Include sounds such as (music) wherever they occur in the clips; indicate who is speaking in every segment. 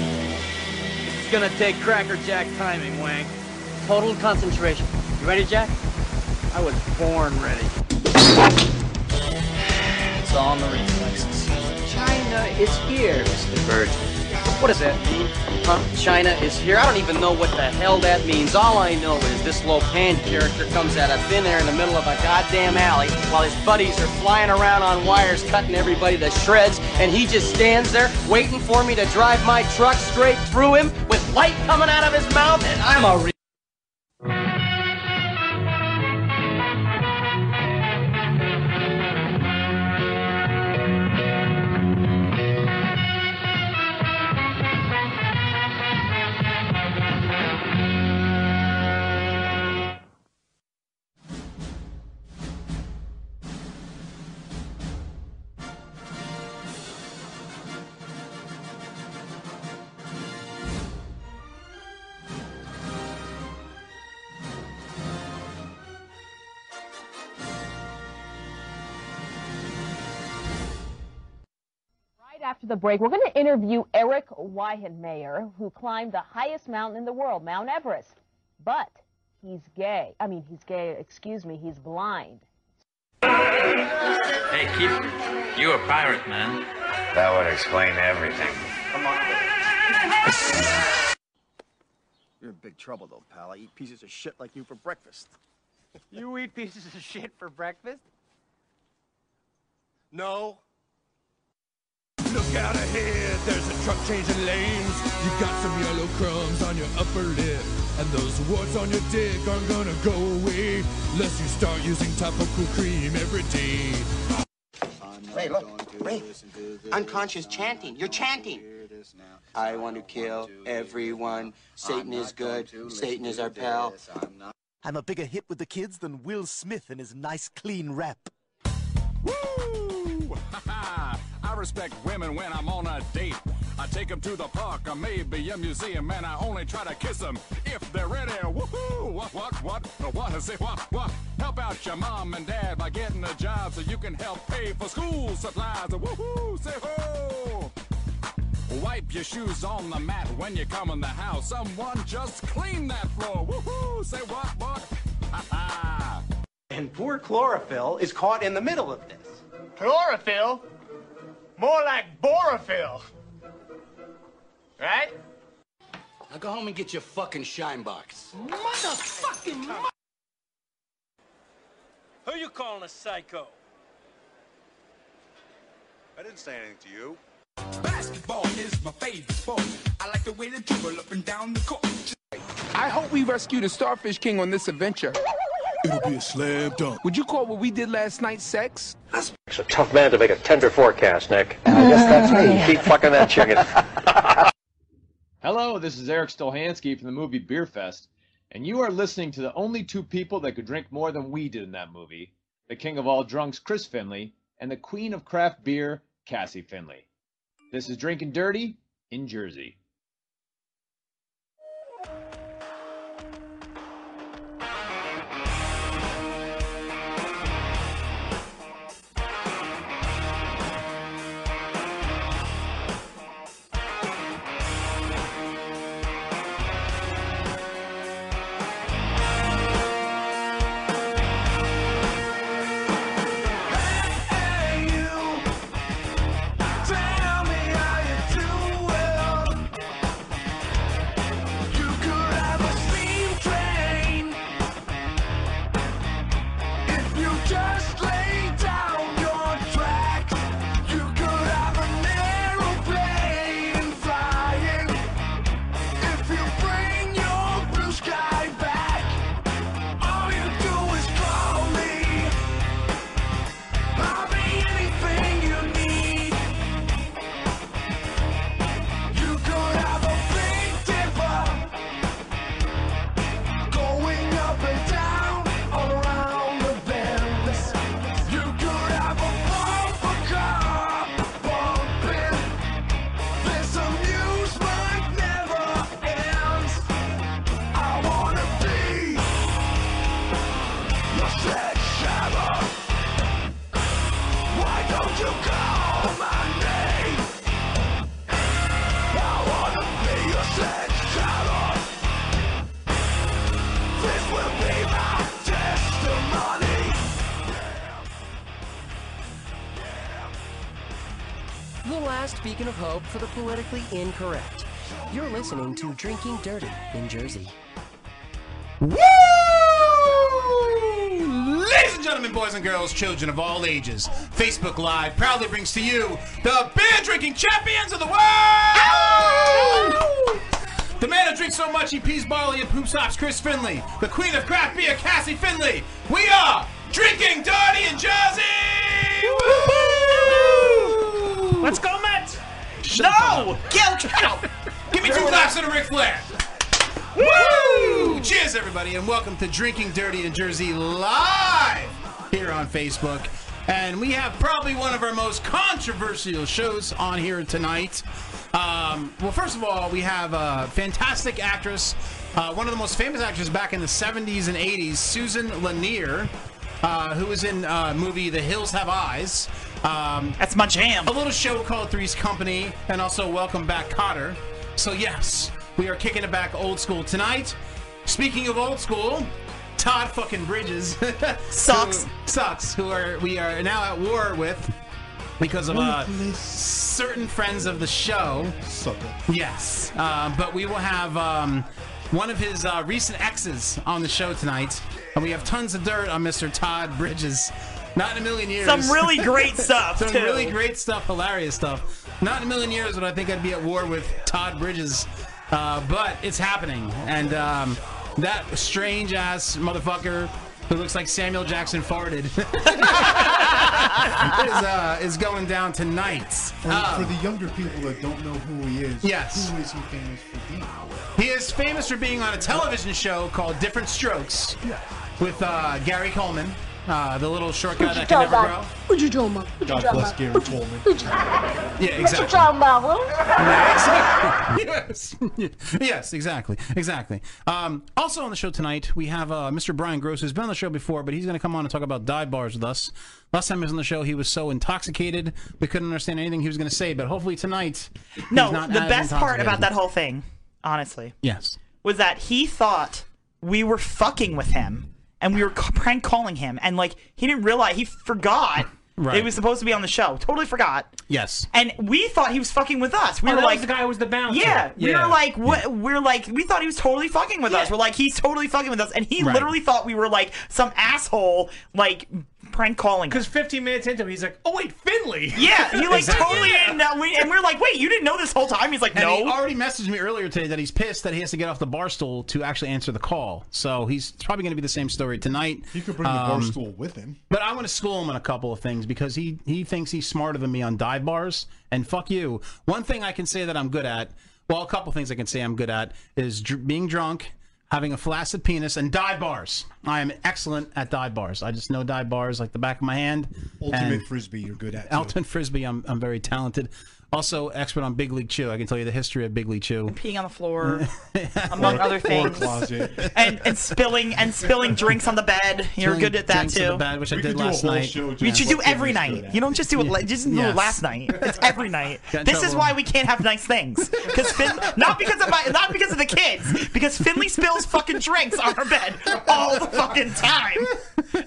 Speaker 1: It's gonna take Cracker Jack timing, Wang. Total concentration. You ready, Jack? I was born ready. It's all in the reflexes. China is here, Mr. Bird. What does that mean? Huh? China is here? I don't even know what the hell that means. All I know is this Lopan character comes out of thin air in the middle of a goddamn alley while his buddies are flying around on wires cutting everybody to shreds, and he just stands there waiting for me to drive my truck straight through him with light coming out of his mouth, and I'm a re-
Speaker 2: Right after the break, we're going to interview Eric Weihenmayer, who climbed the highest mountain in the world, Mount Everest. But he's gay. I mean, he's gay, excuse me, he's blind.
Speaker 3: Hey, keep. You a pirate, man.
Speaker 4: That would explain everything.
Speaker 5: You're in big trouble, though, pal. I eat pieces of shit like you for breakfast.
Speaker 1: You eat pieces of shit for breakfast?
Speaker 5: No.
Speaker 6: Look out ahead, there's a truck changing lanes. You got some yellow crumbs on your upper lip, and those warts on your dick aren't gonna go away unless you start using topical cream every day.
Speaker 7: Ray, look. Ray. Unconscious chanting. You're chanting. I want to kill everyone. Satan is good. Satan is our pal.
Speaker 8: I'm a bigger hit with the kids than Will Smith and his nice clean rap.
Speaker 9: Woo! (laughs) I respect women when I'm on a date. I take 'em to the park or maybe a museum, and I only try to kiss 'em if they're ready. Woohoo! What, what, what? I wanna say what, what? Help out your mom and dad by getting a job so you can help pay for school supplies. Woohoo! Say ho! Wipe your shoes on the mat when you come in the house. Someone just clean that floor. Woohoo! Say what, what? Ha ha!
Speaker 7: And poor chlorophyll is caught in the middle of this.
Speaker 10: Chlorophyll? More like borophyll. Right?
Speaker 7: Now go home and get your fucking shine box.
Speaker 10: Motherfucking mo-
Speaker 1: Who you calling a psycho?
Speaker 4: I didn't say anything to you.
Speaker 6: Basketball is my favorite sport. I like the way they dribble up and down the court.
Speaker 11: I hope we rescue the Starfish King on this adventure.
Speaker 6: It'll be a slam dunk.
Speaker 11: Would you call what we did last night sex?
Speaker 12: It's a tough man to make a tender forecast, Nick. I guess that's me. Keep fucking that (laughs) chicken.
Speaker 13: Hello, this is Eric Stolhansky from the movie Beer Fest, and you are listening to the only two people that could drink more than we did in that movie the king of all drunks, Chris Finley, and the queen of craft beer, Cassie Finley. This is Drinking Dirty in Jersey.
Speaker 6: Hey, you. Tell me how you doing.
Speaker 1: the last beacon of hope for the politically incorrect. You're listening to Drinking Dirty in Jersey.
Speaker 14: Ladies and gentlemen, boys and girls, children of all ages, Facebook Live proudly brings to you the beer drinking champions of the world! The man who drinks so much he pees barley and poops hops, Chris Finley. The queen of craft beer, Cassie Finley. We are drinking dirty in Jersey! Woo! Let's go, Mets! no! Gil, shut up! Give me two glasses of Ric Flair. Woo! Cheers, everybody, and welcome to Drinking Dirty in Jersey live here on Facebook. And we have probably one of our most controversial shows on here tonight. Um, well, first of all, we have a fantastic actress, uh, one of the most famous actresses back in the 70s and 80s, Susan Lanier, uh, who was in uh, movie The Hills Have Eyes. Um, That's my jam. A little show called Three's Company, and also Welcome Back, Cotter. So, yes, we are kicking it back old school tonight. Speaking of old school, Todd fucking Bridges sucks. sucks. Who are we are now at war with because of uh, certain friends of the show. Yes, um, but we will have um, one of his uh, recent exes on the show tonight, and we have tons of dirt on Mr. Todd Bridges. Not in a million years.
Speaker 15: Some really
Speaker 14: (laughs)
Speaker 15: great stuff,
Speaker 14: Some
Speaker 15: too.
Speaker 14: really great stuff, hilarious stuff. Not in a million years would I think I'd be at war with Todd Bridges, uh, but it's happening. And um, that strange ass motherfucker who looks like Samuel Jackson farted (laughs) is, uh, is going down tonight.
Speaker 16: For,
Speaker 14: Um,
Speaker 16: for the younger people that don't know who he is,
Speaker 14: Yes.
Speaker 16: who is he famous for being?
Speaker 14: He is famous for being on a television show called Different Strokes with uh, Gary Coleman, uh, the little short guy that can never grow.
Speaker 16: What you talking about?
Speaker 14: God bless Gary
Speaker 16: Coleman.
Speaker 14: Yeah, exactly.
Speaker 16: (laughs)
Speaker 14: yes. (laughs) yes, exactly. Exactly. Um, also on the show tonight, we have uh, Mr. Brian Gross, who's been on the show before, but he's going to come on and talk about dive bars with us. Last time he was on the show, he was so intoxicated, we couldn't understand anything he was going to say, but hopefully tonight. he's
Speaker 15: No,
Speaker 14: not
Speaker 15: the
Speaker 14: as
Speaker 15: best part
Speaker 14: intoxicated.
Speaker 15: about that whole thing, honestly,
Speaker 14: Yes.
Speaker 15: was that he thought we were fucking with him and we were c- prank calling him, and like he didn't realize he forgot
Speaker 14: Right.
Speaker 15: it was supposed to be on the show. Totally forgot.
Speaker 14: Yes.
Speaker 15: And we thought he was fucking with us. We
Speaker 12: Oh,
Speaker 15: were
Speaker 12: that
Speaker 15: like
Speaker 12: was the guy who was the bouncer.
Speaker 15: Yeah, we
Speaker 12: Yeah.
Speaker 15: were like, what? We're like, we thought he was totally fucking with us. We're like, he's totally fucking with us, and he
Speaker 12: Right.
Speaker 15: literally thought we were like some asshole, like prank calling.
Speaker 12: Because 15 minutes into it, he's like, oh, wait, Finley.
Speaker 15: Yeah,
Speaker 12: (laughs)
Speaker 15: he like
Speaker 12: Exactly.
Speaker 15: totally didn't know. We, and we're like, wait, you didn't know this whole time? He's like,
Speaker 14: And
Speaker 15: no.
Speaker 14: he already messaged me earlier today that he's pissed that he has to get off the bar stool to actually answer the call. So he's it's probably going to be the same story tonight. Um, He could
Speaker 16: Bring the bar stool with him.
Speaker 14: But I want to school him on a couple of things because he he thinks he's smarter than me on dive bars. And fuck you. One thing I can say that I'm good at, well, a couple things I can say I'm good at is dr- being drunk, having a flaccid penis, and dive bars. I am excellent at dive bars. I just know dive bars like the back of my hand.
Speaker 16: Ultimate
Speaker 14: and-
Speaker 16: frisbee, you're good at.
Speaker 14: Alton Frisbee, I'm, I'm very talented. Also, expert on Big League Chew. I can tell you the history of Big League Chew.
Speaker 15: peeing on the floor,
Speaker 14: (laughs)
Speaker 15: among other things, (laughs) and and spilling and spilling drinks on the bed. You're
Speaker 14: Spilling
Speaker 15: good at that
Speaker 14: drinks on
Speaker 15: too.
Speaker 14: the bed, which I We did could do a last whole night. show
Speaker 15: you
Speaker 14: just
Speaker 15: should do
Speaker 14: what
Speaker 15: every
Speaker 14: Taylor's
Speaker 15: night.
Speaker 14: good at.
Speaker 15: You don't just do it. la- Just do
Speaker 14: Yes.
Speaker 15: it last night. It's every night.
Speaker 14: Got in
Speaker 15: this is
Speaker 14: trouble.
Speaker 15: why we can't have nice things. Because Finn, not because of my, not because of the kids. Because
Speaker 14: (laughs)
Speaker 15: Finley spills fucking drinks on her bed all the fucking time.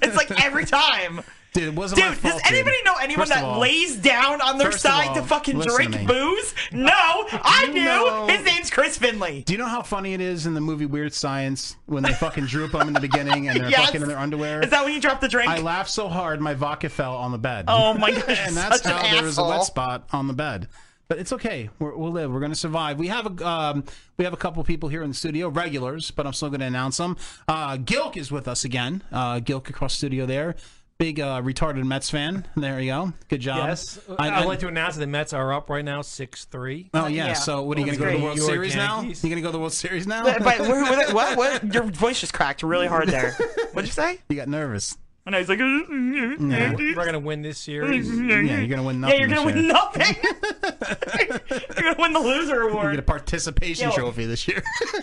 Speaker 15: It's like every time.
Speaker 14: Dude, it wasn't my
Speaker 15: Dude,
Speaker 14: fault.
Speaker 15: does anybody know anyone
Speaker 14: First of
Speaker 15: that
Speaker 14: all-
Speaker 15: lays down on their
Speaker 14: First of
Speaker 15: side to
Speaker 14: all,
Speaker 15: fucking
Speaker 14: listen to
Speaker 15: drink
Speaker 14: me.
Speaker 15: booze? No, I
Speaker 14: You
Speaker 15: knew.
Speaker 14: know-
Speaker 15: His name's Chris Finley.
Speaker 14: Do you know how funny it is in the movie Weird Science when they fucking droop them in the beginning and they're
Speaker 15: (laughs) Yes.
Speaker 14: fucking in their underwear?
Speaker 15: Is that when you drop the drink?
Speaker 14: I laughed so hard my vodka fell on the bed.
Speaker 15: Oh my gosh,
Speaker 14: (laughs) and that's
Speaker 15: such an
Speaker 14: how there was a
Speaker 15: asshole.
Speaker 14: wet spot on the bed. But it's okay. We're, we'll live. We're going to survive. We have a um, we have a couple people here in the studio, regulars, but I'm still going to announce them. Uh, Gilk is with us again. Uh, Gilk across studio there. Big uh, retarded Mets fan. There you go. Good job.
Speaker 12: Yes. Uh, I,
Speaker 14: I- I-
Speaker 12: would like to announce that the Mets are up right now, 6 3.
Speaker 14: Oh yeah. So what are you going to go to the World Series now? You going to go to the World Series now?
Speaker 15: But, but where- where-
Speaker 12: (laughs)
Speaker 15: what, what? Your voice just cracked really hard there. What'd you say?
Speaker 14: You got nervous.
Speaker 15: And I was like,
Speaker 12: We're going to win this series.
Speaker 14: Yeah, you're gonna win
Speaker 15: yeah,
Speaker 14: nothing
Speaker 15: you're gonna
Speaker 14: this
Speaker 15: win
Speaker 14: year.
Speaker 15: nothing. (laughs) you're gonna win the loser
Speaker 14: You
Speaker 15: award.
Speaker 14: get a participation
Speaker 15: Yo.
Speaker 14: trophy this year. (laughs)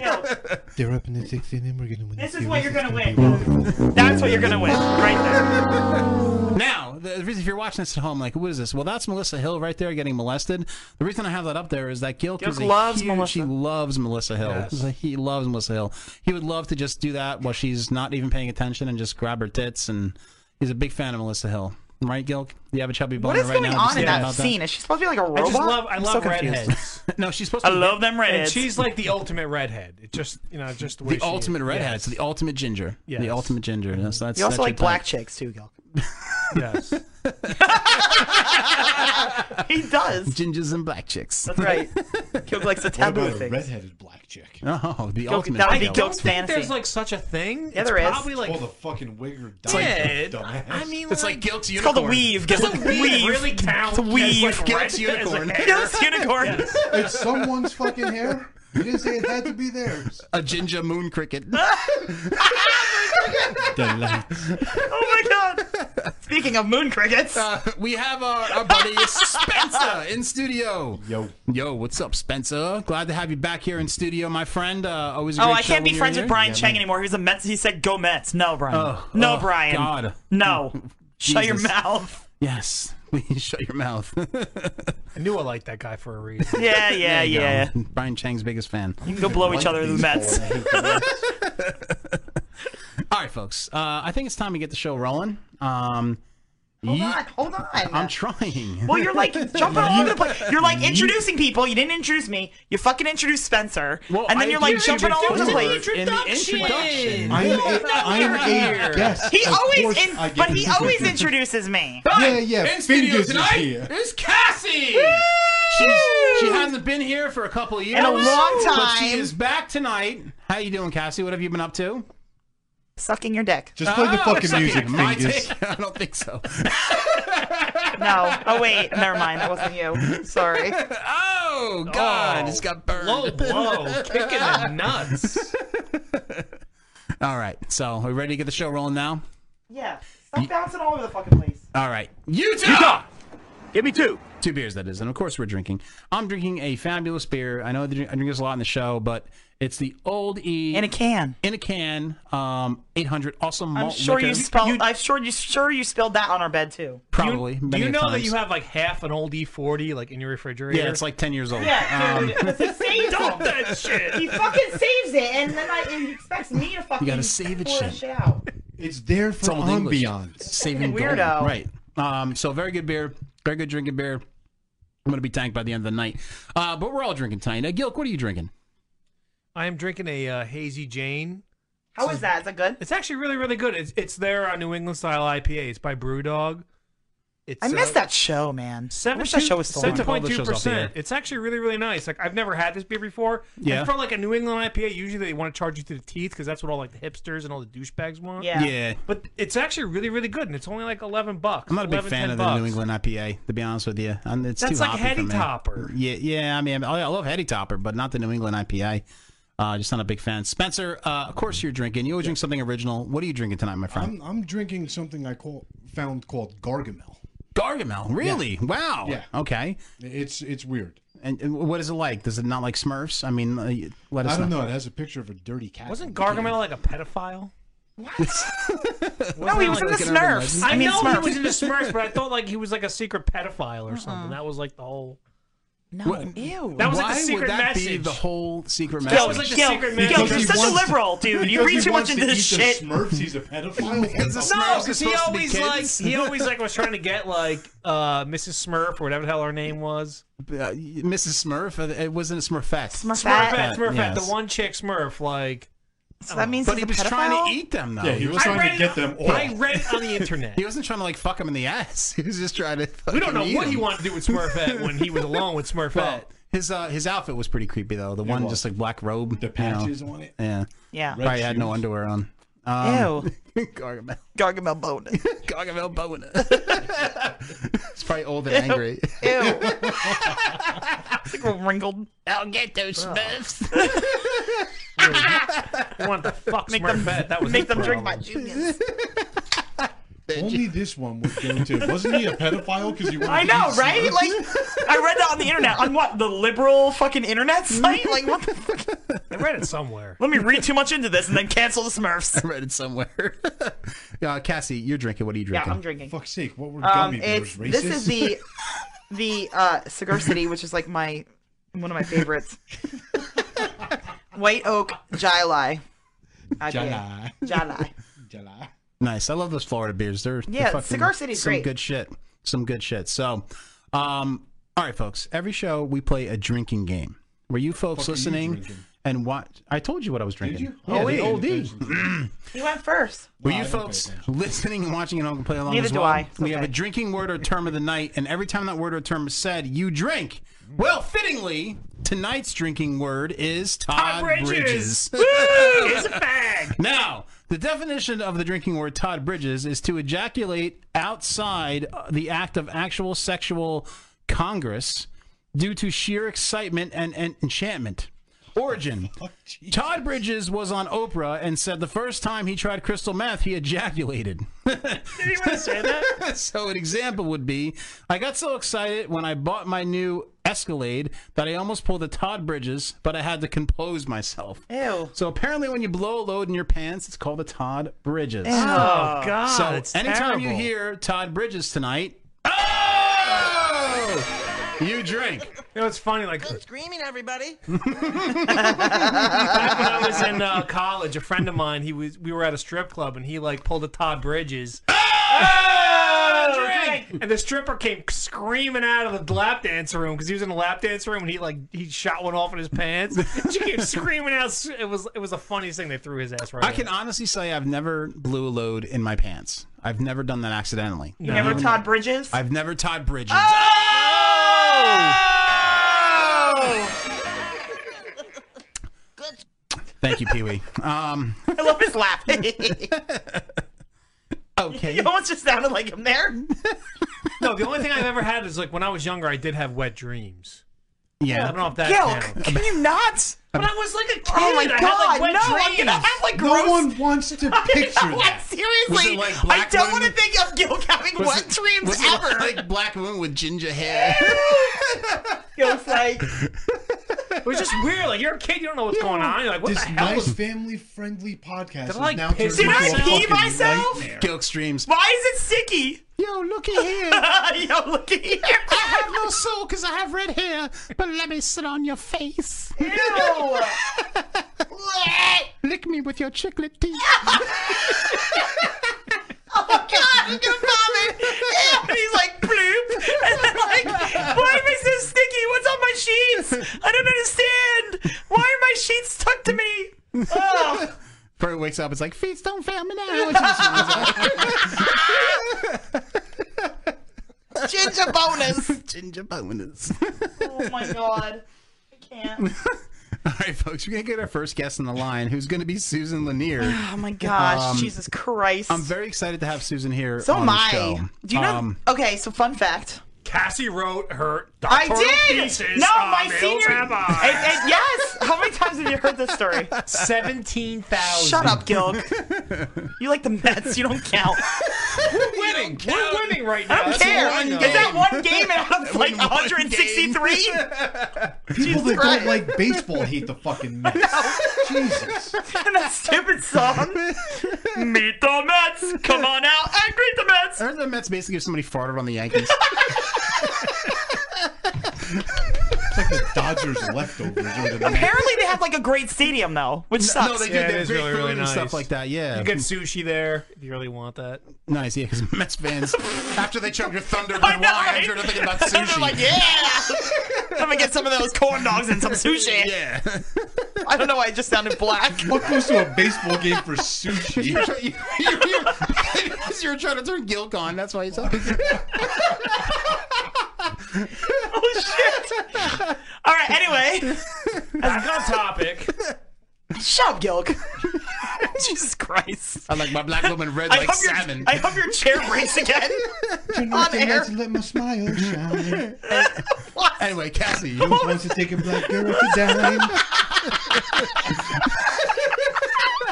Speaker 16: They're up in the sixth inning. We're gonna win.
Speaker 15: This is what you're gonna win. That's what you're gonna win, right there.
Speaker 14: Now, Oh, the the reason if you're watching this at home, like, what is this? Well, that's Melissa Hill right there getting molested. The reason I have that up there is that Gilk,
Speaker 15: Gilk
Speaker 14: is a
Speaker 15: loves
Speaker 14: huge-
Speaker 15: Melissa.
Speaker 14: She loves Melissa Hill. He loves Melissa Hill. He would love to just do that while she's not even paying attention and just grab her tits. And he's a big fan of Melissa Hill. right, Gil? You have a chubby boner
Speaker 1: What is
Speaker 14: right
Speaker 1: going
Speaker 14: now.
Speaker 1: on
Speaker 14: just
Speaker 1: in
Speaker 14: thinking
Speaker 1: that
Speaker 14: about
Speaker 1: scene? Is she supposed to be like a
Speaker 14: I
Speaker 1: robot?
Speaker 14: just love-
Speaker 12: I
Speaker 1: I'm
Speaker 12: love
Speaker 1: so confused.
Speaker 12: redheads. (laughs)
Speaker 14: no, she's supposed
Speaker 1: I
Speaker 14: to. be-
Speaker 1: love them redheads.
Speaker 12: And she's like the ultimate redhead. It just you know just the way
Speaker 14: The ultimate redhead. It's the ultimate ginger. The
Speaker 12: Yes.
Speaker 14: ultimate ginger. That's, that's,
Speaker 1: You also
Speaker 14: that's
Speaker 1: like
Speaker 14: your
Speaker 1: black
Speaker 14: type.
Speaker 1: chicks too, Gil.
Speaker 12: Yes.
Speaker 1: he does.
Speaker 14: Gingers and black chicks.
Speaker 1: That's right. Gil likes the
Speaker 16: What
Speaker 1: taboo
Speaker 16: about a
Speaker 1: thing.
Speaker 16: redheaded black chick?
Speaker 14: Oh, the
Speaker 1: Gil-
Speaker 14: ultimate.
Speaker 1: that would
Speaker 14: ginger.
Speaker 1: be
Speaker 12: I
Speaker 1: Gil's
Speaker 12: don't think
Speaker 1: fantasy.
Speaker 12: there's like such a thing.
Speaker 1: Yeah,
Speaker 12: it's
Speaker 1: there is.
Speaker 12: probably like
Speaker 16: All the fucking wigger
Speaker 12: Dead.
Speaker 16: died. dumbass.
Speaker 12: I mean,
Speaker 14: It's
Speaker 12: like,
Speaker 14: like guilt
Speaker 1: It's
Speaker 14: unicorn.
Speaker 1: called a weave. Gil.
Speaker 12: does it
Speaker 1: weave.
Speaker 12: really count?
Speaker 1: It's a weave.
Speaker 12: As, like,
Speaker 14: Gil's
Speaker 12: red- as,
Speaker 1: (laughs)
Speaker 14: unicorn.
Speaker 12: like, hair? (laughs)
Speaker 1: Gil's unicorn.
Speaker 16: It's someone's fucking hair. You didn't say it had to be theirs.
Speaker 14: A ginger moon cricket.
Speaker 1: (laughs)
Speaker 16: Delight.
Speaker 1: Oh my god. Speaking of moon crickets,
Speaker 14: Uh, we have our, our buddy Spencer in studio.
Speaker 16: Yo.
Speaker 14: Yo, what's up, Spencer? Glad to have you back here in studio, my friend. Uh, always. A
Speaker 1: oh,
Speaker 14: great
Speaker 1: I
Speaker 14: show
Speaker 1: can't
Speaker 14: when
Speaker 1: be
Speaker 14: you're
Speaker 1: friends
Speaker 14: here.
Speaker 1: with Brian Chang anymore. He was a Mets. He said, "Go Mets." No, Brian.
Speaker 14: Oh,
Speaker 1: no,
Speaker 14: oh,
Speaker 1: Brian.
Speaker 14: God. (laughs)
Speaker 1: No. Shut your
Speaker 14: Jesus.
Speaker 1: mouth.
Speaker 14: Yes. (laughs) Shut your mouth. (laughs)
Speaker 12: I knew I liked that guy for a reason.
Speaker 1: Yeah, yeah,
Speaker 12: (laughs)
Speaker 14: There you go.
Speaker 1: yeah.
Speaker 14: Brian Chang's biggest fan.
Speaker 1: You can go blow each other in the Mets.
Speaker 14: (laughs) All right, folks. Uh, I think it's time to get the show rolling. Um,
Speaker 1: Hold
Speaker 14: ye-
Speaker 1: on, hold on.
Speaker 14: I'm trying.
Speaker 1: well,
Speaker 14: (laughs)
Speaker 1: you're like jumping all over the place. You're like introducing people. You didn't introduce me. You fucking introduced Spencer, and then
Speaker 14: I
Speaker 1: you're like
Speaker 14: did
Speaker 1: jumping all over the
Speaker 14: introduce
Speaker 1: place.
Speaker 14: her in the introduction.
Speaker 16: I'm a, I'm a guest.
Speaker 1: He
Speaker 16: Of
Speaker 1: always,
Speaker 16: course
Speaker 1: in,
Speaker 16: I get
Speaker 1: but he
Speaker 16: to-
Speaker 1: always introduces me.
Speaker 16: Yeah, yeah.
Speaker 14: In studio
Speaker 16: Fingers is
Speaker 14: tonight
Speaker 16: here.
Speaker 14: is Cassie. She's, she hasn't been here for a couple of years.
Speaker 1: In a long
Speaker 14: But she
Speaker 1: time.
Speaker 14: is back tonight. How you doing, Cassie? What have you been up to?
Speaker 1: Sucking your dick.
Speaker 16: Just play the
Speaker 14: Oh,
Speaker 16: fucking
Speaker 14: it's not
Speaker 16: music,
Speaker 14: my
Speaker 16: fingers.
Speaker 14: take. (laughs) I don't think so.
Speaker 1: No. Oh wait, never mind. That wasn't you. Sorry.
Speaker 14: Oh God,
Speaker 12: Oh.
Speaker 14: it's got burned.
Speaker 12: Whoa, whoa, kicking
Speaker 1: (laughs)
Speaker 12: the nuts.
Speaker 14: All right, so are we ready to get the show rolling now?
Speaker 1: Yeah. Stop bouncing all over the fucking place.
Speaker 14: All right, Utah.
Speaker 17: Give me two.
Speaker 14: Two beers, that is, and of course we're drinking. I'm drinking a fabulous beer. I know I drink I drink this a lot in the show, but it's the Old E
Speaker 1: In a can.
Speaker 14: in a can, um, 800 awesome
Speaker 1: I'm
Speaker 14: malt
Speaker 1: sure you
Speaker 14: liquor.
Speaker 1: spelled. I'm sure you sure you spilled that on our bed too.
Speaker 14: probably.
Speaker 12: Do
Speaker 14: many
Speaker 12: you know that
Speaker 14: times.
Speaker 12: you have like half an old E40 like in your refrigerator?
Speaker 14: Yeah, it's like 10 years old. Um,
Speaker 1: saves
Speaker 12: dump that shit.
Speaker 1: He fucking saves it, and then I, he expects me to fucking
Speaker 14: gotta save it,
Speaker 1: pour
Speaker 14: shit.
Speaker 1: out.
Speaker 16: It's there for
Speaker 14: It's old English.
Speaker 16: ambiance.
Speaker 14: Saving gold.
Speaker 1: Weirdo.
Speaker 14: Right. Um, so very good beer. Very good drinking beer. I'm gonna be tanked by the end of the night. Uh, but we're all drinking tonight. Uh, Gilk, what are you drinking?
Speaker 12: I am drinking a uh, hazy Jane.
Speaker 1: How is that? Is that good?
Speaker 12: It's actually really, really good. It's it's their uh, New England style IPA. It's by Brewdog. It's,
Speaker 1: I missed
Speaker 12: uh,
Speaker 1: that show, man. I
Speaker 12: Seven
Speaker 1: wish that show was still
Speaker 14: They took
Speaker 1: on.
Speaker 14: all the shows off the air.
Speaker 12: percent. It's actually really, really nice. Like I've never had this beer before.
Speaker 14: Yeah.
Speaker 12: And for like a New England IPA, usually they want to charge you to the teeth because that's what all like the hipsters and all the douchebags want.
Speaker 1: Yeah.
Speaker 12: But it's actually really, really good, and it's only like eleven bucks.
Speaker 14: I'm not a big
Speaker 12: 11,
Speaker 14: fan
Speaker 12: 10
Speaker 14: of the
Speaker 12: bucks.
Speaker 14: New England IPA, to be honest with you. Um, it's
Speaker 12: That's
Speaker 14: too
Speaker 12: like
Speaker 14: hoppy
Speaker 12: Heady
Speaker 14: for me.
Speaker 12: Topper.
Speaker 14: Yeah, yeah. I mean, I I love Heady Topper, but not the New England IPA. Uh, just not a big fan. Spencer, uh, of course you're drinking. You always drink something original. What are you drinking tonight, my friend?
Speaker 16: I'm, I'm drinking something I call, found called Gargamel.
Speaker 14: Gargamel. Really? Wow.
Speaker 16: Yeah.
Speaker 14: Okay.
Speaker 16: It's it's weird.
Speaker 14: And, and what is it like? Does it not like Smurfs? I mean, uh, let us
Speaker 16: I don't know. It has a picture of a dirty cat.
Speaker 12: Wasn't Gargamel like a pedophile?
Speaker 14: (laughs)
Speaker 1: No, he was in the
Speaker 14: like an urban
Speaker 1: Smurfs.
Speaker 14: legend?
Speaker 12: I,
Speaker 1: I mean,
Speaker 12: know
Speaker 1: Smurfs.
Speaker 12: he was in the Smurfs, but I thought like he was like a secret
Speaker 14: Uh-huh.
Speaker 12: pedophile or something. That was like the whole.
Speaker 1: No,
Speaker 14: What-
Speaker 1: ew.
Speaker 12: That was
Speaker 14: Why
Speaker 12: like the secret
Speaker 14: would that be
Speaker 12: message.
Speaker 14: the whole secret message?
Speaker 12: That was like the
Speaker 1: Gil,
Speaker 12: secret
Speaker 1: Gil,
Speaker 12: message.
Speaker 1: you're such a liberal, dude. You
Speaker 16: Because
Speaker 1: read
Speaker 16: he
Speaker 1: too
Speaker 16: wants
Speaker 1: much into
Speaker 16: to
Speaker 1: this
Speaker 16: eat the
Speaker 14: (laughs)
Speaker 1: shit.
Speaker 16: Smurfs, he's
Speaker 12: (laughs)
Speaker 16: a pedophile.
Speaker 12: No,
Speaker 14: Smurfs are
Speaker 12: because he
Speaker 14: supposed to be
Speaker 12: always like (laughs)
Speaker 14: kids.
Speaker 12: he always like was trying to get like uh Mrs. Smurf or whatever the hell her name was.
Speaker 14: uh, Mrs. Smurf. uh, It wasn't a Smurfette.
Speaker 1: Smurfette.
Speaker 12: Smurfette,
Speaker 14: That-
Speaker 12: Smurfette,
Speaker 14: yes.
Speaker 12: the one chick Smurf. Like
Speaker 1: So that means
Speaker 14: But
Speaker 1: he's
Speaker 14: he
Speaker 1: a
Speaker 14: was
Speaker 1: pedophile.
Speaker 14: trying to eat them though.
Speaker 16: Yeah, he was
Speaker 12: I
Speaker 16: trying
Speaker 12: read
Speaker 16: to
Speaker 12: it-
Speaker 16: get them all.
Speaker 12: I read it on the internet.
Speaker 14: (laughs) He wasn't trying to like fuck him in the ass. (laughs) He was just trying to.
Speaker 12: we don't
Speaker 14: fucking
Speaker 12: know
Speaker 14: eat
Speaker 12: what he
Speaker 14: him.
Speaker 12: wanted to do with Smurfette when he was alone with Smurfette.
Speaker 14: (laughs) Well, his uh, his outfit was pretty creepy though. The one
Speaker 16: was.
Speaker 14: just like black robe,
Speaker 16: The
Speaker 14: you know.
Speaker 16: patches on it.
Speaker 14: Yeah,
Speaker 1: Yeah.
Speaker 16: Red
Speaker 14: probably had no
Speaker 16: shoes.
Speaker 14: underwear on. Um,
Speaker 1: Ew.
Speaker 14: (laughs) Gargamel.
Speaker 1: Gargamel
Speaker 14: (laughs)
Speaker 1: bonus.
Speaker 14: Gargamel boner. it's probably old and
Speaker 1: (laughs)
Speaker 14: angry.
Speaker 1: Ew. it's (laughs) like a wrinkled.
Speaker 14: I'll get those Smurfs.
Speaker 12: I wanted to fuck
Speaker 1: Make them,
Speaker 12: Smurfette. that was
Speaker 1: make
Speaker 12: the
Speaker 1: them drink my
Speaker 12: problem.
Speaker 1: juniors.
Speaker 16: Only this one was going to. Wasn't he a pedophile? Because you.
Speaker 1: I know, right? Like, I read that on the internet. On what? The liberal fucking internet site? Like, what the fuck?
Speaker 12: I read it somewhere.
Speaker 1: Let me read too much into this and then cancel the Smurfs.
Speaker 14: read it somewhere. (laughs) uh, Cassie, you're drinking. What are you
Speaker 1: Yeah,
Speaker 14: drinking?
Speaker 1: I'm drinking.
Speaker 16: Fuck's sake! What were
Speaker 1: Um,
Speaker 16: gummy
Speaker 1: it's
Speaker 16: bears? Racist.
Speaker 1: this is the the uh, Cigar City, which is like my one of my favorites. White Oak Jai Lai. IPA.
Speaker 16: Jedi.
Speaker 1: Jai Lai.
Speaker 16: Jedi.
Speaker 14: Nice. I love those Florida beers. They're they're
Speaker 1: Yeah,
Speaker 14: fucking-
Speaker 1: Cigar City's
Speaker 14: some
Speaker 1: great.
Speaker 14: good shit. Some good shit. So, um, all right, folks. Every show we play a drinking game. Were you folks
Speaker 16: Fuck are you
Speaker 14: listening
Speaker 16: drinking?
Speaker 14: and what? I told you what I was drinking.
Speaker 16: you?
Speaker 14: Yeah,
Speaker 16: Oh,
Speaker 14: the
Speaker 16: yeah.
Speaker 14: old D.
Speaker 1: (clears throat) He went first.
Speaker 14: Were you folks listening and watching and home play along?
Speaker 1: Neither
Speaker 14: as
Speaker 1: do
Speaker 14: well?
Speaker 1: I. It's
Speaker 14: We have a drinking word or term of the night, and every time that word or term is said, you drink. Well, fittingly, tonight's drinking word is Todd,
Speaker 1: (laughs)
Speaker 14: Bridges. (laughs)
Speaker 1: Here's a bag.
Speaker 14: Now, the definition of the drinking word Todd Bridges is to ejaculate outside uh, the act of actual sexual congress due to sheer excitement and, and enchantment.
Speaker 1: (laughs)
Speaker 14: Origin
Speaker 1: Oh,
Speaker 14: Todd Bridges was on Oprah and said the first time he tried crystal meth, he ejaculated.
Speaker 1: Did he really say that?
Speaker 14: (laughs) so, an example would be I got so excited when I bought my new Escalade that I almost pulled a Todd Bridges, but I had to compose myself.
Speaker 1: Ew.
Speaker 14: So apparently, when you blow a load in your pants, it's called a Todd Bridges.
Speaker 1: Ew. Oh, God,
Speaker 14: So
Speaker 1: it's
Speaker 14: anytime you
Speaker 1: terrible.
Speaker 14: hear Todd Bridges tonight, oh, you drink.
Speaker 12: You know, it's funny. Like
Speaker 1: (laughs)
Speaker 15: Screaming, everybody.
Speaker 12: back when (laughs) I was in uh, college, a friend of mine, he was we were at a strip club and he like pulled a Todd Bridges. And the stripper came screaming out of the lap dance room because he was in the lap dance room and he like he shot one off in his pants.
Speaker 14: (laughs)
Speaker 12: she came screaming out. It was it was the funniest thing. They threw his ass right.
Speaker 14: I can honestly say I've never blew a load in my pants. I've never done that accidentally.
Speaker 1: You never
Speaker 14: Even-
Speaker 1: Todd Bridges? Oh.
Speaker 14: I've never Todd Bridges. Oh! Thank you, Pee Wee. Um,
Speaker 1: (laughs) I love his laugh.
Speaker 14: okay.
Speaker 1: (laughs) You almost just sounded like him there.
Speaker 12: No, the only thing I've ever had is like when I was younger, I did have wet dreams.
Speaker 14: Yeah.
Speaker 12: I don't know if that
Speaker 1: Gil,
Speaker 12: counts.
Speaker 1: can you not?
Speaker 12: When I was like a kid,
Speaker 1: Oh my
Speaker 12: I had like
Speaker 1: God,
Speaker 12: wet
Speaker 1: no, I'm
Speaker 12: dreams.
Speaker 1: gonna have, like,
Speaker 12: (laughs)
Speaker 16: No
Speaker 1: gross-
Speaker 14: (laughs)
Speaker 16: one wants to picture
Speaker 1: No,
Speaker 16: that.
Speaker 14: Was
Speaker 1: Seriously,
Speaker 14: it like
Speaker 1: I
Speaker 14: black
Speaker 1: don't
Speaker 14: women?
Speaker 1: want to think of Gil (laughs) having
Speaker 14: Was
Speaker 1: wet
Speaker 14: it-
Speaker 1: dreams
Speaker 14: was it
Speaker 1: ever.
Speaker 14: like black woman with ginger hair.
Speaker 1: Gil's
Speaker 14: (laughs)
Speaker 1: like,
Speaker 12: It was just weird. Like you're a kid, you don't know what's going on. You're like, what
Speaker 16: this
Speaker 12: the hell?
Speaker 16: nice
Speaker 12: is-
Speaker 16: (laughs) family-friendly podcast
Speaker 12: Did
Speaker 16: is
Speaker 12: I, like,
Speaker 16: now
Speaker 12: piss-
Speaker 16: turned
Speaker 12: Did I
Speaker 16: into a
Speaker 12: pee
Speaker 16: fucking
Speaker 1: myself?
Speaker 16: nightmare.
Speaker 14: Gilk streams.
Speaker 1: why is it sticky?
Speaker 14: Yo, look at here.
Speaker 1: (laughs) Yo, look at here.
Speaker 14: I have no soul because I have red hair, but let me sit on your face.
Speaker 1: Ew.
Speaker 14: (laughs) Lick me with your chiclet teeth.
Speaker 1: (laughs) Oh my god, I'm gonna vomit! Ew. And he's like, bloop! And I'm like, why am I so sticky? What's on my sheets? I don't understand! Why are my sheets stuck to
Speaker 14: (laughs)
Speaker 1: me? Oh,
Speaker 14: Bert wakes up. It's like feet don't fail me now.
Speaker 1: ginger bonus!
Speaker 14: Ginger bonus.
Speaker 1: Oh my god. I can't.
Speaker 14: All right, folks, we're gonna get our first guest on the line, who's gonna be Susan Lanier.
Speaker 1: Oh my gosh,
Speaker 14: Um,
Speaker 1: Jesus Christ.
Speaker 14: I'm very excited to have Susan here.
Speaker 1: so
Speaker 14: on
Speaker 1: am
Speaker 14: the
Speaker 1: I.
Speaker 14: show.
Speaker 1: Do you know?
Speaker 14: Um,
Speaker 1: okay, so fun fact.
Speaker 12: Cassie wrote her
Speaker 1: I
Speaker 12: doctoral
Speaker 1: did!
Speaker 12: thesis.
Speaker 1: no,
Speaker 12: on
Speaker 1: my
Speaker 12: male
Speaker 1: senior.
Speaker 15: (laughs)
Speaker 12: rabbi.
Speaker 1: (laughs) And- and- yes! How many times have you heard this story?
Speaker 12: Seventeen thousand.
Speaker 1: Shut up, Gilg. You like the Mets, you don't
Speaker 14: (laughs)
Speaker 1: count.
Speaker 12: We're winning. We're winning right now.
Speaker 1: I don't
Speaker 12: That's
Speaker 1: care.
Speaker 12: one
Speaker 1: Is
Speaker 12: game.
Speaker 1: that one game out of like
Speaker 14: Win one
Speaker 1: 163?
Speaker 16: People that
Speaker 1: Christ.
Speaker 16: don't like
Speaker 1: (laughs)
Speaker 16: baseball hate the fucking Mets. Jesus.
Speaker 1: and that stupid song. Meet the Mets. Come on out and greet the Mets.
Speaker 14: I heard the Mets basically if somebody farted on the
Speaker 1: (laughs)
Speaker 14: Yankees.
Speaker 16: It's like the Dodgers leftovers. Or the
Speaker 1: Apparently they have like a great stadium though, which sucks.
Speaker 14: no, they do.
Speaker 12: Yeah, it
Speaker 14: they have
Speaker 12: is
Speaker 14: great
Speaker 12: really,
Speaker 14: food
Speaker 12: really
Speaker 14: and
Speaker 12: nice.
Speaker 14: stuff like that. Yeah,
Speaker 12: You get sushi there if you really want that.
Speaker 14: nice. Yeah, because
Speaker 12: (laughs)
Speaker 14: Mets fans, after they chug your thunder with
Speaker 1: I
Speaker 14: wine,
Speaker 1: know, right?
Speaker 14: they're thinking about
Speaker 1: And
Speaker 14: sushi.
Speaker 1: (laughs) they're like, yeah. I'm gonna get some of those corn dogs
Speaker 14: (laughs)
Speaker 1: and some sushi.
Speaker 14: yeah.
Speaker 1: I don't know why I just
Speaker 16: (laughs)
Speaker 1: sounded black.
Speaker 16: What goes to a baseball game
Speaker 14: (laughs)
Speaker 16: for sushi?
Speaker 14: you, you, you, (laughs) you're trying to turn Gilk on. That's why he's
Speaker 16: (laughs)
Speaker 14: up.
Speaker 1: oh shit. All right. Anyway,
Speaker 12: Back on topic.
Speaker 1: shut up,
Speaker 16: (laughs)
Speaker 1: Gilk. Jesus Christ.
Speaker 14: I like my black woman red
Speaker 1: I
Speaker 14: like
Speaker 1: hope your-
Speaker 14: salmon.
Speaker 1: I hope your chair
Speaker 16: (laughs)
Speaker 1: breaks again.
Speaker 16: Tonight the
Speaker 1: air.
Speaker 16: lights let my smile shine.
Speaker 1: What?
Speaker 14: Anyway, Cassie, you,
Speaker 16: Who wants to take a black girl to
Speaker 14: (laughs)
Speaker 16: dine?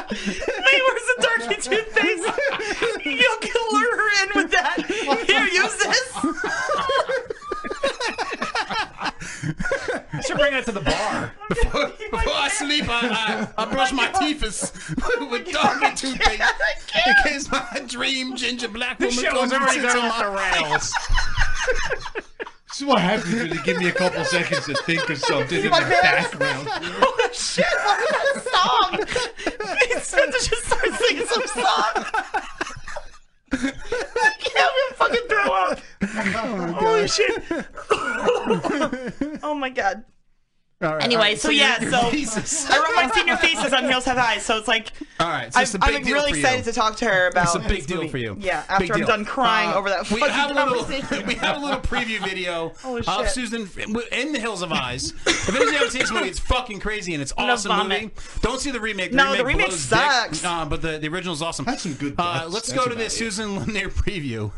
Speaker 1: Wait, where's the turkey toothpaste? You can lure her in with that. Here, use
Speaker 16: (laughs)
Speaker 1: this.
Speaker 12: I should bring that to the bar.
Speaker 14: before, before I sleep, I, I, I brush my teeth with- (laughs) with dog and toothpaste in case my dream ginger black
Speaker 12: This
Speaker 14: woman
Speaker 12: show
Speaker 14: comes
Speaker 12: is
Speaker 14: and
Speaker 12: already
Speaker 14: sits
Speaker 12: gone
Speaker 14: on
Speaker 12: off the
Speaker 14: my
Speaker 12: rails.
Speaker 16: (laughs) This is what happens when you give me a couple seconds to think of something in
Speaker 1: My
Speaker 16: my
Speaker 1: (laughs) parents-
Speaker 16: background.
Speaker 1: Oh shit! What is that song? Spencer just started singing some song. I'm gonna fucking throw up. Holy shit.
Speaker 14: (laughs)
Speaker 1: oh my god.
Speaker 14: All right, all
Speaker 1: Anyway,
Speaker 14: right,
Speaker 1: so yeah,
Speaker 14: you're-
Speaker 1: so
Speaker 14: Jesus.
Speaker 1: I wrote my senior thesis on Hills Have Eyes, so it's like
Speaker 14: All right, so
Speaker 1: I'm,
Speaker 14: it's a big
Speaker 1: I'm
Speaker 14: deal
Speaker 1: really
Speaker 14: for you.
Speaker 1: excited to talk to her about.
Speaker 14: It's a big
Speaker 1: this
Speaker 14: deal
Speaker 1: movie.
Speaker 14: for you.
Speaker 1: Yeah,
Speaker 14: Big
Speaker 1: after I'm
Speaker 14: deal.
Speaker 1: done crying
Speaker 14: Uh,
Speaker 1: over that
Speaker 14: we
Speaker 1: fucking
Speaker 14: have a little,
Speaker 1: conversation.
Speaker 14: we have a
Speaker 1: (laughs)
Speaker 14: little preview video
Speaker 1: Oh,
Speaker 14: of
Speaker 1: shit.
Speaker 14: Susan in the Hills of Eyes. If anybody haven't seen this movie, it's fucking crazy and it's
Speaker 1: I'm gonna
Speaker 14: awesome
Speaker 1: vomit.
Speaker 14: movie. Don't see the remake.
Speaker 1: No, the remake
Speaker 14: blows
Speaker 1: sucks.
Speaker 14: Dick, uh, but the, the original is awesome. That's some good. (laughs) Uh, let's
Speaker 1: That's
Speaker 14: go to the
Speaker 1: about it.
Speaker 14: Susan Lemire preview.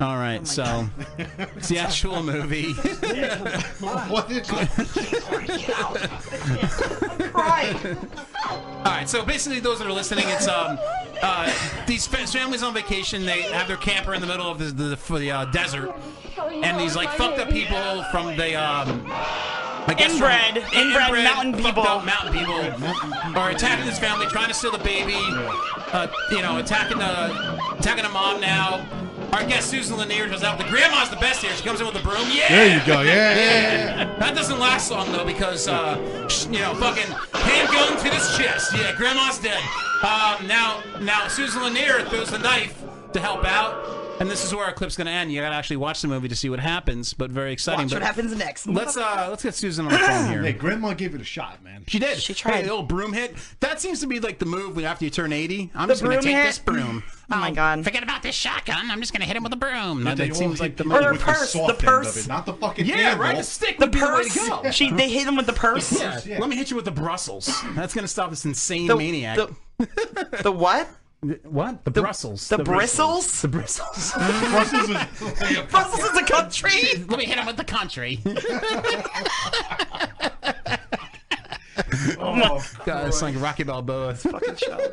Speaker 14: All right, so it's the actual movie.
Speaker 16: what is
Speaker 14: All right, so basically, those that are listening, it's um, uh, these fa- families on vacation. They have their camper in the middle of the the, for the uh, desert, and these like fucked up people from the um, I guess from-
Speaker 1: Inbred- inbred mountain
Speaker 14: fucked
Speaker 1: people.
Speaker 14: up mountain people are attacking this family, trying to steal the baby. Uh, you know, attacking the attacking the mom now. Our guest Susan Lanier comes out. The grandma's the best here. She comes in with a broom. Yeah.
Speaker 16: There you go. Yeah, yeah,
Speaker 14: (laughs) That doesn't last long though because uh, sh- you know, fucking handgun to his chest. Yeah, grandma's dead. Um, now, now Susan Lanier throws the knife to help out, and this is where our clip's gonna end. You gotta actually watch the movie to see what happens, but very exciting.
Speaker 1: Watch
Speaker 14: but
Speaker 1: what happens next.
Speaker 14: Let's uh, let's get Susan on the
Speaker 16: (clears throat)
Speaker 14: phone here.
Speaker 16: Hey, Grandma gave it a shot, man.
Speaker 14: She did. She tried. the old broom hit. That seems to be like the move when after you turn 80. I'm just going to
Speaker 1: broom
Speaker 14: take
Speaker 1: hit?
Speaker 14: this broom.
Speaker 1: Oh my god.
Speaker 14: Forget about this shotgun. I'm just going to hit him with a broom.
Speaker 16: Yeah,
Speaker 14: That,
Speaker 16: they
Speaker 14: that
Speaker 16: all
Speaker 14: seems
Speaker 16: hit
Speaker 14: like the
Speaker 16: people
Speaker 14: move.
Speaker 1: Or
Speaker 16: with
Speaker 1: the purse.
Speaker 16: soft
Speaker 1: The
Speaker 16: end of
Speaker 1: purse.
Speaker 16: it, not the fucking
Speaker 14: Yeah,
Speaker 16: handle.
Speaker 14: right. A stick
Speaker 1: The
Speaker 14: would be the way to
Speaker 1: purse.
Speaker 14: go.
Speaker 1: (laughs) She they hit him with the purse.
Speaker 14: Yeah. Let me hit you with the Brussels. That's going to stop this insane
Speaker 1: The-
Speaker 14: maniac.
Speaker 1: the- The what?
Speaker 14: what? The, Brussels.
Speaker 1: The bristles?
Speaker 14: The bristles.
Speaker 16: Brussels is
Speaker 14: (laughs)
Speaker 1: Brussels is a country.
Speaker 14: Let me hit him with the country.
Speaker 16: Oh,
Speaker 14: (laughs) God, it's like Rocky Balboa.
Speaker 1: fucking show.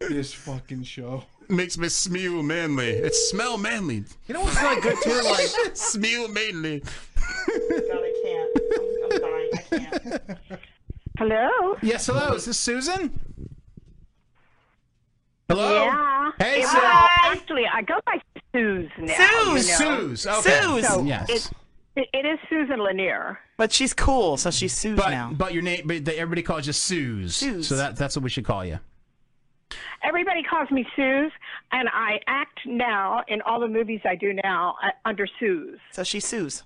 Speaker 16: this fucking show.
Speaker 14: Makes me smell manly. It's smell manly.
Speaker 1: You know what's not good too? Like
Speaker 14: (laughs) smell manly.
Speaker 1: God, I can't. I'm, I'm dying. I can't.
Speaker 2: Hello.
Speaker 14: Yes, hello. Is this Susan? Hello.
Speaker 2: Yeah.
Speaker 14: Hey,
Speaker 2: It-
Speaker 14: Sue.
Speaker 2: well, Ah. actually, I go by Suze now.
Speaker 1: Suze.
Speaker 2: you know.
Speaker 14: Suze, okay. Suze.
Speaker 2: So
Speaker 14: Yes.
Speaker 2: It's, it, it is Susan Lanier.
Speaker 1: But she's cool, so she's Suze
Speaker 14: But
Speaker 1: now.
Speaker 14: but your name, but they- everybody calls you Suze.
Speaker 1: Suze.
Speaker 14: So that that's what we should call you.
Speaker 2: Everybody calls me Suze, and I act now in all the movies I do now uh, under Suze.
Speaker 1: So she's Suze.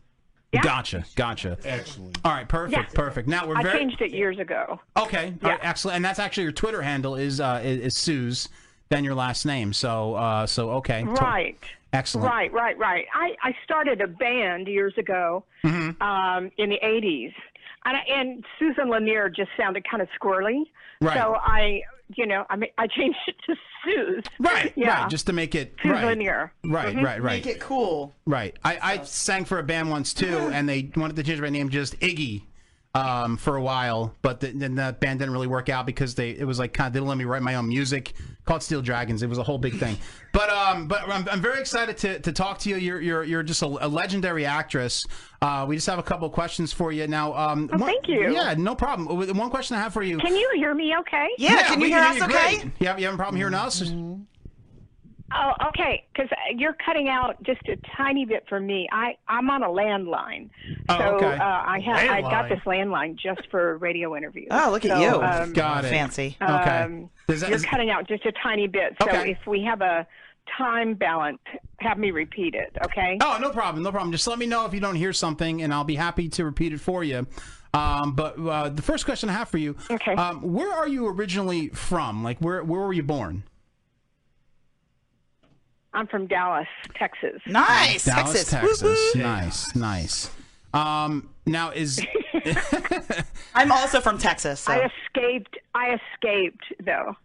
Speaker 14: Gotcha. Gotcha. Excellent. All right. Perfect.
Speaker 2: Yeah.
Speaker 14: Perfect. Now we're
Speaker 2: I
Speaker 14: very
Speaker 2: changed it years ago.
Speaker 14: okay. All right, excellent. And that's actually your Twitter handle is uh is, is Suze, then your last name. So uh so okay. To-
Speaker 2: Right.
Speaker 14: excellent.
Speaker 2: Right, right, right. I, I started a band years ago
Speaker 14: Mm-hmm.
Speaker 2: um, in the 80s. And, I, and Susan Lanier just sounded kind of squirrely.
Speaker 14: Right.
Speaker 2: So I, you know, I mean, I changed it to Suze.
Speaker 14: Right.
Speaker 2: Yeah.
Speaker 14: Right. Just to make it
Speaker 2: Suze
Speaker 14: right.
Speaker 2: Lanier.
Speaker 14: Right. Right. Right.
Speaker 1: Mm-hmm. Make it cool.
Speaker 14: Right. I, I sang for a band once too,
Speaker 2: (laughs)
Speaker 14: and they wanted to change my name just Iggy um, for a while, but th- then that band didn't really work out because they it was like kind of didn't let me write my own music. Called Steel Dragons. It was a whole big thing. But um, but I'm, I'm very excited to, to talk to you. You're you're you're just a, a legendary actress. Uh, we just have a couple of questions for you now. Um, one-
Speaker 2: Oh, thank you.
Speaker 14: Yeah, no problem. One question I have for you.
Speaker 2: Can you hear me okay?
Speaker 1: Yeah, can
Speaker 14: we
Speaker 1: you hear us
Speaker 14: great.
Speaker 1: okay?
Speaker 14: You have, you have a problem hearing us?
Speaker 2: Oh, okay. Because you're cutting out just a tiny bit for me. I I'm on a landline,
Speaker 14: Oh,
Speaker 2: so
Speaker 14: okay.
Speaker 2: uh, I have I
Speaker 14: Landline.
Speaker 2: got this landline just for radio interviews.
Speaker 1: Oh, look at
Speaker 2: So,
Speaker 1: you.
Speaker 2: Um,
Speaker 14: Got it.
Speaker 1: Fancy.
Speaker 14: Okay.
Speaker 2: um,
Speaker 14: Does that-
Speaker 2: you're
Speaker 14: is-
Speaker 2: cutting out just a tiny bit. So
Speaker 14: Okay.
Speaker 2: if we have a time balance, have me repeat it. Okay.
Speaker 14: Oh, no problem, no problem. Just let me know if you don't hear something, and I'll be happy to repeat it for you. Um, but uh, the first question I have for you, okay, um, where are you originally from? Like, where where were you born?
Speaker 2: I'm from Dallas, Texas.
Speaker 1: Nice.
Speaker 14: Dallas,
Speaker 1: Texas.
Speaker 14: Texas.
Speaker 1: Woo-hoo.
Speaker 14: Nice, nice. Um, now is
Speaker 1: I'm also from Texas. So.
Speaker 2: I escaped. I escaped though.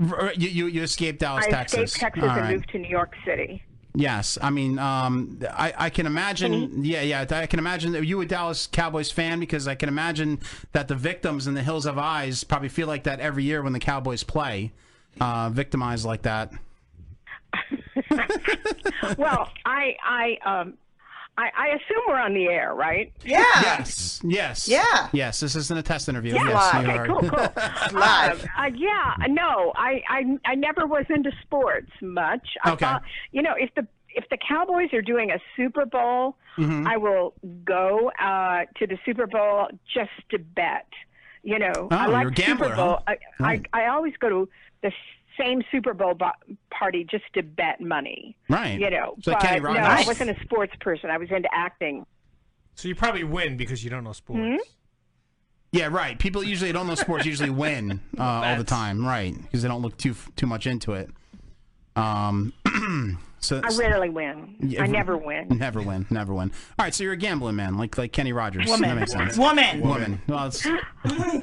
Speaker 14: r- you you, you escaped Dallas,
Speaker 2: I
Speaker 14: Texas?
Speaker 2: escaped Texas
Speaker 14: All
Speaker 2: and
Speaker 14: right.
Speaker 2: moved to New York City.
Speaker 14: Yes, I mean, um, I, I can imagine. Yeah, yeah, I can imagine that you a Dallas Cowboys fan because I can imagine that the victims in the Hills of Eyes probably feel like that every year when the Cowboys play, uh, victimized like that.
Speaker 2: well, I I um I, I assume we're on the air, right?
Speaker 1: Yeah.
Speaker 14: Yes, yes,
Speaker 1: Yeah.
Speaker 14: yes. This isn't a test interview.
Speaker 2: Yeah.
Speaker 14: Yes, you
Speaker 2: okay,
Speaker 14: are.
Speaker 2: cool, cool.
Speaker 14: (laughs)
Speaker 1: Live.
Speaker 2: Uh, yeah, no, I, I I never was into sports much. I
Speaker 14: Okay.
Speaker 2: thought, you know, if the if the Cowboys are doing a Super Bowl,
Speaker 14: Mhm.
Speaker 2: I will go uh, to the Super Bowl just to bet. You know,
Speaker 14: Oh,
Speaker 2: I like
Speaker 14: you're a gambler,
Speaker 2: Super Bowl.
Speaker 14: huh?
Speaker 2: I, I I always go to the same Super Bowl bo- party just to bet money.
Speaker 12: Right.
Speaker 2: You know,
Speaker 12: So
Speaker 2: but
Speaker 12: Kenny
Speaker 2: no,
Speaker 12: Rogers-
Speaker 2: I wasn't a sports person. I was into acting.
Speaker 12: So you probably win because you don't know sports.
Speaker 2: Hmm?
Speaker 14: Yeah, right. People usually don't know sports usually
Speaker 2: (laughs)
Speaker 14: win uh, all the time, right? Because they don't look too too much into it. Um, (clears throat) so
Speaker 2: I rarely win.
Speaker 14: Yeah,
Speaker 2: I never win.
Speaker 14: Never win. Never win. All right, so you're a gambling man, like like Kenny Rogers.
Speaker 2: Woman.
Speaker 14: That makes sense.
Speaker 1: Woman.
Speaker 14: Woman. Well, it's-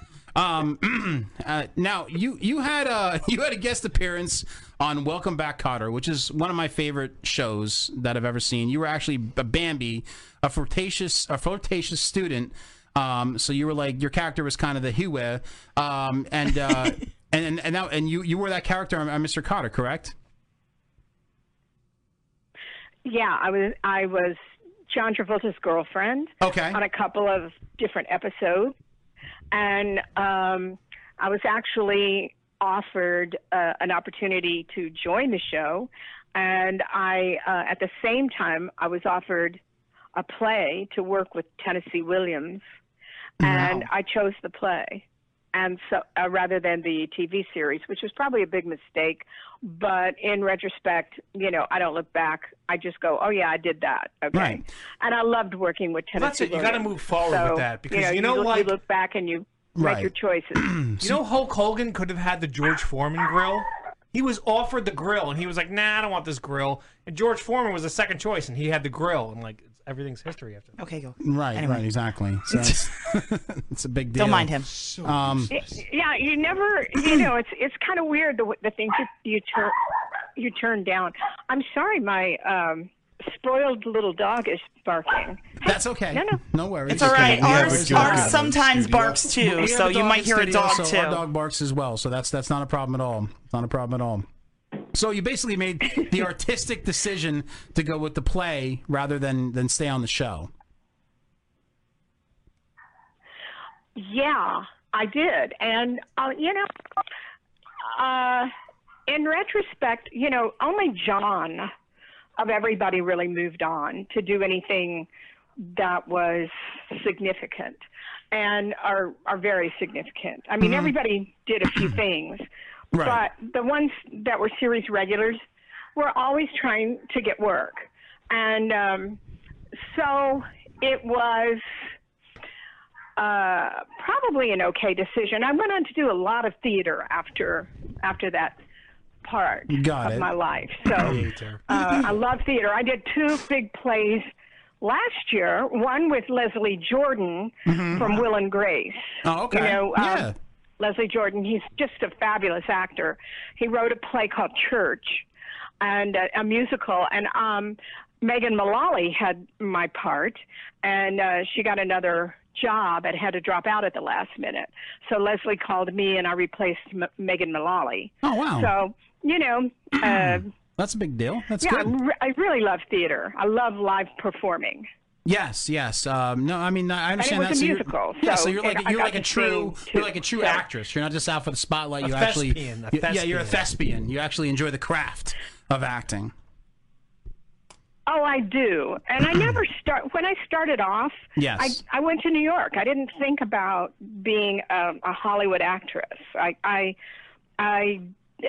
Speaker 14: (laughs) um. (clears throat) uh, now you you had a (laughs) you had a guest appearance on Welcome Back, Cotter, which is one of my favorite shows that I've ever seen. You were actually a Bambi, a flirtatious a flirtatious student. Um. So you were like your character was kind of the Hue, um, and
Speaker 2: (laughs)
Speaker 14: uh, and and and, now, and you you were that character on, on Mr. Cotter, correct?
Speaker 2: Yeah, I was I was John Travolta's girlfriend.
Speaker 14: Okay.
Speaker 2: On a couple of different episodes, and um, I was actually offered uh, an opportunity to join the show, and I uh, at the same time I was offered a play to work with Tennessee Williams, and I chose the play. And so, uh, rather than the TV series, which was probably a big mistake, but in retrospect, you know, I don't look back. I just go, oh yeah, I did that. Okay.
Speaker 12: Right.
Speaker 2: And I loved working with
Speaker 12: Well,
Speaker 2: Tennessee.
Speaker 12: that's it. You gotta
Speaker 2: Williams.
Speaker 12: move forward
Speaker 2: So,
Speaker 12: with that, because
Speaker 2: you know,
Speaker 12: you know,
Speaker 2: look,
Speaker 12: like-
Speaker 2: you look back and you
Speaker 12: Right.
Speaker 2: make your
Speaker 12: (clears throat)
Speaker 2: choices.
Speaker 14: Mm,
Speaker 12: You know, Hulk Hogan could have had the George Foreman grill. He was offered the grill, and he was like, "Nah, I don't want this grill." And George Foreman was the second choice, and he had the grill, and like it's, everything's history after. That.
Speaker 1: Okay, go.
Speaker 14: Right,
Speaker 1: Anyway.
Speaker 14: right, exactly.
Speaker 1: (laughs)
Speaker 14: So it's, (laughs) it's a big deal.
Speaker 1: Don't mind him.
Speaker 14: Um,
Speaker 2: yeah, you never, you know, it's it's kind of weird the w- the things that you turn you turn down. I'm sorry, my um, spoiled little dog is barking.
Speaker 14: That's okay.
Speaker 2: No, no,
Speaker 14: no worries.
Speaker 1: It's all right. Ours, ours sometimes barks
Speaker 14: We
Speaker 1: too,
Speaker 14: have
Speaker 1: so
Speaker 14: a
Speaker 1: you
Speaker 14: dog
Speaker 1: might
Speaker 14: in
Speaker 1: hear a
Speaker 14: studio,
Speaker 1: dog
Speaker 14: so
Speaker 1: too.
Speaker 14: Our dog barks as well, so that's that's not a problem at all. Not a problem at all. So you basically made (laughs) the artistic decision to go with the play rather than than stay on the show.
Speaker 2: Yeah, I did, and uh, you know, uh, in retrospect, you know, only John of everybody really moved on to do anything that was significant and are are very significant. I mean,
Speaker 15: Mhm.
Speaker 2: everybody did a few things,
Speaker 15: Right.
Speaker 2: but the ones that were series regulars were always trying to get work, and um, so it was uh, probably an okay decision. I went on to do a lot of theater after after that part
Speaker 15: Got
Speaker 2: of
Speaker 15: it.
Speaker 2: my life. So uh, I love theater. I did two big plays last year. One with Leslie Jordan
Speaker 15: Mhm.
Speaker 2: from Will and Grace.
Speaker 15: Oh, okay.
Speaker 2: You know, um,
Speaker 15: Yeah.
Speaker 2: Leslie Jordan. He's just a fabulous actor. He wrote a play called Church, and a, a musical. And um, Megan Mullally had my part, and uh, she got another job and had to drop out at the last minute. So Leslie called me, and I replaced M- Megan Mullally.
Speaker 14: Oh wow!
Speaker 2: So you know. Uh,
Speaker 14: that's a big deal. That's
Speaker 2: yeah,
Speaker 14: good.
Speaker 2: I, re- I really love theater. I love live performing.
Speaker 14: Yes, yes. Um, no, I mean I
Speaker 2: And it
Speaker 14: understand
Speaker 2: was
Speaker 14: that.
Speaker 2: a
Speaker 14: so you're-
Speaker 2: musical,
Speaker 14: yeah, so
Speaker 2: so
Speaker 14: you're
Speaker 2: it-
Speaker 14: like
Speaker 2: I
Speaker 14: you're
Speaker 2: got
Speaker 14: like a
Speaker 2: to
Speaker 14: true
Speaker 2: sing,
Speaker 14: you're
Speaker 2: too.
Speaker 14: like a true
Speaker 2: Yeah.
Speaker 14: actress. You're not just out for the spotlight.
Speaker 12: A
Speaker 14: you actually
Speaker 12: thespian, a
Speaker 14: you- yeah, you're a
Speaker 12: thespian.
Speaker 14: thespian. You actually enjoy the craft of acting.
Speaker 2: Oh, I do. And I never
Speaker 14: (clears throat)
Speaker 2: start when I started off.
Speaker 14: Yes.
Speaker 2: I, I went to New York. I didn't think about being a, a Hollywood actress. I, I, I,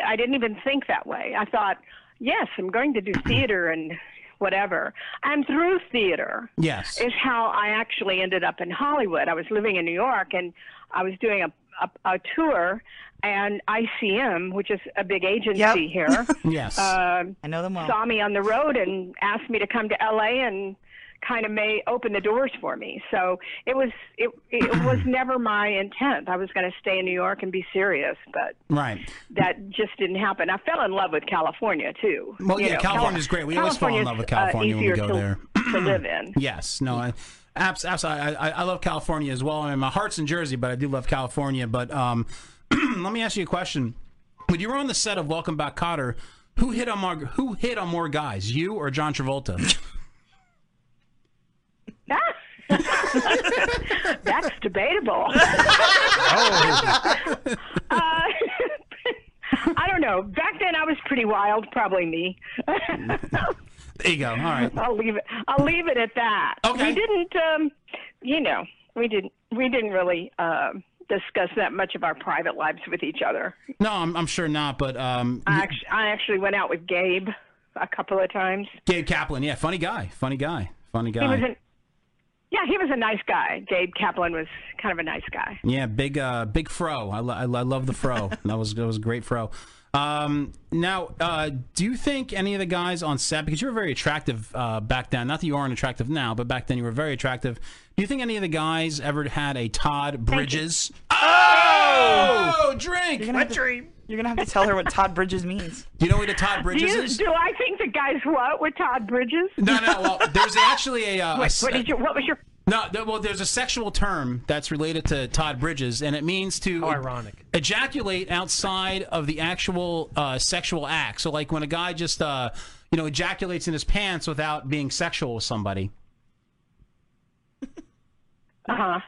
Speaker 2: I didn't even think that way. I thought, yes, I'm
Speaker 14: (clears throat)
Speaker 2: going to do theater and whatever. And through theater,
Speaker 14: Yes.
Speaker 2: is how I actually ended up in Hollywood. I was living in New York and I was doing a a, a tour, and ICM, which is a big agency
Speaker 1: Yep.
Speaker 2: here,
Speaker 14: (laughs) Yes.
Speaker 2: um,
Speaker 1: I know them well.
Speaker 2: saw me on the road and asked me to come to LA and kind of may open the doors for me. So it was it it
Speaker 1: (clears throat)
Speaker 2: was never my intent. I was going to stay in New York and be serious, but
Speaker 14: Right.
Speaker 2: that just didn't happen. I fell in love with California too.
Speaker 14: Well,
Speaker 2: You
Speaker 14: yeah,
Speaker 2: know,
Speaker 14: California's
Speaker 2: Cali-
Speaker 14: great. We always fall in love with California when we
Speaker 2: California's,
Speaker 14: go there.
Speaker 2: uh, easier to, to live
Speaker 14: (clears throat)
Speaker 2: in.
Speaker 14: Yes, no, I, abs- absolutely. I, I, I love California as well. I mean, my heart's in Jersey, but I do love California. But um, (clears throat) let me ask you a question: When you were on the set of Welcome Back, Cotter, who hit on more? Who hit on more guys, you or John Travolta?
Speaker 2: Ah! (laughs) That's
Speaker 14: (laughs)
Speaker 2: debatable. (laughs) Uh, (laughs) I don't know. Back then, I was pretty wild. Probably me.
Speaker 14: there you go. All right.
Speaker 2: I'll leave it. I'll leave it at that. Okay. We didn't. Um, you know, we didn't. We didn't really um discuss that much of our private lives with each other.
Speaker 14: No, I'm, I'm sure not, but um,
Speaker 2: I actually, I actually went out with Gabe a couple of times.
Speaker 14: Gabe Kaplan, yeah, funny guy, funny guy, funny
Speaker 2: He was
Speaker 14: guy.
Speaker 2: an, yeah, he was a nice guy. Gabe Kaplan was kind of a nice guy.
Speaker 14: Yeah, big uh, big fro. I, lo- I, lo- I love the fro. that was that was a great fro. Um, now, uh, do you think any of the guys on set because you were very attractive uh, back then? Not that you aren't attractive now, but back then you were very attractive. Do you think any of the guys ever had a Todd Bridges?
Speaker 1: Oh,
Speaker 14: drink.
Speaker 1: You're gonna have to- You're gonna have to tell her what Todd Bridges means.
Speaker 14: Do you know what a Todd
Speaker 2: (laughs) Do,
Speaker 14: Bridges
Speaker 2: you,
Speaker 14: is?
Speaker 2: do I think the guys what with Todd Bridges?
Speaker 14: No,
Speaker 2: (laughs)
Speaker 14: no. Well, there's actually a. Uh,
Speaker 2: What- what did you- what was your?
Speaker 14: No, th- well, there's a sexual term that's related to Todd Bridges, and it means to ironic. ejaculate outside of the actual uh, sexual act. So, like when a guy just, uh, you know, ejaculates in his pants without being sexual with somebody.
Speaker 1: (laughs)
Speaker 2: Uh
Speaker 1: huh.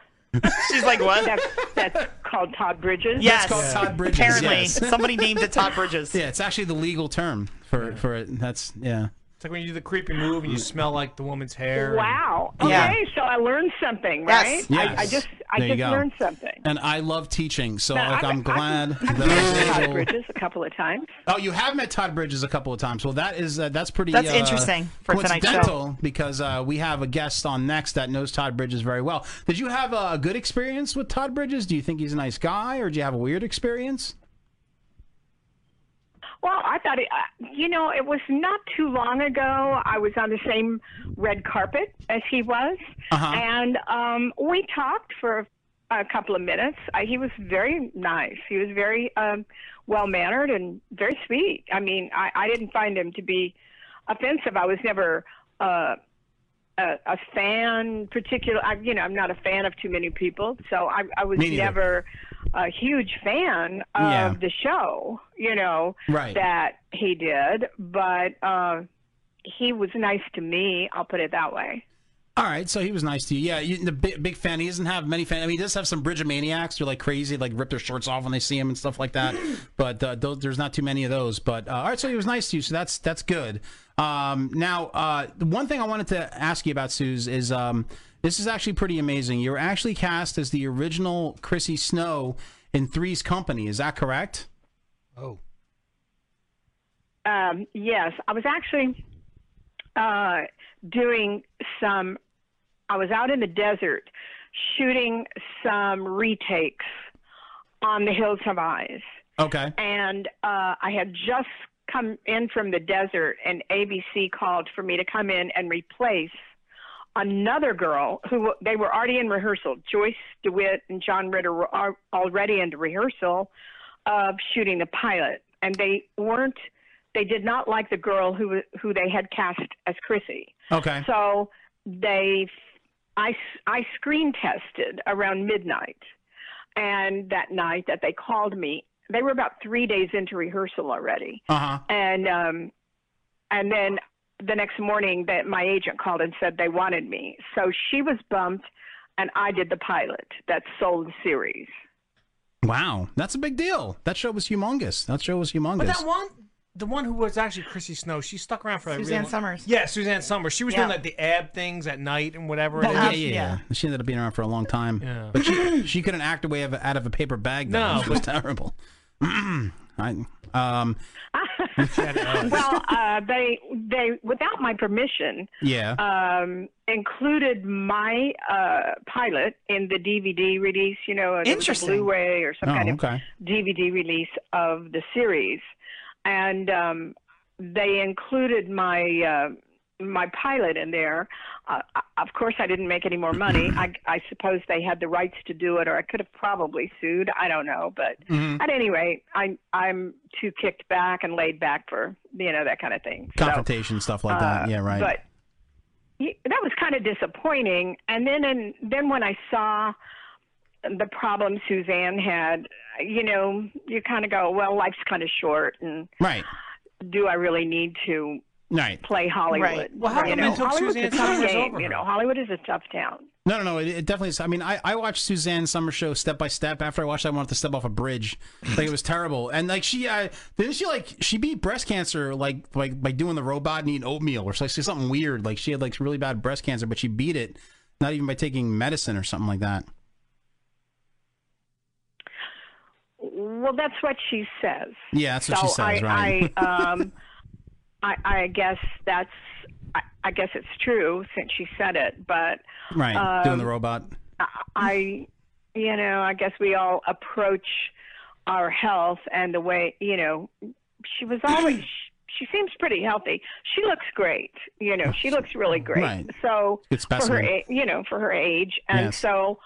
Speaker 1: She's like, what?
Speaker 2: That's, that's called Todd Bridges.
Speaker 1: Yes.
Speaker 14: It's called Todd Bridges.
Speaker 1: Apparently,
Speaker 14: yes.
Speaker 2: (laughs)
Speaker 1: (laughs) somebody named it Todd Bridges.
Speaker 14: (laughs) Yeah, it's actually the legal term for for it. That's yeah.
Speaker 12: It's like when you do the creepy move
Speaker 14: Mm.
Speaker 12: and you smell like the woman's hair.
Speaker 2: Wow. Okay,
Speaker 14: Yeah.
Speaker 2: so I learned something,
Speaker 12: Yes.
Speaker 2: right?
Speaker 14: Yes.
Speaker 2: I, I just I
Speaker 14: There you
Speaker 2: just
Speaker 14: go.
Speaker 2: learned something.
Speaker 14: And I love teaching, so
Speaker 2: No,
Speaker 14: like,
Speaker 2: I've-
Speaker 14: I'm glad that I was
Speaker 2: Todd
Speaker 14: able-
Speaker 2: Bridges a couple of times.
Speaker 14: Oh, you have met Todd Bridges a couple of times. Well, that is uh, that's pretty.
Speaker 2: That's
Speaker 14: uh,
Speaker 2: interesting for tonight's show.
Speaker 14: coincidental because uh, we have a guest on next that knows Todd Bridges very well. Did you have a good experience with Todd Bridges? Do you think he's a nice guy, or do you have a weird experience?
Speaker 2: Well, I thought, it, uh, you know, it was not too long ago. I was on the same red carpet as he was,
Speaker 14: Uh-huh.
Speaker 2: and um, we talked for a couple of minutes. I, he was very nice. He was very um, well mannered and very sweet. I mean, I, I didn't find him to be offensive. I was never. Uh, a, a fan particular I, you know i'm not a fan of too many people so i, I was
Speaker 18: Me neither.
Speaker 2: never a huge fan of
Speaker 18: Yeah.
Speaker 2: the show you know
Speaker 18: Right.
Speaker 2: that he did but uh, he was nice to me i'll put it that way
Speaker 14: All right, so he was nice to you. Yeah, you, the big, big fan. He doesn't have many fans. I mean, he does have some Bridge maniacs. They're like crazy, like rip their shirts off when they see him and stuff like that. But uh, those, there's not too many of those. But uh, all right, so he was nice to you. So that's that's good. Um, now, uh, the one thing I wanted to ask you about, Suze, is um, this is actually pretty amazing. You were actually cast as the original Chrissy Snow in Three's Company. Is that correct?
Speaker 2: um, yes i was actually uh, doing some i was out in the desert shooting some retakes on the hills have eyes
Speaker 14: Okay.
Speaker 2: And uh, I had just come in from the desert, and ABC called for me to come in and replace another girl who they were already in rehearsal. Joyce DeWitt and John Ritter were al- already in rehearsal of shooting the pilot, and they weren't. They did not like the girl who who they had cast as Chrissy.
Speaker 14: Okay.
Speaker 2: So they, I, I screen tested around midnight. And that night that they called me, they were about three days into rehearsal already.
Speaker 14: Uh
Speaker 1: Uh-huh.
Speaker 14: huh.
Speaker 2: And, um, and then the next morning that my agent called and said they wanted me. So she was bumped and I did the pilot that sold the
Speaker 1: (laughs)
Speaker 2: series.
Speaker 14: Wow, that's a big deal. That show was humongous. That show was humongous.
Speaker 12: But that one, the one who was actually Chrissy Snow, she stuck around for that.
Speaker 1: Suzanne
Speaker 12: real-
Speaker 1: Summers.
Speaker 12: Yeah, Suzanne Summers. She was
Speaker 1: Yeah.
Speaker 12: doing like the ab things at night and whatever.
Speaker 14: Oh,
Speaker 12: it
Speaker 14: yeah,
Speaker 12: is.
Speaker 14: yeah, yeah, She ended up being around for a long time. But she, she couldn't act her way of, out of a paper bag. though.
Speaker 12: No,
Speaker 14: It was terrible. (clears throat) I, um,
Speaker 2: well, uh, they, they, without my permission,
Speaker 14: yeah.
Speaker 2: um, included my uh, pilot in the DVD release, you know, a
Speaker 1: Interesting.
Speaker 2: Blu-ray or some
Speaker 1: Oh,
Speaker 2: kind
Speaker 1: okay.
Speaker 2: of DVD release of the series, and um, they included my uh, my pilot in there. Uh, I- of course, I didn't make any more money. I, I suppose they had the rights to do it, or I could have probably sued. I don't know, but
Speaker 14: Mhm.
Speaker 2: at any rate, I'm I'm too kicked back and laid back for you know that kind of thing. So-
Speaker 14: Confrontation, stuff like that.
Speaker 2: uh,
Speaker 14: Yeah, right.
Speaker 2: But y- that was kind of disappointing. And then, and then when I saw the problem Suzanne had, you know, you kind of go, well, life's kind of short, and
Speaker 14: right,
Speaker 2: do I really need to
Speaker 14: right.
Speaker 2: play Hollywood?
Speaker 14: Right. Well, how
Speaker 2: you
Speaker 14: come it
Speaker 2: know,
Speaker 14: took
Speaker 2: Hollywood's
Speaker 14: Suzanne
Speaker 2: a tough
Speaker 14: Summers
Speaker 2: game,
Speaker 14: over
Speaker 2: You
Speaker 14: her?
Speaker 2: know, Hollywood is a tough town.
Speaker 14: No, no, no. It, it definitely is. I mean, I, I watched Suzanne Summer Show step by step. After I watched, that, I wanted to step off a bridge. Like it was terrible. And like she, uh, didn't she like she beat breast cancer like like by doing the robot and eating oatmeal or like something weird. Like she had like really bad breast cancer, but she beat it not even by taking medicine or something like that.
Speaker 2: Well, that's what she says.
Speaker 14: Yeah, that's what she
Speaker 2: So
Speaker 14: says,
Speaker 2: I,
Speaker 14: right.
Speaker 2: I, um, (laughs) I, I guess that's, I, I guess it's true since she said it, but
Speaker 14: Right, doing the
Speaker 2: um,
Speaker 14: robot.
Speaker 2: I, you know, I guess we all approach our health and the way, you know, she was
Speaker 14: (clears throat)
Speaker 2: always, she seems pretty healthy. She looks great. You know, she looks really great.
Speaker 14: Right.
Speaker 2: So,
Speaker 14: Good
Speaker 2: for her,
Speaker 14: specimen.
Speaker 2: a- you know, for her age. And
Speaker 14: Yes.
Speaker 2: so,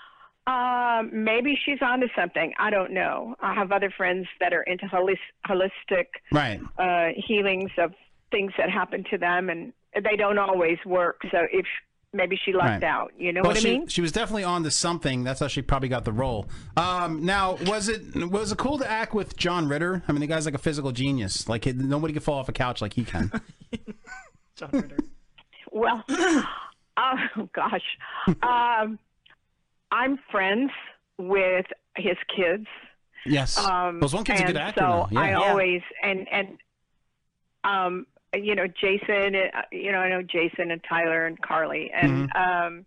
Speaker 2: um, maybe she's onto something. I don't know. I have other friends that are into holis- holistic
Speaker 14: Right.
Speaker 2: uh, healings of things that happen to them, and they don't always work. So if maybe she lucked
Speaker 14: Right.
Speaker 2: out, you know
Speaker 14: well,
Speaker 2: what
Speaker 14: she,
Speaker 2: I mean?
Speaker 14: she was definitely on to something. That's how she probably got the role. Um, now, was it was it cool to act with John Ritter? I mean, the guy's like a physical genius. Like he- nobody could fall off a couch like he
Speaker 2: (laughs)
Speaker 14: can. (laughs)
Speaker 2: Well, oh gosh, um, I'm friends with his kids.
Speaker 14: Yes.
Speaker 2: Um,
Speaker 14: Well, one kid's a
Speaker 2: and
Speaker 14: good actor
Speaker 2: So
Speaker 14: now. Yeah.
Speaker 2: I
Speaker 14: Yeah.
Speaker 2: always and and um, you know Jason, uh, you know I know Jason and Tyler and Carly and
Speaker 14: Mm-hmm.
Speaker 2: um,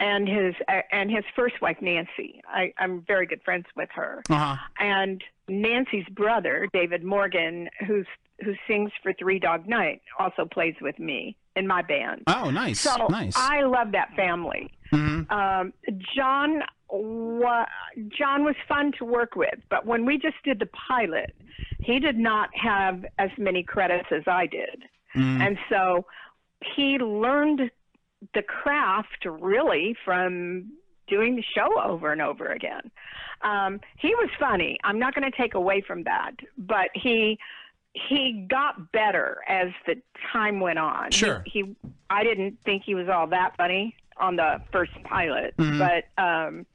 Speaker 2: and his uh, and his first wife Nancy. I, I'm very good friends with her.
Speaker 14: Uh-huh.
Speaker 2: and Nancy's brother, David Morgan, who's who sings for Three Dog Night, also plays with me in my band.
Speaker 14: Oh, nice,
Speaker 2: So
Speaker 14: nice. Mm-hmm.
Speaker 2: I love that family. Um, John, wa- John was fun to work with, but when we just did the pilot, he did not have as many credits as I did,
Speaker 14: Mm.
Speaker 2: and so he learned the craft really from doing the show over and over again. Um, he was funny. I'm not going to take away from that, but he he got better as the time went on.
Speaker 14: Sure.
Speaker 2: He, he I didn't think he was all that funny on the first pilot,
Speaker 14: Mhm.
Speaker 2: but um,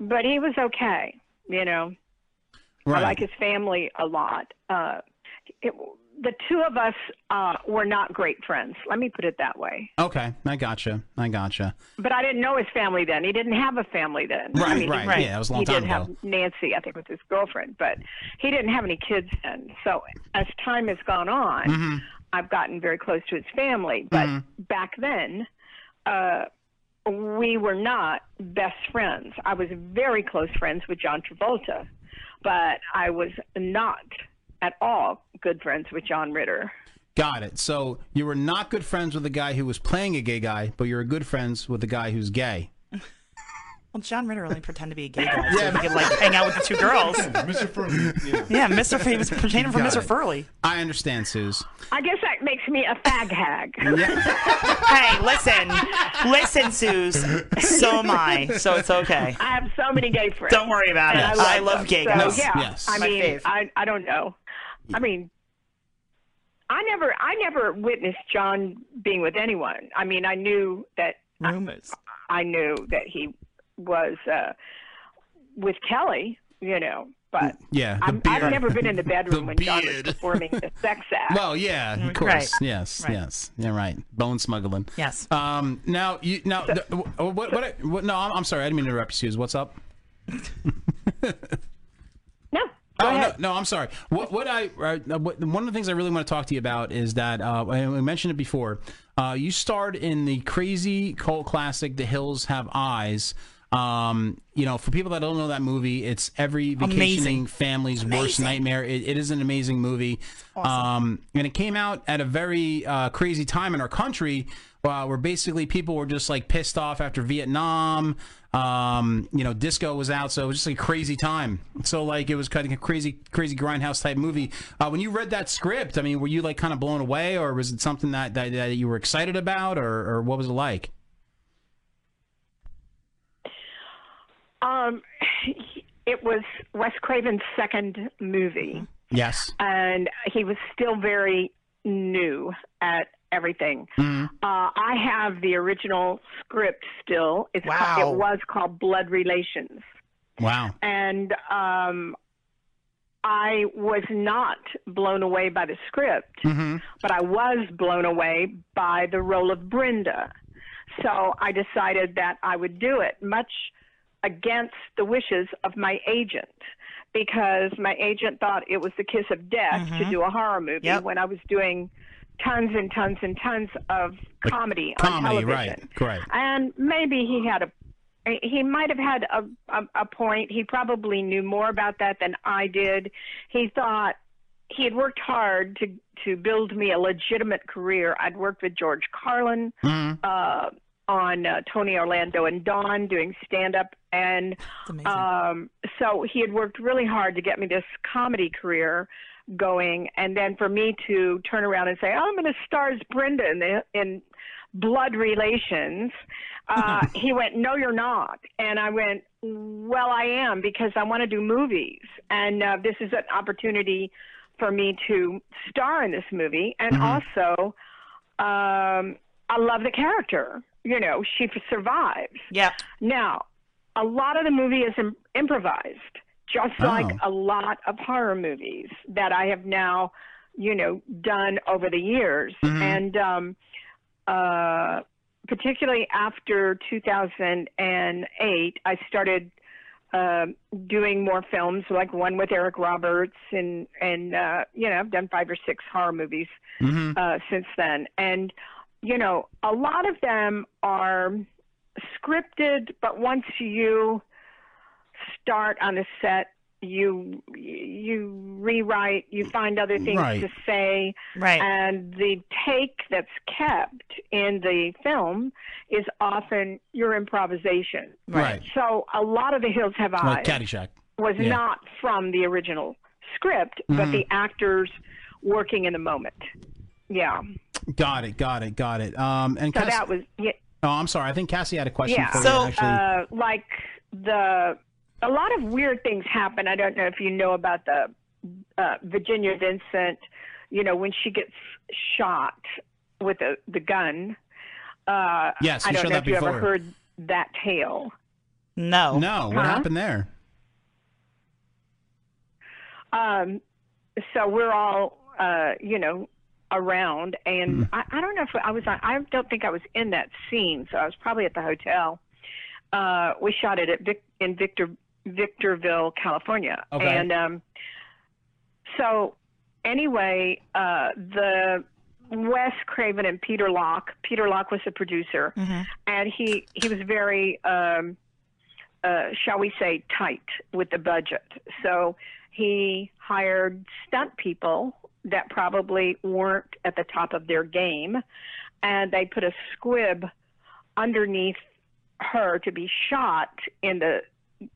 Speaker 2: but he was okay. You know, I
Speaker 14: Right.
Speaker 2: like his family a lot. Uh, it, the two of us uh, were not great friends. Let me put it that way.
Speaker 14: Okay, I gotcha. I gotcha.
Speaker 2: But I didn't know his family then. He didn't have a family then. I
Speaker 14: Right,
Speaker 2: mean,
Speaker 14: right.
Speaker 2: He,
Speaker 14: Yeah, it was a long
Speaker 2: he
Speaker 14: time
Speaker 2: did
Speaker 14: ago.
Speaker 2: have Nancy, I think, with his girlfriend, but he didn't have any kids then. So as time has gone on,
Speaker 14: Mhm.
Speaker 2: I've gotten very close to his family. But
Speaker 14: Mm-hmm.
Speaker 2: back then, uh, we were not best friends. I was very close friends with John Travolta, but I was not at all good friends with John Ritter.
Speaker 14: Got it. So you were not good friends with the guy who was playing a gay guy, but you were good friends with the guy who's gay.
Speaker 15: Well, John Ritter only pretended to be a gay guy so he could like hang out with the
Speaker 14: (laughs)
Speaker 15: two girls. Mr. Furley. Yeah, Mr. Furley was pretending for
Speaker 14: Got
Speaker 15: Mr.
Speaker 14: it.
Speaker 15: Furley.
Speaker 14: I understand,
Speaker 2: (laughs)
Speaker 14: Suze.
Speaker 2: I guess that makes me a fag hag.
Speaker 15: hey, listen, listen, Suze. So am I, so it's okay.
Speaker 2: I have so many gay friends.
Speaker 15: Don't worry about
Speaker 2: And
Speaker 15: it. I love
Speaker 2: them.
Speaker 15: gay
Speaker 2: So,
Speaker 15: guys.
Speaker 2: yeah,
Speaker 15: Yes.
Speaker 2: I
Speaker 15: My
Speaker 2: mean,
Speaker 15: fave.
Speaker 2: I, I don't know. I mean, I never I never witnessed John being with anyone. I mean, I knew that
Speaker 15: rumors.
Speaker 2: I, knew that he was uh, with Kelly, you know, but
Speaker 14: Yeah. the
Speaker 2: I'm, I've
Speaker 14: beard.
Speaker 2: never been in the bedroom
Speaker 14: The
Speaker 2: when John was
Speaker 14: beard.
Speaker 2: performing the sex
Speaker 14: (laughs)
Speaker 2: act.
Speaker 14: Well, yeah, of course.
Speaker 2: Right.
Speaker 14: Yes,
Speaker 2: Right.
Speaker 14: yes. Yeah, right. Bone smuggling.
Speaker 15: Yes.
Speaker 14: Um. Now you. Now the, what, what? I- What? No. I'm, I'm sorry. I didn't mean to interrupt you, Suze. What's up? no. Oh, no, no, I'm sorry. What, what I uh, what, one of the things I really want to talk to you about is that uh, I I mentioned it before. Uh, you starred in the crazy cult classic "The Hills Have Eyes." Um, you know, for people that don't know that movie, it's every
Speaker 15: Amazing.
Speaker 14: vacationing family's worst nightmare. It, it is an amazing movie. Um, and it came out at a very uh, crazy time in our country uh, where basically people were just like pissed off after Vietnam. Um, you know, disco was out, so it was just like a crazy time. So like it was kind of a crazy, crazy grindhouse type movie. Uh, when you read that script, I mean, were you like kind of blown away, or was it something that that, that you were excited about, or, or what was it like?
Speaker 2: Um, (sighs) it was Wes Craven's second movie.
Speaker 14: Mm-hmm. Yes.
Speaker 2: and he was still very new at everything. Uh, I have the original script still. It's ca-
Speaker 15: Wow.
Speaker 2: it was called Blood Relations,
Speaker 14: Wow.
Speaker 2: and um, I was not blown away by the script,
Speaker 14: Mm-hmm.
Speaker 2: but I was blown away by the role of Brenda. So I decided that I would do it, much against the wishes of my agent, because my agent thought it was the kiss of death to do a horror movie
Speaker 15: Yep.
Speaker 2: when I was doing tons and tons and tons of comedy on
Speaker 14: Comedy,
Speaker 2: television.
Speaker 14: right? Correct.
Speaker 2: And maybe he had a he might have had a, a a point. He probably knew more about that than I did. He thought he had worked hard to to build me a legitimate career. I'd worked with George Carlin uh, on uh, Tony Orlando and Dawn doing stand up, and um, so he had worked really hard to get me this comedy career going, and then for me to turn around and say, "Oh, I'm going to star as Brenda in, the, in Blood Relations," uh, he went, "No, you're not," and I went, "Well, I am because I want to do movies, and uh, this is an opportunity." for me to star in this movie and also um I love the character. You know, she survives.
Speaker 15: Yeah.
Speaker 2: Now, a lot of the movie is Im- improvised, just
Speaker 1: Oh.
Speaker 2: like a lot of horror movies that I have now, you know, done over the years. And um uh particularly after 2008, I started um, doing more films, like one with Eric Roberts, and and uh, you know I've done five or six horror movies
Speaker 1: Mhm.
Speaker 2: uh, since then, and you know a lot of them are scripted, but once you start on a set, you you rewrite, you find other things
Speaker 1: Right.
Speaker 2: to say,
Speaker 1: Right.
Speaker 2: and the take that's kept in the film is often your improvisation.
Speaker 14: Right.
Speaker 2: So a lot of the Hills Have Eyes
Speaker 14: Like Caddyshack.
Speaker 2: was
Speaker 14: Yeah.
Speaker 2: not from the original script, but
Speaker 14: Mhm.
Speaker 2: the actors working in the moment. Yeah.
Speaker 14: Got it. Got it. Got it. Um, and
Speaker 2: so
Speaker 14: Cass-
Speaker 2: that was yeah.
Speaker 14: Oh, I'm sorry. I think Cassie had a question
Speaker 2: yeah.
Speaker 14: for you. Actually,
Speaker 2: uh, like the a lot of weird things happen. I don't know if you know about the uh, Virginia Vincent. You know when she gets shot with the the gun. Uh,
Speaker 14: Yes,
Speaker 2: I
Speaker 14: you
Speaker 2: don't
Speaker 14: showed
Speaker 2: know
Speaker 14: that
Speaker 2: if you ever
Speaker 14: before.
Speaker 2: heard that tale.
Speaker 15: No.
Speaker 14: No. What
Speaker 2: Huh?
Speaker 14: happened there?
Speaker 2: um, so we're all uh, you know around and I, I don't know if I was on, I don't think I was in that scene so I was probably at the hotel uh, we shot it at Vic, in Victor Victorville California
Speaker 1: Okay.
Speaker 2: and um, so anyway uh, the Wes Craven and Peter Locke Peter Locke was the producer
Speaker 19: Mm-hmm.
Speaker 2: and he he was very um, uh, shall we say tight with the budget so he hired stunt people that probably weren't at the top of their game and they put a squib underneath her to be shot in the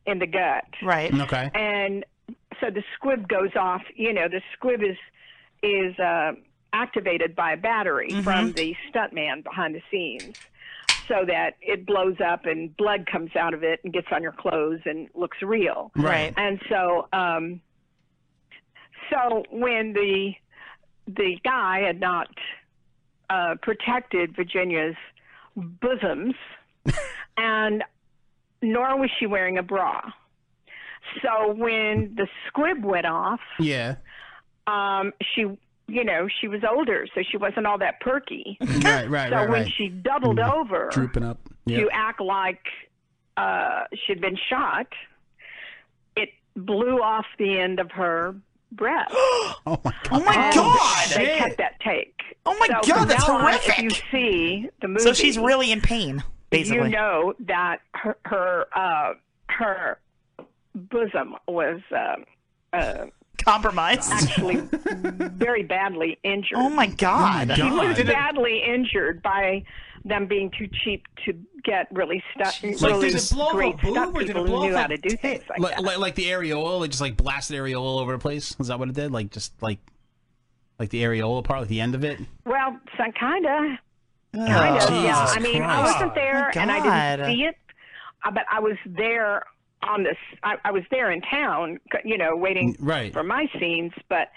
Speaker 2: in the gut
Speaker 15: Right.
Speaker 14: Okay.
Speaker 2: and so the squib goes off you know the squib is is uh, activated by a battery from the stuntman behind the scenes so that it blows up and blood comes out of it and gets on your clothes and looks real
Speaker 1: Right.
Speaker 2: and so um so when the the guy had not uh, protected Virginia's
Speaker 14: (laughs)
Speaker 2: bosoms, and nor was she wearing a bra. So when the squib went off,
Speaker 14: Yeah.
Speaker 2: um, she, you know, she was older, so she wasn't all that perky.
Speaker 14: (laughs) Right. Right.
Speaker 2: so
Speaker 14: right.
Speaker 2: when
Speaker 14: right. Mm.
Speaker 2: she doubled over
Speaker 14: Mm-hmm. drooping up. Yeah.
Speaker 2: to act like uh, she'd been shot, it blew off the end of her (gasps) breast.
Speaker 14: Oh my
Speaker 15: Oh my
Speaker 2: And
Speaker 15: God!
Speaker 2: They kept that take.
Speaker 15: Oh my
Speaker 2: So
Speaker 15: God,
Speaker 2: from
Speaker 15: that's
Speaker 2: now on,
Speaker 15: horrific.
Speaker 2: if you see the movie,
Speaker 15: So she's really in pain, basically.
Speaker 2: You know that her her uh, her bosom was um uh,
Speaker 15: compromised, (laughs)
Speaker 2: actually very badly injured.
Speaker 15: Oh my God.
Speaker 2: She
Speaker 15: Oh my
Speaker 2: was
Speaker 15: God.
Speaker 2: badly injured by them being too cheap to get really stuck. Really
Speaker 15: Like, did it blow off a
Speaker 2: great
Speaker 15: boob
Speaker 2: stunt
Speaker 15: or did it
Speaker 2: people
Speaker 15: blow
Speaker 2: who knew
Speaker 15: off a
Speaker 2: how to do things like
Speaker 14: like,
Speaker 2: that.
Speaker 14: like, like the areola, it just like blasted areola all over the place. Is that what it did? Like just like like the areola part, like the end of it.
Speaker 2: Well, some kinda. Kind of, yeah.
Speaker 14: Oh, Jesus
Speaker 2: I mean, I
Speaker 14: Christ.
Speaker 2: wasn't there
Speaker 14: Oh,
Speaker 2: and I
Speaker 14: God.
Speaker 2: didn't see it, uh, but I was there on this. I, I was there in town, c- you know,
Speaker 14: Mm,
Speaker 2: waiting
Speaker 1: right.
Speaker 2: for my scenes, but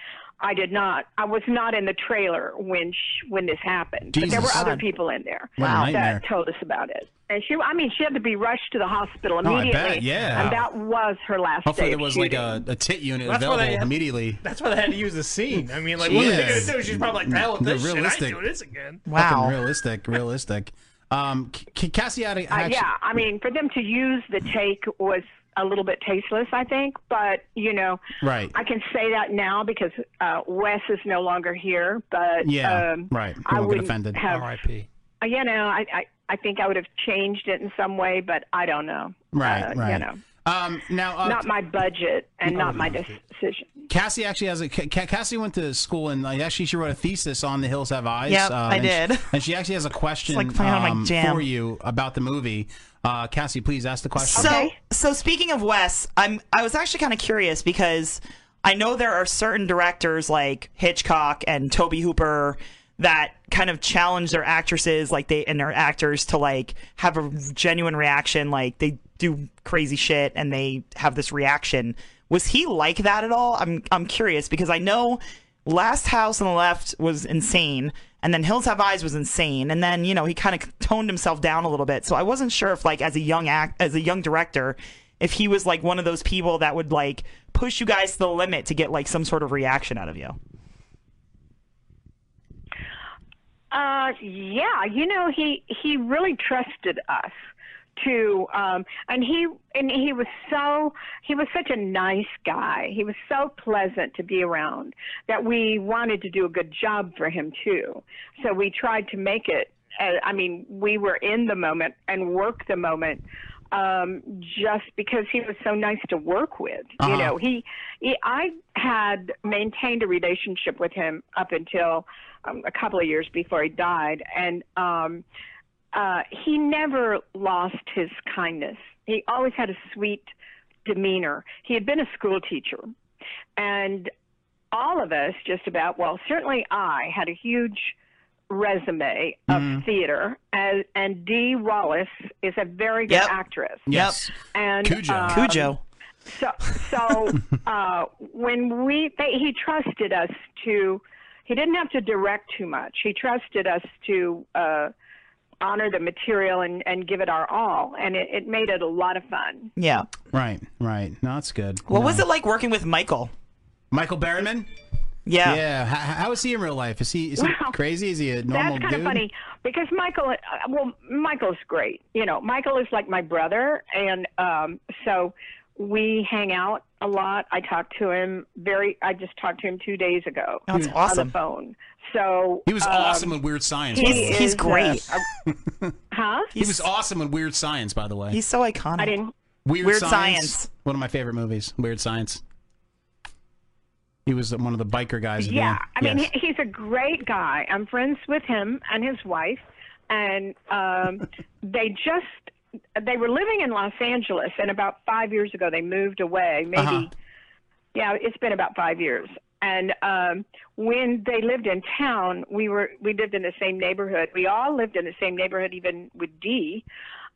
Speaker 2: I did not. I was not in the trailer when sh- when this happened. But there were
Speaker 1: Jesus.
Speaker 2: other
Speaker 1: God.
Speaker 2: people in there
Speaker 1: What a nightmare.
Speaker 2: that told us about it. And she, I mean, she had to be rushed to the hospital
Speaker 14: No, I
Speaker 2: immediately.
Speaker 14: bet, yeah.
Speaker 2: And that was her last
Speaker 14: Hopefully,
Speaker 2: day.
Speaker 14: there
Speaker 2: of
Speaker 14: was
Speaker 2: shooting.
Speaker 14: like a, a tit unit
Speaker 12: That's why they
Speaker 14: available
Speaker 12: have-
Speaker 14: immediately.
Speaker 12: That's why they had to use the scene. I mean, like, what are they
Speaker 14: Yeah.
Speaker 12: gonna do? She's probably like, the hell with
Speaker 14: They're
Speaker 12: this
Speaker 14: realistic.
Speaker 12: shit. I do this again.
Speaker 14: Fucking realistic, realistic. Um, C- C- Cassie had a,
Speaker 2: Uh,
Speaker 14: actually-
Speaker 2: yeah, I mean, for them to use the take was a little bit tasteless, I think. But you know,
Speaker 14: Right.
Speaker 2: I can say that now because uh, Wes is no longer here. But
Speaker 14: Yeah.
Speaker 2: um,
Speaker 14: right. He
Speaker 2: I
Speaker 14: won't get
Speaker 2: wouldn't
Speaker 14: offended.
Speaker 2: have.
Speaker 14: R.I.P.
Speaker 2: You know, I, I I think I would have changed it in some way, but I don't know.
Speaker 14: Right,
Speaker 2: Uh, You
Speaker 14: right.
Speaker 2: know,
Speaker 14: um, now uh, Oh,
Speaker 2: not my budget and not my decision.
Speaker 14: Cassie actually has a Ca- Ca- Cassie went to school and like actually she wrote a thesis on The Hills Have Eyes. um,
Speaker 15: Yep, I
Speaker 14: and she-
Speaker 15: did.
Speaker 14: and she actually has a question
Speaker 15: like playing on my
Speaker 14: um,
Speaker 15: jam.
Speaker 14: for you about the movie. Uh, Cassie, please ask the question.
Speaker 15: So, so speaking of Wes, I'm I was actually kind of curious because I know there are certain directors like Hitchcock and Toby Hooper that kind of challenge their actresses, like they and their actors to like have a genuine reaction, like they do crazy shit and they have this reaction. Was he like that at all? I'm I'm curious because I know Last House on the Left was insane, and then Hills Have Eyes was insane, and then you know he kind of toned himself down a little bit. So I wasn't sure if like as a young act as a young director, if he was like one of those people that would like push you guys to the limit to get like some sort of reaction out of you.
Speaker 2: Uh, yeah, you know he he really trusted us to um and he and he was so he was such a nice guy he was so pleasant to be around that we wanted to do a good job for him too so we tried to make it uh, i mean we were in the moment and worked the moment um just because he was so nice to work with you
Speaker 18: Uh-huh.
Speaker 2: know he, he i had maintained a relationship with him up until um, a couple of years before he died and um uh, he never lost his kindness. He always had a sweet demeanor. He had been a school teacher, and all of us, just about, well, certainly I had a huge resume of
Speaker 15: Mm-hmm.
Speaker 2: theater, and, and Dee Wallace is a very good
Speaker 15: Yep.
Speaker 2: actress.
Speaker 15: Yes.
Speaker 2: And um,
Speaker 15: Cujo.
Speaker 2: so, (laughs) so uh, when we they, he trusted us to, he didn't have to direct too much. He trusted us to uh, honor the material and, and give it our all, and it, it made it a lot of fun.
Speaker 15: Yeah.
Speaker 14: Right, right. No, that's good.
Speaker 15: What
Speaker 14: No.
Speaker 15: was it like working with Michael?
Speaker 14: Michael Berryman?
Speaker 15: Yeah.
Speaker 14: Yeah. How, how is he in real life? Is he is he
Speaker 2: Well,
Speaker 14: crazy? Is he a normal
Speaker 2: That's kind
Speaker 14: dude?
Speaker 2: of funny because Michael, uh, well, Michael's great. You know, Michael is like my brother, and um, so we hang out a lot. I talk to him very. I just talked to him two days ago.
Speaker 14: Oh, that's
Speaker 2: On
Speaker 14: awesome.
Speaker 2: the phone. So
Speaker 14: He was
Speaker 2: um,
Speaker 14: awesome in Weird Science.
Speaker 2: he
Speaker 14: by the way.
Speaker 2: is, He's great. uh,
Speaker 14: (laughs)
Speaker 2: Huh?
Speaker 14: he was awesome in Weird Science, by the way.
Speaker 15: He's so iconic.
Speaker 2: I didn't.
Speaker 14: Weird,
Speaker 15: Weird
Speaker 14: Science.
Speaker 15: Science.
Speaker 14: One of my favorite movies, Weird Science. He was one of the biker guys. in
Speaker 2: Yeah,
Speaker 14: there.
Speaker 2: I mean,
Speaker 14: Yes.
Speaker 2: he he's a great guy. I'm friends with him and his wife, and um, (laughs) they just they were living in Los Angeles, and about five years ago they moved away. Maybe,
Speaker 20: Uh-huh.
Speaker 2: yeah, it's been about five years. And um, when they lived in town, we were we lived in the same neighborhood. We all lived in the same neighborhood, even with Dee.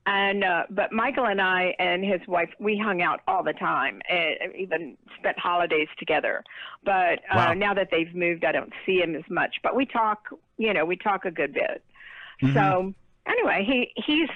Speaker 2: And uh, but Michael and I and his wife, we hung out all the time, and even spent holidays together. But uh,
Speaker 21: Wow.
Speaker 2: now that they've moved, I don't see him as much. But we talk, you know, we talk a good bit.
Speaker 14: Mm-hmm.
Speaker 2: So anyway, he he's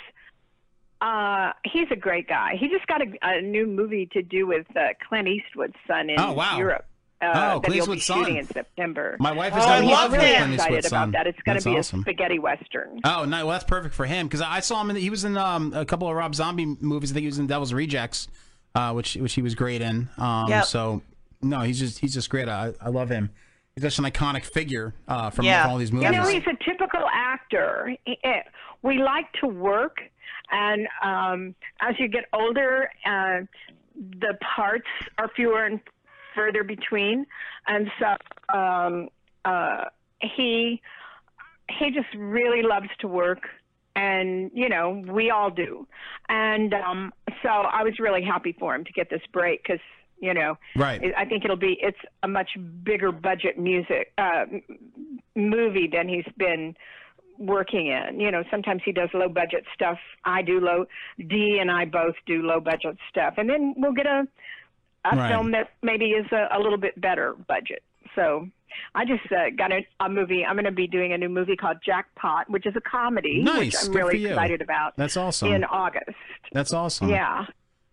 Speaker 2: uh, he's a great guy. He just got a, a new movie to do with uh, Clint Eastwood's son in
Speaker 14: Oh, wow.
Speaker 2: Europe. Uh,
Speaker 14: Oh,
Speaker 2: that
Speaker 14: Clint
Speaker 2: he'll be
Speaker 14: Eastwood's son.
Speaker 2: shooting in September.
Speaker 14: My wife is
Speaker 2: oh,
Speaker 14: gonna
Speaker 2: he's
Speaker 14: love
Speaker 2: really
Speaker 14: that Clint
Speaker 2: excited
Speaker 14: Eastwood's
Speaker 2: about
Speaker 14: son.
Speaker 2: that. It's going
Speaker 14: That's
Speaker 2: to be
Speaker 14: awesome.
Speaker 2: a spaghetti western.
Speaker 14: Oh no, well, that's perfect for him because I I saw him. In the, he was in um, a couple of Rob Zombie movies. I think he was in Devil's Rejects, uh, which which he was great in. Um,
Speaker 15: Yep.
Speaker 14: So no, he's just he's just great. I, I love him. He's such an iconic figure uh, from all these movies.
Speaker 2: You know, he's a typical actor. He, eh, we like to work, and um, as you get older, uh, the parts are fewer and further between, and so um, uh, he he just really loves to work. And you know we all do, and um, so I was really happy for him to get this break because you know
Speaker 14: Right.
Speaker 2: I think it'll be it's a much bigger budget music uh, m- movie than he's been working in. You know, sometimes he does low budget stuff. I do low D and I both do low budget stuff, and then we'll get a a
Speaker 20: Right.
Speaker 2: film that maybe is a, a little bit better budget. So. I just uh, got a, a movie. I'm going to be doing a new movie called Jackpot, which is a comedy, which
Speaker 14: Nice.
Speaker 2: I'm
Speaker 14: Good for
Speaker 2: really
Speaker 14: you.
Speaker 2: excited about.
Speaker 14: That's awesome.
Speaker 2: In August,
Speaker 14: That's awesome.
Speaker 2: yeah.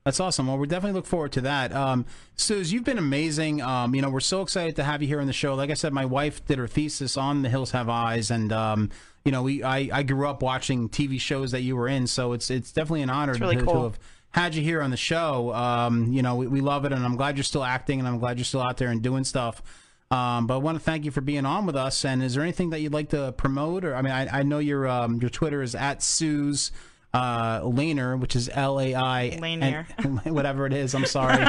Speaker 14: That's awesome. Well, we definitely look forward to that. Um, Suze, you've been amazing. Um, you know, we're so excited to have you here on the show. Like I said, my wife did her thesis on The Hills Have Eyes, and um, you know, we I, I grew up watching TV shows that you were in, so it's it's definitely an honor
Speaker 15: It's really
Speaker 14: to, to
Speaker 15: cool.
Speaker 14: have had you here on the show. Um, you know, we, we love it, and I'm glad you're still acting, and I'm glad you're still out there and doing stuff. Um, but I want to thank you for being on with us. And is there anything that you'd like to promote? Or I mean, I, I know your um, your Twitter is at Sue's uh, Laner, which is L A I
Speaker 15: Lanier.
Speaker 14: and- (laughs) whatever it is. I'm
Speaker 15: (laughs)
Speaker 14: sorry.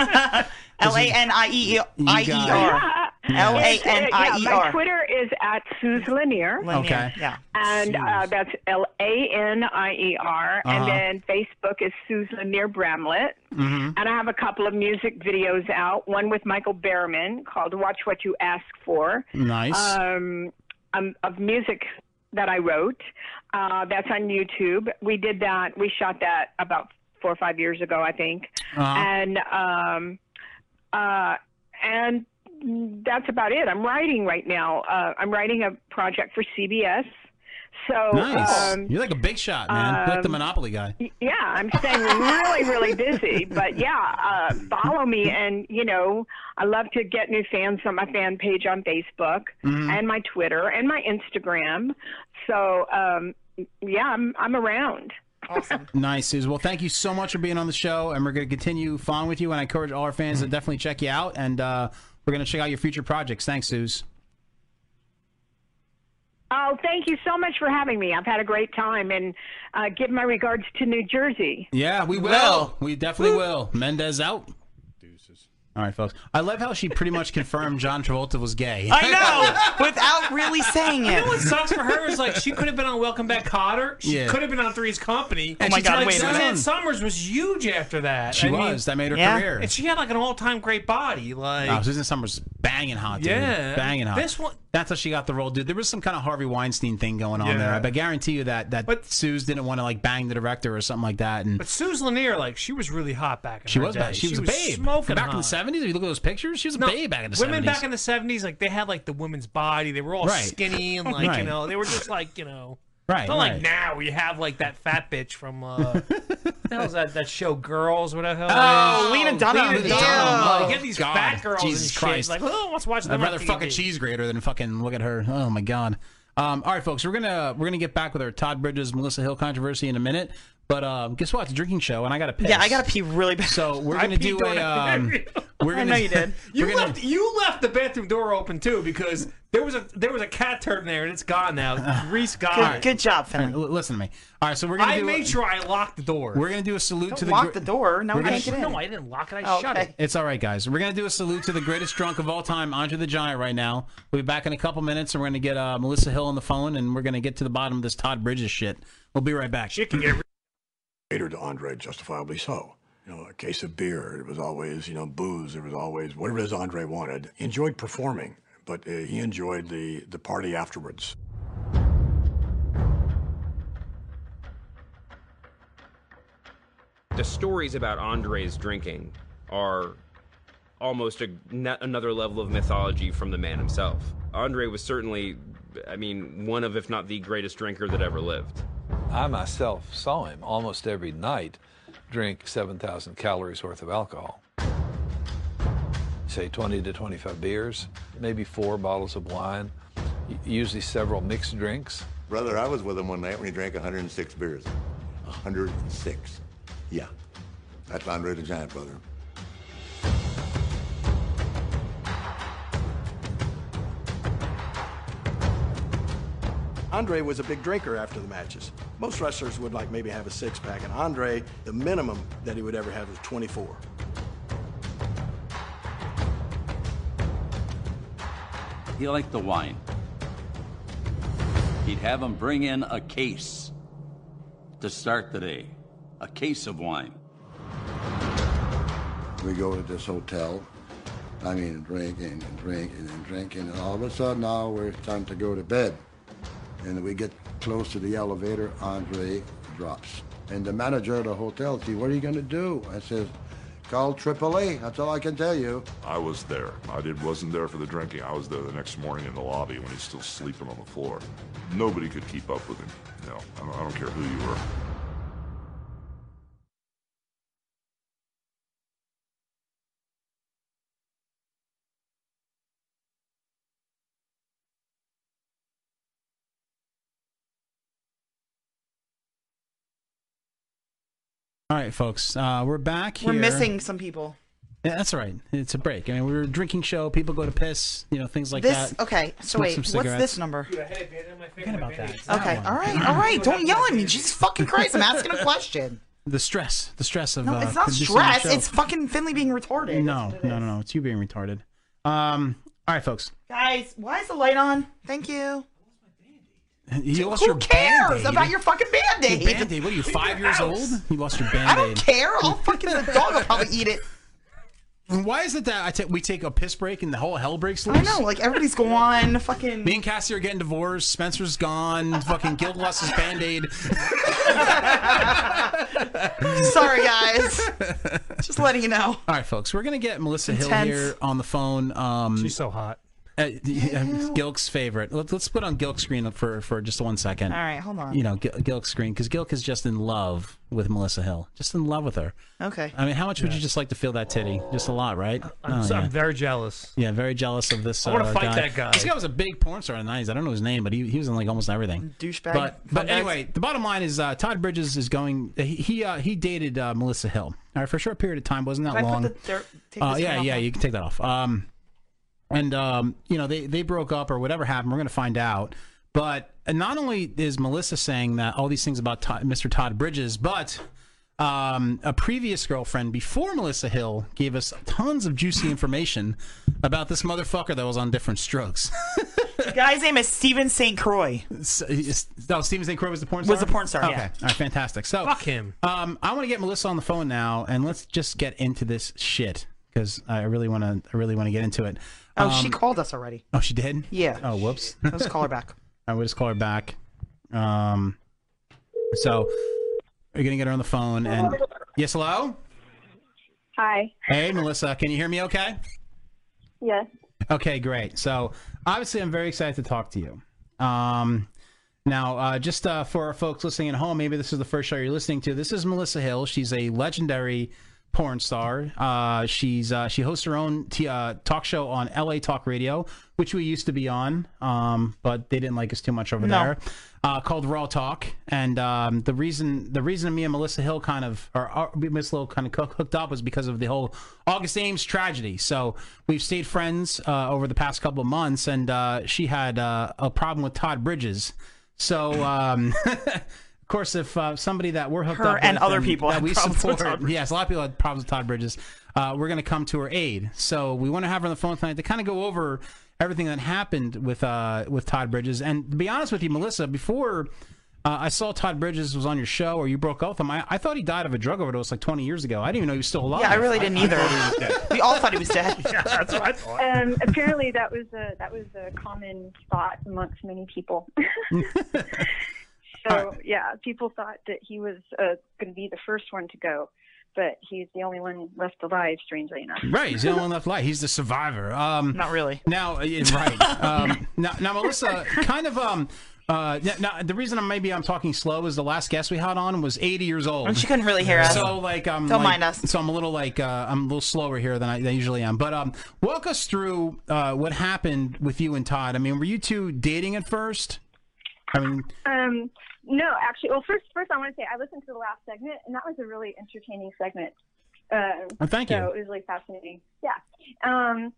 Speaker 15: L A N I E I E R. L A N I E
Speaker 2: Yeah, my
Speaker 15: R.
Speaker 2: Twitter is at Suze Lanier.
Speaker 15: Lanier, Okay. yeah.
Speaker 2: And uh, that's L A N I E R.
Speaker 1: Uh-huh.
Speaker 2: And then Facebook is Suze Lanier Bramlett.
Speaker 14: Mm-hmm.
Speaker 1: Mhm.
Speaker 2: And I have a couple of music videos out. One with Michael Behrman called "Watch What You Ask For."
Speaker 1: Nice.
Speaker 2: Um, um, of music that I wrote. Uh, that's on YouTube. We did that. We shot that about four or five years ago, I think.
Speaker 1: Uh-huh.
Speaker 2: And um, uh, and that's about it. I'm writing right now. Uh, I'm writing a project for CBS. So
Speaker 14: nice.
Speaker 2: um,
Speaker 14: You're like a big shot, man. You're like the
Speaker 2: um,
Speaker 14: Monopoly guy.
Speaker 2: yeah, I'm staying really, really busy. But yeah, uh, follow me, and you know, I love to get new fans on my fan page on Facebook
Speaker 1: Mhm.
Speaker 2: and my Twitter and my Instagram. So um, yeah, I'm I'm around.
Speaker 14: Nice, Susan. Well, thank you so much for being on the show, and we're going to continue fun with you. And I encourage all our fans to definitely check you out, and uh, we're going to check out your future projects. Thanks, Suze.
Speaker 2: Oh, thank you so much for having me. I've had a great time, and uh, give my regards to New Jersey.
Speaker 14: Yeah, we will. We definitely will. Mendez out. Deuces. All right, folks. I love how she pretty much confirmed John Travolta was (laughs) gay.
Speaker 15: I know, without really saying
Speaker 12: You
Speaker 15: it.
Speaker 12: know what sucks for her is like she could have been on Welcome Back, Cotter. She
Speaker 14: Yeah.
Speaker 12: could have been on Three's Company.
Speaker 14: Oh my
Speaker 12: she's
Speaker 14: God,
Speaker 12: like,
Speaker 14: wait a minute.
Speaker 12: Suzanne Summers was huge after that.
Speaker 14: She
Speaker 12: I mean-
Speaker 14: was. That made her Yeah. career.
Speaker 12: And she had like an all-time great body. Like
Speaker 14: Oh, Susan Summers banging hot, dude.
Speaker 12: Yeah.
Speaker 14: banging hot.
Speaker 12: This one-
Speaker 14: That's how she got the role, dude. There was some kind of Harvey Weinstein thing going on
Speaker 12: Yeah.
Speaker 14: there. But I guarantee you that that Suze didn't want to like bang the director or something like that. And
Speaker 12: But Suze Lanier, like she was really hot back in
Speaker 14: She
Speaker 12: her
Speaker 14: was
Speaker 12: day.
Speaker 14: back. She was a babe.
Speaker 12: smoking
Speaker 14: Back in the
Speaker 12: hot.
Speaker 14: 70s, if you look at those pictures, she was a babe back in the
Speaker 12: women
Speaker 14: 70s.
Speaker 12: back in the seventies, like they had like the women's body. They were all
Speaker 14: Right.
Speaker 12: skinny and like
Speaker 14: Right.
Speaker 12: you know they were just like you know.
Speaker 14: (laughs) Right,
Speaker 12: Not
Speaker 14: right.
Speaker 12: like now where you have like that fat bitch from
Speaker 14: (laughs)
Speaker 12: uh, what the hell's that that show Girls? What the hell?
Speaker 14: Oh,
Speaker 12: it is?
Speaker 14: Lena Dunham.
Speaker 12: Lena
Speaker 14: Lena
Speaker 12: Dunham.
Speaker 14: Dunham.
Speaker 12: Like, get these
Speaker 14: God,
Speaker 12: fat girls
Speaker 14: Jesus
Speaker 12: and shit.
Speaker 14: Christ.
Speaker 12: Like, oh, let's watch them.
Speaker 14: I'd
Speaker 12: on
Speaker 14: rather fuck a
Speaker 12: TV.
Speaker 14: cheese grater than fucking look at her. Oh my god. Um, all right, folks, we're gonna we're gonna get back with our Todd Bridges Melissa Hill controversy in a minute. But um, guess what? It's a drinking show, and I gotta piss.
Speaker 15: Yeah, I gotta pee really bad.
Speaker 14: So we're
Speaker 12: I
Speaker 14: gonna do
Speaker 12: peed on
Speaker 14: a.
Speaker 12: it.
Speaker 14: Um, we're
Speaker 12: I
Speaker 14: gonna,
Speaker 12: know you did. You
Speaker 14: (laughs) we're gonna,
Speaker 12: left. You left the bathroom door open too because there was a there was a cat turd in there and it's gone
Speaker 14: (sighs)
Speaker 12: now. Reese got it.
Speaker 15: job,
Speaker 14: Finley. listen to me. All right, so we're gonna.
Speaker 12: I
Speaker 14: do
Speaker 12: made sure I locked the door.
Speaker 14: We're gonna do a salute
Speaker 12: Don't
Speaker 14: to the.
Speaker 12: lock
Speaker 14: gr-
Speaker 12: the
Speaker 15: door.
Speaker 14: we're gonna-
Speaker 12: No, I didn't lock it. I
Speaker 15: Oh,
Speaker 12: shut
Speaker 15: okay.
Speaker 12: it.
Speaker 14: It's all right, guys. We're gonna do a salute to the greatest drunk of all time, Andre the Giant, right now. We'll be back in a couple minutes, and we're gonna get uh, Melissa Hill on the phone, and we're gonna get to the bottom of this Todd Bridges shit. We'll be right back.
Speaker 18: catered to Andre, justifiably so. You know, a case of beer, it was always, you know, booze, it was always whatever it is Andre wanted. He enjoyed performing, but uh, he enjoyed the, the party afterwards.
Speaker 20: the stories about Andre's drinking are almost a, na- another level of mythology from the man himself. Andre was certainly, I mean, one of, if not the greatest drinker that ever lived.
Speaker 21: I myself saw him almost every night drink 7,000 calories worth of alcohol. Say 20 to 25 beers, maybe four bottles of wine, u- usually several mixed drinks.
Speaker 18: Brother, I was with him one night when he drank 106 beers. 106. Yeah. That's Andre the Giant, brother.
Speaker 5: Andre was a big drinker after the matches. Most wrestlers would like maybe have a six pack, and Andre, the minimum that he would ever have was 24.
Speaker 22: He liked the wine. He'd have him bring in a case to start the day. A case of wine.
Speaker 7: We go to this hotel. I mean, drinking and drinking and drinking, and all of a sudden now we're time to go to bed. And we get close to the elevator, Andre drops. And the manager of the hotel says, what are you going to do? I says, call AAA. That's all I can tell you.
Speaker 23: I was there. I did, wasn't there for the drinking. I was there the next morning in the lobby when he's still sleeping on the floor. Nobody could keep up with him. No, I don't, I don't care who you were.
Speaker 14: All right, folks, uh, we're back.
Speaker 15: We're
Speaker 14: here. uh,
Speaker 15: missing some people.
Speaker 14: Yeah, that's all right. It's a break. I mean, we were a drinking show. People go to piss. You know, things like
Speaker 15: This-
Speaker 14: that.
Speaker 15: okay, so
Speaker 14: Smoke
Speaker 15: wait,
Speaker 14: some
Speaker 15: what's
Speaker 14: cigarettes.
Speaker 15: this number?
Speaker 14: Forget about that.
Speaker 15: Okay, all right, all right. Don't yell at me. Jesus fucking Christ, I'm asking a question.
Speaker 14: (laughs) The stress. The stress of
Speaker 15: No,
Speaker 14: uh,
Speaker 15: it's not
Speaker 14: producing the
Speaker 15: stress.
Speaker 14: show.
Speaker 15: It's fucking Finley being retarded.
Speaker 14: no, no, no, no. It's you being retarded. Um. All right, folks.
Speaker 15: Guys, why is the light on? Thank you.
Speaker 14: You lost
Speaker 15: Who
Speaker 14: your
Speaker 15: cares
Speaker 14: Band-Aid.
Speaker 15: about your fucking band-aid?
Speaker 14: Your Band-Aid. What are you? Five years old? You lost your Band-Aid.
Speaker 15: I don't care.
Speaker 14: (laughs)
Speaker 15: I'll fucking the dog will probably eat it.
Speaker 14: And why is it that I ta- we take a piss break and the whole hell breaks loose?
Speaker 15: I know, like
Speaker 14: (laughs)
Speaker 15: everybody's gone. Fucking
Speaker 14: Me and Cassie are getting divorced. Spencer's gone. Fucking Guild lost his band aid.
Speaker 15: (laughs) sorry guys. Just letting you know.
Speaker 14: All right, folks, we're gonna get Melissa Hill
Speaker 15: Intense.
Speaker 14: here on the phone. Um, She's so hot. Uh, yeah, Gilk's favorite. Let, let's put on Gilk's screen for for just one second.
Speaker 15: All right, hold on.
Speaker 14: You know, Gil, Gilk's screen because Gilk is just in love with Melissa Hill. Just in love with her. (laughs)
Speaker 15: Okay.
Speaker 14: I mean, how much would you just like to feel that titty? Just a lot, right?
Speaker 12: I'm,
Speaker 14: Oh,
Speaker 12: so-
Speaker 14: yeah.
Speaker 12: I'm very jealous.
Speaker 14: Yeah, very jealous of this.
Speaker 12: I wanna
Speaker 14: uh,
Speaker 12: fight that guy.
Speaker 14: This guy was a big porn star in the nineties. I don't know his name, but he, he was in like almost everything.
Speaker 15: Douchebag.
Speaker 14: But but
Speaker 15: Fuckbags.
Speaker 14: anyway, the bottom line is uh, Todd Bridges is going. He he, uh, he dated uh, Melissa Hill. All right, for a short period of time, wasn't that
Speaker 15: Can I
Speaker 14: long?
Speaker 15: put the, there, take
Speaker 14: uh,
Speaker 15: this
Speaker 14: yeah,
Speaker 15: off
Speaker 14: yeah,
Speaker 15: now?
Speaker 14: you can take that off. Um, and um, you know they they broke up or whatever happened. We're gonna find out. But not only is Melissa saying that all these things about Todd, Mr. Todd Bridges, but um, a previous girlfriend before Melissa Hill gave us tons of juicy information about this motherfucker that was on different strokes. (laughs)
Speaker 15: The guy's name is Steven St. Croix.
Speaker 14: No, Steven St. Croix was the porn
Speaker 15: Was the porn star,
Speaker 14: Okay.
Speaker 15: yeah.
Speaker 14: All right, fantastic. So fuck him. Um, I want to get Melissa on the phone now, and let's just get into this shit because I really want to. I really want to get into it.
Speaker 15: Oh,
Speaker 14: Um,
Speaker 15: she called us already.
Speaker 14: Oh, she did.
Speaker 15: Yeah.
Speaker 14: Oh, whoops.
Speaker 15: (laughs) Let's call her back.
Speaker 14: (laughs) I will just call her back. Um, so we're gonna get her on the phone and yes, hello.
Speaker 19: Hi.
Speaker 14: Hey, Melissa, can you hear me? Okay.
Speaker 19: Yes.
Speaker 14: Okay, great. So obviously, I'm very excited to talk to you. Um, now, uh, just uh, for our folks listening at home, maybe this is the first show you're listening to. This is Melissa Hill. She's a legendary porn star. Uh, she's uh, she hosts her own t- uh, talk show on LA Talk Radio, which we used to be on, um, but they didn't like us too much over
Speaker 15: No.
Speaker 14: there. Uh, called Raw Talk, and um, the reason the reason me and Melissa Hill kind of or uh, Miss Hill kind of cook- hooked up was because of the whole August Ames tragedy. So we've stayed friends uh, over the past couple of months, and uh, she had uh, a problem with Todd Bridges. So um, (laughs) of course, if uh, somebody that we're hooked
Speaker 15: Her
Speaker 14: up with
Speaker 15: and other people
Speaker 14: that
Speaker 15: had
Speaker 14: we
Speaker 15: problems with
Speaker 14: support,
Speaker 15: Todd Bridges.
Speaker 14: yes, a lot of people had problems with Todd Bridges. Uh, we're going to come to her aid. So we want to have her on the phone tonight to kind of go over everything that happened with uh, with Todd Bridges. And to be honest with you, Melissa, before uh, I saw Todd Bridges was on your show or you broke up with him, I, I thought he died of a drug overdose like 20 years ago. I didn't even know he was still alive.
Speaker 15: Yeah, I really didn't either. (laughs) we all thought
Speaker 14: (laughs)
Speaker 15: he was dead.
Speaker 19: that's what I thought. Um, apparently, that was a that was a common thought amongst many people. (laughs) so yeah, people thought that he was uh, going to be the first one to go, but he's the only one left alive. Strangely enough,
Speaker 14: Right, he's the only one left alive. He's the survivor. Um,
Speaker 15: Not really.
Speaker 14: Now, yeah, right. Um, (laughs) now, now, Melissa, kind of. Um, uh, yeah, now, the reason I'm, maybe I'm talking slow is the last guest we had on was 80 years old.
Speaker 15: And she couldn't really hear us.
Speaker 14: So, like, um,
Speaker 15: Don't
Speaker 14: like-
Speaker 15: mind us.
Speaker 14: So I'm a little like uh, I'm a little slower here than I, than I usually am. But um, walk us through uh, what happened with you and Todd. I mean, were you two dating at first? I mean,
Speaker 19: Um, no, actually, well, first, first I want to say I listened to the last segment, and that was a really entertaining segment. Um,
Speaker 14: Oh, thank you.
Speaker 19: So it was really fascinating. Yeah. Um,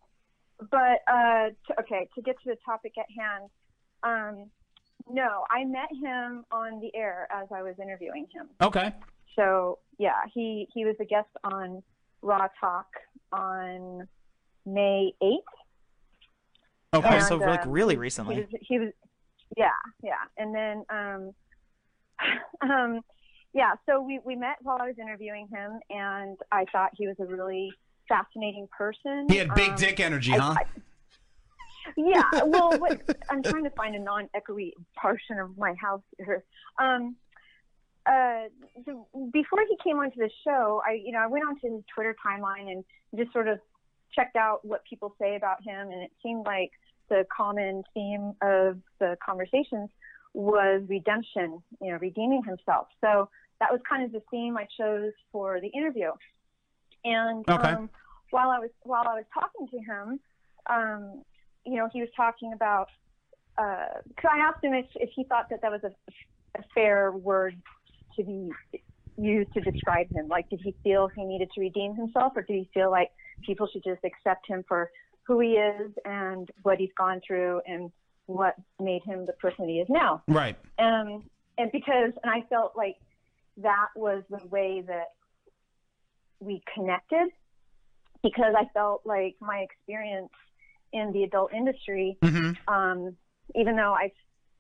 Speaker 19: but uh, t- okay, to get to the topic at hand, um, no, I met him on the air as I was interviewing him.
Speaker 14: okay.
Speaker 19: So yeah, he he was a guest on Raw Talk on May eighth.
Speaker 15: Okay,
Speaker 19: And,
Speaker 15: Oh, so like
Speaker 19: um,
Speaker 15: really
Speaker 19: He
Speaker 15: recently.
Speaker 19: was, he was yeah, yeah. And then um (laughs) um yeah, so we we met while I was interviewing him and I thought he was a really fascinating person.
Speaker 14: He had big
Speaker 19: Um,
Speaker 14: dick energy,
Speaker 19: I-
Speaker 14: huh?
Speaker 19: yeah, well, what, I'm trying to find a non-echoey portion of my house here. Um, uh, so before he came onto the show, I, you know, I went onto his Twitter timeline and just sort of checked out what people say about him, and it seemed like the common theme of the conversations was redemption, you know, redeeming himself. So that was kind of the theme I chose for the interview. And
Speaker 24: Okay.
Speaker 19: um, while I was while I was talking to him, um, you know, he was talking about. Because I asked him if, if he thought that that was a, a fair word to be used to describe him. Like, did he feel he needed to redeem himself, or did he feel like people should just accept him for who he is and what he's gone through and what made him the person he is now.
Speaker 14: Right.
Speaker 19: Um, and because, and I felt like that was the way that we connected because I felt like my experience in the adult industry, um, even though I've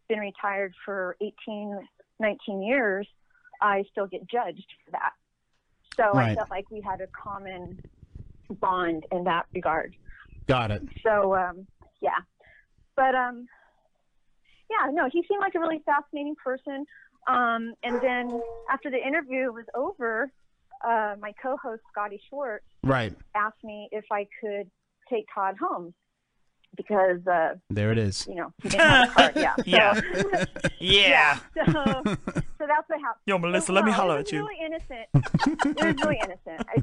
Speaker 19: been retired for 18, 19 years, I still get judged for that. So I
Speaker 14: Right.
Speaker 19: felt like we had a common bond in that regard.
Speaker 14: Got it.
Speaker 19: So um, yeah, but um, yeah, no, he seemed like a really fascinating person. Um, and then after the interview was over, uh, my co-host Scotty Schwartz
Speaker 14: Right.
Speaker 19: asked me if I could take Todd home because uh,
Speaker 14: There it is.
Speaker 19: you know he didn't have a car. Yeah. So, (laughs)
Speaker 15: Yeah. Yeah.
Speaker 19: So, so that's what happened.
Speaker 15: Yo, Melissa, let me
Speaker 19: Oh, Wow,
Speaker 15: holler
Speaker 19: it was
Speaker 15: at you.
Speaker 19: Really
Speaker 15: (laughs)
Speaker 19: innocent. it was really innocent. I,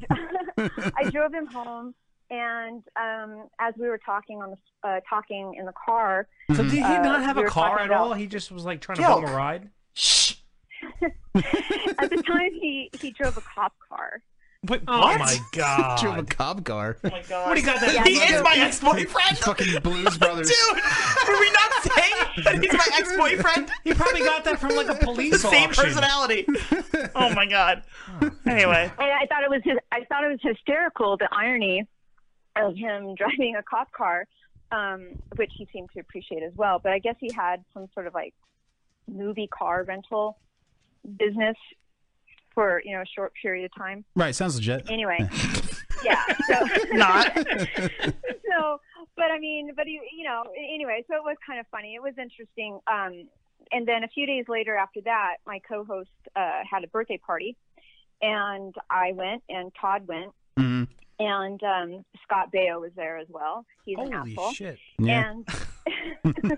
Speaker 19: dr- (laughs) I drove him home, and um, as we were talking on the uh, talking in the car,
Speaker 12: So
Speaker 15: Mm-hmm.
Speaker 12: did he
Speaker 19: uh,
Speaker 12: not have
Speaker 19: we
Speaker 12: a
Speaker 19: were
Speaker 12: car
Speaker 19: talking
Speaker 12: at
Speaker 19: about-
Speaker 12: all? He just was like trying to
Speaker 19: Guilt.
Speaker 12: bum a ride.
Speaker 19: At the time, he he drove a cop car.
Speaker 15: Wait,
Speaker 12: oh
Speaker 14: what?
Speaker 15: (laughs)
Speaker 12: my god!
Speaker 14: Drove a cop car. Oh my
Speaker 12: god! What do you got? That
Speaker 15: He is my
Speaker 14: ex-boyfriend. Fucking Blues Brothers.
Speaker 15: (laughs) Dude, were we not saying that he's my ex-boyfriend?
Speaker 12: He probably got that from like a police
Speaker 15: the same
Speaker 12: auction.
Speaker 15: personality. Oh my god. Anyway,
Speaker 19: (laughs) and I thought it was his, I thought it was hysterical the irony of him (laughs) driving a cop car, um, which he seemed to appreciate as well. But I guess he had some sort of like movie car rental business for you know a short period of time.
Speaker 14: Right. Sounds legit.
Speaker 19: Anyway, yeah. So
Speaker 14: Not.
Speaker 19: (laughs) so, but I mean, but he, you know, anyway, so it was kind of funny. It was interesting. Um, and then a few days later after that, my co-host uh, had a birthday party, and I went, and Todd went,
Speaker 14: Mm-hmm.
Speaker 19: and um, Scott Baio was there as well. He's an
Speaker 12: Holy
Speaker 19: asshole.
Speaker 12: shit.
Speaker 19: Yeah.
Speaker 12: You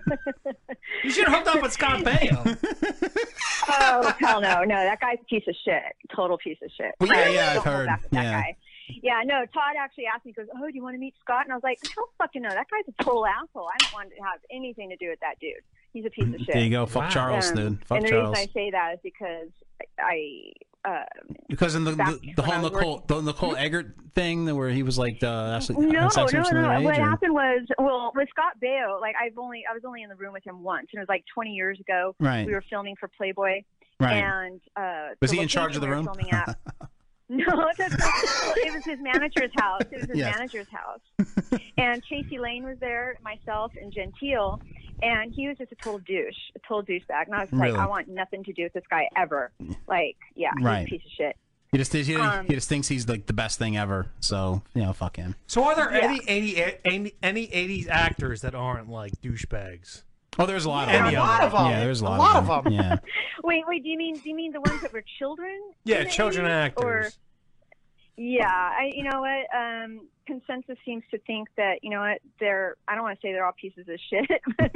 Speaker 12: should have hooked up with Scott Baio.
Speaker 19: oh hell no, no, that guy's a piece of shit, total piece of shit.
Speaker 14: Well, yeah, yeah,
Speaker 19: Don't
Speaker 14: I've
Speaker 19: hold
Speaker 14: heard.
Speaker 19: back with that
Speaker 14: Yeah.
Speaker 19: guy. Yeah, no, Todd actually asked me, he goes, Oh, do you want to meet Scott? And I was like, Hell fucking no, that guy's a total asshole. I don't want to have anything to do with that dude. He's a piece of shit.
Speaker 14: There you go. Fuck Wow. Charles,
Speaker 19: Um,
Speaker 14: dude. Fuck
Speaker 19: and the
Speaker 14: Charles.
Speaker 19: reason I say that is because I um
Speaker 14: Because in the
Speaker 19: Back
Speaker 14: the, the
Speaker 19: when
Speaker 14: whole
Speaker 19: I was
Speaker 14: Nicole the Nicole Eggert thing, where he was like, uh, actually,
Speaker 19: no,
Speaker 14: had sex
Speaker 19: no,
Speaker 14: with someone
Speaker 19: no.
Speaker 14: her
Speaker 19: What
Speaker 14: age, or-
Speaker 19: happened was, well, with Scott Baio, like I've only I was only in the room with him once, and it was like 20 years ago.
Speaker 14: Right.
Speaker 19: We were filming for Playboy.
Speaker 14: Right.
Speaker 19: And uh,
Speaker 14: Was
Speaker 19: the
Speaker 14: he in charge of the
Speaker 19: location
Speaker 14: room?
Speaker 19: we were filming
Speaker 14: (laughs)
Speaker 19: at- no, (laughs) that's not- it was his manager's house. It was his
Speaker 14: Yes.
Speaker 19: manager's
Speaker 14: (laughs)
Speaker 19: house. and Chasey Lane was there, myself and Gentile, and he was just a total douche, a total douchebag. And I was
Speaker 14: Really?
Speaker 19: like, I want nothing to do with this guy ever. Like, yeah,
Speaker 14: Right.
Speaker 19: he's a piece of shit.
Speaker 14: He just he,
Speaker 19: Um,
Speaker 14: he just thinks he's like the best thing ever. So you know, fuck him.
Speaker 12: So are there
Speaker 19: Yeah.
Speaker 12: any, 80, any any 80s actors that aren't like douchebags?
Speaker 14: Oh, there's a lot
Speaker 12: of them.
Speaker 14: Any of them. Yeah, there's a lot of them. Yeah.
Speaker 19: (laughs) Wait, wait. Do you mean do you mean the ones that were children?
Speaker 12: Yeah,
Speaker 19: in the
Speaker 12: children
Speaker 19: 80s,
Speaker 12: actors.
Speaker 19: Or yeah, I, you know what? Um, consensus seems to think that you know what they're. I don't want to say they're all pieces of shit. (laughs) but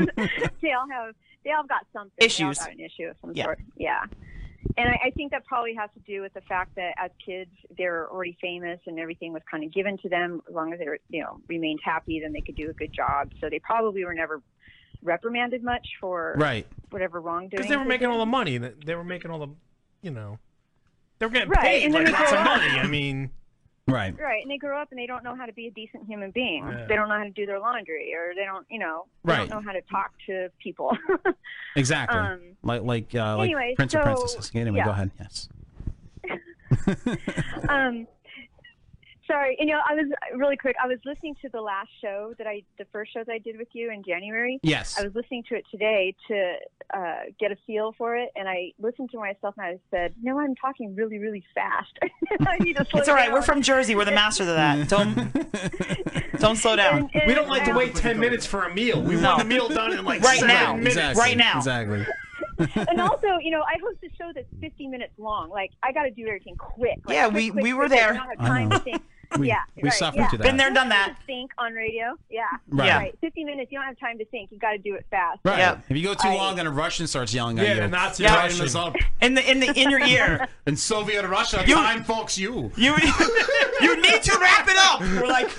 Speaker 19: they all have they all got something.
Speaker 15: Issues.
Speaker 19: They all got an issue of some
Speaker 15: Yeah.
Speaker 19: sort. Yeah. And I, I think that probably has to do with the fact that as kids they were already famous and everything was kind of given to them. As long as they were, you know, remained happy, then they could do a good job. So they probably were never reprimanded much for
Speaker 12: Right.
Speaker 19: whatever wrongdoing.
Speaker 12: Because they were making all the
Speaker 19: did.
Speaker 12: money. that- They were making all the, you know, they were getting
Speaker 19: Right,
Speaker 12: paid
Speaker 19: and then
Speaker 12: like
Speaker 19: they
Speaker 12: lots
Speaker 19: grow
Speaker 12: of
Speaker 19: up.
Speaker 12: money. I mean,
Speaker 14: right.
Speaker 19: Right, and they grow up and they don't know how to be a decent human being.
Speaker 12: Yeah.
Speaker 19: They don't know how to do their laundry, or they don't, you know, they
Speaker 14: Right.
Speaker 19: don't know how to talk to people. (laughs)
Speaker 14: Exactly.
Speaker 19: Um,
Speaker 14: like like uh, like
Speaker 19: anyway,
Speaker 14: Prince
Speaker 19: so,
Speaker 14: of Princesses. Anyway,
Speaker 19: yeah.
Speaker 14: go ahead. Yes.
Speaker 19: um, sorry, you know, I was really quick. I was listening to the last show that I, the first show that I did with you in January.
Speaker 1: Yes.
Speaker 19: I was listening to it today to uh, get a feel for it, and I listened to myself and I said, "No, I'm talking really, really
Speaker 15: (laughs)
Speaker 19: fast." (laughs) I need to slow
Speaker 15: it's all right.
Speaker 19: down.
Speaker 15: We're from Jersey. We're the masters
Speaker 14: (laughs)
Speaker 15: of that. Don't don't slow down.
Speaker 12: we don't like to wait ten minutes for a meal. We want the meal done in like
Speaker 15: Right
Speaker 12: seven
Speaker 15: now.
Speaker 12: minutes.
Speaker 15: Exactly. Right now.
Speaker 14: Exactly.
Speaker 19: and also, you know, I host a show that's 50 minutes long. Like, I got to do everything quick. Like,
Speaker 15: Yeah,
Speaker 19: quick,
Speaker 15: we-
Speaker 19: quick,
Speaker 15: we
Speaker 19: quick,
Speaker 15: were
Speaker 19: quick.
Speaker 15: there.
Speaker 19: I don't have
Speaker 15: I
Speaker 19: time
Speaker 15: know.
Speaker 19: to
Speaker 15: (laughs)
Speaker 19: think.
Speaker 14: We-
Speaker 19: yeah,
Speaker 14: we
Speaker 19: right,
Speaker 14: suffered
Speaker 19: yeah.
Speaker 14: through that. Been there,
Speaker 19: You
Speaker 14: done
Speaker 19: don't have to Think on radio. Yeah.
Speaker 14: Right.
Speaker 19: Yeah. 50 minutes. You don't have time to think. You got to do it fast.
Speaker 14: Right. If you go too long, then a Russian starts yelling
Speaker 12: Yeah,
Speaker 14: at you.
Speaker 12: the Nazi
Speaker 14: Tighten
Speaker 12: Russian.
Speaker 14: this up.
Speaker 15: In the in the
Speaker 19: (laughs)
Speaker 15: in your ear.
Speaker 14: (laughs) In Soviet Russia,
Speaker 15: You-
Speaker 14: time fucks you.
Speaker 15: You you need to wrap it up. We're like,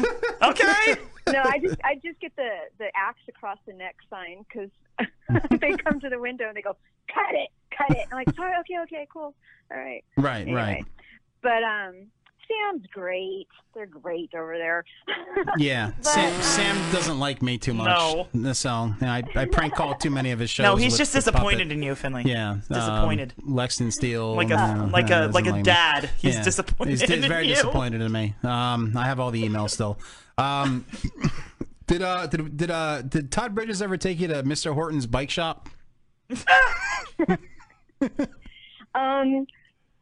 Speaker 15: okay.
Speaker 19: no, I just I just get the the axe across the neck sign because (laughs) they come to the window and they go, cut it, cut it. I'm like, sorry, okay, okay, cool, all right.
Speaker 14: Right. Right.
Speaker 19: But um, Sam's great. They're great over there.
Speaker 14: Yeah,
Speaker 19: um,
Speaker 14: Sam, Sam doesn't like me too much. No, so yeah, I, I prank called too many of his shows.
Speaker 15: No, he's
Speaker 14: with
Speaker 15: just
Speaker 14: the
Speaker 15: disappointed
Speaker 14: puppet.
Speaker 15: in you, Finley.
Speaker 14: Yeah,
Speaker 15: He's disappointed.
Speaker 14: Um, Lexington Steel,
Speaker 15: Like a- like a- like a dad. He's disappointed
Speaker 14: He's di-
Speaker 15: in
Speaker 14: very
Speaker 15: you.
Speaker 14: disappointed in me. Um, I have all the emails still.
Speaker 15: (laughs)
Speaker 14: Um, did uh did did uh did Todd Bridges ever take you to Mr. Horton's bike shop?
Speaker 19: Um,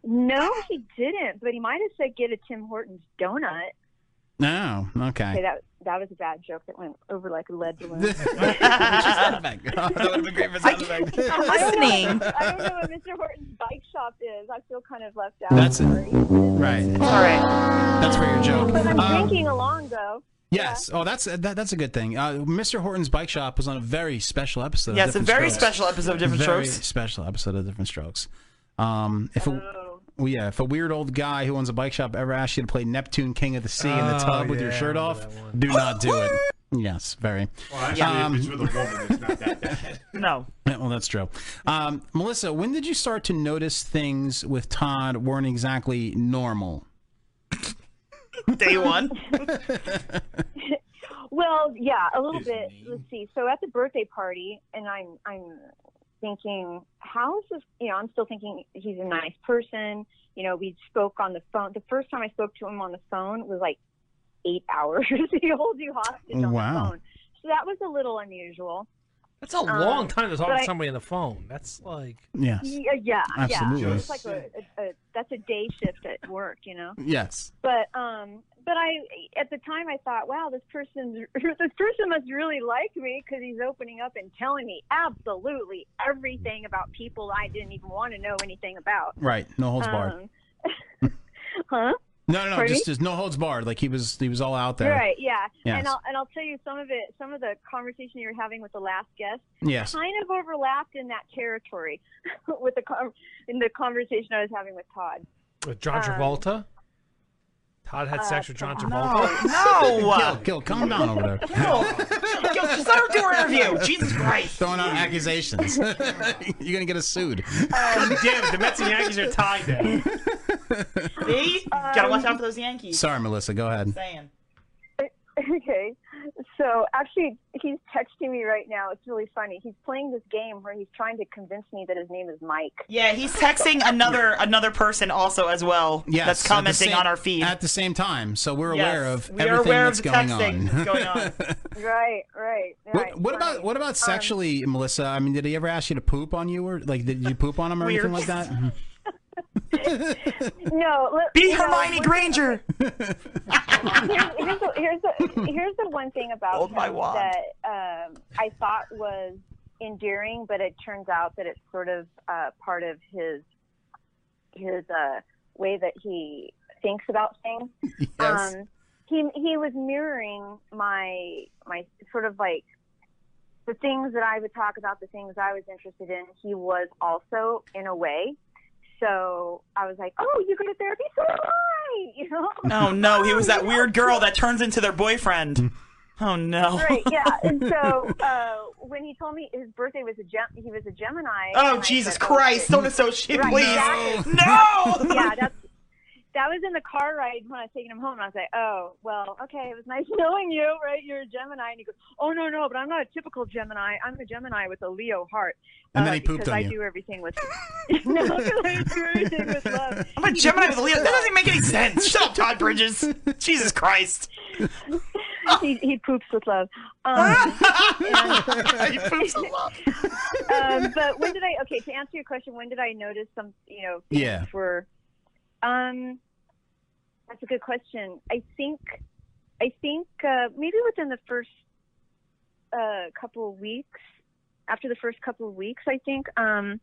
Speaker 19: no, he didn't. But he might have said get a Tim Hortons donut.
Speaker 14: No, okay.
Speaker 19: Okay, that that was a bad joke that went over like a lead balloon.
Speaker 15: (laughs) Listening.
Speaker 19: I don't know what Mr. Horton's bike shop is. I feel kind of left
Speaker 14: (laughs)
Speaker 19: out.
Speaker 14: That's it. Right. All
Speaker 15: right.
Speaker 14: That's where your joke.
Speaker 19: But I'm
Speaker 14: Um,
Speaker 19: drinking along though.
Speaker 14: Yes. Oh, that's that, that's a good thing. Uh, Mr. Horton's Bike Shop was on a very special episode. of
Speaker 15: Yeah, it's a
Speaker 14: Different
Speaker 15: very
Speaker 14: Strokes.
Speaker 15: special episode of Different
Speaker 14: Very
Speaker 15: Strokes.
Speaker 14: Special episode of Different Strokes. Um, if a,
Speaker 19: Oh.
Speaker 14: well, yeah, if a weird old guy who owns a bike shop ever asks you to play Neptune King of the Sea in the
Speaker 16: Oh,
Speaker 14: tub with your
Speaker 16: yeah, I
Speaker 14: shirt
Speaker 16: remember
Speaker 14: off, do not do it. Yes, very. Um,
Speaker 16: Well, actually, if it's with a woman, it's not that
Speaker 19: (laughs)
Speaker 15: No.
Speaker 14: Yeah, Well, that's true. Um, Melissa, when did you start to notice things with Todd weren't exactly normal?
Speaker 15: Day one.
Speaker 19: Well, yeah, a little bit. Let's see. So at the birthday party, and I'm I'm thinking, how is this? You know, I'm still thinking he's a nice person. You know, we spoke on the phone. The first time I spoke to him on the phone was like eight hours. (laughs) he holds you hostage on the
Speaker 12: Wow.
Speaker 19: phone. So that was a little unusual. Um,
Speaker 12: That's a long time to talk
Speaker 19: Uh, but
Speaker 12: to
Speaker 19: I-
Speaker 12: somebody on the phone. That's like
Speaker 19: Yeah, uh, yeah,
Speaker 14: Absolutely.
Speaker 19: yeah. It's like a, a, a that's a day shift at work, you know.
Speaker 14: Yes.
Speaker 19: But um, but I at the time I thought, wow, this person's this person (laughs) must really like me because he's opening up and telling me absolutely everything about people I didn't even want to know anything about.
Speaker 14: Right. No holds barred.
Speaker 19: Um, huh?
Speaker 14: No, no, no.
Speaker 19: Pardon
Speaker 14: Just,
Speaker 19: me?
Speaker 14: just no holds barred. Like he was, he was all out there.
Speaker 19: Right, yeah.
Speaker 14: Yes.
Speaker 19: And I'll and I'll tell you some of it some of the conversation you were having with the last guest
Speaker 14: Yes.
Speaker 19: kind of overlapped in that territory (laughs) with the con- in the conversation I was having with Todd.
Speaker 12: with John
Speaker 19: Um,
Speaker 12: Travolta. Todd had sex with John Travolta.
Speaker 15: uh,
Speaker 12: (laughs)
Speaker 15: No, no.
Speaker 14: Gil, Gil, calm down over
Speaker 15: (laughs)
Speaker 14: there.
Speaker 15: Yo, just let her do her
Speaker 14: (laughs)
Speaker 15: interview. Jesus Christ.
Speaker 14: Throwing out accusations. (laughs) You're gonna get us sued.
Speaker 15: Um,
Speaker 12: God damn it, the Mets and Yankees are tied there.
Speaker 15: See? Gotta watch
Speaker 19: Um,
Speaker 15: out for those Yankees.
Speaker 14: Sorry, Melissa. Go ahead.
Speaker 15: Saying.
Speaker 19: (laughs) okay. So actually, he's texting me right now. It's really funny. He's playing this game where he's trying to convince me that his name is Mike.
Speaker 15: Yeah, he's
Speaker 19: (laughs)
Speaker 15: texting another another person also as well.
Speaker 14: Yes,
Speaker 15: that's
Speaker 14: at the
Speaker 15: commenting
Speaker 14: same-
Speaker 15: on our feed.
Speaker 14: at the same time. So we're
Speaker 15: Yes,
Speaker 14: aware of
Speaker 15: we are
Speaker 14: everything
Speaker 15: aware of
Speaker 14: that's
Speaker 15: the
Speaker 14: going
Speaker 15: texting
Speaker 14: on.
Speaker 15: that's going on.
Speaker 19: Right, right,
Speaker 14: (laughs) What,
Speaker 19: right.
Speaker 14: what about what about sexually, Melissa? I mean, did he ever ask you to poop on you, or like, did you poop on him or
Speaker 19: Weird.
Speaker 14: anything like that? Mm-hmm.
Speaker 19: No, let,
Speaker 15: Be
Speaker 19: no,
Speaker 15: Hermione
Speaker 19: one- (laughs)
Speaker 15: Granger.
Speaker 19: here's, here's, the, here's, the, here's the one thing about
Speaker 15: Hold
Speaker 19: him
Speaker 15: my wand.
Speaker 19: that um, I thought was endearing, but it turns out that it's sort of uh, part of his his uh, way that he thinks about things.
Speaker 1: Yes.
Speaker 19: Um, he he was mirroring my my sort of like the things that I would talk about, the things I was interested in. He was also in a way. So I was like, "Oh, you go to therapy? So do I!" (laughs) You know?
Speaker 15: Oh no, he was that weird girl that turns into their
Speaker 14: Mm.
Speaker 15: boyfriend. Oh no.
Speaker 19: Right, yeah. And so uh, when he told me his birthday was a gem, he was a Gemini.
Speaker 15: Oh
Speaker 19: and I
Speaker 15: Jesus
Speaker 19: said, "Oh,
Speaker 15: Christ!
Speaker 19: shit."
Speaker 15: Don't associate,
Speaker 19: Right, exactly.
Speaker 15: please. (laughs)
Speaker 19: (laughs)
Speaker 15: No.
Speaker 19: yeah, that's that was in the car ride when I was taking him home. And I was like, "Oh, well, okay. It was nice (laughs) knowing you, right? You're a Gemini." And he goes, "Oh no, no, but I'm not a typical Gemini. I'm a Gemini with a Leo heart." Uh,
Speaker 15: And then he
Speaker 19: because
Speaker 15: pooped on
Speaker 19: I
Speaker 15: you.
Speaker 19: do everything with (laughs) no, 'cause I do everything with love.
Speaker 15: I'm a Gemini with a Leo. That doesn't make any sense. Shut up, Todd Bridges. Jesus Christ.
Speaker 19: (laughs) he, he poops with love.
Speaker 15: (laughs)
Speaker 19: Um,
Speaker 14: (laughs)
Speaker 19: and-
Speaker 15: He
Speaker 19: (laughs)
Speaker 15: poops with love.
Speaker 19: um, but when did I? Okay, to answer your question, when did I notice some? You know, things
Speaker 1: Yeah.
Speaker 19: were. Um, that's a good question. I think, I think uh, maybe within the first uh, couple of weeks, after the first couple of weeks, I think. Um,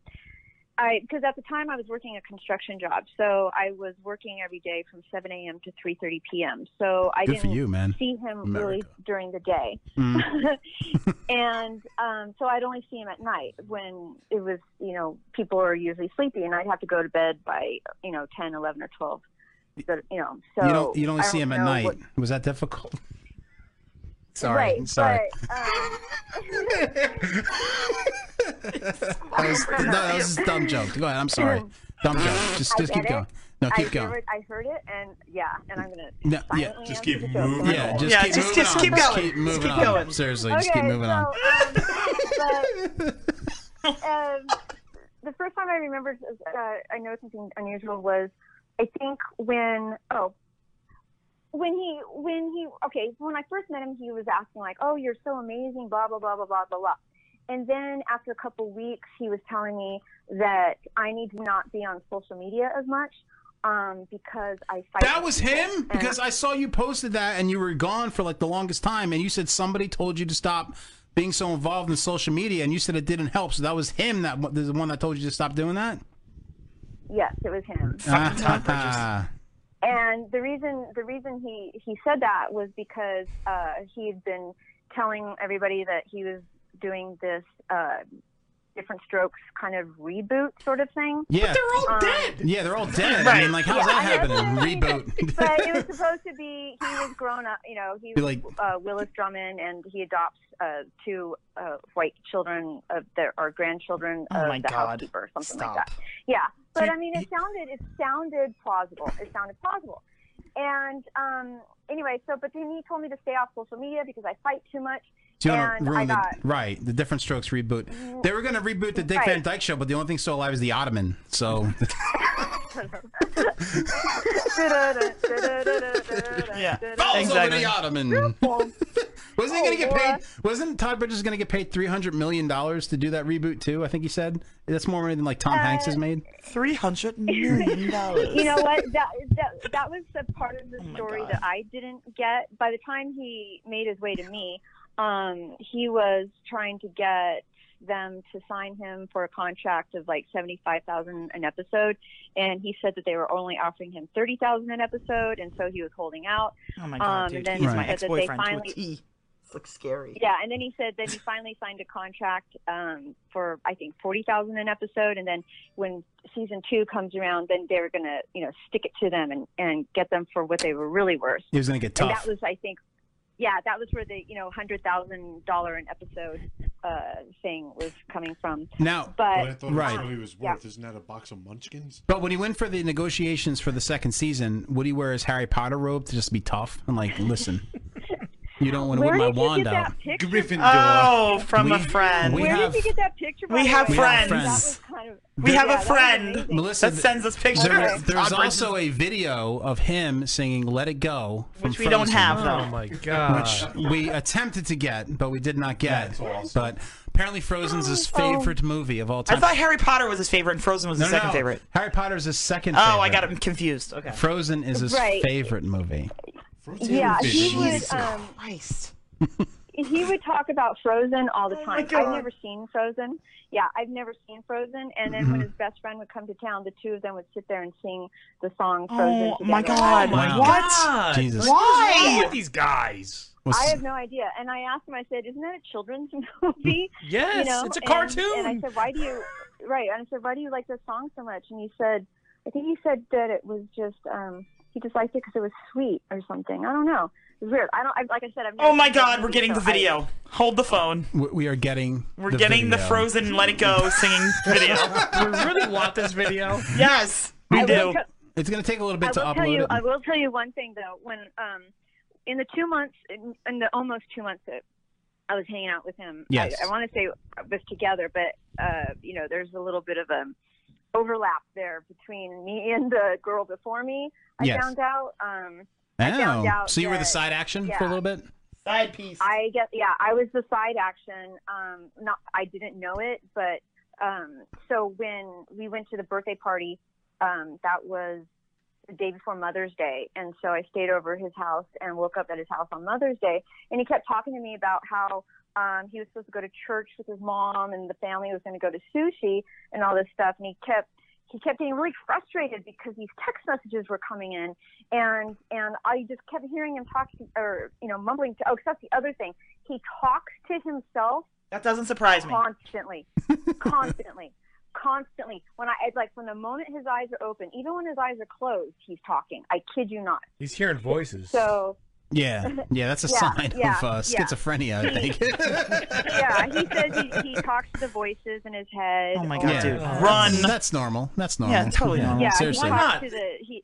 Speaker 19: I because at the time I was working a construction job, so I was working every day from 7 a.m. to 3:30 p.m. So I
Speaker 14: Good for
Speaker 19: didn't
Speaker 14: you, man.
Speaker 19: see him really
Speaker 14: America.
Speaker 19: during the day,
Speaker 14: Mm.
Speaker 19: (laughs) and um, so I'd only see him at night when it was you know people are usually sleepy, and I'd have to go to bed by you know 10, 11, or 12. But, you know, so
Speaker 14: you don't. You don't
Speaker 19: I
Speaker 14: see him at
Speaker 19: know
Speaker 14: night.
Speaker 19: what-
Speaker 14: Was that difficult? (laughs) Sorry.
Speaker 19: right, uh,
Speaker 14: sorry.
Speaker 19: (laughs) but, um,
Speaker 14: That was, no, that was a dumb joke. Go ahead. I'm sorry. Dumb joke. Just,
Speaker 19: I
Speaker 14: just
Speaker 19: get
Speaker 14: keep
Speaker 19: it.
Speaker 14: going. No, keep
Speaker 19: I
Speaker 14: going.
Speaker 19: Hear it, I heard it, and yeah, and I'm gonna.
Speaker 14: No, yeah,
Speaker 19: Just keep answer the moving joke.
Speaker 14: Yeah,
Speaker 19: on.
Speaker 14: just
Speaker 19: Yeah,
Speaker 14: keep
Speaker 19: just-
Speaker 14: moving
Speaker 19: just
Speaker 14: on.
Speaker 19: keep
Speaker 14: Just
Speaker 19: going.
Speaker 14: keep moving
Speaker 19: Just keep
Speaker 14: on.
Speaker 19: going.
Speaker 14: Seriously, just keep
Speaker 19: Okay,
Speaker 14: moving (laughs) on.
Speaker 19: Um, the first time I remember, uh, I noticed something unusual was, I think when oh, when he when he okay when I first met him, he was asking like, oh, you're so amazing, blah blah blah blah blah blah blah. And then after a couple weeks, he was telling me that I need to not be on social media as much um, because I fight.
Speaker 14: That
Speaker 19: with
Speaker 14: was
Speaker 19: people.
Speaker 14: him
Speaker 19: And-
Speaker 14: because I saw you posted that and you were gone for like the longest time and you said somebody told you to stop being so involved in social media and you said it didn't help. So that was him that the one that told you to stop doing that.
Speaker 19: Yes, it was him.
Speaker 14: Ah.
Speaker 19: And the reason the reason he he said that was because uh, he had been telling everybody that he was doing this uh, different strokes kind of reboot sort of thing. Um,
Speaker 14: Yeah. But they're
Speaker 19: all
Speaker 14: dead. (laughs) Yeah, they're all dead. I mean, like, how's that
Speaker 19: (laughs)
Speaker 14: happening?
Speaker 15: (laughs)
Speaker 14: Reboot.
Speaker 19: but it was supposed to be he was grown up. You know, he
Speaker 14: Be
Speaker 19: was
Speaker 14: like-
Speaker 19: uh, Willis Drummond, and he adopts uh, two uh, white children of their or grandchildren
Speaker 15: Oh
Speaker 19: of
Speaker 15: my
Speaker 19: the
Speaker 15: God.
Speaker 19: housekeeper or something
Speaker 15: Stop.
Speaker 19: like that. Yeah, but
Speaker 15: Dude,
Speaker 19: I mean, it sounded it sounded plausible. It sounded plausible. And um, anyway, so but then he told me to stay off social media because I fight too much.
Speaker 14: Do you want
Speaker 19: and
Speaker 14: to
Speaker 19: I
Speaker 14: ruin the,
Speaker 19: got
Speaker 14: right the Different Strokes reboot? They were going to reboot the Dick
Speaker 19: Right.
Speaker 14: Van Dyke Show, but the only thing still alive is the Ottoman.
Speaker 19: (laughs)
Speaker 14: So
Speaker 15: (laughs) (laughs)
Speaker 19: yeah,
Speaker 14: Falls over the Ottoman. (laughs) Wasn't he going to get
Speaker 19: Oh, boy.
Speaker 14: paid? Wasn't Todd Bridges going to get paid three hundred million dollars to do that reboot too? I think he said that's more money than like Tom Hanks has made.
Speaker 15: Three hundred million dollars.
Speaker 19: Uh, (laughs) you know
Speaker 15: (laughs)
Speaker 19: what? That, that that was the part
Speaker 15: Oh
Speaker 19: of the story that I didn't get. By the time he made his way to me, um, he was trying to get them to sign him for a contract of like seventy five thousand an episode, and he said that they were only offering him thirty thousand an episode, and so he was holding out.
Speaker 15: Oh my god,
Speaker 19: um,
Speaker 15: dude,
Speaker 19: And then
Speaker 15: he's
Speaker 19: he
Speaker 15: my
Speaker 19: said that they
Speaker 15: ex-boyfriend
Speaker 19: finally,
Speaker 15: to a T. This looks scary.
Speaker 19: yeah, and then he said then he finally signed a contract um, for I think forty thousand an episode, and then when season two comes around, then they were gonna you know stick it to them and and get them for what they were really worth.
Speaker 14: He was going to get
Speaker 19: And
Speaker 14: tough.
Speaker 19: that was I think, yeah, that was where the you know hundred thousand dollar an episode uh, thing was coming from.
Speaker 14: Now-
Speaker 19: but
Speaker 16: What I thought
Speaker 14: Right.
Speaker 16: this movie was worth isn't that a box of Munchkins?
Speaker 14: But when he went for the negotiations for the second season, would he wear his Harry Potter robe to just be tough and like, listen, you don't want to
Speaker 19: Where
Speaker 14: whip my
Speaker 19: did you
Speaker 14: wand
Speaker 19: get
Speaker 14: out?
Speaker 19: that picture?
Speaker 15: Oh, from a
Speaker 14: We-
Speaker 15: friend.
Speaker 14: We
Speaker 19: where
Speaker 14: have
Speaker 19: did you get that picture? by
Speaker 15: we
Speaker 19: the
Speaker 15: have
Speaker 19: way?
Speaker 15: friends.
Speaker 19: That was kind of,
Speaker 15: We have
Speaker 19: yeah, that
Speaker 15: a
Speaker 19: was
Speaker 15: friend
Speaker 19: amazing.
Speaker 14: Melissa
Speaker 15: that sends us pictures.
Speaker 14: There,
Speaker 15: of
Speaker 14: there's
Speaker 15: Todd Bridges.
Speaker 14: also a video of him singing "Let It Go," from
Speaker 15: Which we don't
Speaker 14: Frozen,
Speaker 15: have, though. Oh my God.
Speaker 14: Which we attempted to get, but we did not get. But apparently, Frozen's his
Speaker 19: Oh.
Speaker 14: favorite movie of all time.
Speaker 15: I thought Harry Potter was his favorite and Frozen was his
Speaker 14: No,
Speaker 15: second
Speaker 14: no.
Speaker 15: favorite.
Speaker 14: Harry Potter's his second.
Speaker 15: Oh,
Speaker 14: favorite.
Speaker 15: I got him confused. Okay.
Speaker 14: Frozen is his
Speaker 19: Right.
Speaker 14: favorite movie.
Speaker 19: Yeah, he
Speaker 15: Jesus
Speaker 19: would. Um, he would talk about Frozen all the
Speaker 2: Oh
Speaker 15: Oh
Speaker 19: time. I've never seen Frozen. Yeah, I've never seen Frozen. And then
Speaker 14: Mm-hmm.
Speaker 19: when
Speaker 15: Mhm.
Speaker 19: his best friend would come to town, the two of them would sit there and sing the song Frozen.
Speaker 15: Oh my
Speaker 19: together.
Speaker 15: god. what?
Speaker 14: Jesus.
Speaker 15: Why?
Speaker 12: What's wrong with these guys?
Speaker 19: I have no idea. And I asked him. I said, "Isn't that a children's (laughs) movie?"
Speaker 12: Yes,
Speaker 19: you know?
Speaker 12: it's a
Speaker 19: and-
Speaker 12: cartoon.
Speaker 19: And, I said, "Why do you?" (laughs) Right. And I said, "Why do you like this song so much?" And he said, "I think he said that it was just um, he just liked it because it was sweet or something. I don't know. It was weird. I don't. I, like I said, I've never
Speaker 15: Oh my
Speaker 19: seen that
Speaker 15: god, we're
Speaker 19: movie,
Speaker 15: getting
Speaker 19: so (laughs)
Speaker 15: the video. Hold the phone.
Speaker 14: We, we are getting.
Speaker 15: We're
Speaker 14: the
Speaker 15: getting the
Speaker 14: video.
Speaker 15: Frozen and Let
Speaker 14: (laughs)
Speaker 15: It Go singing
Speaker 19: (laughs)
Speaker 15: video.
Speaker 12: we really want this video.
Speaker 15: Yes, we
Speaker 19: I
Speaker 15: do.
Speaker 19: will co-
Speaker 14: It's going to take a little
Speaker 19: I
Speaker 14: bit to
Speaker 19: will tell
Speaker 14: upload
Speaker 19: you.
Speaker 14: it.
Speaker 19: I will tell you one thing though. When um, in the two months, in, in the almost two months that I was hanging out with him,
Speaker 1: Yes.
Speaker 19: I, I want to say I was together, but uh, you know, there's a little bit of a overlap there between me and the girl before me. I
Speaker 14: Yes.
Speaker 19: found out. Um, I found
Speaker 14: Oh,
Speaker 19: out
Speaker 14: so you were the
Speaker 19: that-
Speaker 14: side action for a
Speaker 19: yeah.
Speaker 14: little bit.
Speaker 15: Side piece.
Speaker 19: I guess yeah, I was the side action. Um, not I didn't know it, but um, so when we went to the birthday party, um, that was the day before Mother's Day, and so I stayed over at his house and woke up at his house on Mother's Day, and he kept talking to me about how um, he was supposed to go to church with his mom and the family was going to go to sushi and all this stuff, and he kept he kept getting really frustrated because these text messages were coming in and and I just kept hearing him talking or you know mumbling to oh 'cause that's the other thing he talks to himself
Speaker 15: That doesn't surprise me.
Speaker 19: constantly constantly constantly when I it's like from the moment his eyes are open even when his eyes are closed he's talking I kid you not
Speaker 12: He's hearing voices.
Speaker 19: so (laughs)
Speaker 14: Yeah, yeah, that's a
Speaker 19: Yeah,
Speaker 14: sign
Speaker 19: yeah,
Speaker 14: of uh,
Speaker 19: yeah.
Speaker 14: schizophrenia,
Speaker 12: (laughs)
Speaker 14: I think.
Speaker 19: (laughs) yeah, he says he, he talks to the voices in his head.
Speaker 15: Oh my
Speaker 19: or-
Speaker 15: God,
Speaker 14: Yeah.
Speaker 15: dude.
Speaker 14: Uh,
Speaker 15: Run.
Speaker 14: That's normal. That's normal.
Speaker 15: Yeah, totally normal.
Speaker 19: Yeah,
Speaker 14: Seriously.
Speaker 19: he talks to the he.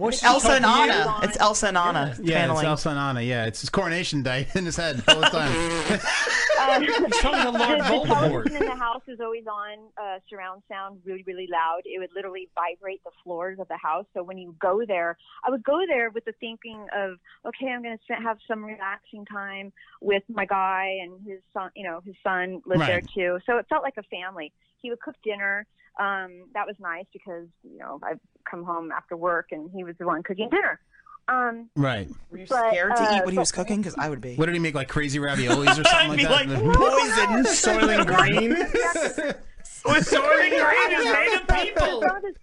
Speaker 15: It's Elsa and Anna. It's Elsa and Anna
Speaker 14: Yeah, it's
Speaker 15: channeling.
Speaker 14: Elsa and Anna. Yeah, it's his coronation day (laughs) in his head all the time.
Speaker 15: (laughs)
Speaker 19: Um,
Speaker 14: He's talking to Lord
Speaker 19: (laughs) the,
Speaker 14: Voldemort.
Speaker 19: The television in the house is always on uh, surround sound, really, really loud. It would literally vibrate the floors of the house. So when you go there, I would go there with the thinking of, okay, I'm going to have some relaxing time with my guy and his son. You know, his son lived there
Speaker 24: Right.
Speaker 19: too, so it felt like a family. He would cook dinner. Um, that was nice because you know I'd come home after work and he was the one cooking dinner. Um,
Speaker 14: right.
Speaker 15: Were you
Speaker 19: but,
Speaker 15: scared to eat
Speaker 19: uh,
Speaker 15: what he
Speaker 19: but-
Speaker 15: was cooking? Because I would be.
Speaker 14: What did he make? Like crazy
Speaker 15: (laughs)
Speaker 14: raviolis or something
Speaker 15: I'd
Speaker 14: like
Speaker 15: be
Speaker 14: that?
Speaker 15: like, poison, soiling (laughs) green.
Speaker 12: With soiling green is made of
Speaker 19: people. Some of the,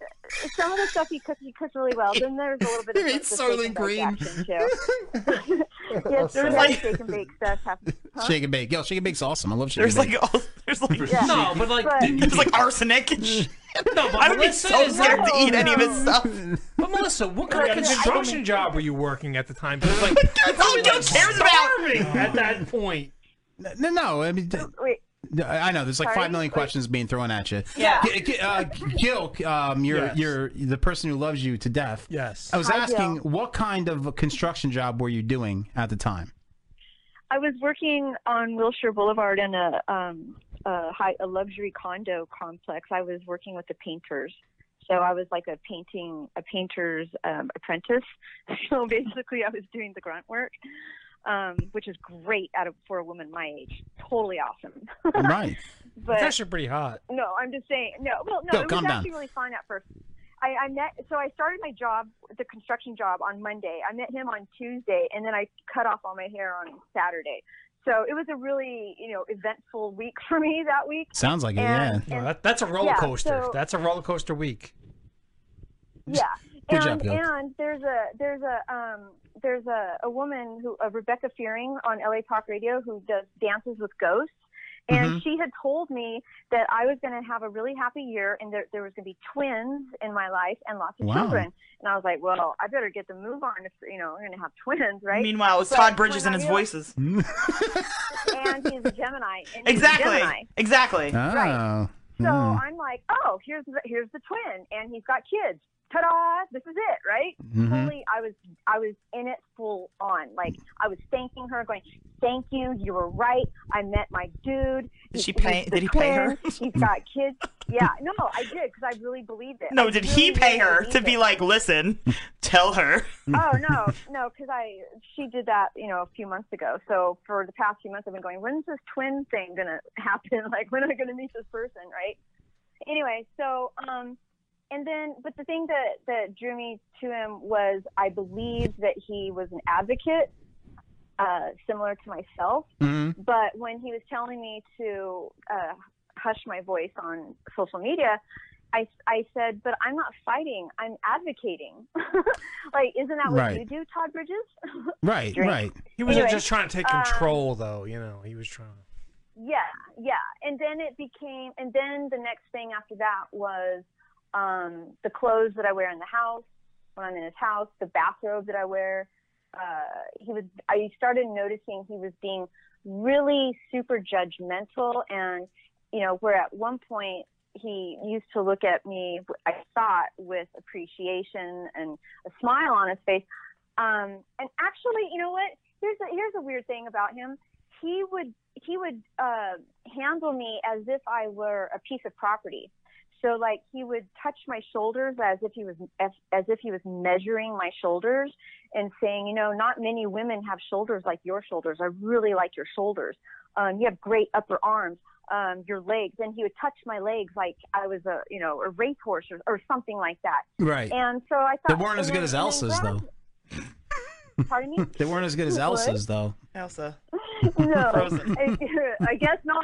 Speaker 19: some of the stuff he cooks, he cooks really well. Then there's a little bit
Speaker 1: (laughs)
Speaker 19: of the
Speaker 1: soiling green.
Speaker 19: action too. yes,
Speaker 14: Awesome.
Speaker 19: there's like shake and bake stuff. happening.
Speaker 14: Shake and bake. Yo, shake and bake's awesome. I love shake
Speaker 15: There's
Speaker 14: and bake.
Speaker 15: like all, there's like
Speaker 14: Yeah. No, but, like,
Speaker 15: there's like arsenic and shit.
Speaker 12: No, but
Speaker 15: I would be
Speaker 12: Melissa
Speaker 15: so
Speaker 12: is- "Oh,
Speaker 15: scared to eat any of his
Speaker 12: No.
Speaker 15: stuff.
Speaker 12: But Melissa, what kind of
Speaker 15: Yeah, I
Speaker 12: construction
Speaker 15: mean-
Speaker 12: job were you working at the time? Because like,
Speaker 15: who cares about-
Speaker 12: starving at that point.
Speaker 14: No, no. I mean,
Speaker 19: wait.
Speaker 14: I know there's like
Speaker 12: Sorry?
Speaker 14: five million questions being thrown at you.
Speaker 12: Yeah.
Speaker 14: G- G- uh, Gil, um, you're you're the person who loves you to death.
Speaker 12: Yes.
Speaker 14: I was
Speaker 19: Hi,
Speaker 14: asking what kind of a construction job were you doing at the time?
Speaker 19: I was working on Wilshire Boulevard in a um a, high, a luxury condo complex. I was working with the painters. So I was like a painting, a painter's um, apprentice. (laughs) So basically, I was doing the grunt work, um, which is great out of, for a woman my age. Totally awesome.
Speaker 14: right.
Speaker 19: But-
Speaker 12: It's actually pretty hot.
Speaker 19: No, I'm just saying. No, well, no,
Speaker 12: Go,
Speaker 19: it was
Speaker 12: calm down.
Speaker 19: actually really fun at first. I, I met, so I started my job, the construction job, on Monday. I met him on Tuesday, and then I cut off all my hair on Saturday. So it was a really, you know, eventful week (laughs) for me that week.
Speaker 14: Sounds like it,
Speaker 19: And-
Speaker 14: yeah.
Speaker 12: No, that, that's a roller
Speaker 19: yeah,
Speaker 12: coaster.
Speaker 19: so-
Speaker 12: that's a roller coaster week.
Speaker 19: Yeah.
Speaker 12: Good job,
Speaker 19: and,
Speaker 12: Gil.
Speaker 19: and there's a there's a um there's a, a woman who uh, Rebecca Fearing on LA Talk Radio who does dances with ghosts. And
Speaker 1: Mhm.
Speaker 19: she had told me that I was going to have a really happy year and there, there was going to be twins in my life and lots of
Speaker 15: Wow.
Speaker 19: children. And I was like, well, I better get the move on if, you know, I'm going to have twins, right?
Speaker 15: Meanwhile, it's
Speaker 19: (laughs) But
Speaker 15: Todd Bridges
Speaker 19: when
Speaker 15: and
Speaker 19: I
Speaker 15: his
Speaker 19: realized-
Speaker 15: voices.
Speaker 14: (laughs)
Speaker 19: And he's a Gemini. And he's a
Speaker 15: Exactly.
Speaker 19: Gemini.
Speaker 15: Exactly.
Speaker 14: Oh.
Speaker 19: So
Speaker 15: Mm-hmm.
Speaker 14: Mm.
Speaker 19: I'm like, oh, here's the, here's the twin, and he's got kids. Ta-da! This is it, right?
Speaker 1: Mhm.
Speaker 19: Totally, I was I was in it full on. Like I was thanking her, going, "Thank you, you were right. I met my dude.
Speaker 15: Did she
Speaker 19: He's
Speaker 15: pay-
Speaker 19: the
Speaker 15: did he pay her?
Speaker 19: twin. he's got kids. Yeah, no, I did because I really believed it.
Speaker 15: No,
Speaker 19: I
Speaker 15: did
Speaker 19: really,
Speaker 15: he pay
Speaker 19: really
Speaker 15: her
Speaker 19: believed
Speaker 15: to be
Speaker 19: it.
Speaker 15: like, listen, tell her?
Speaker 19: oh no, no, because I she did that you know a few months ago. So for the past few months, I've been going, when's this twin thing gonna happen? (laughs) Like when am I gonna meet this person, right? Anyway, so um, and then but the thing that that drew me to him was I believed that he was an advocate, uh, similar to myself.
Speaker 14: Mm-hmm.
Speaker 19: But when he was telling me to uh, hush my voice on social media, I, I said, but I'm not fighting. I'm advocating. (laughs) like, isn't that what
Speaker 12: Right.
Speaker 19: you do, Todd Bridges? (laughs)
Speaker 14: Right,
Speaker 19: Drink.
Speaker 14: right.
Speaker 12: He wasn't
Speaker 19: Anyway,
Speaker 12: just trying to take
Speaker 19: um,
Speaker 12: control, though. You know, he was trying.
Speaker 19: yeah, yeah. And then it became, and then the next thing after that was um, the clothes that I wear in the house when I'm in his house, the bathrobe that I wear. Uh, he was. I started noticing he was being really super judgmental, and you know, where at one point he used to look at me, I thought with appreciation and a smile on his face. Um, and actually, you know what? Here's a, here's a weird thing about him. He would he would uh, handle me as if I were a piece of property. So like he would touch my shoulders as if he was as, as if he was measuring my shoulders and saying, you know, not many women have shoulders like your shoulders. I really like your shoulders. Um, you have great upper arms. Um, your legs, and he would touch my legs like I was a you know a racehorse or, or something like that.
Speaker 14: Right.
Speaker 19: And so I
Speaker 14: They
Speaker 19: thought
Speaker 14: weren't as
Speaker 19: and
Speaker 14: good
Speaker 19: then-
Speaker 14: as
Speaker 19: and then
Speaker 14: Elsa's
Speaker 19: grad-
Speaker 14: though.
Speaker 19: Pardon me.
Speaker 14: (laughs) They weren't as good
Speaker 19: (laughs)
Speaker 14: as
Speaker 19: What?
Speaker 14: Elsa's though.
Speaker 15: Elsa.
Speaker 19: (laughs) no,
Speaker 15: (laughs) Frozen.
Speaker 19: I, (laughs) I guess not.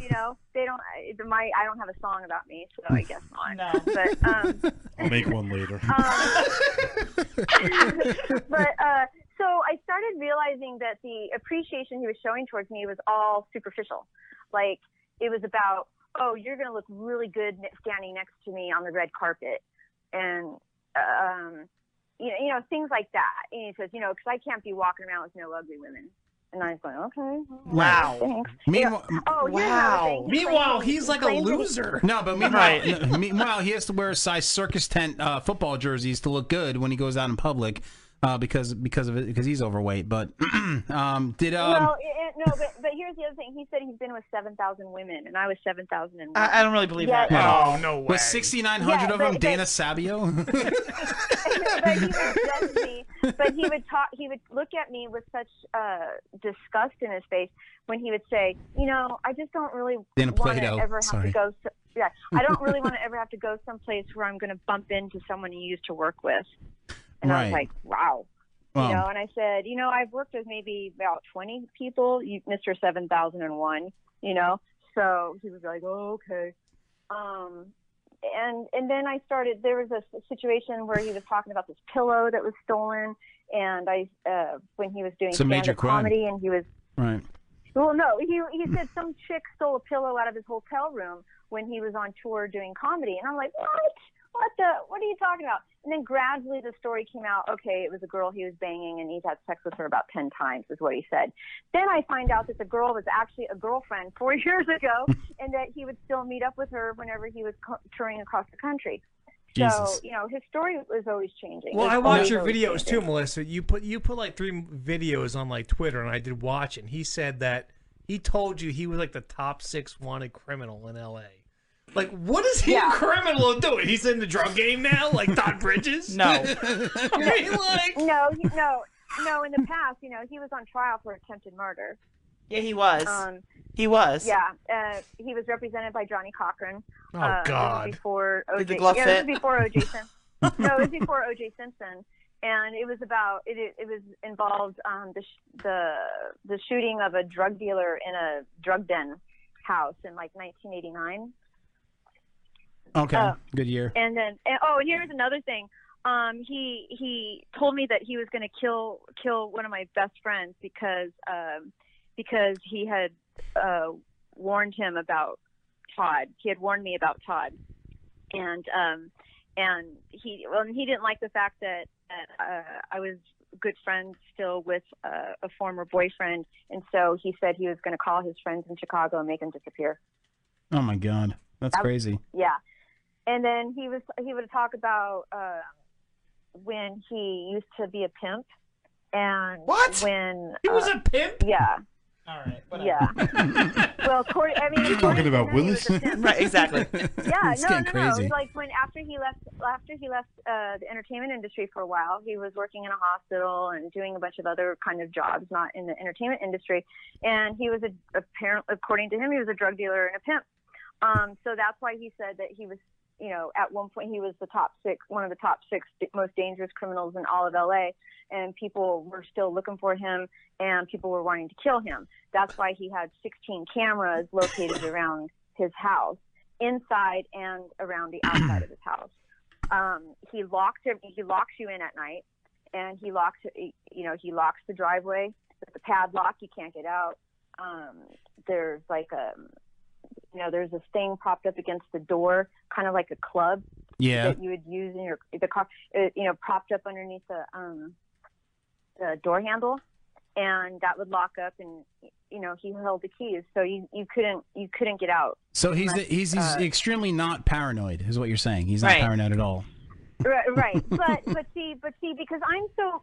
Speaker 19: You know, they don't. I, my I don't have a song about me, so I guess not. But um,
Speaker 15: (laughs)
Speaker 16: I'll make one
Speaker 19: (laughs)
Speaker 16: later. (laughs)
Speaker 19: but uh, so I started realizing that the appreciation he was showing towards me was all superficial. Like it was about, oh, you're going to look really good ne- standing next to me on the red carpet, and um, you know, you know things like that. And he says, you know, because I can't be walking around with no ugly women. And I was going, okay. well,
Speaker 15: Wow.
Speaker 19: Thanks.
Speaker 14: Meanwhile,
Speaker 19: Oh, here's another thing. He claims- he claims that he-
Speaker 14: No, but meanwhile, no, (laughs) meanwhile, he has to wear size circus tent uh, football jerseys to look good when he goes out in public uh, because because of it, because he's overweight. But (clears throat) um, did um,
Speaker 19: well, it, it- no, but, but here's the other thing. He said he's been with 7,000 women, and I was 7,001.
Speaker 15: I, I don't really believe that.
Speaker 14: Yeah.
Speaker 15: way.
Speaker 14: Was 6,900
Speaker 19: Yeah,
Speaker 14: of
Speaker 19: but-
Speaker 14: them
Speaker 19: but-
Speaker 14: Dana Sabio?
Speaker 19: but he would judge me. But he would talk. He would look at me with such uh, disgust in his face when he would say, "You know, I just don't really
Speaker 14: Dana
Speaker 19: want to
Speaker 14: Plato,
Speaker 19: ever have
Speaker 14: sorry.
Speaker 19: to go. So- yeah, I don't really want to ever have to go someplace where I'm going to bump into someone you used to work with." And I was
Speaker 1: Right.
Speaker 19: like, "Wow."
Speaker 1: Wow.
Speaker 19: You know, and I said, you know, I've worked with maybe about 20 people, you, Mr. 7001, you know. So he was like, oh, okay. Um, and and then I started. There was a s- situation where he was talking about this pillow that was stolen, and I uh, when he was doing
Speaker 14: It's a major
Speaker 19: stand-up
Speaker 14: crime.
Speaker 19: comedy, and he was
Speaker 14: right.
Speaker 19: well, no, he he said some chick stole a pillow out of his hotel room when he was on tour doing comedy, and I'm like, what? What the? What are you talking about? And then gradually the story came out. Okay, it was a girl he was banging, and he's had sex with her about ten times, is what he said. Then I find out that the girl was actually a girlfriend four (laughs) years
Speaker 12: (laughs)
Speaker 19: ago, and that he would still meet up with her whenever he was co- touring across the country.
Speaker 12: Jesus.
Speaker 19: So you know, his story was always changing.
Speaker 12: Well,
Speaker 19: It
Speaker 12: I
Speaker 19: was
Speaker 12: watch
Speaker 19: always,
Speaker 12: your
Speaker 19: always
Speaker 12: videos too,
Speaker 19: changing.
Speaker 12: Melissa. You put you put like three videos on like Twitter, and I did watch. it. And he said that he told you he was like the top six wanted criminal in L.A. Like, what is he a criminal doing? He's in the drug game now, (laughs) like Todd Bridges. (laughs)
Speaker 15: No.
Speaker 12: I mean, like,
Speaker 19: no, he- no, no. In the past, you know, he was on trial for attempted murder.
Speaker 15: (laughs) Yeah, he was.
Speaker 19: Um,
Speaker 15: he was.
Speaker 19: Yeah, uh, he was represented by Johnny Cochran.
Speaker 15: Oh,
Speaker 19: uh, this was
Speaker 15: God.
Speaker 19: Before
Speaker 15: Did the
Speaker 19: OJ,
Speaker 15: glove
Speaker 19: yeah, this
Speaker 15: fit?
Speaker 19: was before (laughs)
Speaker 15: (laughs)
Speaker 19: OJ Simpson. no, it was before OJ Simpson, and it was about it. It, it was involved um, the sh- the the shooting of a drug dealer in a drug den house in like 1989.
Speaker 14: Okay.
Speaker 19: Oh.
Speaker 14: Good year.
Speaker 19: And then, and, oh, and here's another thing. Um, he he told me that he was going to kill kill one of my best friends because um, because he had uh, warned him about Todd. He had warned me about Todd, and um, and he well, and he didn't like the fact that, that uh, I was good friends still with uh, a former boyfriend, and so he said he was going to call his friends in Chicago and make them disappear.
Speaker 14: (laughs) Oh my God, that's
Speaker 19: That-
Speaker 14: crazy.
Speaker 19: Yeah, and then he was he would talk about uh, when he used to be a pimp and what when
Speaker 12: He was
Speaker 19: uh,
Speaker 12: a pimp.
Speaker 19: Yeah.
Speaker 12: All right.
Speaker 19: Yeah.
Speaker 12: (laughs)
Speaker 19: well, according, I
Speaker 16: (laughs)
Speaker 19: mean,
Speaker 16: You're talking
Speaker 19: according to
Speaker 16: about
Speaker 19: him, he was
Speaker 16: Willis?
Speaker 14: (laughs)
Speaker 19: a pimp.
Speaker 15: Right, exactly.
Speaker 19: Yeah,
Speaker 16: It's
Speaker 19: no, no,
Speaker 16: getting
Speaker 19: no.
Speaker 16: crazy.
Speaker 19: Like when after he left, after he left uh, the entertainment industry for a while, he was working in a hospital and doing a bunch of other kind of jobs, not in the entertainment industry. And he was a apparent, according to him, he was a drug dealer and a pimp. Um, so that's why he said that he was, you know, at one point he was the top six, one of the top six d- most dangerous criminals in all of LA, and people were still looking for him, and people were wanting to kill him. That's why he had 16 cameras located around his house, inside and around the outside of his house. Um, he locked him. He locks you in at night, and he locks, you know, he locks the driveway with the padlock. You can't get out. Um, there's like a you know, there's this thing propped up against the door, kind of like a club
Speaker 1: Yeah.
Speaker 19: (laughs) that you would use in your the car, uh, you know, propped up underneath the um, the door handle, and that would lock up, and you know, he held the keys, so you you couldn't you couldn't get out. uh,
Speaker 14: So he's he's, he's extremely not paranoid, is what you're saying. He's not
Speaker 19: Right.
Speaker 14: paranoid at all.
Speaker 19: right,
Speaker 14: (laughs)
Speaker 19: right. But but see, but see, because I'm so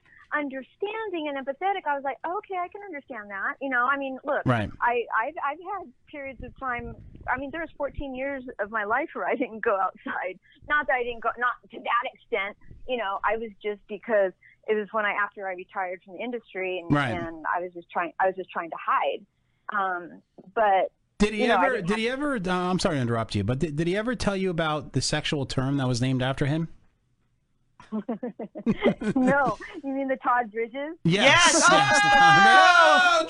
Speaker 19: understanding and empathetic, I was like, okay, I can understand that. You know, I mean, look,
Speaker 1: Right.
Speaker 19: I I've, I've had periods of time. I mean, there was 14 years of my life where I didn't go outside. Not that I didn't go, not to that extent. You know, I was just because it was when I after I retired from the industry and,
Speaker 14: Right.
Speaker 19: and I was just trying I was just trying to hide. Um, but
Speaker 14: Did he
Speaker 19: you know, I
Speaker 14: ever?
Speaker 19: didn't
Speaker 14: did he ever? Uh, I'm sorry to interrupt you, but did, did he ever tell you about the sexual term that was named after him?
Speaker 19: (laughs) no, you mean the Todd Bridges?
Speaker 14: Yes. (laughs) Yes. Yes, the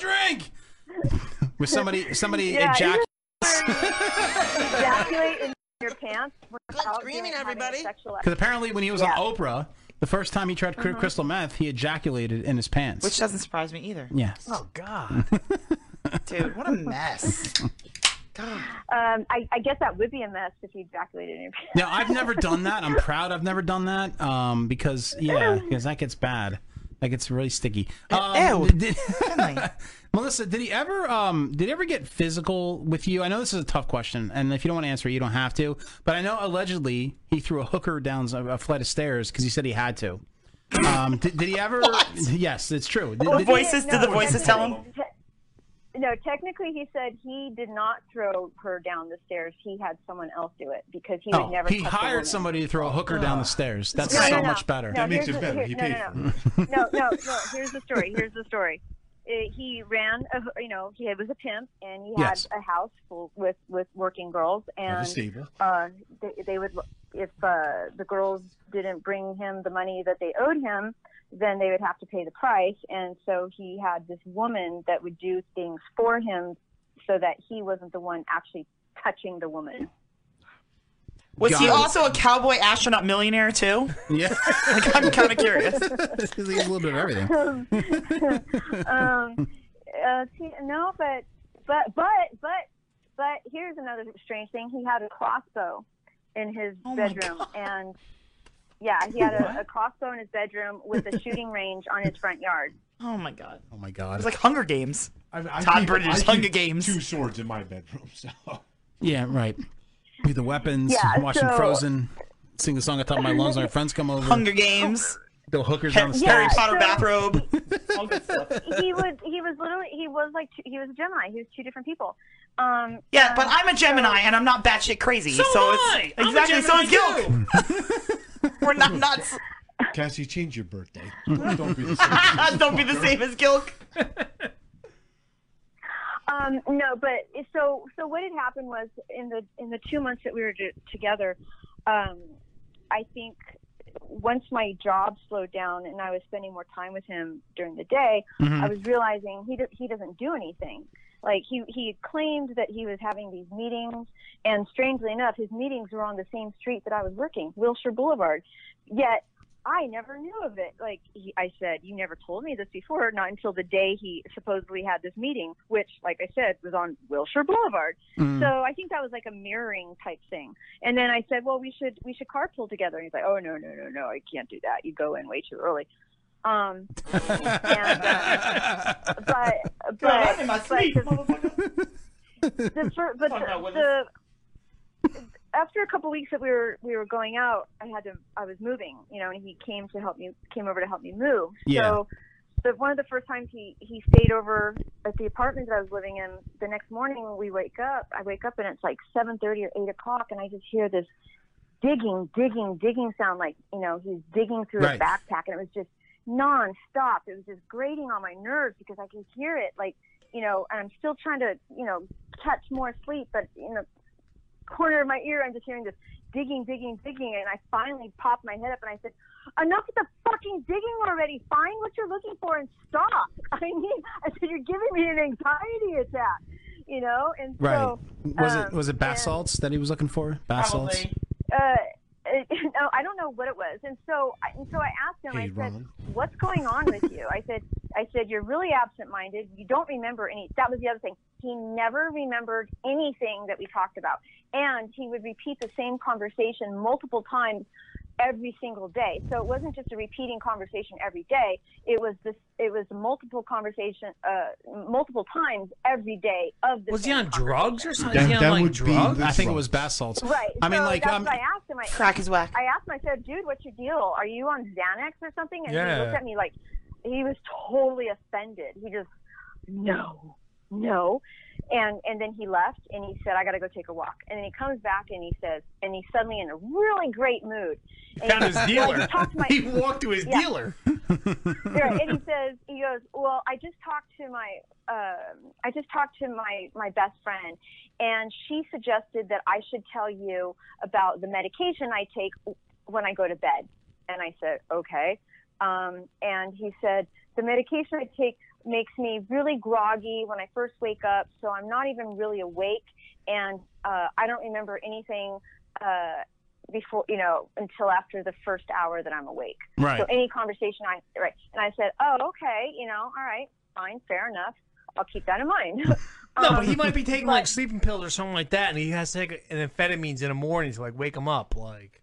Speaker 14: Todd-
Speaker 19: Oh, drink.
Speaker 14: With
Speaker 19: (laughs)
Speaker 14: somebody somebody
Speaker 19: Yeah,
Speaker 14: ejac-
Speaker 19: ejaculate in your pants. Good screaming, everybody.
Speaker 14: Because apparently, when he was on Oprah, the first time he tried cr-
Speaker 19: Mm-hmm.
Speaker 15: Mhm.
Speaker 14: crystal meth, he ejaculated in his pants.
Speaker 15: Which Oh,
Speaker 14: (laughs)
Speaker 15: doesn't surprise me either.
Speaker 14: Yes.
Speaker 15: Oh God, dude, what a mess.
Speaker 19: Um, I, I guess that would be a mess if you ejaculated in your pants.
Speaker 14: Now I've never done that. I'm proud I've never done that um, because yeah, because that gets bad. That gets really sticky.
Speaker 19: E-,
Speaker 14: Um,
Speaker 19: (laughs)
Speaker 14: did- (laughs) Melissa, did he ever um, did he ever get physical with you? I know this is a tough question, and if you don't want to answer, it, you don't have to. But I know allegedly he threw a hooker down a a flight of stairs because he said he had to. Um, did, did he ever? Yes, it's true. Did,
Speaker 15: The
Speaker 14: did-
Speaker 15: voices- did the voices tell him?
Speaker 19: Te- No, technically, he said he did not throw her down the stairs. He had someone else do it because he
Speaker 14: Oh,
Speaker 19: would never.
Speaker 14: he
Speaker 19: touch a
Speaker 14: hired
Speaker 19: woman.
Speaker 14: somebody to throw a hooker down the stairs. That's
Speaker 19: No, no,
Speaker 14: so
Speaker 19: no.
Speaker 14: much better.
Speaker 19: No, here's the- here- no, no, no. no, no, no. Here's the story. Here's the story. Uh, He ran, a, you know, he was a pimp, and he had
Speaker 1: Yes.
Speaker 19: a house full with with working girls, and
Speaker 1: stable.
Speaker 19: uh, they, they would if uh, the girls didn't bring him the money that they owed him, then they would have to pay the price, and so he had this woman that would do things for him, so that he wasn't the one actually touching the woman.
Speaker 15: Was
Speaker 19: Got
Speaker 15: he
Speaker 19: it.
Speaker 15: also a cowboy astronaut millionaire too?
Speaker 14: Yeah,
Speaker 15: (laughs) like, I'm kind
Speaker 1: (laughs)
Speaker 15: of curious.
Speaker 14: He's a little bit of everything.
Speaker 19: (laughs) um, uh, see, no, but but but but but here's another strange thing. He had a crossbow in his
Speaker 1: Oh my
Speaker 19: bedroom, and yeah, he had a, a crossbow in his bedroom with a shooting range on his front yard.
Speaker 15: Oh my god.
Speaker 14: Oh my god.
Speaker 15: It's like Hunger Games.
Speaker 16: I
Speaker 15: Todd
Speaker 16: keep-
Speaker 15: Bridges,
Speaker 16: I
Speaker 15: Hunger
Speaker 16: keep
Speaker 15: Games.
Speaker 16: Two swords in my bedroom. So
Speaker 14: Yeah, right. With the weapons,
Speaker 19: Yeah,
Speaker 14: watching
Speaker 19: so-
Speaker 14: Frozen, sing the song at the top of my lungs. when My friends come over.
Speaker 15: Hunger Games.
Speaker 14: The hookers on the
Speaker 19: Yeah,
Speaker 14: stairs.
Speaker 19: Harry Potter so-
Speaker 15: bathrobe.
Speaker 19: he was he was literally he was like two, he was a Gemini. He was two different people. Um,
Speaker 15: Yeah, but I'm a Gemini and I'm not batshit crazy. So,
Speaker 19: So am
Speaker 15: it's
Speaker 19: I. I'm a
Speaker 15: exactly so is
Speaker 19: Gemini,
Speaker 15: Gilk. (laughs)
Speaker 16: (laughs)
Speaker 15: We're not nuts.
Speaker 16: Cassie, change your
Speaker 19: (laughs)
Speaker 16: birthday.
Speaker 15: Don't be the same as Gilk.
Speaker 19: Um, no, but so so what had happened was in the in the two months that we were t- together, um, I think once my job slowed down and I was spending more time with him during the day,
Speaker 1: Mhm.
Speaker 19: I was realizing he do, he doesn't do anything. Like he he claimed that he was having these meetings, and strangely enough, his meetings were on the same street that I was working, Wilshire Boulevard. Yet I never knew of it. Like he, I said, you never told me this before, not until the day he supposedly had this meeting, which, like I said, was on Wilshire Boulevard.
Speaker 1: Mm.
Speaker 19: So I think that was like a mirroring type thing. And then I said, well, we should we should carpool together. And he's like, oh no no no no, I can't do that. You go in way too early. Um, and, uh, but but
Speaker 1: God, I'm in my
Speaker 19: but
Speaker 1: sleep,
Speaker 19: the, the, fir- but
Speaker 1: Talking about
Speaker 19: the,
Speaker 1: women.
Speaker 19: the after a couple weeks that we were we were going out, I had to I was moving, you know, and he came to help me came over to help me move.
Speaker 1: Yeah.
Speaker 19: So the one of the first times he he stayed over at the apartment that I was living in. The next morning we wake up, I wake up and it's like seven thirty or eight o'clock, and I just hear this digging, digging, digging sound like you know he's digging through
Speaker 1: Right.
Speaker 19: his backpack, and it was just nonstop. It was just grating on my nerves because I could hear it, like you know, and I'm still trying to you know catch more sleep, but in the corner of my ear, I'm just hearing this digging, digging, digging, and I finally popped my head up and I said, "Enough with the fucking digging already! Find what you're looking for and stop!" (laughs) I mean, I said, "You're giving me an anxiety attack." You know, and
Speaker 14: Right.
Speaker 19: so
Speaker 14: was
Speaker 19: um,
Speaker 14: it was it basalts that he was looking for? Basalts.
Speaker 19: uh, (laughs) it- no, I don't know what it was. And so, I- and so I asked him. I
Speaker 14: Hey,
Speaker 19: said,
Speaker 14: Roman.
Speaker 19: "What's going on with you?" I said, "I said you're really absent-minded. You don't remember any." That was the other thing. He never remembered anything that we talked about, and he would repeat the same conversation multiple times every single day. So it wasn't just a repeating conversation every day. It was this. It was multiple conversation, uh, multiple times every day of the.
Speaker 12: Was he
Speaker 19: same
Speaker 12: on drugs or something?
Speaker 14: That-
Speaker 12: Is he on,
Speaker 14: that
Speaker 12: like,
Speaker 14: would be
Speaker 12: drugs?
Speaker 14: the I think it was basalts.
Speaker 19: Right.
Speaker 14: I mean,
Speaker 19: so
Speaker 14: like,
Speaker 19: that's
Speaker 14: um,
Speaker 19: what I asked him. I,
Speaker 14: Crack is whack.
Speaker 19: I asked him. I said, "Dude, what's your deal? Are you on Xanax or something?" And
Speaker 1: Yeah.
Speaker 19: he looked at me like he was totally offended. He just no, no, and and then he left and he said, "I got to go take a walk." And then he comes back and he says, and he's suddenly in a really great mood. And
Speaker 12: Found
Speaker 19: he
Speaker 12: his
Speaker 19: says, "Well, I
Speaker 12: dealer.
Speaker 19: just talked to my-
Speaker 12: (laughs) he walked to his
Speaker 19: Yeah.
Speaker 12: dealer.
Speaker 19: Right, and he says, he goes, well, I just talked to my, um I just talked to my my best friend, and she suggested that I should tell you about the medication I take when I go to bed. And I said, okay. Um, and he said, the medication I take makes me really groggy when I first wake up, so I'm not even really awake, and uh, I don't remember anything. Uh, before you know until after the first hour that I'm awake.
Speaker 1: Right.
Speaker 19: So any conversation I right, and I said, oh okay, you know, all right, fine, fair enough. I'll keep that in mind. (laughs)
Speaker 12: No, (laughs)
Speaker 19: Um,
Speaker 12: but he might be taking like sleeping pills or something like that, and he has to take an amphetamines in the morning to like wake him up. Like,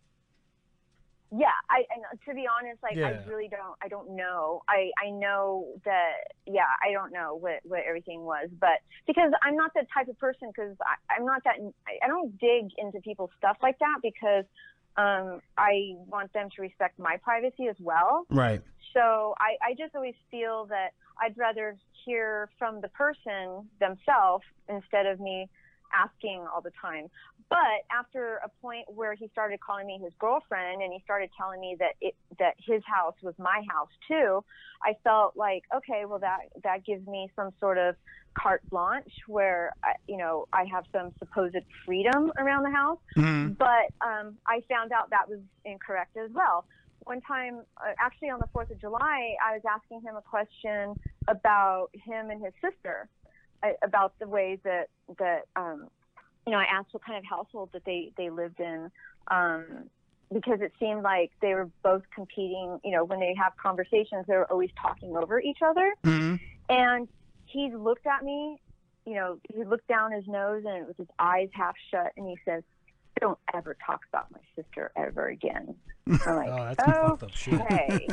Speaker 19: Yeah, I and uh, to be honest, like
Speaker 12: Yeah.
Speaker 19: I really don't I don't know. I I know that yeah, I don't know what what everything was, but because I'm not the type of person cuz I I'm not that I, I don't dig into people's stuff like that because um I want them to respect my privacy as well.
Speaker 14: Right.
Speaker 19: So I, I just always feel that I'd rather hear from the person themselves instead of me asking all the time. But after a point where he started calling me his girlfriend and he started telling me that it that his house was my house too, I felt like okay, well that that gives me some sort of carte blanche where I, you know I have some supposed freedom around the house
Speaker 25: Mm-hmm.
Speaker 1: Mhm.
Speaker 19: but um, I found out that was incorrect as well. One time, uh, actually on the 4th of July, I was asking him a question about him and his sister, uh, about the ways that, that um, you know, I asked what kind of household that they, they lived in um, because it seemed like they were both competing, you know, when they have conversations, they're always talking over each other.
Speaker 14: Hmm?
Speaker 19: And he looked at me, you know, he looked down his nose and with his eyes half shut, and he says, "Don't ever talk about my sister ever again." I'm
Speaker 15: (laughs)
Speaker 19: like,
Speaker 1: Oh,
Speaker 19: that's fucked up shit. okay.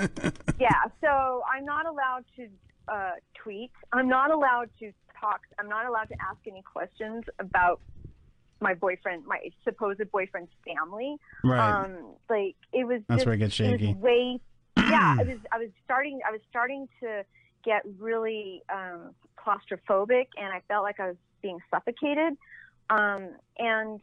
Speaker 19: yeah, so I'm not allowed to uh, tweet. I'm not allowed to talk. I'm not allowed to ask any questions about my boyfriend, my supposed boyfriend's family.
Speaker 14: Right.
Speaker 19: Um, like it was.
Speaker 14: That's
Speaker 19: just-
Speaker 14: where it gets
Speaker 19: was
Speaker 14: shaky.
Speaker 19: way. Yeah,
Speaker 14: (clears throat)
Speaker 19: I was. I was starting. I was starting to get really um, claustrophobic, and I felt like I was being suffocated. Um, and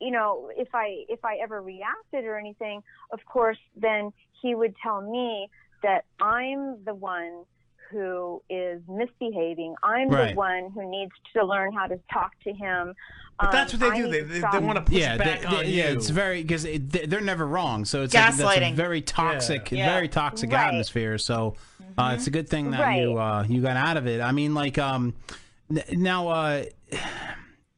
Speaker 19: you know, if I if I ever reacted or anything, of course, then he would tell me that I'm the one who is misbehaving. I'm
Speaker 12: Right.
Speaker 19: the one who needs to learn how to talk to him. Um,
Speaker 12: But that's what they do.
Speaker 19: need
Speaker 12: They-
Speaker 19: to
Speaker 12: they-
Speaker 19: stop-
Speaker 12: they wanna- push
Speaker 14: yeah,
Speaker 12: back on
Speaker 14: yeah,
Speaker 12: you.
Speaker 14: it's very because they're never wrong. So it's like, that's a
Speaker 19: Gaslighting.
Speaker 14: very toxic,
Speaker 19: Yeah.
Speaker 14: very toxic
Speaker 19: Right.
Speaker 14: atmosphere. So
Speaker 15: Mm-hmm.
Speaker 14: uh, it's a good thing that
Speaker 19: Right.
Speaker 14: you uh, you got out of it. I mean, like um, n- now, uh, (sighs)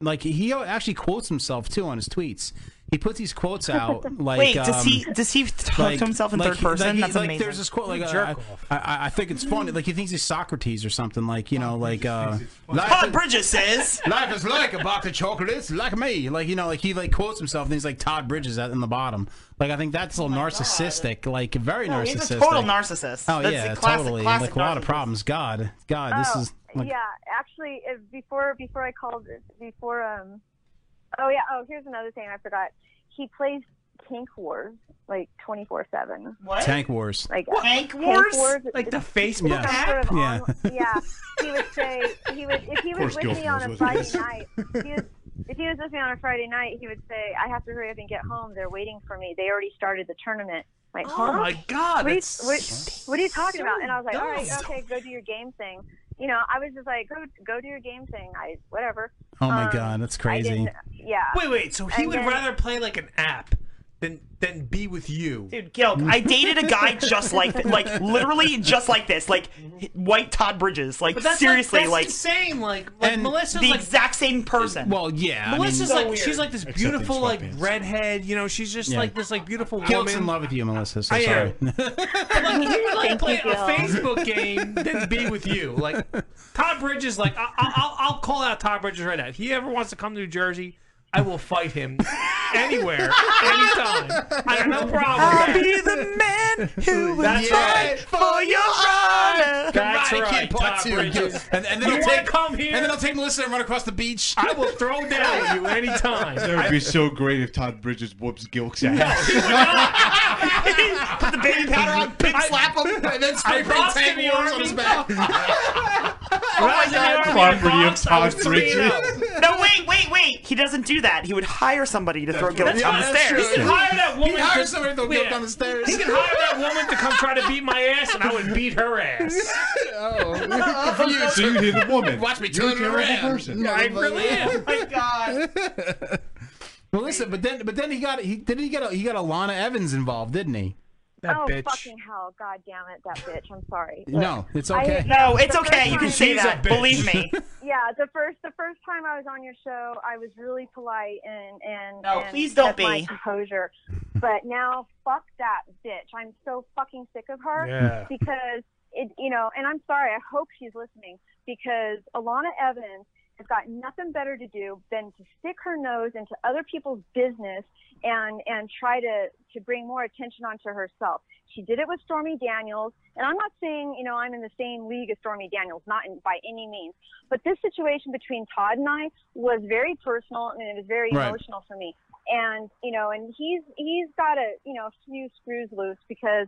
Speaker 14: like he actually quotes himself too on his tweets. He puts these
Speaker 15: (laughs)
Speaker 14: quotes out like
Speaker 15: Wait, does
Speaker 14: um,
Speaker 15: he does he talk to himself in
Speaker 14: like
Speaker 15: third
Speaker 14: he-
Speaker 15: person?
Speaker 14: Like, he-
Speaker 15: That's
Speaker 14: like,
Speaker 15: amazing.
Speaker 14: There's this quote like
Speaker 15: What a
Speaker 14: uh,
Speaker 15: jerk
Speaker 14: I, I, I think it's funny. Like he thinks he's Socrates or something. Like you know, like uh,
Speaker 15: Todd Bridges says
Speaker 14: (laughs) life is like a box of chocolates, like me. Like you know, like he like quotes himself and he's like Todd Bridges at in the bottom. Like I think that's a little narcissistic. Like very
Speaker 15: No,
Speaker 14: narcissistic.
Speaker 15: he's a total narcissist.
Speaker 14: Oh
Speaker 15: That's
Speaker 14: yeah,
Speaker 15: a classic,
Speaker 14: totally.
Speaker 15: classic
Speaker 14: like a lot of
Speaker 15: narcissist.
Speaker 14: problems. God, God, this
Speaker 19: Oh,
Speaker 14: is like
Speaker 19: yeah, actually, if before before I called before um, oh yeah, oh here's another thing I forgot. He plays Tank Wars like twenty four seven. What?
Speaker 14: Tank Wars.
Speaker 19: Like
Speaker 14: What?
Speaker 19: Tank
Speaker 12: Wars?
Speaker 19: Like the
Speaker 12: Facebook
Speaker 14: app?
Speaker 19: yeah.
Speaker 14: Yeah.
Speaker 1: (laughs)
Speaker 19: yeah. He would say he would if he
Speaker 14: Of
Speaker 19: was
Speaker 14: course
Speaker 19: with
Speaker 14: Gilf
Speaker 19: me on a
Speaker 14: knows what it
Speaker 19: Friday
Speaker 14: is.
Speaker 19: night. He was, if he was with me on a Friday night, he would say, "I have to hurry up and get home. They're waiting for me. They already started the tournament." I'm Like,
Speaker 1: Oh
Speaker 19: huh?
Speaker 1: my God,
Speaker 19: What are, you,
Speaker 1: that's
Speaker 19: what, what are you talking
Speaker 1: so
Speaker 19: about? And I was like, all right,
Speaker 1: dumb.
Speaker 19: okay, go do your game thing. You know, I was just like, go go do your game thing. I whatever.
Speaker 14: oh my
Speaker 19: Um,
Speaker 14: God, that's
Speaker 19: I
Speaker 14: crazy.
Speaker 19: didn't- yeah.
Speaker 12: wait, wait. So he
Speaker 19: And
Speaker 12: would
Speaker 19: then-
Speaker 12: rather play like an app than than be with you.
Speaker 15: Dude, Gilk,
Speaker 12: (laughs)
Speaker 15: I dated a guy just like th- like literally just like this, like white Todd Bridges, like
Speaker 12: But that's
Speaker 15: seriously,
Speaker 12: like, that's
Speaker 15: like
Speaker 12: insane. Like, like
Speaker 15: and
Speaker 12: Melissa's
Speaker 15: the
Speaker 12: like
Speaker 15: exact same person.
Speaker 14: Well, yeah,
Speaker 12: Melissa's like she's like this beautiful
Speaker 15: (laughs)
Speaker 12: like redhead. You know, she's just
Speaker 14: Yeah.
Speaker 12: like this like beautiful
Speaker 14: Gilt's in
Speaker 12: woman.
Speaker 14: love with you, Melissa. So
Speaker 12: I am.
Speaker 14: sorry. (laughs)
Speaker 12: But, like he would like
Speaker 1: Thank
Speaker 12: play
Speaker 1: you,
Speaker 12: a
Speaker 1: Gil.
Speaker 12: Facebook game than be with you. Like Todd Bridges, like I, I, I'll, I'll call out Todd Bridges right now. If he ever wants to come to New Jersey, I will fight
Speaker 1: (laughs)
Speaker 12: him anywhere, anytime. I have no problem. with that. That's right.
Speaker 1: for your honor.
Speaker 14: That's
Speaker 12: Karate
Speaker 14: right.
Speaker 12: Kid Part
Speaker 14: Todd
Speaker 12: Two.
Speaker 14: Bridges. And, and then
Speaker 12: You
Speaker 14: he'll
Speaker 12: wanna
Speaker 14: take
Speaker 12: come here?
Speaker 14: And then he'll take Melissa and run across the beach.
Speaker 12: I will throw down you anytime.
Speaker 16: That would be
Speaker 1: (laughs)
Speaker 16: so great if Todd Bridges whoops Gilk's ass.
Speaker 15: Put the baby
Speaker 16: (laughs)
Speaker 15: powder on, pin slap him,
Speaker 14: and then
Speaker 1: spray paint tank wars on
Speaker 16: (laughs)
Speaker 1: his back. (laughs) Oh
Speaker 15: my God.
Speaker 16: Property of Todd
Speaker 15: Three and
Speaker 16: Bridges. (laughs)
Speaker 15: oh. No, wait, wait, wait. He doesn't do that. He would hire somebody to throw Gilk
Speaker 12: That's
Speaker 15: down the
Speaker 12: not- that's
Speaker 15: stairs.
Speaker 12: true. He could hire that woman.
Speaker 14: He hires
Speaker 12: to-
Speaker 14: somebody to go
Speaker 12: yeah.
Speaker 14: down the stairs.
Speaker 12: He could hire that woman to come try to beat my ass, and I would beat her
Speaker 1: (laughs)
Speaker 12: ass.
Speaker 14: oh,
Speaker 12: for you.
Speaker 16: So you'd hit the woman.
Speaker 12: Watch me
Speaker 16: You're a
Speaker 12: turn it
Speaker 16: terrible
Speaker 12: around.
Speaker 16: person.
Speaker 12: I really
Speaker 1: (laughs)
Speaker 12: am.
Speaker 15: My God.
Speaker 14: Well, listen, but then, but then he got he didn't he get a, he got Alana Evans involved, didn't he?
Speaker 19: oh fucking hell! God damn it, that bitch. I'm sorry.
Speaker 14: No, it's
Speaker 19: I-
Speaker 14: okay.
Speaker 15: No, it's
Speaker 19: the
Speaker 15: okay. You
Speaker 19: first
Speaker 15: can
Speaker 19: time-
Speaker 15: say that. Believe
Speaker 14: (laughs)
Speaker 15: me.
Speaker 19: yeah, the first the first time I was on your show, I was really polite and and
Speaker 15: No,
Speaker 19: and
Speaker 15: please don't
Speaker 19: kept my
Speaker 15: be.
Speaker 19: composure. But now, fuck that bitch. I'm so fucking sick of her
Speaker 1: Yeah.
Speaker 19: because it, you know. And I'm sorry. I hope she's listening because Alana Evans has got nothing better to do than to stick her nose into other people's business and and try to to bring more attention onto herself. She did it with Stormy Daniels, and I'm not saying you know I'm in the same league as Stormy Daniels, not in, by any means. But this situation between Todd and I was very personal and it was very
Speaker 1: Right.
Speaker 19: emotional for me. And you know, and he's he's got a you know a few screws loose because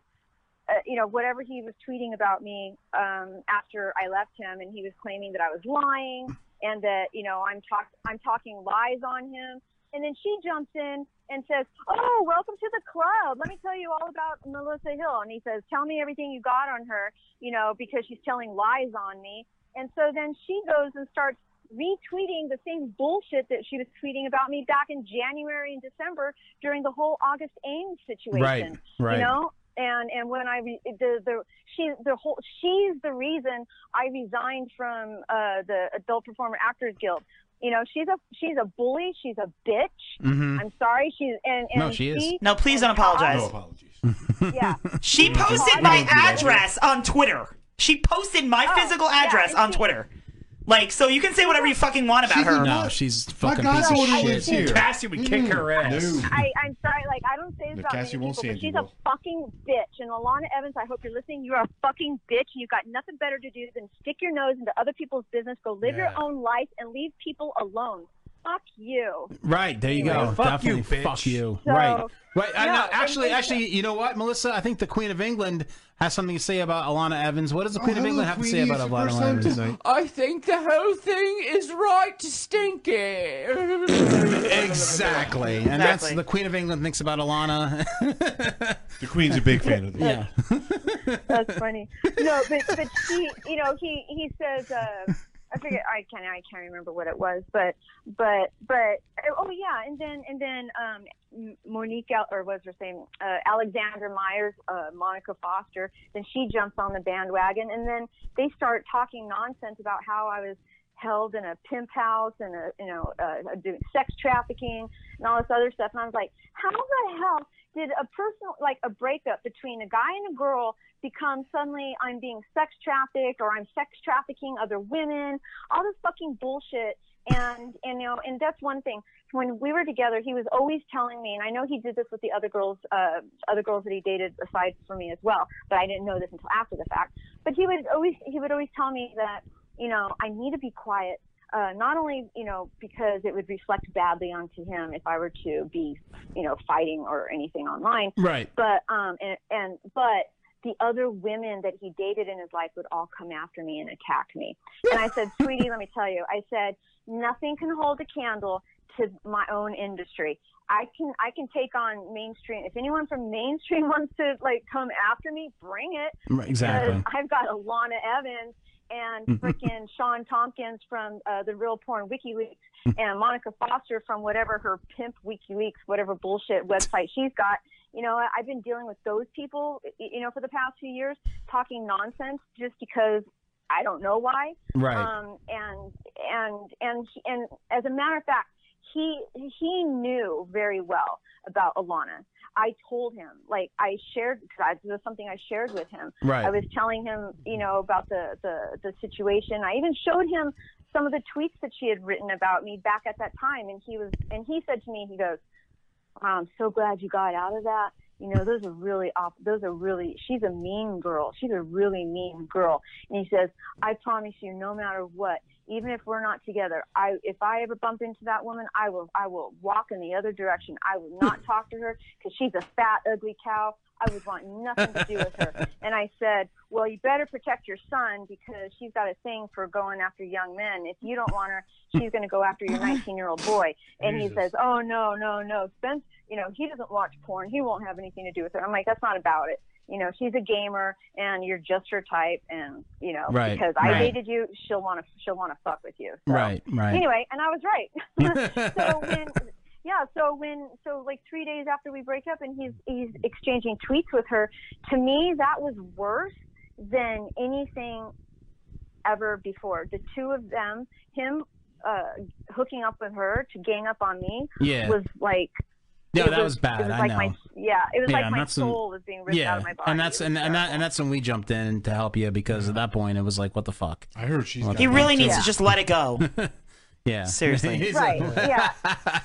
Speaker 19: uh, you know, whatever he was tweeting about me um, after I left him, and he was claiming that I was lying and that you know I'm talk I'm talking lies on him. And then she jumps in and says, "Oh, welcome to the club. Let me tell you all about Melissa Hill." And he says, "Tell me everything you got on her, you know, because she's telling lies on me." And so then she goes and starts retweeting the same bullshit that she was tweeting about me back in January and December during the whole August Ames situation.
Speaker 1: right.
Speaker 19: You know, and and when I re- the the she the whole she's the reason I resigned from uh, the Adult Performer Actors Guild. You know, she's a she's a bully. She's a bitch.
Speaker 15: Mhm.
Speaker 19: I'm sorry. She's and, and
Speaker 15: No, she is.
Speaker 19: No,
Speaker 15: please don't apologize. No
Speaker 16: apologies.
Speaker 19: yeah.
Speaker 15: She
Speaker 14: Mm,
Speaker 15: posted my address on Twitter. She posted my physical address on Twitter. Like, so you can say whatever you fucking want about her.
Speaker 14: No, she's fucking
Speaker 15: God,
Speaker 14: piece of
Speaker 15: I
Speaker 14: shit.
Speaker 15: would've seen Cassie would kick her ass. No.
Speaker 19: Mm. I, I'm sorry. Like I don't say this
Speaker 14: No,
Speaker 19: about
Speaker 14: Cassie
Speaker 19: many
Speaker 14: won't
Speaker 19: people,
Speaker 14: say
Speaker 19: but
Speaker 14: it,
Speaker 19: she's
Speaker 14: you
Speaker 19: a
Speaker 14: will.
Speaker 19: fucking bitch. And Alana Evans, I hope you're listening. You're a fucking bitch, and you've got nothing better to do than stick your nose into other people's business. Go live
Speaker 14: Yeah.
Speaker 19: your own life and leave people alone. Fuck you.
Speaker 14: Right there you
Speaker 19: Anyway,
Speaker 14: go.
Speaker 12: fuck
Speaker 14: Definitely
Speaker 12: you, bitch.
Speaker 14: fuck you.
Speaker 19: So-
Speaker 14: right. Right. I
Speaker 19: No,
Speaker 14: know. actually,
Speaker 19: and-
Speaker 14: actually, you know what, Melissa? I think the Queen of England has something to say about Alana Evans. What does the Queen of
Speaker 24: hello,
Speaker 14: England have to say
Speaker 24: Queenie.
Speaker 14: about
Speaker 24: It's
Speaker 14: Alana
Speaker 24: your first time
Speaker 14: Evans?
Speaker 24: tonight. I think the whole thing is right stinky.
Speaker 14: Exactly. And that's the Queen of England thinks about Alana. (laughs)
Speaker 16: The Queen's a big fan of the
Speaker 14: yeah.
Speaker 19: That's funny. No, but but she, you know, he he says, uh, I forget, I can't, I can't remember what it was, but but but oh yeah, and then and then um, M- Monique Al- or was her name uh, Alexander Myers, uh, Monica Foster, then she jumps on the bandwagon, and then they start talking nonsense about how I was held in a pimp house and a you know uh, doing sex trafficking and all this other stuff and i was like how the hell did a person like a breakup between a guy and a girl become suddenly i'm being sex trafficked or i'm sex trafficking other women all this fucking bullshit and and you know and that's one thing when we were together he was always telling me and i know he did this with the other girls uh, other girls that he dated aside from me as well but i didn't know this until after the fact but he would always he would always tell me that you know i need to be quiet uh, not only you know because it would reflect badly onto him if i were to be you know fighting or anything online
Speaker 1: Right.
Speaker 19: but um and, and but the other women that he dated in his life would all come after me and attack me and i
Speaker 1: (laughs)
Speaker 19: said sweetie let me tell you i said nothing can hold a candle to my own industry i can i can take on mainstream if anyone from mainstream (laughs) wants to like come after me bring it
Speaker 1: Right, exactly.
Speaker 19: because i've got alana evans and freaking Sean Tompkins from uh, the Real Porn WikiLeaks and Monica Foster from whatever her pimp WikiLeaks, whatever bullshit website she's got. You know, I- I've been dealing with those people, y- you know, for the past few years, talking nonsense just because I don't know why.
Speaker 1: Right.
Speaker 19: Um, and and and he- and as a matter of fact, he he knew very well about Alana. I told him, like I shared, because this was something I shared with him.
Speaker 1: Right.
Speaker 19: I was telling him, you know, about the, the the situation. I even showed him some of the tweets that she had written about me back at that time, and he was, and he said to me, he goes, wow, I'm so glad you got out of that. You know, those are really off. Those are really. She's a mean girl. She's a really mean girl. And he says, I promise you, no matter what, even if we're not together, I if I ever bump into that woman, I will I will walk in the other direction. I will not talk to her because she's a fat, ugly cow. I would want nothing to do with her. And I said, Well, you better protect your son because she's got a thing for going after young men. If you don't want her, she's going to go after your 19 year old boy. And he
Speaker 1: Jesus.
Speaker 19: says, Oh, no, no, no. Spence, you know, he doesn't watch porn. He won't have anything to do with her. I'm like, That's not about it. You know, she's a gamer and you're just her type. And, you know,
Speaker 14: Right,
Speaker 19: because I
Speaker 14: right.
Speaker 19: dated you, she'll want to, she'll want to fuck with you. So
Speaker 14: Right, right.
Speaker 19: anyway, and I was
Speaker 14: (laughs)
Speaker 19: right. (laughs) so when, yeah, so when, so like three days after we break up, and he's he's exchanging tweets with her. To me, that was worse than anything ever before. The two of them, him uh, hooking up with her to gang up on me,
Speaker 14: Yeah.
Speaker 19: was like.
Speaker 14: No,
Speaker 19: it
Speaker 14: that was bad,
Speaker 19: It was
Speaker 14: I
Speaker 19: like
Speaker 14: know.
Speaker 19: my yeah, it was
Speaker 14: Yeah,
Speaker 19: like
Speaker 14: and
Speaker 19: my
Speaker 14: that's some-
Speaker 19: soul was being ripped out of my body.
Speaker 14: and that's and, and that and that's when we jumped
Speaker 19: Mm-hmm.
Speaker 14: in to help you because at that point it was like, what the fuck? I heard she's. (laughs)
Speaker 15: He really needs to just let it go.
Speaker 14: Yeah.
Speaker 15: Seriously.
Speaker 14: He's
Speaker 19: right.
Speaker 14: a-
Speaker 19: yeah.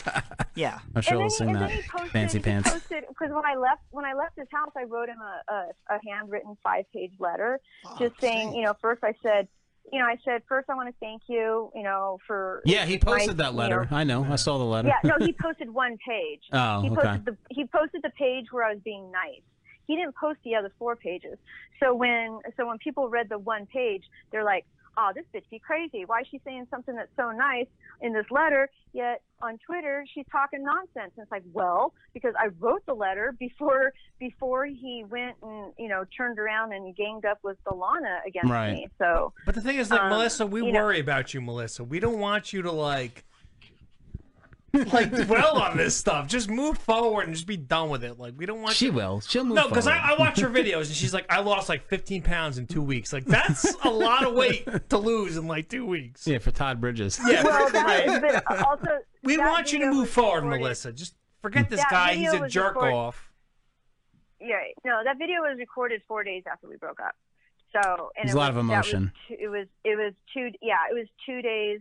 Speaker 15: Yeah.
Speaker 14: I'm sure
Speaker 19: and
Speaker 14: we'll
Speaker 19: then he-
Speaker 14: sing
Speaker 19: and
Speaker 14: that.
Speaker 19: then he posted-
Speaker 14: Fancy
Speaker 19: he
Speaker 14: pants.
Speaker 19: Posted because when I left when I left his house, I wrote him a, a, a handwritten five page letter, just saying, you know, first I said, you know, I said first I want to thank you, you know, for
Speaker 14: Yeah, he
Speaker 19: my-
Speaker 14: posted that
Speaker 19: you
Speaker 14: letter.
Speaker 19: know-
Speaker 14: I know. I saw the letter.
Speaker 19: yeah,
Speaker 14: (laughs)
Speaker 19: no, he posted one page.
Speaker 14: Oh,
Speaker 19: he
Speaker 14: okay.
Speaker 19: posted the he posted the page where I was being nice. He didn't post the other four pages. So when so when people read the one page, they're like, "Oh, this bitch be crazy. Why is she saying something that's so nice in this letter, yet on Twitter she's talking nonsense?" And it's like, "Well, because I wrote the letter before before he went and you know turned around and ganged up with Solana against
Speaker 12: Right.
Speaker 19: me." So,
Speaker 12: But the thing is, like
Speaker 19: Um,
Speaker 12: Melissa, we
Speaker 19: you know-
Speaker 12: worry about you, Melissa. We don't want you to like, like dwell on this stuff. Just move forward and just be done with it. Like we don't want.
Speaker 14: She
Speaker 12: you...
Speaker 14: will. She'll move.
Speaker 12: No, because I, I
Speaker 14: forward.
Speaker 12: watch her
Speaker 14: (laughs)
Speaker 12: videos and she's like, I lost like 15 pounds in two weeks. Like that's a lot of weight to lose in like two weeks.
Speaker 14: yeah, for Todd Bridges.
Speaker 12: Yeah,
Speaker 19: well,
Speaker 12: right.
Speaker 19: that has been
Speaker 12: (laughs)
Speaker 19: also.
Speaker 12: We
Speaker 19: that
Speaker 12: want you to
Speaker 19: video
Speaker 12: move
Speaker 19: was
Speaker 12: forward,
Speaker 19: recorded-
Speaker 12: Melissa. Just forget this
Speaker 19: That
Speaker 12: guy.
Speaker 19: video
Speaker 12: He's a
Speaker 19: was
Speaker 12: jerk
Speaker 19: recorded-
Speaker 12: off.
Speaker 19: Yeah, no, that video was recorded four days after we broke up. So and
Speaker 14: There's
Speaker 19: it
Speaker 14: a lot
Speaker 19: was-
Speaker 14: of
Speaker 19: that was
Speaker 14: emotion.
Speaker 19: two- it was it was two yeah it was two days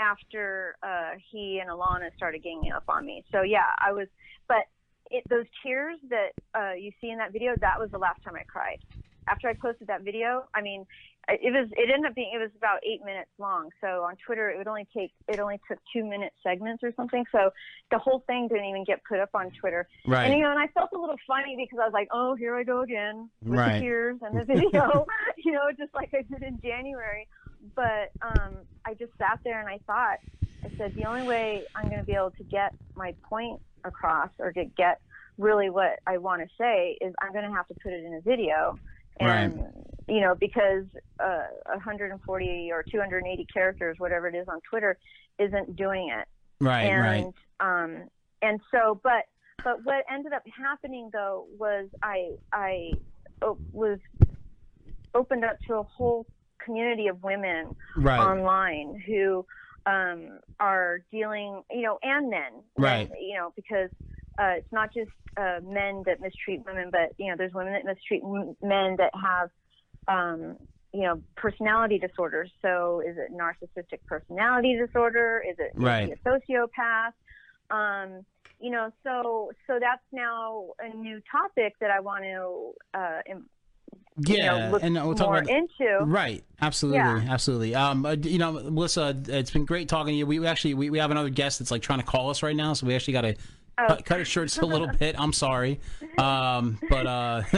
Speaker 19: after uh, he and Alana started ganging up on me. So yeah, I was but it, those tears that uh, you see in that video that was the last time I cried. After I posted that video, I mean, I- it was it ended up being it was about eight minutes long. So on Twitter, it would only take it only took two minute segments or something. So the whole thing didn't even get put up on Twitter.
Speaker 1: Right.
Speaker 19: And you know, and I felt a little funny because I was like, oh, here I go again with
Speaker 1: Right.
Speaker 19: the tears and the video, you know, just like I did in January. But um, I just sat there and I thought, I said, the only way I'm going to be able to get my point across or to get really what I want to say is I'm going to have to put it in a video.
Speaker 1: Right.
Speaker 19: And, you know, because uh, 140 or 280 characters, whatever it is on Twitter, isn't doing it
Speaker 1: Right,
Speaker 19: and,
Speaker 1: right.
Speaker 19: Um, and so, but but what ended up happening though was I I o- was opened up to a whole community of women
Speaker 1: Right.
Speaker 19: online who um, are dealing, you know, and men,
Speaker 1: Right.
Speaker 19: you know, because uh, it's not just uh, men that mistreat women, but you know, there's women that mistreat m- men that have, um, you know, personality disorders. So, is it narcissistic personality disorder? Is it is
Speaker 1: Right.
Speaker 19: he a sociopath? Um, you know, so so that's now a new topic that I want to, uh, im- you know,
Speaker 14: Yeah,
Speaker 19: look
Speaker 14: and we'll talk
Speaker 19: more
Speaker 14: about
Speaker 19: into.
Speaker 14: Right. Absolutely.
Speaker 19: Yeah.
Speaker 14: Absolutely. Um, uh, you know, Melissa, it's been great talking to you. We actually we, we have another guest that's like trying to call us right now, so we actually got to
Speaker 19: Oh.
Speaker 14: cut, cut it short just a little bit. I'm sorry, um, but uh,
Speaker 19: (laughs)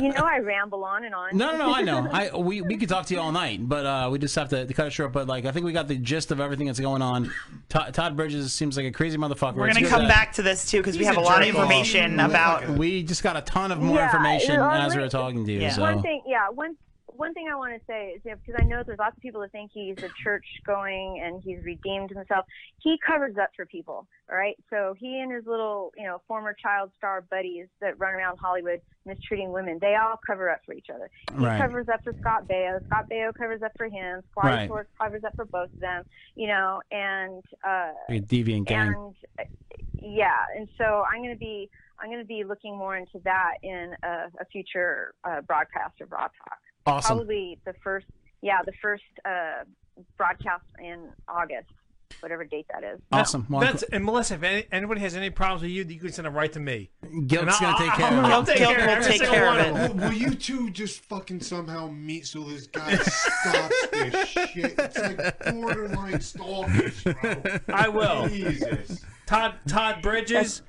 Speaker 19: you know, I ramble on and on.
Speaker 14: no, no, no. I know. I we, we could talk to you all night, but uh, we just have to, to cut it short. But like, I think we got the gist of everything that's going on. Todd Todd Bridges seems like a crazy motherfucker.
Speaker 15: We're
Speaker 14: It's
Speaker 15: going
Speaker 14: good
Speaker 15: to come
Speaker 14: that-
Speaker 15: back to this too because we have a lot of information about.
Speaker 14: We just got a ton of more
Speaker 19: Yeah,
Speaker 14: information
Speaker 19: well,
Speaker 14: as we
Speaker 19: let-
Speaker 14: were talking to you. So.
Speaker 19: One thing, yeah, one one thing I want to say is you know, because I know there's lots of people that think he's a church going and he's redeemed himself. He covers up for people, all right? So he and his little, you know, former child star buddies that run around Hollywood mistreating women, they all cover up for each other. He
Speaker 1: Right.
Speaker 19: covers up for Scott Baio. Scott Baio covers up for him. Squad
Speaker 14: Right.
Speaker 19: Force covers up for both of them, you know, and uh
Speaker 14: Like a deviant gang.
Speaker 19: and uh, yeah, and so I'm going to be I'm going to be looking more into that in a, a future uh, broadcast of Raw Talk.
Speaker 14: Awesome.
Speaker 19: Probably the first, yeah, the first uh, broadcast in August, whatever date that is.
Speaker 14: Awesome. Well,
Speaker 12: That's, and Melissa, if any, anybody has any problems with you, you can send them right to me.
Speaker 14: Gilt's
Speaker 12: And
Speaker 14: gonna take care
Speaker 12: I'll,
Speaker 14: of it.
Speaker 12: I'll, I'll take
Speaker 14: Gilt
Speaker 12: care,
Speaker 14: will
Speaker 12: of every
Speaker 14: take
Speaker 12: single
Speaker 14: care
Speaker 12: one
Speaker 14: of
Speaker 12: of
Speaker 14: it.
Speaker 12: them.
Speaker 3: Will, will you two just fucking somehow meet so this
Speaker 19: (laughs)
Speaker 3: guy stops this shit? It's like borderline stalkers, bro.
Speaker 12: (laughs) I will.
Speaker 3: Jesus.
Speaker 12: Todd Todd Bridges,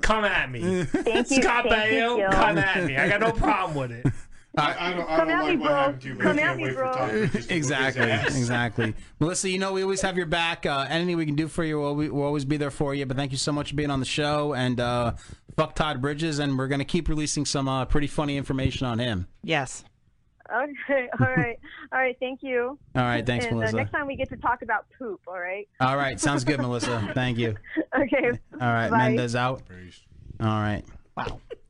Speaker 12: come at me.
Speaker 19: Thank you,
Speaker 12: Scott
Speaker 19: thank you,
Speaker 12: Baio,
Speaker 19: Gil.
Speaker 12: come at me. I got no problem with it.
Speaker 3: (laughs) I, I don't, I
Speaker 19: Come
Speaker 3: don't
Speaker 19: at
Speaker 3: like
Speaker 19: me,
Speaker 3: what
Speaker 19: bro.
Speaker 3: happened to you, but
Speaker 19: Come
Speaker 3: I
Speaker 19: at
Speaker 3: can't
Speaker 19: me,
Speaker 3: wait
Speaker 19: bro.
Speaker 3: for Tom to just
Speaker 14: exactly,
Speaker 3: whoop his ass.
Speaker 14: exactly. Melissa, you know we always have your back. Uh, anything we can do for you, we'll, we'll always be there for you. But thank you so much for being on the show. And uh, fuck Todd Bridges, and we're gonna keep releasing some uh, pretty funny information on him.
Speaker 15: Yes.
Speaker 19: Okay, (laughs) all right, all right. Thank you.
Speaker 14: All right, thanks,
Speaker 19: and, uh,
Speaker 14: Melissa.
Speaker 19: next time we get to talk about poop. All right. (laughs)
Speaker 14: All right, sounds good, Melissa. Thank you.
Speaker 19: Okay.
Speaker 14: All right,
Speaker 19: Bye.
Speaker 14: Mendez out. All right,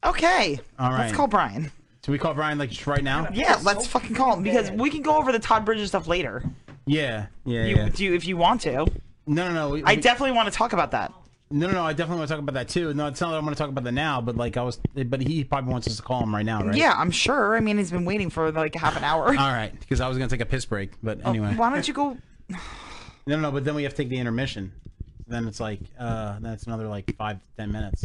Speaker 15: Okay.
Speaker 14: all right.
Speaker 15: Let's call Brian.
Speaker 14: Should we call Brian like just right now?
Speaker 15: Yeah, let's fucking call him because we can go over the Todd Bridges stuff later.
Speaker 14: Yeah, yeah,
Speaker 15: You,
Speaker 14: yeah.
Speaker 15: Do you, if you want to.
Speaker 14: No, no, no. we-
Speaker 15: I
Speaker 14: we-
Speaker 15: definitely want to talk about that.
Speaker 14: No, no, no. I definitely want to talk about that too. No, it's not that I want to talk about that now, but like I was, but he probably wants us to call him right now, right?
Speaker 15: Yeah, I'm sure. I mean, he's been waiting for like half an hour. Oh,
Speaker 14: All right, because I was gonna take a piss break, but anyway.
Speaker 15: Why don't you go?
Speaker 14: No, no, no, but then we have to take the intermission. Then it's like, uh, then it's another like five, ten minutes.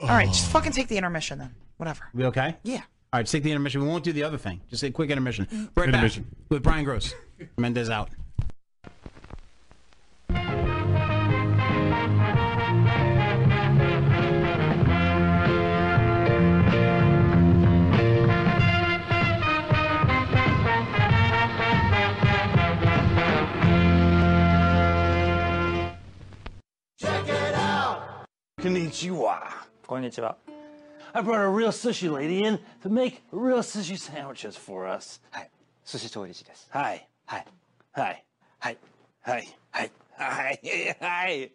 Speaker 15: All right,
Speaker 14: Oh.
Speaker 15: just fucking take the intermission then. Whatever.
Speaker 14: We okay?
Speaker 15: Yeah.
Speaker 14: All right, just take the intermission. We won't do the other thing. Just a quick intermission. Right
Speaker 16: Intermission.
Speaker 14: back with Brian Gross. Mendez out.
Speaker 6: Konnichiwa. Konnichiwa. I brought a real sushi lady in to make real sushi sandwiches for us. Hi. Sushi Hi. Hi. Hi. Hi. Hi. Hi. Hi. (laughs) Hi.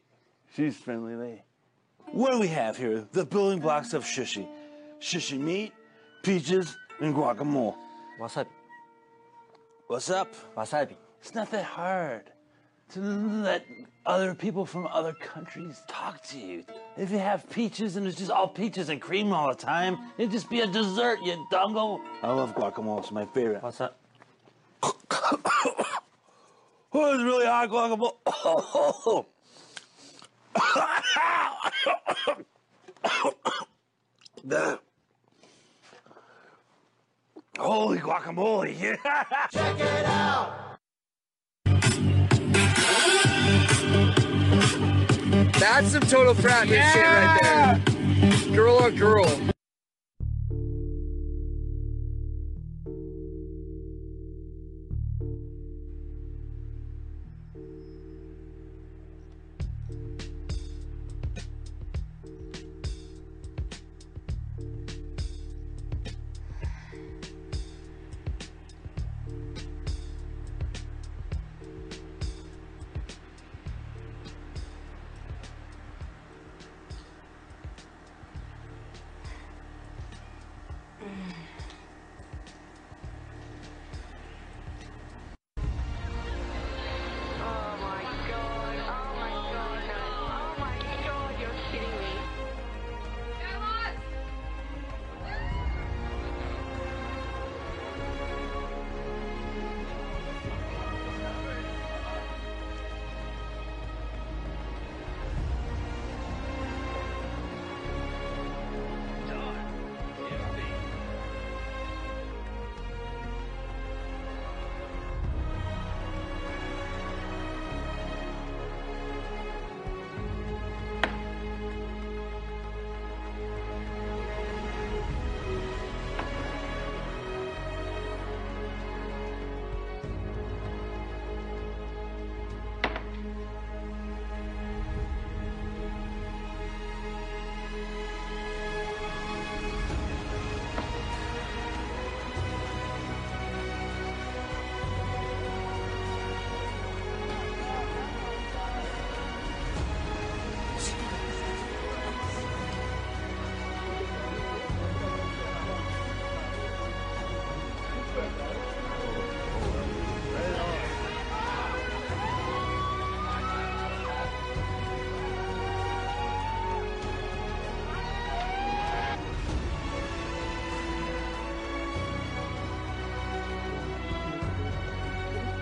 Speaker 6: She's friendly lady. What do we have here? The building blocks of shishi. Shishi meat, peaches, and guacamole. Wasabi. What's up? Wasabi. It's not that hard to let other people from other countries talk to you. If you have peaches and it's just all peaches and cream all the time, it'd just be a dessert, you dongo. I love guacamole. It's my favorite. What's up? oh, it's really hot guacamole. That- Holy guacamole! (laughs) Yeah. Check it out.
Speaker 9: That's some total frat shit right there. Girl on girl.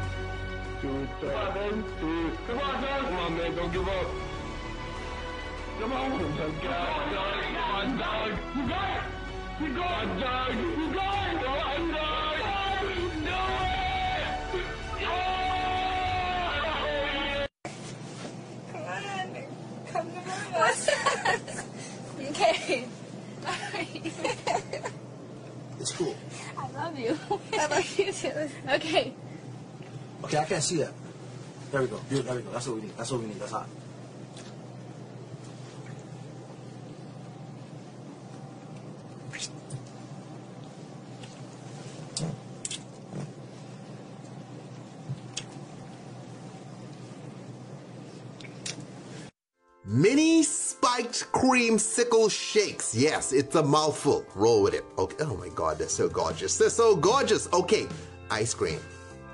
Speaker 9: Come on, man. Come on, man. Come on, man. Don't give up. Come on. Come on, dog. Come on, dog. You got it. You got it, dog. You got it. Come on, dog. Do it.
Speaker 26: Come to my
Speaker 1: (laughs)
Speaker 26: Okay. All right.
Speaker 9: It's cool.
Speaker 26: I love you. (laughs) I love you too. Okay.
Speaker 9: Okay, I can't see that. There we go. Good, there we go. That's what we need. That's what we need. That's hot.
Speaker 8: Mini spiked cream sickle shakes. Yes, it's a mouthful. Roll with it. Okay. Oh my god, they're so gorgeous. They're so gorgeous. Okay, ice cream.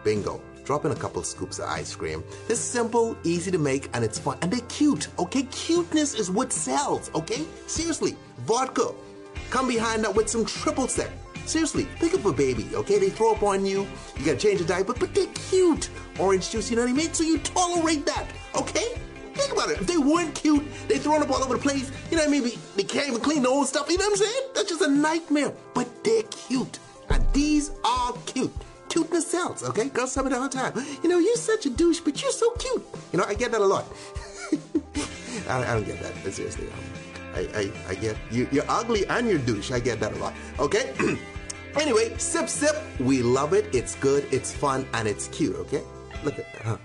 Speaker 8: Bingo. Drop in a couple scoops of ice cream. It's simple, easy to make, and it's fun. And they're cute. Okay, cuteness is what sells. Okay, seriously. Vodka. Come behind that with some triple sec. Seriously, pick up a baby, okay? They throw up on you, you gotta change the diaper, but they're cute. Orange juice, you know what I mean? So you tolerate that, okay? Think about it. If they weren't cute, they thrown up all over the place, you know what I mean? They- They can't even clean their own stuff, you know what I'm saying? That's just a nightmare. But they're cute. And these are cute. Cuteness sells, okay? Girls tell me that all the time. You know, you're such a douche, but you're so cute. You know, I get that a lot. (laughs) I, I don't get that, but seriously. um, I, I, I get you, you're ugly and you're douche. I get that a lot. Okay? (clears throat) anyway, sip, sip. We love it. It's good, it's fun, and it's cute, okay? Look at that, huh?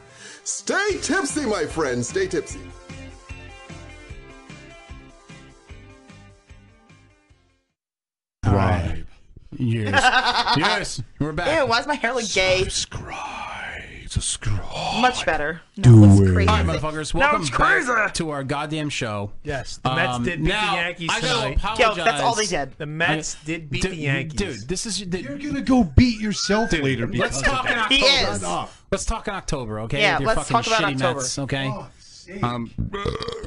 Speaker 8: Stay tipsy, my friends. Stay tipsy. (laughs)
Speaker 14: All right. (laughs)
Speaker 15: (laughs)
Speaker 14: Yes. yes. We're back.
Speaker 15: Ew, why is my hair look gay?
Speaker 14: Subscribe.
Speaker 15: Much better.
Speaker 14: Do
Speaker 15: it's
Speaker 14: it.
Speaker 15: crazy.
Speaker 14: All right, motherfuckers.
Speaker 15: Now
Speaker 14: Welcome
Speaker 15: it's
Speaker 14: back to our goddamn show.
Speaker 12: Yes, the Mets
Speaker 14: Um,
Speaker 12: did beat
Speaker 14: now,
Speaker 12: the Yankees
Speaker 14: I gotta
Speaker 12: tonight.
Speaker 14: apologize.
Speaker 12: The Mets did beat the Yankees.
Speaker 14: Dude, this is.
Speaker 16: You're gonna go beat yourself later.
Speaker 14: Let's
Speaker 16: Because
Speaker 14: talk in
Speaker 16: of
Speaker 14: October.
Speaker 16: that.
Speaker 14: Let's talk in October, okay?
Speaker 16: Yeah,
Speaker 14: With your
Speaker 16: let's
Speaker 14: fucking
Speaker 16: talk about
Speaker 14: shitty
Speaker 16: October.
Speaker 14: Mets, okay?
Speaker 16: Oh,
Speaker 14: Um,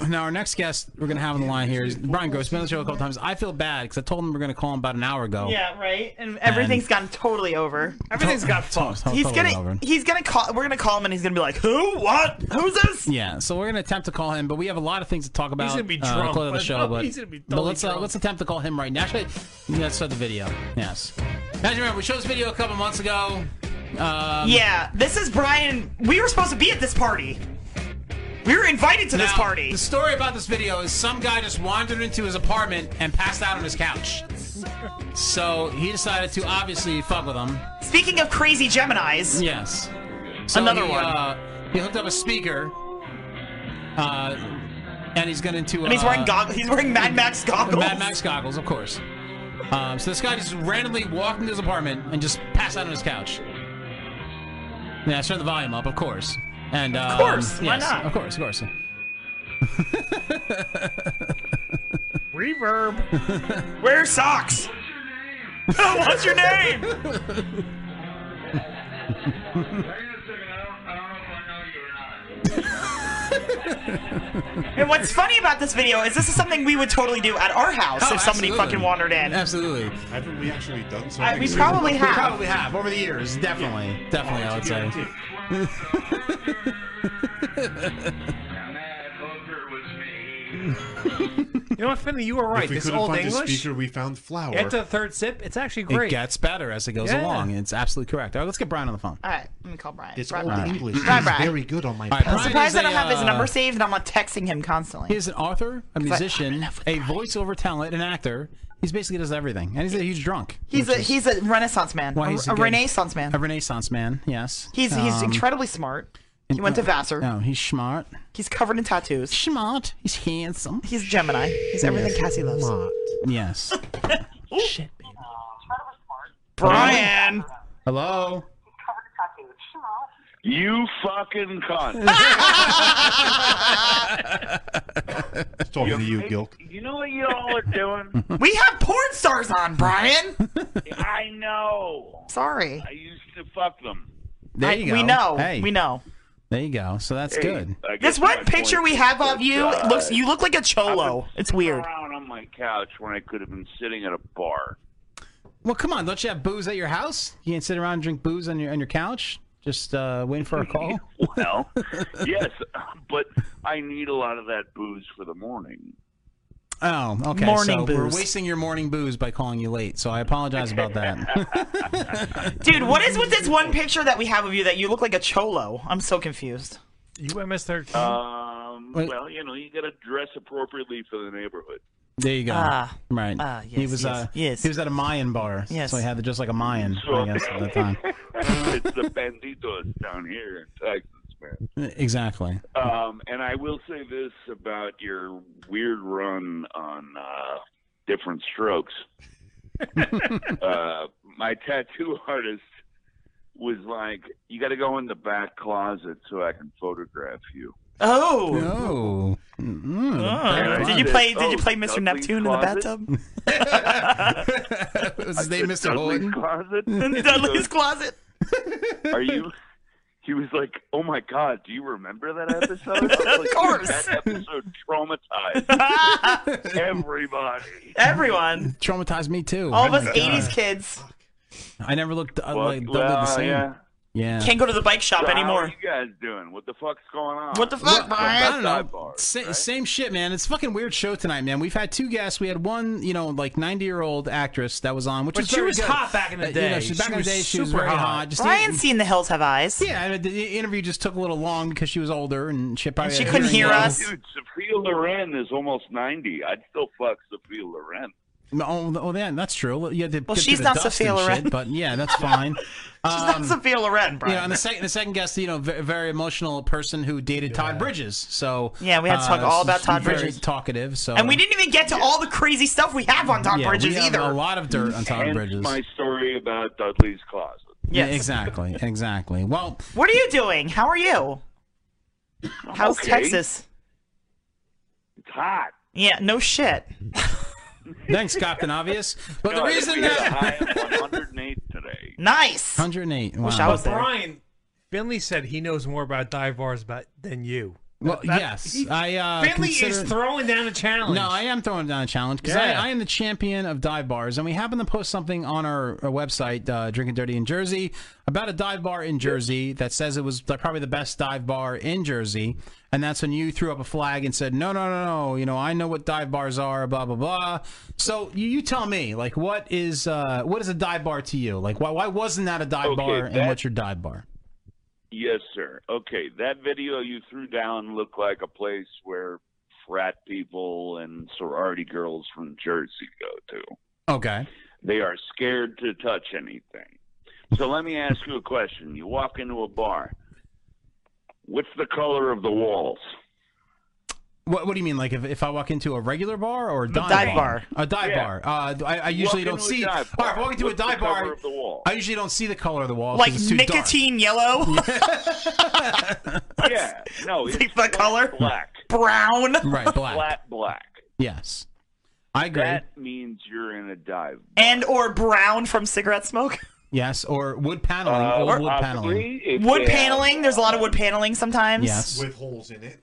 Speaker 14: now our next guest we're gonna have on the line here is Brian Gross. Been on the show a couple times. I feel bad because I told him we're gonna call him about an hour ago.
Speaker 15: Yeah, right. And everything's gone totally over.
Speaker 14: Everything's got fucked. (laughs)
Speaker 15: He's
Speaker 14: Totally
Speaker 15: gonna.
Speaker 14: over.
Speaker 15: He's gonna call. We're gonna call him, and he's gonna be like, "Who? What? Who's this?"
Speaker 14: Yeah, so we're gonna attempt to call him, but we have a lot of things to talk about.
Speaker 15: gonna be
Speaker 14: uh, at the
Speaker 15: drunk,
Speaker 14: close of the
Speaker 15: but-
Speaker 14: show,
Speaker 15: oh,
Speaker 14: but,
Speaker 15: he's gonna be
Speaker 14: but
Speaker 15: totally
Speaker 14: let's Uh,
Speaker 15: drunk.
Speaker 14: let's attempt to call him right now. Actually, let's start the video. Yes. As you remember, we showed this video a couple months ago. Um,
Speaker 15: yeah, this is Brian. We were supposed to be at this party. We were invited to this
Speaker 14: Now,
Speaker 15: party.
Speaker 14: The story about this video is some guy just wandered into his apartment and passed out on his couch. So he decided to obviously fuck with him.
Speaker 15: Speaking of crazy Geminis,
Speaker 14: Yes.
Speaker 15: Another
Speaker 14: he,
Speaker 15: one.
Speaker 14: Uh, he hooked up a speaker. Uh, and he's going into.
Speaker 15: And he's
Speaker 14: uh,
Speaker 15: wearing goggles. He's wearing Mad Max goggles.
Speaker 14: Mad Max goggles, of course. Um, so this guy just randomly walked into his apartment and just passed out on his couch. Yeah, turn the volume up, of course. And um,
Speaker 15: Of course, why
Speaker 14: yes,
Speaker 15: not?
Speaker 14: Of course, of course. (laughs)
Speaker 15: reverb. Wear socks. Oh, What's your name? and
Speaker 14: (laughs)
Speaker 15: what's funny about this video is this is something we would totally do at our house
Speaker 14: Oh,
Speaker 15: if somebody
Speaker 14: absolutely.
Speaker 15: fucking wandered in.
Speaker 14: Absolutely.
Speaker 3: Haven't we actually done something?
Speaker 15: we probably
Speaker 14: we
Speaker 15: have.
Speaker 14: probably have over the years, definitely, definitely. I would say.
Speaker 3: (laughs)
Speaker 12: You know what, Finley? You were right.
Speaker 3: If we
Speaker 12: This
Speaker 3: couldn't
Speaker 12: old
Speaker 3: find
Speaker 12: English.
Speaker 3: the speaker, we found flour.
Speaker 12: Get to the third sip. It's actually
Speaker 14: It
Speaker 12: great.
Speaker 14: gets better as it goes
Speaker 12: Yeah.
Speaker 14: along. It's absolutely correct. All right, let's get Brian on the phone.
Speaker 15: All right, let me call Brian.
Speaker 3: This
Speaker 15: Brian,
Speaker 3: old
Speaker 15: Brian.
Speaker 3: English
Speaker 15: Brian,
Speaker 3: is
Speaker 15: Brian.
Speaker 3: very good on my
Speaker 14: All right,
Speaker 15: I'm
Speaker 14: Brian
Speaker 15: surprised
Speaker 14: is
Speaker 15: I don't
Speaker 14: a,
Speaker 15: have his number
Speaker 14: uh,
Speaker 15: saved and I'm not texting him constantly.
Speaker 14: He is an author, a
Speaker 15: He's like,
Speaker 14: musician, a voiceover talent, an actor. He's basically does everything, and he's a huge drunk.
Speaker 15: He's
Speaker 14: which
Speaker 15: a
Speaker 14: is
Speaker 15: he's a Renaissance man.
Speaker 14: why
Speaker 15: a,
Speaker 14: he's
Speaker 15: a
Speaker 14: good-
Speaker 15: Renaissance man.
Speaker 14: A Renaissance man. Yes.
Speaker 15: He's he's
Speaker 14: Um,
Speaker 15: incredibly smart. He went to Vassar.
Speaker 14: No, he's smart.
Speaker 15: He's covered in tattoos.
Speaker 14: Smart. He's handsome.
Speaker 15: He's Gemini. He's everything
Speaker 14: Yes.
Speaker 15: Cassie loves. (laughs)
Speaker 14: Yes.
Speaker 15: Shit, baby. Brian.
Speaker 14: Hello.
Speaker 25: You fucking
Speaker 14: (laughs)
Speaker 25: cunt.
Speaker 3: talking to you, Gilk.
Speaker 25: you know what you all are doing?
Speaker 15: (laughs) We have porn stars on, Brian.
Speaker 25: I know.
Speaker 15: Sorry.
Speaker 25: I used to fuck them.
Speaker 14: There
Speaker 15: I-
Speaker 14: you go.
Speaker 15: we know.
Speaker 14: Hey.
Speaker 15: We know.
Speaker 14: There you go. So that's
Speaker 25: Hey,
Speaker 14: good.
Speaker 25: I guess
Speaker 15: This one
Speaker 25: my
Speaker 15: picture
Speaker 25: point
Speaker 15: we
Speaker 25: is
Speaker 15: have of
Speaker 25: that,
Speaker 15: you
Speaker 25: uh,
Speaker 15: looks you look like a
Speaker 25: I've
Speaker 15: cholo.
Speaker 25: been
Speaker 15: It's
Speaker 25: sitting
Speaker 15: weird.
Speaker 25: around on my couch when I could have been sitting at a bar.
Speaker 14: Well, come on. Don't you have booze at your house? You can't sit around and drink booze on your on your couch. Just uh, waiting
Speaker 25: (laughs)
Speaker 14: for a call.
Speaker 25: Well, yes, (laughs) but I need a lot of that booze for the morning.
Speaker 14: Oh, okay.
Speaker 15: Morning
Speaker 14: so we're
Speaker 15: booze.
Speaker 14: wasting your morning booze by calling you late. So I apologize about
Speaker 15: (laughs)
Speaker 14: that.
Speaker 15: Dude, what is with this one picture that we have of you that you look like a cholo? I'm so confused.
Speaker 12: You MS thirteen.
Speaker 25: Um,
Speaker 14: Wait.
Speaker 25: well, you know, you got to dress appropriately for the neighborhood.
Speaker 14: there you go.
Speaker 25: Ah.
Speaker 14: right.
Speaker 25: Ah,
Speaker 14: he
Speaker 25: yes,
Speaker 14: was
Speaker 25: yes,
Speaker 14: uh, he was at a Mayan bar.
Speaker 25: Yes.
Speaker 14: So he had just like a Mayan, I guess, at that
Speaker 15: (laughs)
Speaker 14: time.
Speaker 25: (laughs) it's the banditos down here in Texas, man.
Speaker 14: Exactly.
Speaker 25: Um, and I will say this about your weird run on uh, different strokes. uh, my tattoo (laughs) artist was like, "You got to go in the back closet so I can photograph you."
Speaker 15: (laughs) Oh.
Speaker 14: No. Mm,
Speaker 15: Oh.
Speaker 14: very
Speaker 15: Did you
Speaker 14: fun.
Speaker 15: play did you
Speaker 14: Oh.
Speaker 15: play Mr. Neptune in the bathtub?
Speaker 14: Was (laughs) his name Mr. Horton? (laughs)
Speaker 25: Dudley's closet.
Speaker 15: In Dudley's closet. (laughs)
Speaker 25: Are you? He was like, "Oh my God, do you remember that episode?" I was like, "Dude,
Speaker 1: course.
Speaker 25: that episode
Speaker 15: (laughs)
Speaker 25: traumatized everybody.
Speaker 15: Everyone.
Speaker 14: Traumatized me too.
Speaker 15: All of us
Speaker 14: God.
Speaker 15: 80s kids
Speaker 14: I never looked uh,
Speaker 25: Well,
Speaker 14: like they looked the
Speaker 25: well,
Speaker 14: same.
Speaker 25: yeah.
Speaker 14: Yeah.
Speaker 15: can't go to the bike
Speaker 25: so
Speaker 15: shop
Speaker 25: How are
Speaker 15: anymore.
Speaker 25: you guys doing? What the fuck's going on?
Speaker 15: What the fuck,
Speaker 14: I
Speaker 15: Brian?
Speaker 14: don't know. Sa- Same shit, man. It's a fucking weird show tonight, man. We've had two guests. We had one, you know, like ninety-year-old actress that was on, which
Speaker 12: But
Speaker 14: was
Speaker 12: she
Speaker 14: very
Speaker 12: was
Speaker 14: good.
Speaker 12: hot back in the
Speaker 14: Uh, You know,
Speaker 12: day.
Speaker 14: she, back
Speaker 12: She
Speaker 14: in the
Speaker 12: was
Speaker 14: day, she was
Speaker 12: super
Speaker 14: very
Speaker 12: hot.
Speaker 14: hot. Just
Speaker 15: Ryan's seen The Hills Have Eyes.
Speaker 14: Yeah, and the- the interview just took a little long because she was older and she probably had hearing loss.
Speaker 25: Dude, Sophia Loren is almost ninety. I'd still fuck Sophia Loren.
Speaker 14: Oh, th- oh, yeah, that's true. You had to
Speaker 15: Well,
Speaker 14: get
Speaker 15: she's
Speaker 14: to the
Speaker 15: not
Speaker 14: dust
Speaker 15: Sophia
Speaker 14: and shit,
Speaker 15: Loren.
Speaker 14: but yeah, that's fine.
Speaker 15: (laughs) She's not Sophia Loren, Brian.
Speaker 14: You know, and the second, the second guest, you know, very, very emotional person who dated Todd Bridges. So
Speaker 15: Yeah, we had to talk all about Todd
Speaker 14: very
Speaker 15: Bridges.
Speaker 14: Talkative. So
Speaker 15: And we didn't even get to all the crazy stuff we have on Todd
Speaker 14: Yeah, we
Speaker 15: Bridges
Speaker 14: have
Speaker 15: either.
Speaker 14: a lot of dirt on Todd
Speaker 25: Hence
Speaker 14: Bridges.
Speaker 25: my story about Dudley's Closet.
Speaker 15: (laughs)
Speaker 14: Yeah, exactly, exactly. Well,
Speaker 15: what are you doing? How are you? How's
Speaker 25: okay.
Speaker 15: Texas?
Speaker 25: It's hot.
Speaker 15: Yeah, no shit.
Speaker 14: Thanks, Captain
Speaker 25: (laughs)
Speaker 14: Obvious. But
Speaker 25: No,
Speaker 14: the
Speaker 25: I think
Speaker 14: reason
Speaker 25: we
Speaker 14: that
Speaker 25: had a high of 108 today.
Speaker 15: Nice.
Speaker 14: 108. Wow.
Speaker 12: But Brian, Finley said he knows more about dive bars about, than you.
Speaker 14: Well,
Speaker 12: That-
Speaker 14: yes,
Speaker 12: he-
Speaker 14: I. Uh,
Speaker 12: Finley is
Speaker 14: consider-
Speaker 12: throwing down a challenge.
Speaker 14: No, I am throwing down a challenge because
Speaker 12: Yeah.
Speaker 14: I, I am the champion of dive bars, and we happen to post something on our, our website, uh, Drinking Dirty in Jersey, about a dive bar in Jersey that says it was the, probably the best dive bar in Jersey, and that's when you threw up a flag and said, "No, no, no, no, you know, I know what dive bars are, blah blah blah." So you, you tell me, like, what is uh, what is a dive bar to you? Like, why why wasn't that a dive
Speaker 25: Okay,
Speaker 14: bar, and
Speaker 25: that-
Speaker 14: what's your dive bar?
Speaker 25: Yes, sir. Okay, that video you threw down looked like a place where frat people and sorority girls from Jersey go to.
Speaker 14: Okay.
Speaker 25: They are scared to touch anything. So let me ask you a question. You walk into a bar. What's the color of the walls?
Speaker 14: What, what do you mean? Like if, if I walk into a regular bar or a dive,
Speaker 25: dive
Speaker 14: A dive
Speaker 25: Yeah.
Speaker 14: bar. Uh, I, I
Speaker 25: You
Speaker 14: usually
Speaker 25: walk
Speaker 14: don't
Speaker 25: into a
Speaker 14: see.
Speaker 25: dive
Speaker 14: All right,
Speaker 25: bar.
Speaker 14: walking to a
Speaker 25: What's the
Speaker 14: dive bar,
Speaker 25: color of the wall?
Speaker 14: I usually don't see the color of the wall. 'cause
Speaker 15: like
Speaker 14: it's too dark.
Speaker 15: nicotine yellow?
Speaker 25: yeah. No, it's
Speaker 15: the color?
Speaker 25: Black.
Speaker 15: (laughs) Brown.
Speaker 14: Right, black.
Speaker 25: Flat black.
Speaker 14: (laughs) Yes. I agree.
Speaker 25: That means you're in a dive.
Speaker 15: And or brown from cigarette smoke?
Speaker 14: Yes, or wood paneling.
Speaker 25: Uh,
Speaker 14: (laughs) old
Speaker 25: or
Speaker 14: wood
Speaker 25: possibly
Speaker 14: paneling.
Speaker 25: if
Speaker 15: Wood
Speaker 25: they have-
Speaker 15: paneling? There's a lot of wood paneling sometimes.
Speaker 14: Yes.
Speaker 3: with holes in it.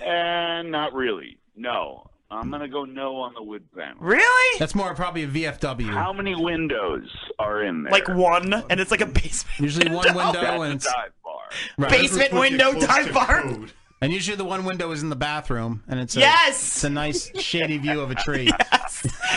Speaker 25: And Eh, not really. No. I'm going to go no on the wood panel.
Speaker 15: Really?
Speaker 14: That's more probably a VFW.
Speaker 25: How many windows are in there?
Speaker 15: Like one, and it's like a basement. (laughs)
Speaker 14: Usually one window and
Speaker 25: That's
Speaker 14: it's
Speaker 25: a dive bar.
Speaker 14: Right.
Speaker 15: Basement window dive bar. (laughs)
Speaker 14: And usually the one window is in the bathroom, and it's a,
Speaker 15: Yes!
Speaker 14: it's a nice shady view of a
Speaker 15: (laughs)
Speaker 14: tree.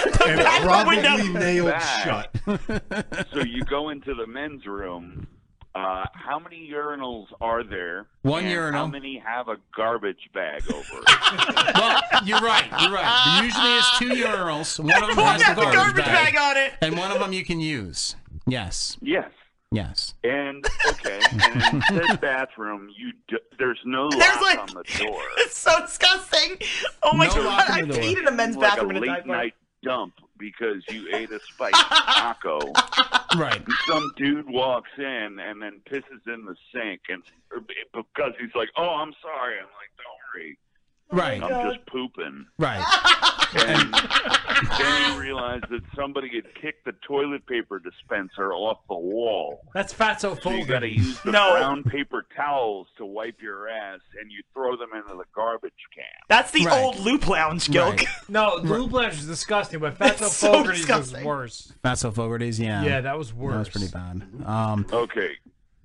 Speaker 15: And
Speaker 14: probably
Speaker 25: window. nailed Back. shut.
Speaker 14: shut. (laughs)
Speaker 25: so you go into the men's room. Uh, how many urinals are there?
Speaker 14: One
Speaker 25: and
Speaker 14: urinal.
Speaker 25: How many have a garbage bag over it?
Speaker 14: (laughs) well, you're right. You're right. There usually is two urinals. One of them has the
Speaker 25: Have the
Speaker 14: garbage,
Speaker 25: garbage
Speaker 14: bag,
Speaker 25: bag on it.
Speaker 14: and one of them you can use. Yes.
Speaker 25: yes.
Speaker 14: Yes.
Speaker 25: And okay, and
Speaker 14: (laughs)
Speaker 25: in this bathroom, you d- there's no lock
Speaker 15: There's like-
Speaker 25: on the door.
Speaker 15: It's so disgusting. Oh my
Speaker 25: No
Speaker 15: god,
Speaker 25: lock on
Speaker 15: I
Speaker 25: the
Speaker 15: peed
Speaker 25: door.
Speaker 15: in a men's
Speaker 25: like a
Speaker 15: bathroom in a
Speaker 25: late
Speaker 15: dive bar.
Speaker 25: night dump because you ate a spiked
Speaker 15: (laughs)
Speaker 25: taco.
Speaker 14: Right.
Speaker 25: Some dude walks in and then pisses in the sink, and or b- because he's like, "Oh, I'm sorry," I'm like, "Don't worry."
Speaker 14: Right.
Speaker 25: I'm just pooping.
Speaker 15: (laughs)
Speaker 14: Right.
Speaker 25: And then you realize that somebody had kicked the toilet paper dispenser off the wall.
Speaker 12: That's Fatso
Speaker 25: So you
Speaker 12: Folding.
Speaker 25: got to use the
Speaker 12: No.
Speaker 25: brown paper towels to wipe your ass, and you throw them into the garbage can.
Speaker 15: That's
Speaker 25: the Right. old
Speaker 15: Loop Lounge,
Speaker 12: (laughs)
Speaker 14: Gilk. Right.
Speaker 12: No, Loop Lounge is disgusting, but Fatso
Speaker 25: It's so
Speaker 12: Fogarty's was
Speaker 25: disgusting.
Speaker 12: worse.
Speaker 14: Not so Fogarty's. Yeah.
Speaker 12: Yeah, that was
Speaker 14: That was
Speaker 12: worse.
Speaker 14: pretty bad. Um,
Speaker 25: okay.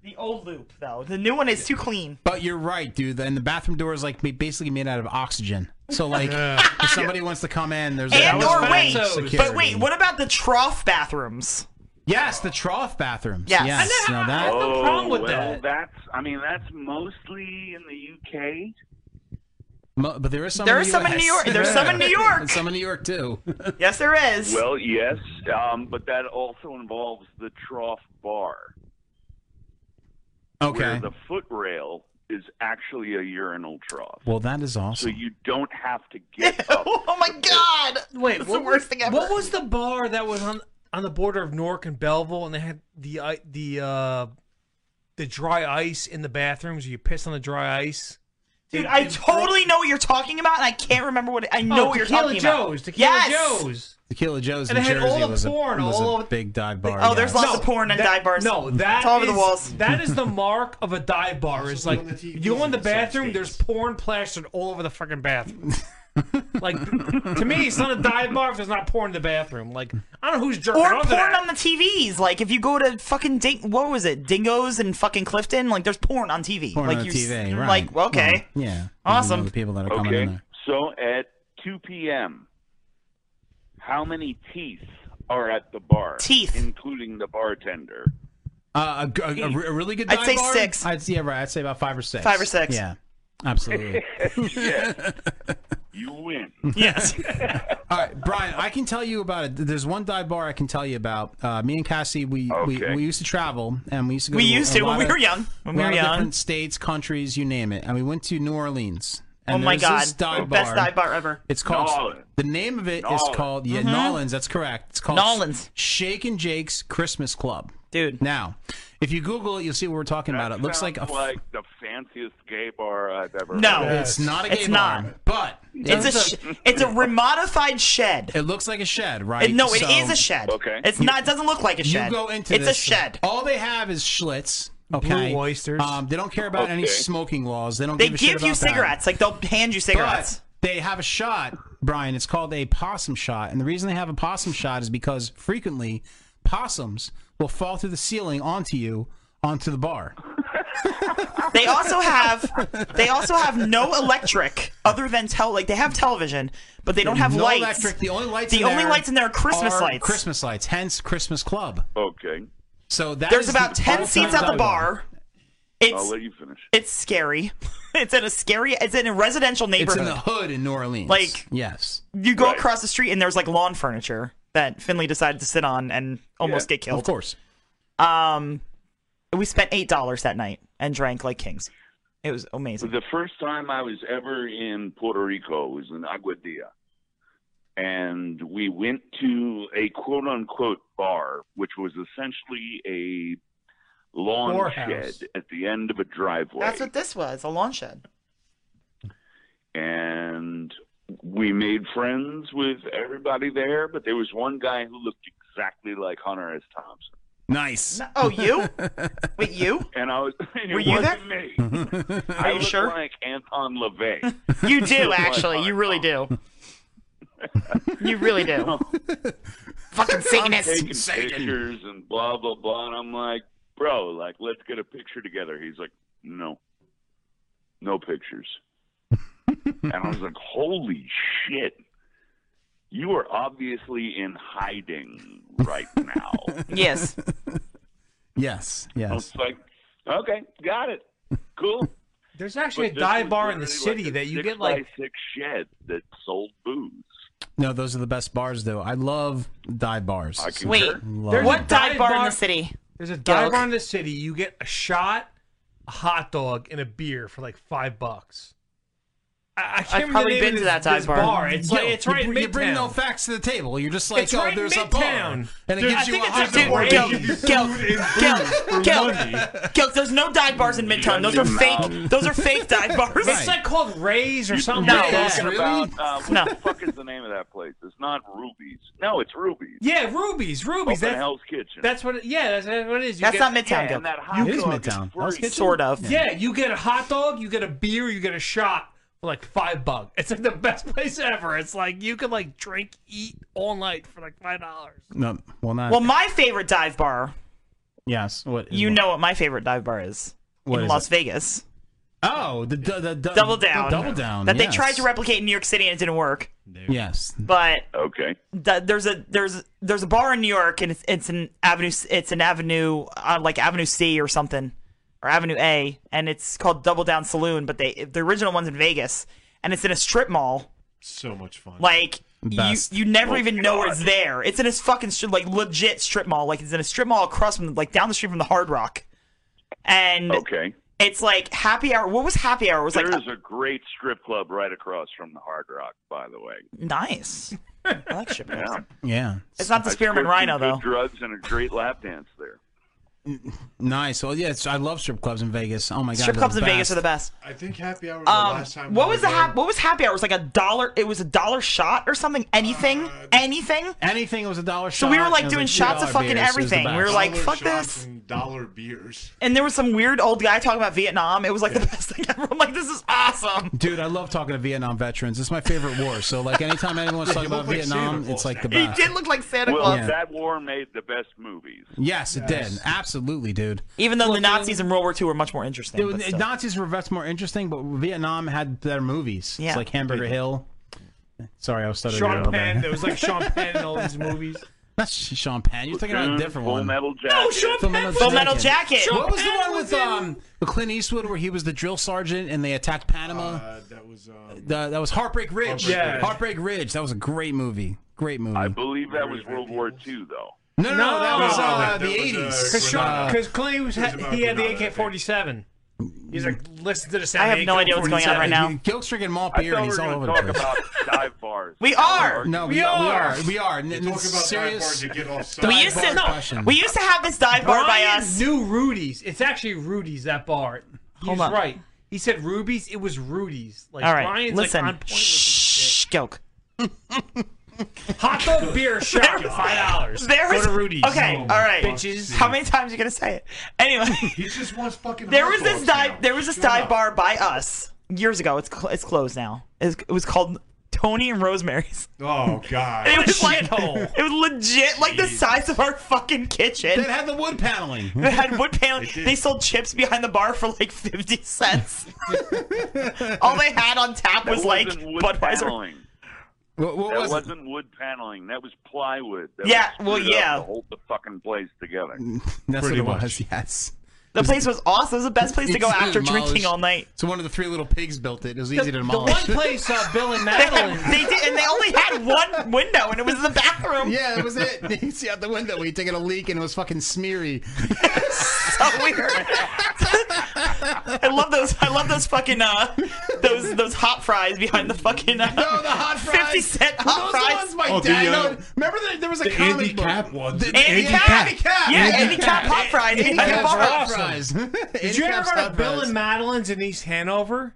Speaker 15: The old loop, though. The new one is too clean.
Speaker 14: But you're right, dude. And the bathroom door is like ma- basically made out of oxygen. So like, if somebody wants to come in, there's
Speaker 15: And
Speaker 14: like,
Speaker 15: or wait,
Speaker 14: security.
Speaker 15: but wait, what about the trough bathrooms?
Speaker 14: Yes, the trough bathrooms.
Speaker 15: Yes.
Speaker 14: Yes.
Speaker 15: I
Speaker 14: Now
Speaker 15: never-
Speaker 14: that-
Speaker 25: oh, well, That's I mean that's mostly in the UK.
Speaker 14: Mo- But there is some.
Speaker 25: There
Speaker 14: in
Speaker 25: is
Speaker 14: the
Speaker 25: some in
Speaker 14: US.
Speaker 25: New York-
Speaker 14: (laughs)
Speaker 25: there's some in New York.
Speaker 14: And some in New
Speaker 12: (laughs)
Speaker 14: York too.
Speaker 15: Yes, there is.
Speaker 25: Well, yes, um, but that also involves the trough bar. Where
Speaker 14: Okay.
Speaker 25: the footrail is actually a urinal trough.
Speaker 14: Well, that is
Speaker 25: So
Speaker 14: awesome.
Speaker 25: you don't have
Speaker 15: (laughs)
Speaker 25: to get up.
Speaker 15: oh my god!
Speaker 25: (laughs)
Speaker 12: Wait,
Speaker 15: That's
Speaker 12: what
Speaker 15: the worst
Speaker 12: was,
Speaker 15: thing ever.
Speaker 12: What was the bar that was on on the border of Newark and Belleville, and they had the uh, i- the uh, the dry ice in the bathrooms? You piss on the dry ice.
Speaker 15: Dude, I totally know what you're talking about, and I can't remember what it, I know
Speaker 12: Oh,
Speaker 15: what you're
Speaker 12: Tequila
Speaker 15: talking
Speaker 12: Joe's,
Speaker 15: about.
Speaker 12: Tequila
Speaker 15: yes!
Speaker 12: Joe's.
Speaker 14: Tequila Joe's
Speaker 12: And
Speaker 14: in
Speaker 12: they had
Speaker 14: Jersey
Speaker 12: all the
Speaker 14: was, a,
Speaker 12: porn
Speaker 14: was
Speaker 12: all
Speaker 14: a
Speaker 12: over-
Speaker 14: big dive bar.
Speaker 15: Oh, there's
Speaker 14: yeah.
Speaker 15: lots of porn in
Speaker 12: that-
Speaker 15: dive bars.
Speaker 12: No, that
Speaker 15: it's all over the
Speaker 12: is-
Speaker 15: walls.
Speaker 12: (laughs) That is the mark of a dive bar. Is like you go in the bathroom, there's porn plastered all over the fucking bathroom. (laughs) like to me, it's not a dive bar if there's not porn in the bathroom. Like I don't know who's jerking
Speaker 15: Or
Speaker 12: off
Speaker 15: porn
Speaker 12: to that.
Speaker 15: on the TVs. Like if you go to fucking Ding, what was it, Dingoes and fucking Clifton? Like there's porn on TV.
Speaker 14: Porn
Speaker 15: like
Speaker 14: on
Speaker 15: you,
Speaker 14: TV, right.
Speaker 15: Like okay,
Speaker 14: Well, yeah.
Speaker 15: Awesome.
Speaker 14: You know the people that are coming in
Speaker 25: Okay,
Speaker 14: there.
Speaker 25: so at 2 p.m., how many teeth are at the bar?
Speaker 15: Teeth.
Speaker 25: Including the bartender.
Speaker 14: Uh, a, a- a re- a really good
Speaker 25: I'd
Speaker 14: dive
Speaker 25: say
Speaker 14: bar?
Speaker 25: six.
Speaker 14: I'd, yeah, right. I'd say about five or six.
Speaker 25: Five or six.
Speaker 14: Yeah,
Speaker 12: (laughs)
Speaker 14: absolutely.
Speaker 25: (laughs)
Speaker 14: (laughs)
Speaker 25: yes. You win.
Speaker 15: (laughs) Yes.
Speaker 14: All right, Brian. I can tell you about it. There's one dive bar I can tell you about. Uh, me and Cassie, we, we we used to travel and we used to go.
Speaker 15: We
Speaker 14: to a
Speaker 15: used to when
Speaker 14: lot
Speaker 15: we
Speaker 14: of-
Speaker 15: were young. When we
Speaker 14: lot
Speaker 15: were
Speaker 14: of
Speaker 15: young.
Speaker 14: different states, countries, you name it. And we went to New Orleans.
Speaker 15: Oh
Speaker 14: And
Speaker 15: my
Speaker 14: there's
Speaker 15: god,
Speaker 14: this dive
Speaker 15: best
Speaker 14: bar.
Speaker 15: dive bar ever.
Speaker 14: It's called.
Speaker 12: Oh.
Speaker 15: Nolans.
Speaker 14: The name of it is
Speaker 15: Nolans.
Speaker 14: called yeah,
Speaker 15: Mhm.
Speaker 14: Nolans. That's correct. It's called
Speaker 15: Nolans.
Speaker 14: Shake and Jake's Christmas Club.
Speaker 15: Dude.
Speaker 14: Now, if you Google it, you'll see what we're talking about. It looks like a.
Speaker 25: Sounds
Speaker 14: f-
Speaker 25: like the fanciest gay bar I've ever.
Speaker 14: No,
Speaker 25: been.
Speaker 14: it's not a gay
Speaker 15: It's
Speaker 14: bar,
Speaker 15: not.
Speaker 14: but
Speaker 15: It's a sh- it's a remodified shed.
Speaker 14: It looks like a shed, right?
Speaker 15: It- no, it
Speaker 14: it is
Speaker 15: is a shed. Okay. It's not- it doesn't look like a shed.
Speaker 14: You go into
Speaker 15: It's a
Speaker 14: this,
Speaker 15: shed.
Speaker 14: All they have is Schlitz. Okay.
Speaker 12: Blue oysters.
Speaker 14: Um, they don't care about any
Speaker 15: Okay.
Speaker 14: smoking laws. They don't.
Speaker 15: They
Speaker 14: give, a shit
Speaker 15: give you
Speaker 14: about that.
Speaker 15: cigarettes. Like they'll hand you cigarettes.
Speaker 14: But they have a shot, Brian. It's called a possum shot, and the reason they have a possum shot is because frequently possums will fall through the ceiling onto you onto the bar.
Speaker 15: They also have they also have no electric other than tel like they have television, but they don't have
Speaker 14: no
Speaker 15: lights.
Speaker 14: Electric. The only lights.
Speaker 15: The
Speaker 14: in
Speaker 15: only
Speaker 14: there
Speaker 15: lights in there are Christmas
Speaker 14: are
Speaker 15: lights.
Speaker 14: Christmas lights. Hence Christmas Club.
Speaker 25: Okay.
Speaker 14: So that
Speaker 15: There's
Speaker 14: is
Speaker 15: about
Speaker 14: the
Speaker 15: 10
Speaker 14: all-time
Speaker 15: seats at the
Speaker 14: dive
Speaker 15: bar. It's
Speaker 25: I'll let you finish.
Speaker 15: it's scary. (laughs) It's in a scary it's in a residential
Speaker 14: It's
Speaker 15: neighborhood.
Speaker 14: in the hood in New Orleans.
Speaker 15: Like-
Speaker 14: yes,
Speaker 15: you go across the street and there's like lawn furniture that Finley decided to sit on and almost
Speaker 14: Yeah.
Speaker 15: get killed.
Speaker 14: Of course.
Speaker 15: Um, we spent eight dollars that night and drank like kings. It was amazing.
Speaker 25: The first time I was ever in Puerto Rico was in Aguadilla. And we went to a quote unquote bar, which was essentially a lawn
Speaker 15: Whorehouse.
Speaker 25: shed at the end of a driveway.
Speaker 15: That's what this was, a lawn shed.
Speaker 25: and we made friends with everybody there, but there was one guy who looked exactly like Hunter S. Thompson.
Speaker 14: Nice. (laughs)
Speaker 15: Oh, you? (laughs) Wait, you?
Speaker 25: And I was. (laughs) and it
Speaker 15: Were you
Speaker 25: wasn't Me.
Speaker 15: there?
Speaker 25: I
Speaker 15: Are you
Speaker 25: look
Speaker 15: sure?
Speaker 25: Like Anton LaVey. (laughs)
Speaker 15: You do
Speaker 25: Like
Speaker 15: actually. You really do. (laughs) You really do. Fucking
Speaker 25: (laughs)
Speaker 15: Satanist.
Speaker 25: I'm taking pictures and blah blah blah, and I'm like, bro, like let's get a picture together. He's like, no, no pictures. and I was like, holy shit, you are obviously in hiding right now.
Speaker 15: Yes.
Speaker 14: (laughs) Yes.
Speaker 25: I
Speaker 14: Yes.
Speaker 25: was like, okay, got it, cool.
Speaker 12: (laughs) There's actually
Speaker 25: But
Speaker 12: a
Speaker 25: this
Speaker 12: dive
Speaker 25: was
Speaker 12: bar in the
Speaker 25: literally
Speaker 12: city
Speaker 25: like a
Speaker 12: that you
Speaker 25: six
Speaker 12: get like.
Speaker 25: by six shed that sold booze.
Speaker 14: No, those are the best bars though. I love dive bars.
Speaker 25: I
Speaker 14: So-
Speaker 25: concur. Wait,
Speaker 14: Love
Speaker 12: There's
Speaker 14: them.
Speaker 12: a
Speaker 15: city?
Speaker 12: There's a dive
Speaker 15: Gilk.
Speaker 12: bar in the city. You get a shot, a hot dog, and a beer for like five bucks. I, I can't remember
Speaker 15: probably
Speaker 12: the name
Speaker 15: been
Speaker 12: of
Speaker 15: to
Speaker 12: this-
Speaker 15: that dive
Speaker 12: this
Speaker 15: bar.
Speaker 12: It's
Speaker 14: Yo,
Speaker 12: like it's right
Speaker 14: You,
Speaker 12: in
Speaker 14: br- you bring no
Speaker 12: Midtown.
Speaker 14: facts to the table. You're just like,
Speaker 12: It's
Speaker 14: oh,
Speaker 12: right in
Speaker 14: there's
Speaker 12: Midtown.
Speaker 14: a bar, and it
Speaker 12: Dude,
Speaker 14: gives
Speaker 12: I
Speaker 14: you
Speaker 12: think
Speaker 14: a
Speaker 12: it's a
Speaker 14: hot
Speaker 15: Dude,
Speaker 14: dog.
Speaker 15: Gil, Gil, Gil, Gil, Gil, there's no dive bars in Midtown. Those are fake. Those are fake dive bars.
Speaker 12: It's like called Rays or something
Speaker 15: No,
Speaker 12: like that.
Speaker 25: Talking About, uh, what the fuck is the name of that place? It's not Ruby's. No, it's Ruby's.
Speaker 12: Yeah, Ruby's, Ruby's.
Speaker 25: Open
Speaker 12: That's,
Speaker 25: Oh, Hell's Kitchen.
Speaker 12: that's what. It, yeah, that's, that's what it is. You
Speaker 15: That's
Speaker 12: get-
Speaker 15: not Midtown,
Speaker 12: yeah,
Speaker 15: Gil.
Speaker 12: and that hot
Speaker 14: It is
Speaker 12: dog is
Speaker 14: Midtown.
Speaker 12: free.
Speaker 14: Hell's Kitchen?
Speaker 15: Sort of.
Speaker 12: Yeah. you get a hot dog, you get a beer, you get a shot for like five bucks. It's like the best (laughs) place ever. It's like you can like drink, eat all night for like five dollars.
Speaker 14: No, well not.
Speaker 15: Well, my favorite dive bar.
Speaker 14: yes. What?
Speaker 15: You know what my favorite dive bar is
Speaker 14: What
Speaker 15: in
Speaker 14: is
Speaker 15: Las
Speaker 14: it?
Speaker 15: Vegas.
Speaker 14: Oh, the the, the, the
Speaker 15: Double down.
Speaker 14: The double down.
Speaker 15: That
Speaker 14: yes.
Speaker 15: they tried to replicate in New York City and it didn't work.
Speaker 14: Yes.
Speaker 15: But
Speaker 25: Okay.
Speaker 15: th- there's a there's there's a bar in New York and it's it's an avenue it's an avenue uh, like Avenue C or something or Avenue A and it's called Double Down Saloon but they the original one's in Vegas and it's in a strip mall
Speaker 16: So much fun.
Speaker 15: like you,
Speaker 16: Best.
Speaker 15: you never
Speaker 16: Oh,
Speaker 15: even know it's there it's in a fucking stri- like legit strip mall like it's in a strip mall across from like down the street from the Hard Rock and
Speaker 25: Okay.
Speaker 15: it's like happy hour what was happy hour it was
Speaker 25: There
Speaker 15: like uh
Speaker 25: is a great strip club right across from the Hard Rock, by the way.
Speaker 15: nice I like strip
Speaker 25: Yeah.
Speaker 15: malls.
Speaker 14: Yeah.
Speaker 15: It's not the
Speaker 25: I
Speaker 15: Spearman
Speaker 25: scored some
Speaker 15: Rhino,
Speaker 25: good
Speaker 15: though.
Speaker 25: Drugs and a great lap dance there.
Speaker 14: Nice. Well, yeah, it's, I love strip clubs in Vegas. Oh my god,
Speaker 15: Strip
Speaker 14: they're
Speaker 15: clubs in Vegas are the best.
Speaker 3: I think happy hour was the
Speaker 15: Um,
Speaker 3: last time.
Speaker 15: what
Speaker 3: we
Speaker 15: was
Speaker 3: were
Speaker 15: the hap- what was happy hour? It was like a dollar. It was a dollar shot or something. Anything, anything,
Speaker 14: Uh, anything was a dollar.
Speaker 15: So we were
Speaker 14: shot,
Speaker 15: like
Speaker 14: and it was
Speaker 15: doing
Speaker 14: like
Speaker 15: shots of
Speaker 14: $2
Speaker 15: fucking
Speaker 14: beers. It was the
Speaker 15: everything. We were
Speaker 14: best.
Speaker 15: like,
Speaker 3: Dollar
Speaker 15: fuck
Speaker 3: shots
Speaker 15: this.
Speaker 3: and dollar beers.
Speaker 15: And there was some weird old guy talking about Vietnam. It was like the best thing ever. I'm like, this is awesome.
Speaker 14: Dude, I love talking to Vietnam veterans. It's my favorite war. So like, anytime
Speaker 25: (laughs)
Speaker 14: anyone's
Speaker 15: You
Speaker 14: talking
Speaker 15: look
Speaker 14: about
Speaker 15: like
Speaker 14: Vietnam,
Speaker 15: Santa
Speaker 14: it's like the
Speaker 15: He
Speaker 14: best.
Speaker 15: did look like Santa
Speaker 25: well,
Speaker 15: Claus.
Speaker 25: that war made the best movies.
Speaker 14: Yes, it did. Absolutely, dude.
Speaker 15: Even though the Nazis in World War II were much more interesting.
Speaker 14: It was-
Speaker 15: but still.
Speaker 14: Nazis were much more interesting, but Vietnam had their movies.
Speaker 15: Yeah.
Speaker 14: It's like Hamburger Hill. Sorry, I was stuttering a
Speaker 12: Sean
Speaker 14: little bit.
Speaker 12: Penn. It was like
Speaker 14: (laughs)
Speaker 12: Sean Penn in all these movies.
Speaker 14: Not Sh- Sean Penn. You're thinking about a
Speaker 25: Platoon,
Speaker 14: different
Speaker 25: Full
Speaker 14: one.
Speaker 25: Metal Jacket. No, Sean
Speaker 14: Full
Speaker 25: Penn
Speaker 14: Metal
Speaker 25: was in it.
Speaker 14: Jacket.
Speaker 25: Full Metal Jacket. Sean
Speaker 14: what was the
Speaker 25: Penn
Speaker 14: one
Speaker 25: was
Speaker 14: with
Speaker 25: in-
Speaker 14: um, with Clint Eastwood where he was the drill sergeant and they attacked Panama?
Speaker 3: Uh, that was um,
Speaker 14: The- that was Heartbreak Ridge.
Speaker 3: Heartbreak Yeah. Ridge.
Speaker 14: Heartbreak Ridge. That was a great movie. Great movie.
Speaker 25: I believe that was World War II, though.
Speaker 14: no, no, no, that
Speaker 12: No,
Speaker 14: was uh,
Speaker 12: that-
Speaker 14: the
Speaker 12: that was, uh, Because
Speaker 14: '80s. Uh,
Speaker 12: because Clay was,
Speaker 14: it was about
Speaker 12: he had the
Speaker 14: Granada, I
Speaker 12: AK forty seven. He's like, listen to the sound.
Speaker 15: I have
Speaker 12: of
Speaker 15: no idea what's going on right now.
Speaker 12: AK-47.
Speaker 14: Guilt stricken malt
Speaker 12: I
Speaker 14: beer,
Speaker 12: thought
Speaker 14: and
Speaker 12: we
Speaker 14: he's
Speaker 12: were
Speaker 14: all
Speaker 12: gonna
Speaker 14: over the
Speaker 12: talk
Speaker 14: place.
Speaker 25: About dive bars.
Speaker 15: We are.
Speaker 14: No, we,
Speaker 15: We
Speaker 14: are.
Speaker 15: are.
Speaker 14: We are. N-
Speaker 15: You
Speaker 14: n-
Speaker 15: talk about dive
Speaker 14: serious.
Speaker 15: bars, you get off (laughs) We used to we used to have this dive bar by
Speaker 12: Brian
Speaker 15: us.
Speaker 12: Knew Rudy's. It's actually Rudy's that bar. He
Speaker 15: Hold
Speaker 12: was
Speaker 15: on.
Speaker 12: right. He said Ruby's. It was Rudy's. Like
Speaker 15: All right,
Speaker 12: Brian's
Speaker 14: (laughs)
Speaker 15: listen.
Speaker 12: like on point. Shh,
Speaker 15: Gelk.
Speaker 12: Hot dog beer shot five dollars.
Speaker 15: There
Speaker 12: Go
Speaker 15: was
Speaker 12: to Rudy's.
Speaker 15: Okay, all right.
Speaker 12: bitches.
Speaker 15: How many times are you gonna say it? Anyway,
Speaker 1: (laughs)
Speaker 15: (laughs) he
Speaker 3: just wants fucking.
Speaker 15: There
Speaker 3: hot
Speaker 15: was this
Speaker 3: dogs
Speaker 15: dive.
Speaker 3: now.
Speaker 15: There was this
Speaker 3: Shut
Speaker 15: dive
Speaker 3: up.
Speaker 15: bar by us years ago. It's cl- it's closed now. It was, it was called Tony and Rosemary's.
Speaker 3: Oh God.
Speaker 15: And it was like
Speaker 3: Shithole.
Speaker 15: it was legit like the size of our fucking kitchen.
Speaker 14: That had the
Speaker 15: (laughs)
Speaker 14: wood paneling.
Speaker 15: They had wood paneling. They sold chips behind the bar for like fifty cents. All they had on tap
Speaker 25: That
Speaker 15: was like
Speaker 25: wasn't wood
Speaker 15: Budweiser.
Speaker 25: Paneling.
Speaker 14: What,
Speaker 25: that
Speaker 15: was it?
Speaker 25: wasn't wood paneling. That was plywood. That
Speaker 15: Yeah,
Speaker 25: was
Speaker 15: well,
Speaker 25: screwed up
Speaker 15: yeah.
Speaker 25: To hold the fucking place together.
Speaker 14: Mm, That's
Speaker 25: Pretty
Speaker 14: what it was. Yes.
Speaker 15: The place was awesome. It was the best place to go
Speaker 14: Easy
Speaker 15: after
Speaker 14: demolish.
Speaker 15: drinking all night.
Speaker 14: So one of the three little pigs built it. It was
Speaker 15: The-
Speaker 14: easy to
Speaker 15: the
Speaker 14: demolish.
Speaker 15: one place,
Speaker 12: uh, Bill and
Speaker 15: Madeline. (laughs) they did, and they only had one window, and it was the
Speaker 14: (laughs)
Speaker 15: bathroom.
Speaker 14: Yeah, that was it. You see out the window, we taking a leak, and it was fucking smeary.
Speaker 15: (laughs) so weird. I love those. I love those fucking uh, those those hot fries behind the fucking. Uh, no, the hot fries. Fifty cent hot
Speaker 14: Those
Speaker 15: fries.
Speaker 14: ones my
Speaker 25: Oh,
Speaker 14: dad.
Speaker 25: uh,
Speaker 14: no, remember that there was a
Speaker 15: the
Speaker 14: comic
Speaker 15: Andy
Speaker 14: book.
Speaker 15: Cap ones.
Speaker 14: The-
Speaker 15: Andy Cap. Yeah, Andy Cap hot fries.
Speaker 14: Andy
Speaker 15: Andy Cap
Speaker 14: Cap's hot
Speaker 15: fries.
Speaker 14: fries. (laughs)
Speaker 12: Did
Speaker 14: Andy
Speaker 12: you ever
Speaker 14: Cap's
Speaker 12: go to
Speaker 14: hot
Speaker 12: Bill
Speaker 14: fries.
Speaker 12: and Madeline's in East Hanover?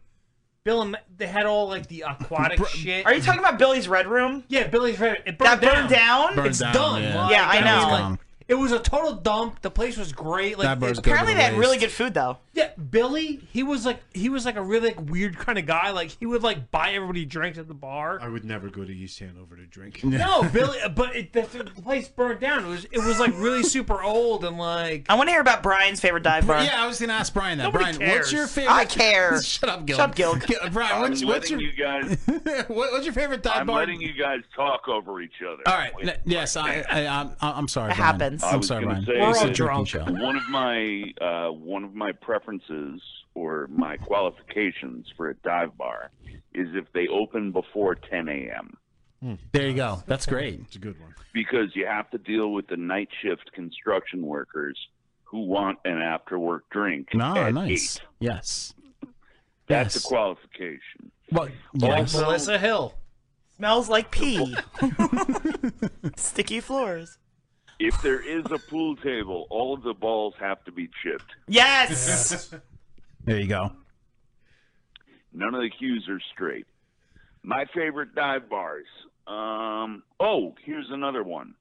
Speaker 12: Bill and Ma- they had all like
Speaker 14: (laughs)
Speaker 12: the aquatic shit.
Speaker 15: Are you talking about Billy's Red Room?
Speaker 12: Yeah, Billy's Red. It
Speaker 15: That
Speaker 12: burned
Speaker 15: burned down? Burned
Speaker 12: it's
Speaker 15: down,
Speaker 12: done.
Speaker 15: yeah.
Speaker 12: Like,
Speaker 15: Yeah, I
Speaker 12: that was,
Speaker 15: know.
Speaker 12: like,
Speaker 15: Gone.
Speaker 12: it was a total dump. The place was great. Like
Speaker 15: That bar's
Speaker 12: it-
Speaker 15: good Apparently to they had waste. really good food though.
Speaker 12: Yeah, Billy, he was like he was like a really like, weird kind of guy. Like he would like buy everybody drinks at the bar.
Speaker 3: I would never go to East Hanover to drink.
Speaker 12: No, Billy, uh, but it, the, the place burned down. It was it was like really super old and like.
Speaker 15: I want to hear about Brian's favorite dive bar.
Speaker 14: Yeah, I was gonna ask Brian that.
Speaker 15: Nobody
Speaker 14: Brian, what's
Speaker 15: cares.
Speaker 14: your favorite?
Speaker 15: I care.
Speaker 14: (laughs) Shut up, Gil.
Speaker 15: Shut up, Gil.
Speaker 14: Brian, what's,
Speaker 25: I'm
Speaker 14: what's
Speaker 25: letting
Speaker 14: your
Speaker 25: you guys.
Speaker 14: (laughs) what, what's your favorite dive
Speaker 25: I'm
Speaker 14: bar?
Speaker 25: letting you guys talk over each other.
Speaker 14: All right. n- Yes, I, I, I'm, I'm sorry.
Speaker 15: It
Speaker 14: Brian.
Speaker 15: happens.
Speaker 25: I
Speaker 14: I'm
Speaker 25: was
Speaker 14: sorry,
Speaker 25: gonna
Speaker 14: Brian.
Speaker 25: say uh,
Speaker 14: This is
Speaker 25: that
Speaker 14: a drinking show.
Speaker 25: One of my uh, one of my preferences or my qualifications for a dive bar is if they open before 10 a.m. hmm.
Speaker 14: There you go. That's great. It's a good one.
Speaker 25: because you have to deal with the night shift construction workers who want an after work drink.
Speaker 14: No,
Speaker 25: at
Speaker 14: nice.
Speaker 25: eight.
Speaker 14: Yes.
Speaker 25: That's
Speaker 14: Yes.
Speaker 25: a qualification.
Speaker 14: What?
Speaker 25: Yes.
Speaker 12: Melissa Hill.
Speaker 15: Smells like pee. Sticky floors.
Speaker 25: If there is a pool table, all of the balls have to be chipped.
Speaker 15: Yes.
Speaker 14: There you go.
Speaker 25: None of the cues are straight. My favorite dive bars. Um, oh, here's another one.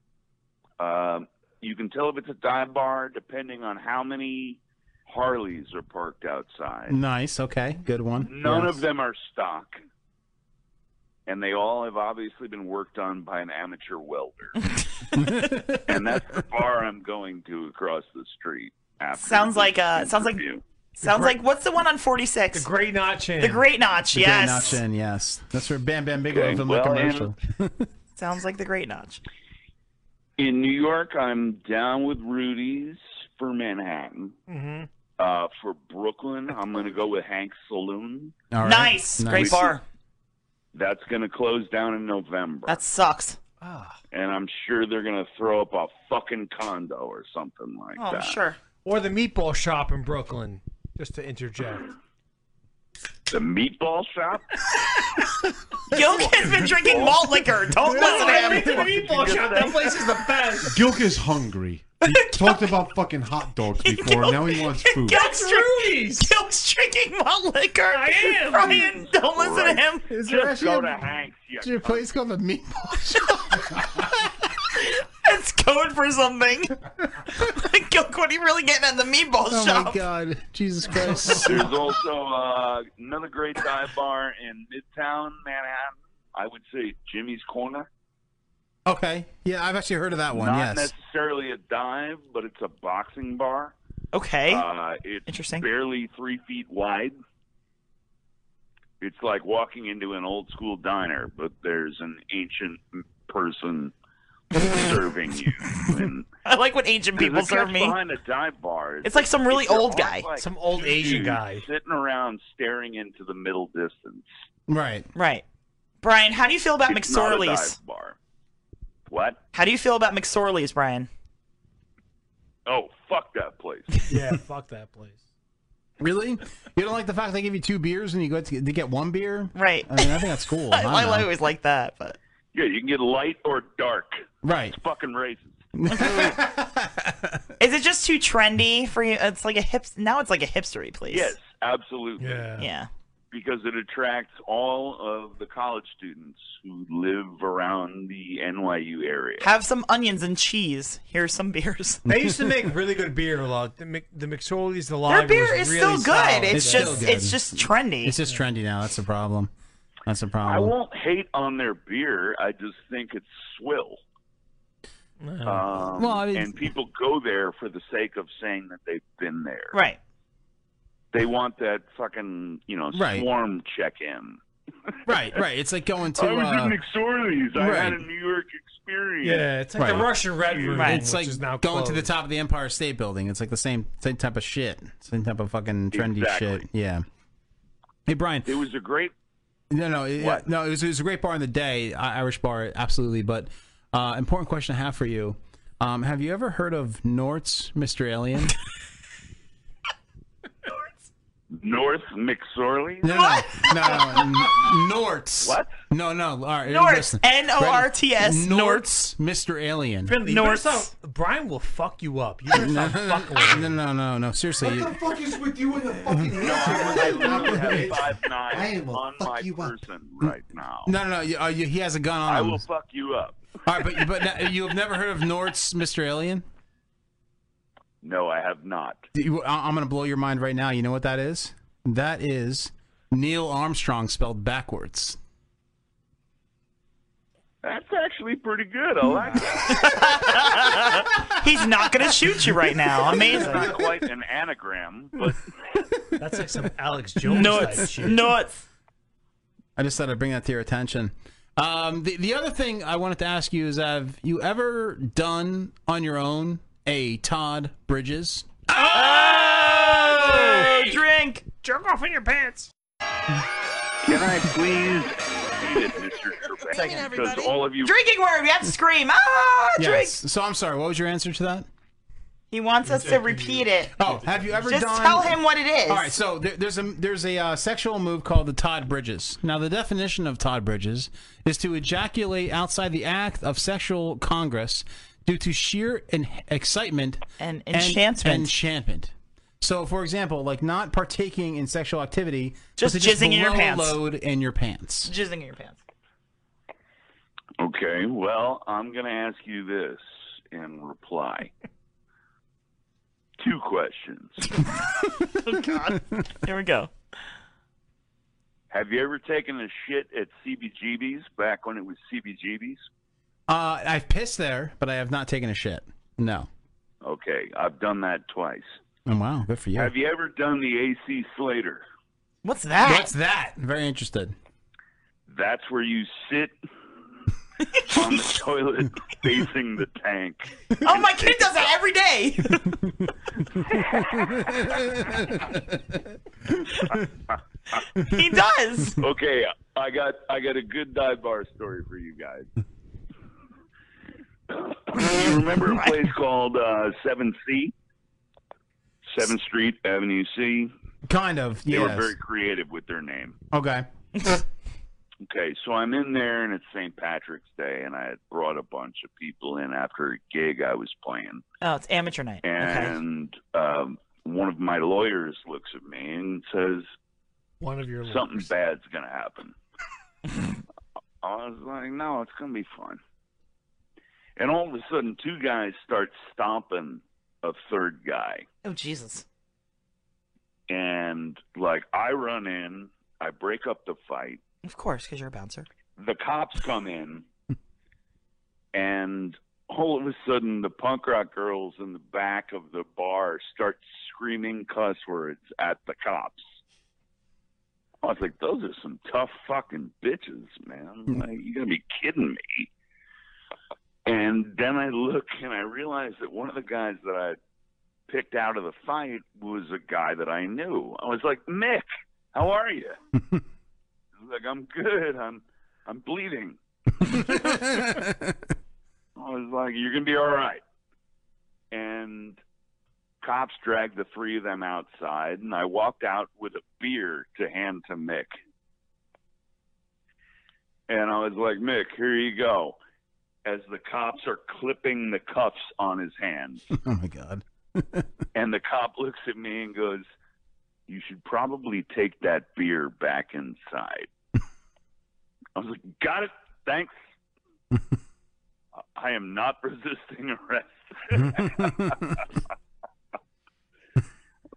Speaker 25: Um, you can tell if it's a dive bar depending on how many Harleys are parked outside.
Speaker 14: Nice. Okay. Good one.
Speaker 25: None
Speaker 14: Yes.
Speaker 25: of them are stock. And they all have obviously been worked on by an amateur welder.
Speaker 14: (laughs)
Speaker 25: and that's
Speaker 15: (laughs)
Speaker 25: the bar I'm going to across the street after.
Speaker 15: Sounds like uh. Sounds like. Sounds
Speaker 14: great-
Speaker 15: like what's the one on forty six? The
Speaker 12: Great Notch Inn.
Speaker 15: The Great Notch.
Speaker 14: The
Speaker 15: yes.
Speaker 14: Great Notch Inn, yes. That's where Bam Bam Bigelow
Speaker 25: Okay,
Speaker 14: filmed
Speaker 25: well,
Speaker 14: the commercial.
Speaker 15: Sounds like the Great Notch.
Speaker 25: In New York, I'm down with Rudy's for Manhattan.
Speaker 15: Mm-hmm.
Speaker 25: Uh, for Brooklyn, I'm going to go with Hank's Saloon.
Speaker 15: All right. Nice. Nice. Great bar.
Speaker 25: That's going to close down in November.
Speaker 15: That sucks. Ah.
Speaker 25: and I'm sure they're going to throw up a fucking condo or something like
Speaker 12: Oh, I'm
Speaker 25: that.
Speaker 15: sure.
Speaker 12: Or the meatball shop in Brooklyn. Just to interject.
Speaker 25: The meatball
Speaker 15: (laughs)
Speaker 25: shop?
Speaker 15: Gilk has been drinking malt liquor. Don't
Speaker 12: No,
Speaker 15: listen to
Speaker 12: I
Speaker 15: him.
Speaker 12: went to the meatball shop. That place is the best.
Speaker 3: Gilk is hungry.
Speaker 15: (laughs)
Speaker 16: He talked about fucking hot dogs before. now he wants food.
Speaker 15: Gil's Rudy's. Gil's drinking my liquor. I
Speaker 1: am.
Speaker 15: Brian, don't listen to him.
Speaker 1: Is there Just actually go a- to
Speaker 25: Hank's,
Speaker 1: you
Speaker 15: Is there a place called the Meatball Shop? (laughs) That's code for something. (laughs) Gil, what are you really getting at the Meatball
Speaker 14: Oh
Speaker 15: Shop?
Speaker 14: my god, (laughs)
Speaker 15: (laughs)
Speaker 14: Jesus Christ!
Speaker 25: There's also uh, another great dive bar in Midtown Manhattan. I would say Jimmy's Corner.
Speaker 14: okay, yeah, I've actually heard of that one.
Speaker 25: Not
Speaker 14: yes,
Speaker 25: necessarily a dive, but it's a boxing bar.
Speaker 15: Okay.
Speaker 25: Uh, it's Interesting. barely three feet wide. It's like walking into an old school diner, but there's an ancient
Speaker 15: (laughs)
Speaker 25: person serving you. And
Speaker 15: I like when ancient people
Speaker 25: There's a
Speaker 15: serve
Speaker 25: catch
Speaker 15: me.
Speaker 25: behind a dive bar.
Speaker 15: It's like some really
Speaker 25: there
Speaker 15: old
Speaker 25: aren't,
Speaker 15: guy.
Speaker 25: like,
Speaker 15: Some old
Speaker 25: two
Speaker 15: Asian
Speaker 25: dudes
Speaker 15: guy.
Speaker 25: sitting around staring into the middle distance.
Speaker 14: Right.
Speaker 15: Right. Brian, how do you feel about
Speaker 25: It's not a
Speaker 15: McSorley's?
Speaker 25: dive bar. What?
Speaker 15: How do you feel about McSorley's, Brian?
Speaker 25: Oh, fuck that place.
Speaker 12: (laughs) Yeah, fuck that place.
Speaker 14: really? You don't like the fact they give you two beers and you go to to get one beer?
Speaker 15: Right.
Speaker 14: I mean, I think that's
Speaker 15: (laughs)
Speaker 14: cool.
Speaker 15: I, I
Speaker 14: don't know.
Speaker 15: always like that, but
Speaker 25: Yeah, you can get light or dark.
Speaker 14: Right.
Speaker 25: It's fucking racist.
Speaker 15: is it just too trendy for you? It's like a hip. Now it's like a hipstery place.
Speaker 25: Yes, absolutely.
Speaker 15: Yeah. Yeah.
Speaker 25: Because it attracts all of the college students who live around the NYU area.
Speaker 15: Have some onions and cheese. Here's some beers.
Speaker 12: They used to make really good beer a lot. The, Mc, the McSorley's, the
Speaker 15: Their
Speaker 12: lager
Speaker 15: beer
Speaker 12: was
Speaker 15: is
Speaker 12: really
Speaker 15: still good.
Speaker 12: solid.
Speaker 15: It's, just it's just trendy.
Speaker 14: It's just trendy now. That's the problem. That's the
Speaker 25: I
Speaker 14: problem.
Speaker 25: won't hate on their beer. I just think it's swill. Um,
Speaker 14: Well, I mean-
Speaker 25: and people go there for the sake of saying that they've been there.
Speaker 15: Right.
Speaker 25: They want that fucking you know
Speaker 14: Right.
Speaker 25: swarm check-in.
Speaker 14: Right, right. It's like going to.
Speaker 25: I was
Speaker 14: uh,
Speaker 25: in McSorley's. I had a
Speaker 14: right.
Speaker 25: New York experience.
Speaker 14: Right.
Speaker 25: Right.
Speaker 14: It's like going to the top of the Empire State Building. It's like the same same type of shit, same type of fucking trendy
Speaker 25: Exactly.
Speaker 14: shit. Yeah. Hey Brian.
Speaker 25: It was a great.
Speaker 14: No, no, it-
Speaker 25: What?
Speaker 14: no. It was, it was a great bar in the day, I- Irish bar, absolutely. But uh, important question I have for you: um, Have you ever heard of Nort's, Mister
Speaker 25: (laughs)
Speaker 14: Alien?
Speaker 25: North McSorley.
Speaker 14: No, no, no, no, no, Nort's. What? No, no. All right,
Speaker 15: Nort's,
Speaker 14: listen.
Speaker 15: N-O-R-T-S,
Speaker 14: Ready? Nort's, Mr. Alien.
Speaker 12: Finley, you better stop- Brian will fuck you up. You better
Speaker 14: (laughs) No,
Speaker 12: stop
Speaker 14: no,
Speaker 12: fucking
Speaker 14: no, no, no, no, no. Seriously,
Speaker 3: What the fuck is with you and the
Speaker 15: (laughs)
Speaker 3: fucking
Speaker 25: No, I literally have
Speaker 3: hatchet?
Speaker 25: five nine
Speaker 3: I am a
Speaker 25: on
Speaker 3: fuck
Speaker 25: my
Speaker 3: you up.
Speaker 25: person right now.
Speaker 14: no, no, no. You, uh, you, he has a gun on
Speaker 25: I
Speaker 14: him.
Speaker 25: will fuck you up.
Speaker 14: All right, but but now- you have never heard of Nort's Mr. Alien?
Speaker 25: No, I have not.
Speaker 14: You- I- I'm going to blow your mind right now. You know what that is? That is Neil Armstrong spelled backwards.
Speaker 25: That's actually pretty good. I like that.
Speaker 15: (laughs) He's not gonna shoot you right (laughs) now.
Speaker 25: It's (laughs)
Speaker 15: Amazing.
Speaker 25: not quite an anagram,
Speaker 14: (laughs)
Speaker 25: but
Speaker 12: That's like some Alex Jones type
Speaker 14: Nort's,
Speaker 12: shit.
Speaker 15: Nort's.
Speaker 14: I just thought I'd bring that to your attention. (laughs) Um, the the other thing I wanted to ask you is: Have you ever done on your own a Todd Bridges?
Speaker 15: Oh, drink.
Speaker 1: Jerk off in your pants.
Speaker 25: can I please read it, Mr. Trebek? Because all of you
Speaker 15: Drinking word. We have to scream. Ah, drink.
Speaker 14: Yes. So I'm sorry. What was your answer to that?
Speaker 15: He wants us to repeat it.
Speaker 14: Oh, have you ever
Speaker 15: Just
Speaker 14: done?
Speaker 15: tell him what it is.
Speaker 14: All right, so there, there's a there's a uh, sexual move called the Todd Bridges. Now, the definition of Todd Bridges is to ejaculate outside the act of sexual congress due to sheer en- excitement
Speaker 15: and enchantment.
Speaker 14: enchantment. So, for example, like not partaking in sexual activity,
Speaker 15: Just
Speaker 14: but to
Speaker 15: jizzing in your
Speaker 14: blow
Speaker 15: pants.
Speaker 14: load in your pants.
Speaker 15: Jizzing in your pants.
Speaker 25: Okay, well, I'm going to ask you this in reply. Two questions.
Speaker 15: Oh
Speaker 14: (laughs)
Speaker 15: God. (laughs) Here we go.
Speaker 25: Have you ever taken a shit at CBGB's back when it was CBGB's?
Speaker 14: Uh, I've pissed there, but I have not taken a shit. No.
Speaker 25: Okay, I've done that twice.
Speaker 14: Oh, wow, good for you.
Speaker 25: Have you ever done the AC Slater?
Speaker 15: What's
Speaker 14: What's that? I'm very interested.
Speaker 25: That's where you
Speaker 15: (laughs)
Speaker 25: sit on the toilet facing the tank.
Speaker 15: Oh, my kid does that every (laughs) day. (laughs) he does.
Speaker 25: Okay, I got I got a good dive bar story for you guys. you remember a place called uh, 7C? 7th Street, Avenue C.
Speaker 14: Kind of.
Speaker 25: They
Speaker 14: Yes.
Speaker 25: were very creative with their name.
Speaker 14: Okay.
Speaker 25: Okay, so I'm in there and it's St. Patrick's Day, and I had brought a bunch of people in after a gig I was playing.
Speaker 15: Oh, it's amateur night.
Speaker 25: And um, one of my lawyers looks at me and says,
Speaker 12: One of your
Speaker 25: Something bad's going to happen. (laughs) I was like, No, it's going to be fun. And all of a sudden, two guys start stomping a third guy.
Speaker 15: Oh Jesus!
Speaker 25: And, like, I run in, I break up the fight.
Speaker 15: Of course, because you're a bouncer.
Speaker 25: the cops come in, and all of a sudden, the punk rock girls in the back of the bar start screaming cuss words at the cops. I was like, those are some tough fucking bitches, man. Like, you gotta be kidding me. And then I look and I realize that one of the guys that I picked out of the fight was a guy that I knew. I was like, Mick, how are you? He's like, I'm good. I'm I'm
Speaker 14: (laughs)
Speaker 25: bleeding. I was like, You're gonna be all right. And cops dragged the three of them outside and I walked out with a beer to hand to Mick. And I was like, Mick, here you go. As the cops are clipping the cuffs on his hands.
Speaker 14: (laughs) Oh my god.
Speaker 25: And the cop looks at me and goes, You should probably take that beer back inside. I was like, Got it. Thanks. I am not (laughs) resisting arrest.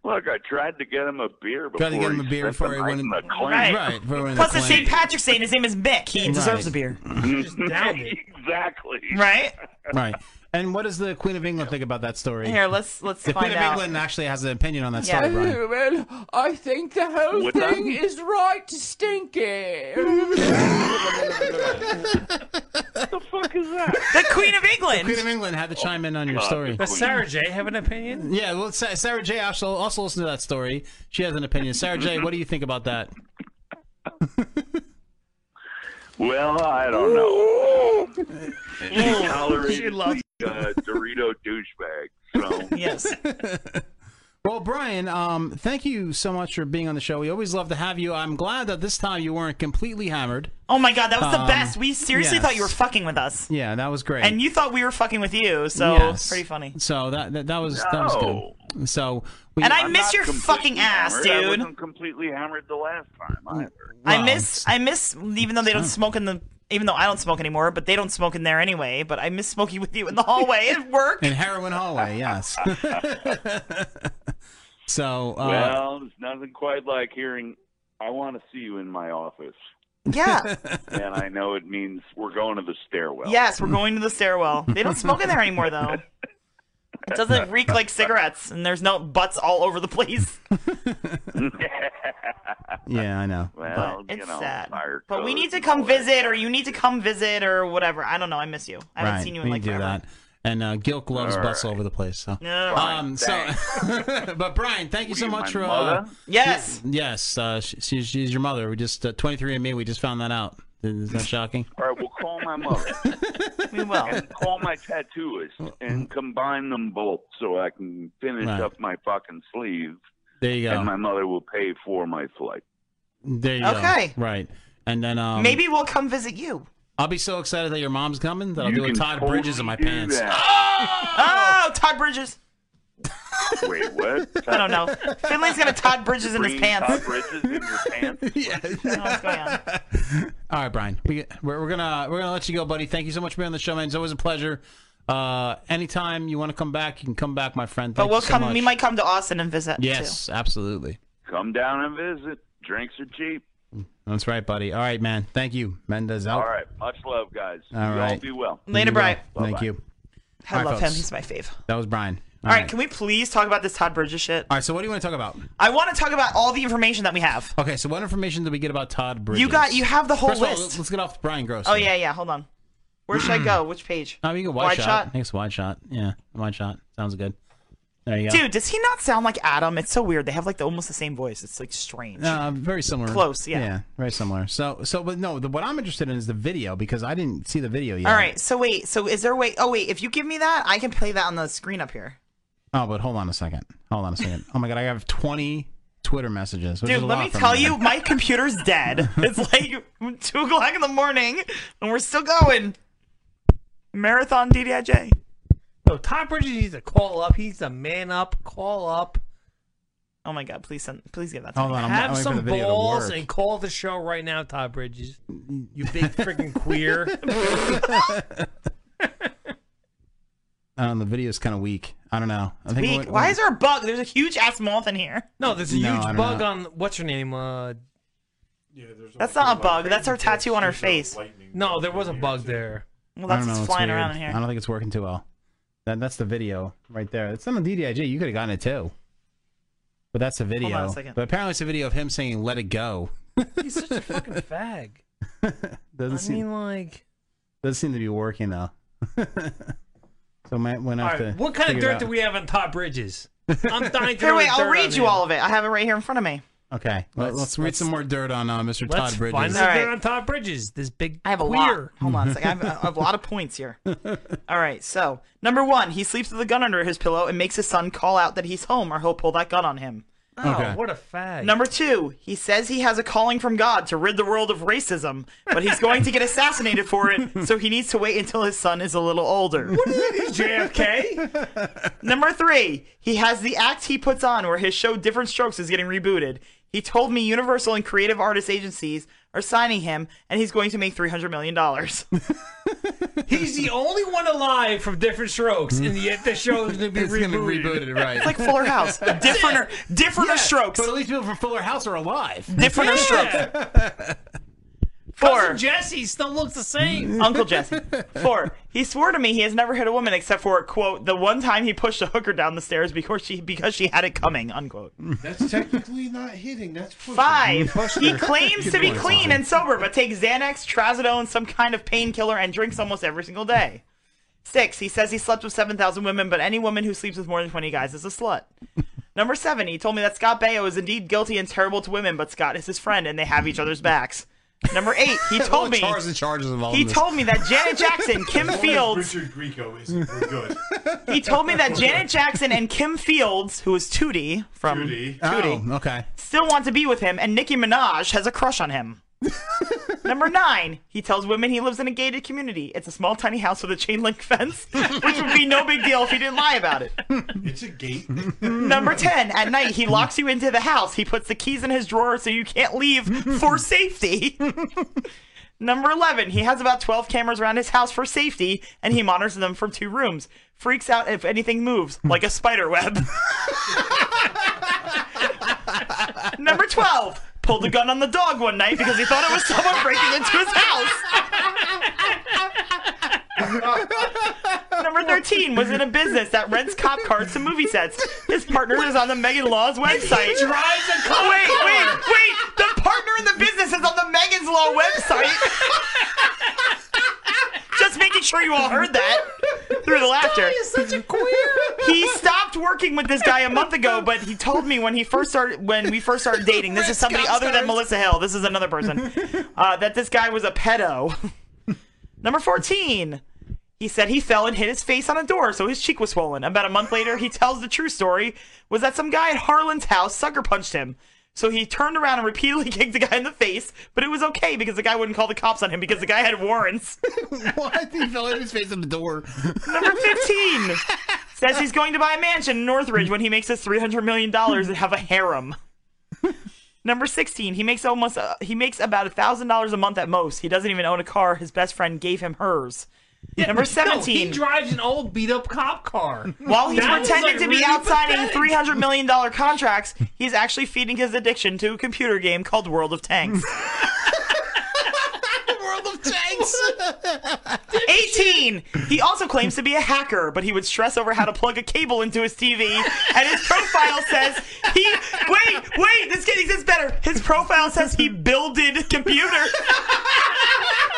Speaker 25: Look, I tried to get him a beer before
Speaker 14: Tried to get him a beer
Speaker 25: spent
Speaker 14: before
Speaker 25: the
Speaker 14: he
Speaker 25: night
Speaker 14: went
Speaker 25: in
Speaker 14: in-
Speaker 25: the clink.
Speaker 15: Right. Right,
Speaker 14: for when
Speaker 15: Plus,
Speaker 14: the
Speaker 15: it's St. Patrick's Day, and his name is Mick. He
Speaker 14: Right.
Speaker 15: deserves a beer.
Speaker 25: (laughs) exactly.
Speaker 15: Right?
Speaker 14: Right. And what does the Queen of England think about that story?
Speaker 15: Here, let's let's
Speaker 14: The
Speaker 15: find
Speaker 14: Queen of
Speaker 15: out.
Speaker 14: England actually has an opinion on that
Speaker 24: Yeah.
Speaker 14: story, Brian.
Speaker 24: Oh, well, I think the whole
Speaker 14: Would
Speaker 24: thing is right
Speaker 14: (laughs)
Speaker 24: stinky.
Speaker 25: fuck is that?
Speaker 15: The Queen of England.
Speaker 14: The Queen of England had to chime in on your
Speaker 12: God,
Speaker 14: story.
Speaker 12: the Does Queen. Sarah J have an opinion?
Speaker 14: Yeah, well, Sa- Sarah J also also listened to that story. She has an opinion. Sarah J, what do you think about that?
Speaker 25: Well, I don't know. she
Speaker 14: Ooh.
Speaker 25: tolerated
Speaker 14: She loves-
Speaker 25: the uh, Dorito douchebag. So
Speaker 15: yes.
Speaker 14: (laughs) Well, Brian, um, thank you so much for being on the show. We always love to have you. I'm glad that this time you weren't completely hammered.
Speaker 15: Oh my god, that was the
Speaker 14: Um,
Speaker 15: best. We seriously
Speaker 14: yes.
Speaker 15: thought you were fucking with us,
Speaker 14: Yeah, that was great.
Speaker 15: and you thought we were fucking with you. So
Speaker 14: Yes.
Speaker 15: pretty funny.
Speaker 14: So that that, that was that was good. So we,
Speaker 15: And I
Speaker 25: I'm
Speaker 15: miss
Speaker 25: not
Speaker 15: your
Speaker 25: completely
Speaker 15: fucking ass,
Speaker 25: hammered. I
Speaker 15: dude.
Speaker 25: wasn't completely hammered the last time either.
Speaker 15: I miss I miss even though they don't smoke in the even though I don't smoke anymore, but they don't smoke in there anyway. But I miss smoking with you in the hallway at work.
Speaker 14: in heroin hallway. Yes. (laughs) so uh,
Speaker 25: well, there's nothing quite like hearing. I want to see you in my office.
Speaker 14: (laughs)
Speaker 15: Yeah.
Speaker 25: and I know it means we're going to the stairwell.
Speaker 15: Yes, we're going to the stairwell. They don't smoke in there
Speaker 25: (laughs)
Speaker 15: anymore though. It doesn't
Speaker 14: (laughs)
Speaker 15: reek like cigarettes, and there's no butts all over the place.
Speaker 14: yeah, I know.
Speaker 25: Well,
Speaker 14: But-
Speaker 25: you
Speaker 15: It's
Speaker 25: know,
Speaker 15: sad.
Speaker 25: fire
Speaker 15: But we
Speaker 25: code
Speaker 15: need to
Speaker 25: and
Speaker 15: come
Speaker 25: all that.
Speaker 15: visit, or you need to come visit, or whatever. I don't know. I miss you. I haven't
Speaker 14: right,
Speaker 15: seen you
Speaker 14: we
Speaker 15: in like
Speaker 14: can do
Speaker 15: forever.
Speaker 14: that. And uh, Gilk loves
Speaker 15: All
Speaker 14: butts all over the place. So.
Speaker 15: No.
Speaker 14: Um, so, (laughs) but Brian, thank you so much for uh,
Speaker 15: yes,
Speaker 14: yes, uh, she, she's, she's your mother. We just uh, twenty three and me. We just found that out. Is that shocking?
Speaker 25: All right, we'll call my mother.
Speaker 15: we will.
Speaker 25: And call my tattooist and combine them both so I can finish
Speaker 14: Right.
Speaker 25: up my fucking sleeve.
Speaker 14: There you go.
Speaker 25: And my mother will pay for my flight.
Speaker 14: There you go.
Speaker 15: Okay.
Speaker 14: Right, and then um,
Speaker 15: Maybe we'll come visit you.
Speaker 14: I'll be so excited that your mom's coming that I'll
Speaker 25: You
Speaker 14: do a
Speaker 25: can
Speaker 14: Todd
Speaker 25: totally
Speaker 14: Bridges in my
Speaker 25: do
Speaker 14: pants.
Speaker 25: that.
Speaker 15: Oh, Todd Bridges.
Speaker 25: Wait, what?
Speaker 15: I
Speaker 14: (laughs)
Speaker 15: don't know. Finley's got a Todd Bridges in his
Speaker 25: Bring
Speaker 15: pants.
Speaker 25: Todd Bridges in your
Speaker 14: (laughs)
Speaker 25: pants?
Speaker 14: All right, Brian, we, we're, we're gonna we're gonna let you go, buddy. Thank you so much for being on the show, man. It's always a pleasure. Uh, anytime you want to come back, you can come back, my friend.
Speaker 15: But
Speaker 14: Thank
Speaker 15: we'll
Speaker 14: you so
Speaker 15: come.
Speaker 14: much.
Speaker 15: We might come to Austin and visit.
Speaker 14: Yes, absolutely.
Speaker 25: Come down and visit. Drinks are cheap.
Speaker 14: That's right, buddy. All right, man. Thank you. Mendez out.
Speaker 25: All right. Much love, guys.
Speaker 14: All
Speaker 25: you all
Speaker 14: right.
Speaker 25: be well.
Speaker 14: You be well. Thank
Speaker 25: Bye-bye.
Speaker 14: you.
Speaker 15: I
Speaker 14: All right,
Speaker 15: love him.
Speaker 14: folks.
Speaker 15: He's my fave.
Speaker 14: That was Brian.
Speaker 15: All right. Can we please talk about this Todd Bridges shit?
Speaker 14: All right. So what do you want to talk about?
Speaker 15: I want to talk about all the information that we have.
Speaker 14: Okay. So what information did we get about Todd Bridges?
Speaker 15: You got- you have the whole
Speaker 14: First of all,
Speaker 15: list.
Speaker 14: let's get off Brian Gross.
Speaker 15: Oh yeah, yeah. Hold on. Where
Speaker 14: (clears throat)
Speaker 15: should I go? Which page?
Speaker 14: Oh, you can wide, shot. I think it's wide shot. Yeah, wide shot. Sounds good. There you go.
Speaker 15: Dude, does he not sound like Adam? It's so weird. They have like the, almost the same voice. It's like strange.
Speaker 14: Uh, very similar.
Speaker 15: Close, yeah.
Speaker 14: Yeah, very similar. So, so, but no, the, what I'm interested in is the video because I didn't see the video yet.
Speaker 15: All right. So wait. So is there a way? Oh wait. If you give me that, I can play that on the screen up here.
Speaker 14: Oh, but hold on a second. Hold on a second. Oh my god, I have 20, Twitter messages. Which
Speaker 15: Dude,
Speaker 14: is a
Speaker 15: let
Speaker 14: lot
Speaker 15: me
Speaker 14: from
Speaker 15: tell
Speaker 14: me.
Speaker 15: you, my computer's
Speaker 12: (laughs)
Speaker 15: dead. It's like two o'clock in the morning, and we're still going. Marathon DDIJ.
Speaker 12: No, Todd Oh, Bridges needs to call up. He's a man up. Call up.
Speaker 15: Oh my God! Please send. Please give that.
Speaker 14: to Hold me. on, I'm
Speaker 12: Have
Speaker 14: waiting for the
Speaker 12: some
Speaker 14: video to
Speaker 12: balls
Speaker 14: work.
Speaker 12: and call the show right now, Todd Bridges. You big
Speaker 15: (laughs)
Speaker 12: freaking queer.
Speaker 14: I don't know, the video's kind of weak. I don't know. I think.
Speaker 15: Weak. Why is there a bug? There's a huge ass moth in here.
Speaker 12: No, there's a
Speaker 14: No, I
Speaker 12: huge
Speaker 14: don't
Speaker 12: bug
Speaker 14: know.
Speaker 12: on what's her name. Uh,
Speaker 15: That's not a bug. That's her tattoo on her face.
Speaker 12: no, there was a bug there.
Speaker 15: Well, that's what's flying around in
Speaker 14: I
Speaker 15: here.
Speaker 14: don't think it's working too well. That, that's the video right there. It's on the DDIG. You could have gotten it too. But that's a video.
Speaker 12: second.
Speaker 14: But apparently it's a video of him saying "Let it go."
Speaker 12: He's such a fucking fag. I
Speaker 14: Doesn't seem
Speaker 12: mean, (laughs) like,
Speaker 14: doesn't seem to be working though. (laughs) so might when I
Speaker 12: all
Speaker 14: have
Speaker 12: right,
Speaker 14: to.
Speaker 12: what kind of
Speaker 14: figure it
Speaker 12: dirt
Speaker 14: out.
Speaker 12: do we have on Todd Bridges? (laughs) I'm dying to
Speaker 15: Here,
Speaker 12: know
Speaker 15: wait.
Speaker 12: the
Speaker 15: I'll
Speaker 12: dirt on
Speaker 15: read you
Speaker 12: him.
Speaker 15: all of it. I have it right here in front of me.
Speaker 14: Okay, well, let's, read some more dirt on uh, mister
Speaker 12: Let's
Speaker 14: Todd Bridges.
Speaker 12: find the
Speaker 15: All
Speaker 12: dirt
Speaker 15: right.
Speaker 12: on Todd Bridges. This big
Speaker 15: I have a lot.
Speaker 12: queer.
Speaker 15: Hold on a second. I have, I have a lot of
Speaker 12: (laughs)
Speaker 15: points here. All right. So, number one, he sleeps with a gun under his pillow and makes his son call out that he's home or he'll pull that gun on him.
Speaker 12: Oh, what a fag.
Speaker 15: Number two, he says he has a calling from God to rid the world of racism, but he's going to get assassinated for it, so he needs to wait until his son is a little older. What
Speaker 12: is JFK?
Speaker 15: (laughs) Number three, he has the act he puts on where his show Different Strokes is getting rebooted. He told me Universal and creative artist agencies are signing him, and he's going to make $300 million.
Speaker 12: (laughs) He's the only one alive from Different Strokes, and yet the show is going (laughs) to be
Speaker 14: It's gonna be rebooted, right. It's like
Speaker 15: Fuller
Speaker 12: (laughs)
Speaker 15: House. Differenter, differenter strokes.
Speaker 14: But at least people from Fuller House are alive.
Speaker 15: Differenter strokes.
Speaker 14: (laughs)
Speaker 15: Four.
Speaker 12: Cousin Jesse still looks the same.
Speaker 15: (laughs) Uncle Jesse. Four. He swore to me he has never hit a woman except for quote the one time he pushed a hooker down the stairs because she because she had it coming unquote.
Speaker 3: That's technically not hitting. That's pushing.
Speaker 15: Five.
Speaker 3: Buster.
Speaker 15: He claims to be
Speaker 3: Good boy,
Speaker 15: clean
Speaker 3: Tommy.
Speaker 15: and sober, but takes Xanax, Trazodone, some kind of painkiller, and drinks almost every single day. Six. He says he slept with seven thousand women, but any woman who sleeps with more than twenty guys is a slut. Number seven. He told me that Scott Baio is indeed guilty and terrible to women, but Scott is his friend and they have each other's backs. Number eight.
Speaker 3: (laughs)
Speaker 15: He told me.
Speaker 14: Charles in charges of all
Speaker 15: He
Speaker 14: this.
Speaker 15: told me that Janet Jackson,
Speaker 14: (laughs)
Speaker 3: As
Speaker 15: Kim
Speaker 3: long as
Speaker 15: Fields,
Speaker 3: Richard Grieco is
Speaker 15: (laughs)
Speaker 3: we're good.
Speaker 15: he told me that Janet Jackson and Kim Fields, who is Tootie from
Speaker 3: Tootie.
Speaker 15: Tootie,
Speaker 14: Oh, okay.
Speaker 15: still want to be with him, and Nicki Minaj has a crush
Speaker 14: (laughs)
Speaker 15: on him. Number nine, he tells women he lives in a gated community. It's a small, tiny house with a chain link fence, which would be no big deal if he didn't lie about it.
Speaker 3: It's a
Speaker 16: (laughs)
Speaker 3: gate.
Speaker 15: Number 10, at night, he locks you into the house. He puts the keys in his drawer so you can't leave for safety. (laughs) Number 11, he has about 12 cameras around his house for safety, and he monitors them from two rooms. Freaks out if anything moves, like a spider web. (laughs) Number 12, pulled a gun on the dog one night because he thought it was someone breaking into his
Speaker 14: (laughs)
Speaker 15: house. Number 13 was in a business that rents cop cars to movie sets. His partner is on the Megan Law's website.
Speaker 1: He drives a cop
Speaker 15: Wait,
Speaker 1: car.
Speaker 15: wait, wait! The partner in the business is on the Megan's Law website. Just making sure you all heard that through the laughter. He stopped working with this guy a month ago, but he told me when he first started when we first started dating. This is somebody other than Melissa Hill. This is another person. Uh, that this guy was a pedo. Number fourteen. He said he fell and hit his face on a door, so his cheek was swollen. About a month later, he tells the true story was that some guy at Harlan's house sucker punched him. So he turned around and repeatedly (laughs) kicked the guy in the face, but it was okay because the guy wouldn't call the cops on him because the guy had warrants.
Speaker 14: (laughs) What? He fell in his face on the door. (laughs)
Speaker 15: Number 15 says he's going to buy a mansion in Northridge when he makes his $300 million and have a harem. Number 16, he makes almost uh, he makes about $1,000 a month at most. He doesn't even own a car. His best friend gave him hers. Number
Speaker 12: No,
Speaker 15: 17.
Speaker 12: he drives an old beat up cop car.
Speaker 15: While he's
Speaker 12: That was,
Speaker 15: pretending
Speaker 12: like,
Speaker 15: to be
Speaker 12: really
Speaker 15: out signing
Speaker 12: pathetic.
Speaker 15: $300 million contracts, he's actually feeding his addiction to a computer game called World of Tanks.
Speaker 1: World of Tanks.
Speaker 15: 18!
Speaker 14: (laughs)
Speaker 15: He also claims to be a hacker, but he would stress over how to plug a cable into his TV, and his profile says he. Wait, wait, this getting gets better. His profile says he builded computers. (laughs)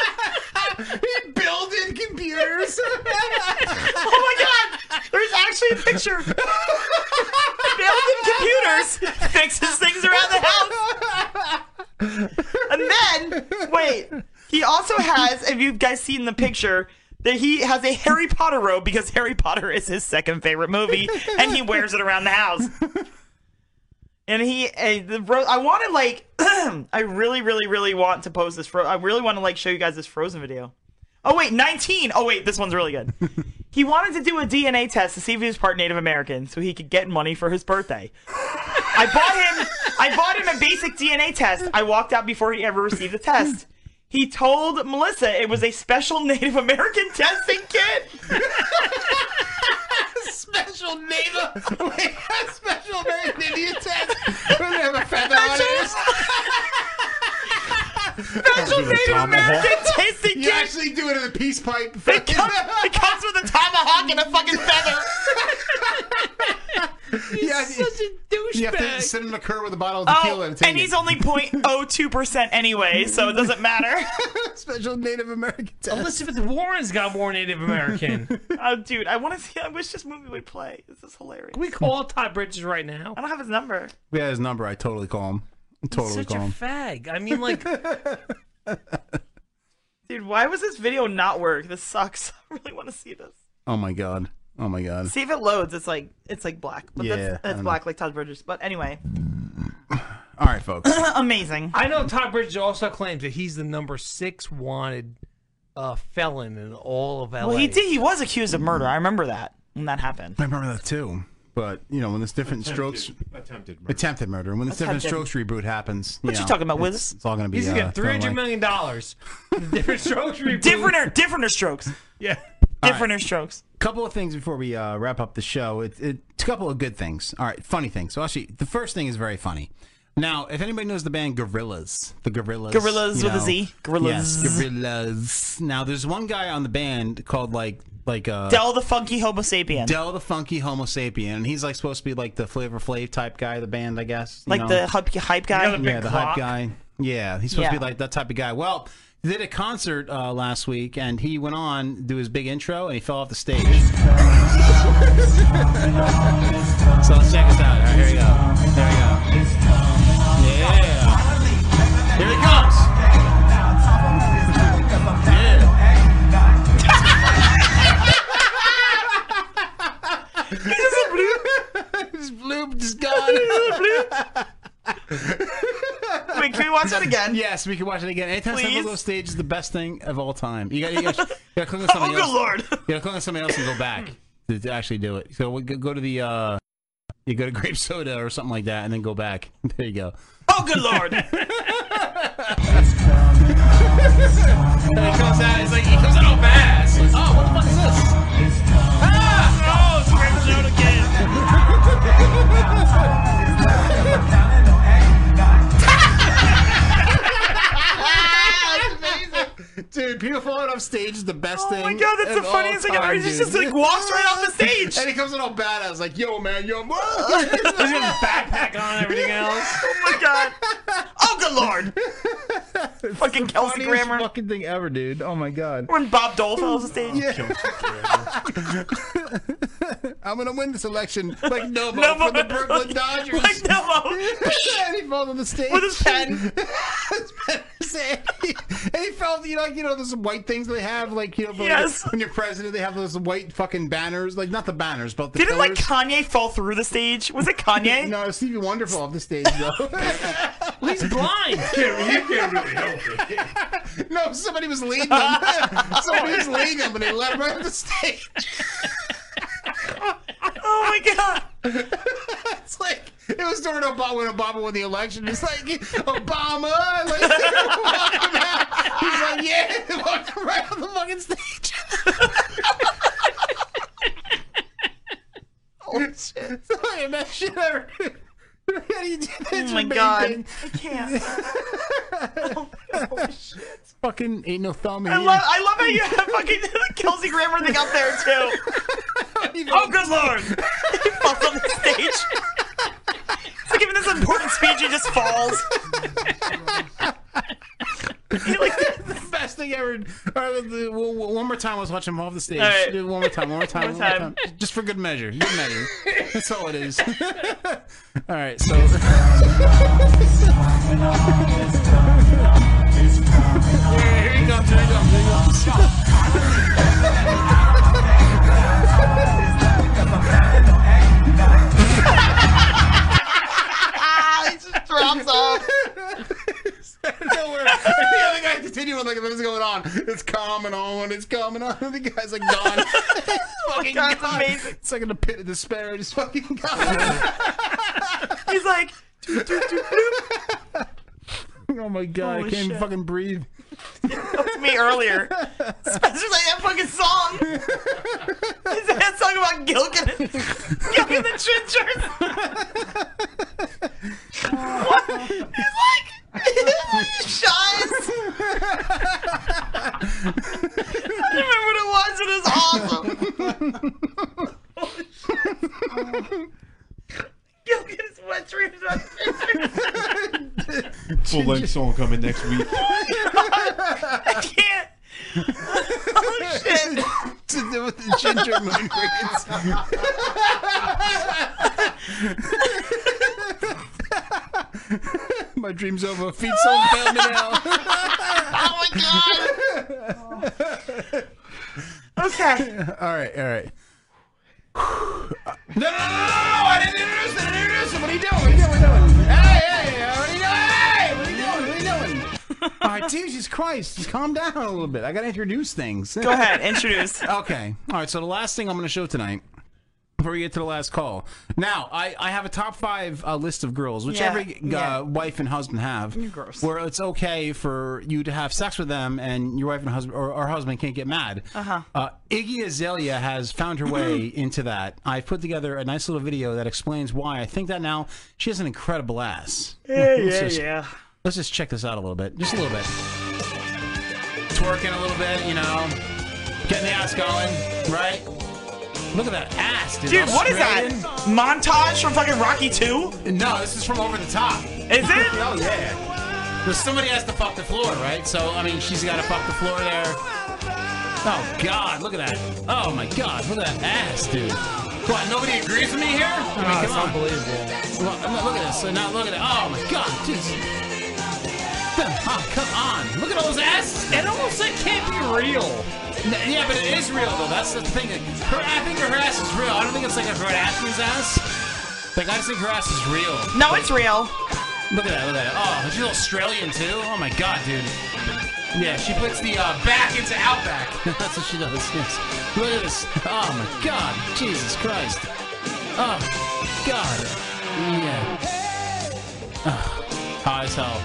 Speaker 1: he builded computers.
Speaker 15: (laughs) oh my god! There's actually
Speaker 14: (laughs)
Speaker 15: a picture. building computers fixes things around the
Speaker 14: (laughs)
Speaker 15: house. And then, wait, he also has, if you guys seen the picture, that he has a Harry Potter robe because Harry Potter is his second favorite movie and he wears it around the house. And he, eh, the Fro- I want to like, (clears throat) I really, really, really want to post this. Fro- I really want to like show you guys this Frozen video. Oh wait, 19. Oh wait, this one's really good. he wanted to do a DNA test to see if he was part Native American, so he could get money for his birthday. I bought him. I bought him a basic DNA test. I walked out before he ever received the test. He told Melissa it was a special Native American testing kit.
Speaker 9: (laughs)
Speaker 1: special native, like a special American Indian test.
Speaker 9: Special Native American
Speaker 15: tasting
Speaker 9: You actually do it in a peace pipe.
Speaker 15: It, come,
Speaker 9: (laughs)
Speaker 15: it comes with a tomahawk and a fucking feather.
Speaker 9: He's such
Speaker 12: a douchebag.
Speaker 9: You have to send him a cur with a bottle of
Speaker 15: Oh,
Speaker 9: tequila to
Speaker 15: and
Speaker 9: take it.
Speaker 15: he's only 0.02% anyway, so it doesn't matter.
Speaker 9: (laughs) Special Native American test.
Speaker 12: Elizabeth Warren's got more Native American.
Speaker 15: (laughs) oh, dude, I want to see. I wish this movie would play. This is hilarious.
Speaker 12: Can we call Todd Bridges right now?
Speaker 15: I don't have his number.
Speaker 14: We had his number. I totally call him. Totally
Speaker 12: Such
Speaker 14: call
Speaker 12: a
Speaker 14: him.
Speaker 12: fag. I mean, like,
Speaker 15: (laughs) Dude, why was this video not work? This sucks. (laughs) I really want to see this.
Speaker 14: oh my god. Oh my god.
Speaker 15: See if it loads. It's like it's like black, but
Speaker 14: Yeah,
Speaker 15: that's,
Speaker 14: I
Speaker 15: that's
Speaker 14: don't
Speaker 15: black like Todd Bridges. But anyway,
Speaker 14: All right, folks.
Speaker 15: (coughs) (clears throat) amazing.
Speaker 12: I know Todd Bridges also claims that he's the number six wanted uh, felon in all of LA.
Speaker 15: Well, he did. He was accused of murder. I remember that when that happened.
Speaker 14: I remember that too. But you know when this different
Speaker 12: Attempted-
Speaker 14: strokes
Speaker 12: attempted
Speaker 14: murder. attempted murder when this different
Speaker 12: Attempted.
Speaker 14: strokes reboot happens.
Speaker 12: What you
Speaker 14: know,
Speaker 12: talking about,
Speaker 14: it's-
Speaker 12: Wiz?
Speaker 14: It's all gonna be.
Speaker 12: He's
Speaker 14: uh,
Speaker 12: gonna get
Speaker 14: thrown
Speaker 12: three hundred
Speaker 14: like-
Speaker 12: million
Speaker 14: (laughs)
Speaker 12: dollars. Different strokes. reboot.
Speaker 15: Differenter, differenter strokes.
Speaker 12: Yeah.
Speaker 15: Differenter strokes.
Speaker 14: Couple of things before we uh, wrap up the show. It, it, it's a couple of good things. All right, funny things. So actually, the first thing is very funny. Now, if anybody knows the band Gorillas, the Gorillas,
Speaker 15: Gorillaz with a Z. Gorillaz.
Speaker 14: yes, Gorillas. Now, there's one guy on the band called like like uh,
Speaker 15: Del the funky Homo sapien.
Speaker 14: Del the funky Homo sapien, and he's like supposed to be like the Flavor Flav type guy of the band, I guess. you
Speaker 15: like
Speaker 14: know?
Speaker 15: the hype, hype guy.
Speaker 14: yeah, the hype guy. Yeah, he's supposed to
Speaker 15: Yeah.
Speaker 14: be like that type of guy. Well, they did a concert uh, last week, and he went on to do his big intro, and he fell off the stage. (laughs) so let's check this out. All right, here we go. There we go. Yeah. Here he comes.
Speaker 15: (laughs)
Speaker 1: His
Speaker 14: bloop just gone.
Speaker 15: (laughs) Wait, can we watch that again?
Speaker 14: Yes, we can watch it again. Anytime
Speaker 15: Please?
Speaker 14: someone goes stage is the best thing of all time. You gotta, you gotta, you gotta
Speaker 15: (laughs)
Speaker 14: click on something
Speaker 15: Oh, good
Speaker 14: else.
Speaker 15: lord.
Speaker 14: You gotta click on something else and go back to, to actually do it. So we go, go to the, uh, you go to (laughs) grape soda or something like that, and then go back. (laughs) There you go.
Speaker 15: Oh, good lord.
Speaker 1: And he comes out, he's like, he comes out all bad. It's like, oh, what the fuck is this? Ah! Oh, it's Grimm's out again.
Speaker 14: (laughs)
Speaker 1: (laughs)
Speaker 14: Dude, people falling off stage is the best thing.
Speaker 1: Oh my God, that's
Speaker 14: of
Speaker 1: the funniest
Speaker 14: all
Speaker 1: thing ever.
Speaker 14: time,
Speaker 1: He just
Speaker 14: dude.
Speaker 1: just, like, walks right
Speaker 14: (laughs)
Speaker 1: off the stage.
Speaker 14: and he comes in all badass, like, "Yo, man, yo,
Speaker 1: (laughs)
Speaker 14: man."
Speaker 12: backpack on and
Speaker 14: (laughs)
Speaker 12: everything else.
Speaker 15: oh my god. Oh good lord. fucking Kelsey Grammer.
Speaker 14: Fucking thing ever, dude. Oh my god.
Speaker 15: When Bob Dole fell off the stage.
Speaker 14: (laughs) I'm gonna win this election, like Novo,
Speaker 1: Novo.
Speaker 14: for the
Speaker 15: (laughs)
Speaker 14: Brooklyn Dodgers.
Speaker 1: Like
Speaker 14: (laughs)
Speaker 1: Novo.
Speaker 14: and he falls on the stage
Speaker 1: With his
Speaker 14: (laughs)
Speaker 1: pen.
Speaker 14: His pen (laughs) is- and he fell. You know, like, you know those white things they have, like you know, for, like,
Speaker 15: Yes.
Speaker 14: when you're president, they have those white fucking banners, like not the banners, but the
Speaker 15: Didn't like
Speaker 14: pillars.
Speaker 15: Kanye fall through the stage? Was it
Speaker 14: (laughs)
Speaker 15: Kanye?
Speaker 14: no, Stevie Wonder fell off the stage though.
Speaker 15: (laughs)
Speaker 12: He's blind.
Speaker 14: (laughs) No, somebody was leading them. (laughs) somebody was leading them, and they left right off the stage.
Speaker 15: oh my god!
Speaker 14: (laughs) it's like it was during Obama when Obama won the election. It's like Obama, like (laughs) walking out. He's like, yeah, walking right on the fucking stage. (laughs) oh shit! Sorry, that shit ever. How do you do that?
Speaker 1: Oh
Speaker 14: It's
Speaker 1: my
Speaker 14: amazing.
Speaker 1: God.
Speaker 15: I can't.
Speaker 14: Fucking ain't no thumb
Speaker 15: I love, I love how you (laughs) have fucking Kelsey Grammer thing up there too.
Speaker 14: (laughs)
Speaker 15: oh good lord! (laughs) He falls off the stage. It's like giving this important speech, he just falls.
Speaker 14: (laughs) the best thing ever. All right, the- w- w- one more time, I was watching him off the stage.
Speaker 1: All right.
Speaker 14: Do it One more time, one more
Speaker 15: (laughs)
Speaker 14: time,
Speaker 1: One
Speaker 14: one more
Speaker 1: time.
Speaker 14: time. Just for good measure. Good measure. That's all it is. (laughs) all right, so. (laughs)
Speaker 1: Here he comes, here he comes, here he comes.
Speaker 17: pops up.
Speaker 9: Nowhere. And the other guy continued like, "What is going on? It's coming on. It's coming on." (laughs) And the guy's like, "Gone."
Speaker 15: (laughs)
Speaker 9: It's fucking
Speaker 15: Oh God, it's
Speaker 9: gone.
Speaker 15: amazing.
Speaker 9: It's like in a pit of despair. It's fucking gone.
Speaker 15: (laughs) He's like, doot, doot, doot, bloop.
Speaker 9: (laughs)
Speaker 14: Oh my god, I
Speaker 15: Holy
Speaker 14: can't even
Speaker 15: shit.
Speaker 14: fucking
Speaker 15: (laughs)
Speaker 14: breathe. (laughs)
Speaker 15: That's me earlier. Spencer's like that fucking song. Is that song about Gilkin? Gilkin the Chinchers. what? He's like, he's like he shines. I remember what it was. (laughs) It was
Speaker 9: (laughs)
Speaker 15: awesome. Gilkin is wet dreams about
Speaker 9: (laughs)
Speaker 15: Chinchers.
Speaker 16: Full length song coming next week.
Speaker 15: I can't. Oh shit!
Speaker 9: (laughs)
Speaker 15: Oh,
Speaker 9: to do with the ginger
Speaker 15: (laughs)
Speaker 14: My dream's over. Feet so failed me now. (laughs)
Speaker 1: oh my god!
Speaker 14: Okay. (laughs) all right, all right.
Speaker 9: No, no, no, no, no, Oh, I didn't introduce it. I didn't introduce it. What are you doing? What are you doing? What are you doing? Hey, hey, hey, what are you doing? Hey, what are you doing? What are you doing?
Speaker 14: All right, Jesus Christ, just calm down a little bit. I gotta introduce things.
Speaker 15: Go ahead,
Speaker 14: (laughs)
Speaker 15: introduce.
Speaker 14: okay. All right, so the last thing I'm gonna show tonight. Before we get to the last call, now I, I have a top five uh, list of girls, which
Speaker 16: Yeah,
Speaker 14: every uh,
Speaker 16: yeah.
Speaker 14: wife and husband have,
Speaker 16: You're gross.
Speaker 14: where it's okay for you to have sex with them, and your wife and husband or, or husband can't get mad.
Speaker 15: Uh-huh.
Speaker 14: Uh, Iggy Azalea has found her way into that. I've put together a nice little video that explains why I think that now she has an incredible ass.
Speaker 1: Yeah, yeah,
Speaker 14: just-
Speaker 1: yeah.
Speaker 14: Let's just check this out a little bit, just a little bit. Twerking a little bit, you know, getting the ass going, right? Look at that ass, dude.
Speaker 15: Dude, what is that? Montage from fucking Rocky
Speaker 14: 2? No, this is from Over the Top.
Speaker 15: Is it?
Speaker 14: (laughs) oh yeah. But somebody has to fuck the floor, right? So I mean, she's got to fuck the floor there. Oh God, look at that. Oh my God, look at that ass, dude. What? Nobody agrees with me here? I mean,
Speaker 1: Oh,
Speaker 14: come
Speaker 1: it's
Speaker 14: on. unbelievable. Look, look at this. So now look at it. Oh my God, jeez. Oh, come on. Look at all those asses. It almost like can't be real. Yeah, but it is real though. That's the thing. Her, I think her ass is real. I don't think it's like a Kardashian's ass. Like I just think her ass is real.
Speaker 15: No, it's real.
Speaker 14: Look at that. Look at that. Oh, she's Australian too. Oh my God, dude. Yeah, she puts the uh, back into outback. (laughs) That's what she does. Yes. Look at this. Oh my God. Jesus Christ. Oh God. Yeah. Oh, hot as hell.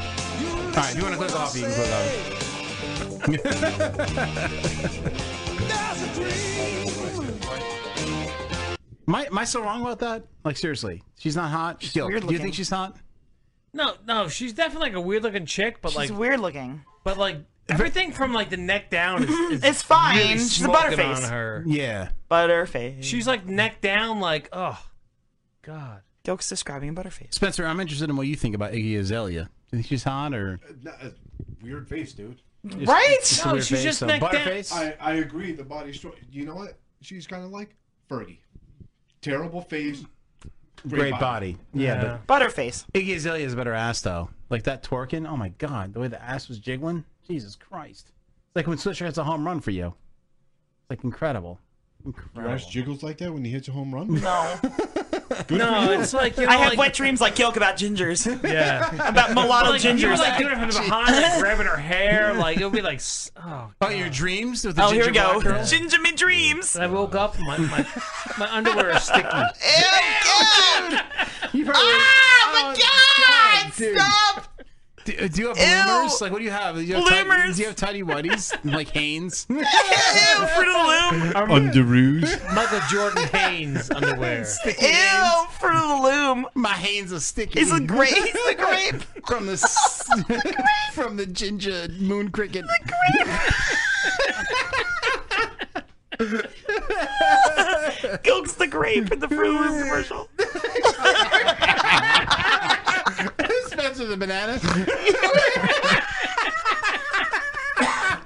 Speaker 14: All right, if you want to click off, you can click off. (laughs) Am I, am I so wrong about that? Like seriously, she's not hot. She's
Speaker 15: weird
Speaker 14: Do you
Speaker 15: looking.
Speaker 14: think she's hot?
Speaker 12: No, no, she's definitely like a weird looking chick, but
Speaker 15: She's
Speaker 12: like
Speaker 15: weird looking.
Speaker 12: But like everything from like the neck down is, is
Speaker 15: It's fine.
Speaker 12: really
Speaker 15: She's a
Speaker 12: smoking
Speaker 15: butterface.
Speaker 12: On her.
Speaker 14: Yeah.
Speaker 15: Butterface.
Speaker 12: She's like neck down, like oh god.
Speaker 15: Doke's describing Butterface.
Speaker 14: Spencer, I'm interested in what you think about Iggy Azalea. Do you think she's hot or?
Speaker 3: No, uh, weird face, dude.
Speaker 14: Just- Right? just a No, weird she's face, just so- neck down.
Speaker 3: Butterface? I, I agree. The body's strong. You know what? She's kind of like Fergie. Terrible face.
Speaker 14: Great, body. Yeah,
Speaker 15: but Butterface.
Speaker 14: Iggy Azalea has a better ass though. Like that twerking. Oh my god, the way the ass was jiggling. Jesus Christ. It's like when Swisher hits a home run for you. It's like incredible.
Speaker 3: Your ass
Speaker 14: Incredible.
Speaker 3: jiggles like that when he hits a home run.
Speaker 14: (laughs)
Speaker 15: No.
Speaker 3: Good No, for you. it's like, you know,
Speaker 15: I have
Speaker 3: like-
Speaker 15: wet dreams like Gilk about gingers.
Speaker 12: Yeah.
Speaker 15: (laughs) about mulatto
Speaker 12: Like,
Speaker 15: gingers.
Speaker 12: You were like doing it from behind,
Speaker 15: (laughs)
Speaker 12: like grabbing her hair, like it would be like s- oh.
Speaker 14: Oh, your dreams with
Speaker 15: the Oh, here we ginger go. black (laughs) girl? Ginger me dreams. Oh,
Speaker 12: I woke up, my my, my
Speaker 15: (laughs)
Speaker 12: underwear (laughs) is
Speaker 1: (laughs)
Speaker 12: sticky.
Speaker 14: You
Speaker 15: Ah,
Speaker 14: probably-
Speaker 1: Oh my god!
Speaker 14: dude.
Speaker 1: Stop!
Speaker 14: Do, do you have
Speaker 1: Ew.
Speaker 14: bloomers? Like what do you have? Do you have, ti-
Speaker 1: Bloomers.
Speaker 14: do you have tidy whities? like Hanes?
Speaker 1: (laughs) Ew, Fruit of the
Speaker 14: (laughs)
Speaker 1: Loom.
Speaker 16: Underoos.
Speaker 12: Michael Jordan Haynes
Speaker 14: (laughs)
Speaker 12: underwear.
Speaker 15: Ew, Fruit of the Loom.
Speaker 14: My hands are sticky. (laughs)
Speaker 1: He's a grape. He's a
Speaker 15: grape.
Speaker 14: from the
Speaker 15: (laughs)
Speaker 14: s- from the ginger moon cricket. (laughs)
Speaker 15: Gilk's the grape in the Fruit of the Loom commercial.
Speaker 14: Spencer the banana.
Speaker 15: (laughs)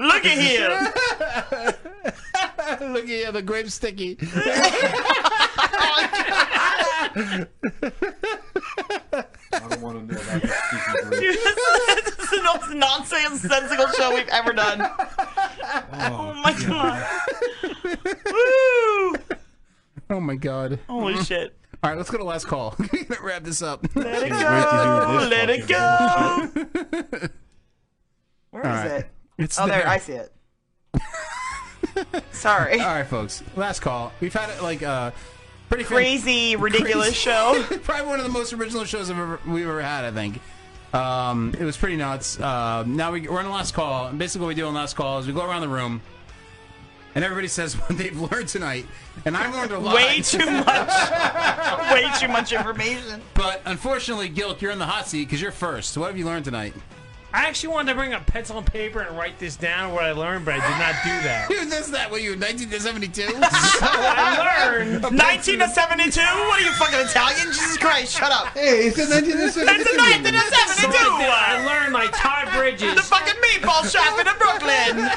Speaker 15: Look
Speaker 14: (laughs)
Speaker 15: at here.
Speaker 14: Look at here, the grape sticky. (laughs)
Speaker 3: I don't want to know about this.
Speaker 15: Dude, this, is the most nonsensical show we've ever done. Oh, my god. Woo!
Speaker 14: Oh my god.
Speaker 15: Holy shit.
Speaker 14: All right, let's go to the last call. (laughs) We're gonna wrap this up.
Speaker 15: Let it
Speaker 14: Can't wait to
Speaker 15: go.
Speaker 14: do this
Speaker 15: Let it
Speaker 1: it go.
Speaker 15: Where
Speaker 14: All right.
Speaker 15: is it?
Speaker 14: It's
Speaker 15: oh, there.
Speaker 14: there.
Speaker 15: I see it. Sorry.
Speaker 14: All right, folks. Last call. We've had like uh, pretty fan-
Speaker 15: Crazy, ridiculous show.
Speaker 14: (laughs) Probably one of the most original shows I've ever, we've ever had. I think. Um, it was pretty nuts. Uh, now we, we're on the last call, and basically what we do on the last call is we go around the room, and everybody says (laughs) what they've learned tonight, and I learned a lot.
Speaker 15: Way too much. way too much information.
Speaker 14: But unfortunately, Gilk, you're in the hot seat because you're first. What have you learned tonight?
Speaker 12: I actually wanted to bring a pencil and paper and write this down what I learned, but I did not do
Speaker 14: (laughs)
Speaker 12: that.
Speaker 14: Who does that? Were you in
Speaker 12: (laughs)
Speaker 14: 1972?
Speaker 12: I learned.
Speaker 15: 1972? What are you fucking Italian? Jesus Christ! Shut up.
Speaker 14: Hey, it's a 1972.
Speaker 15: It's a 1972.
Speaker 12: I learned my Todd Bridges.
Speaker 15: The fucking meatball shop in
Speaker 12: (laughs)
Speaker 15: Brooklyn.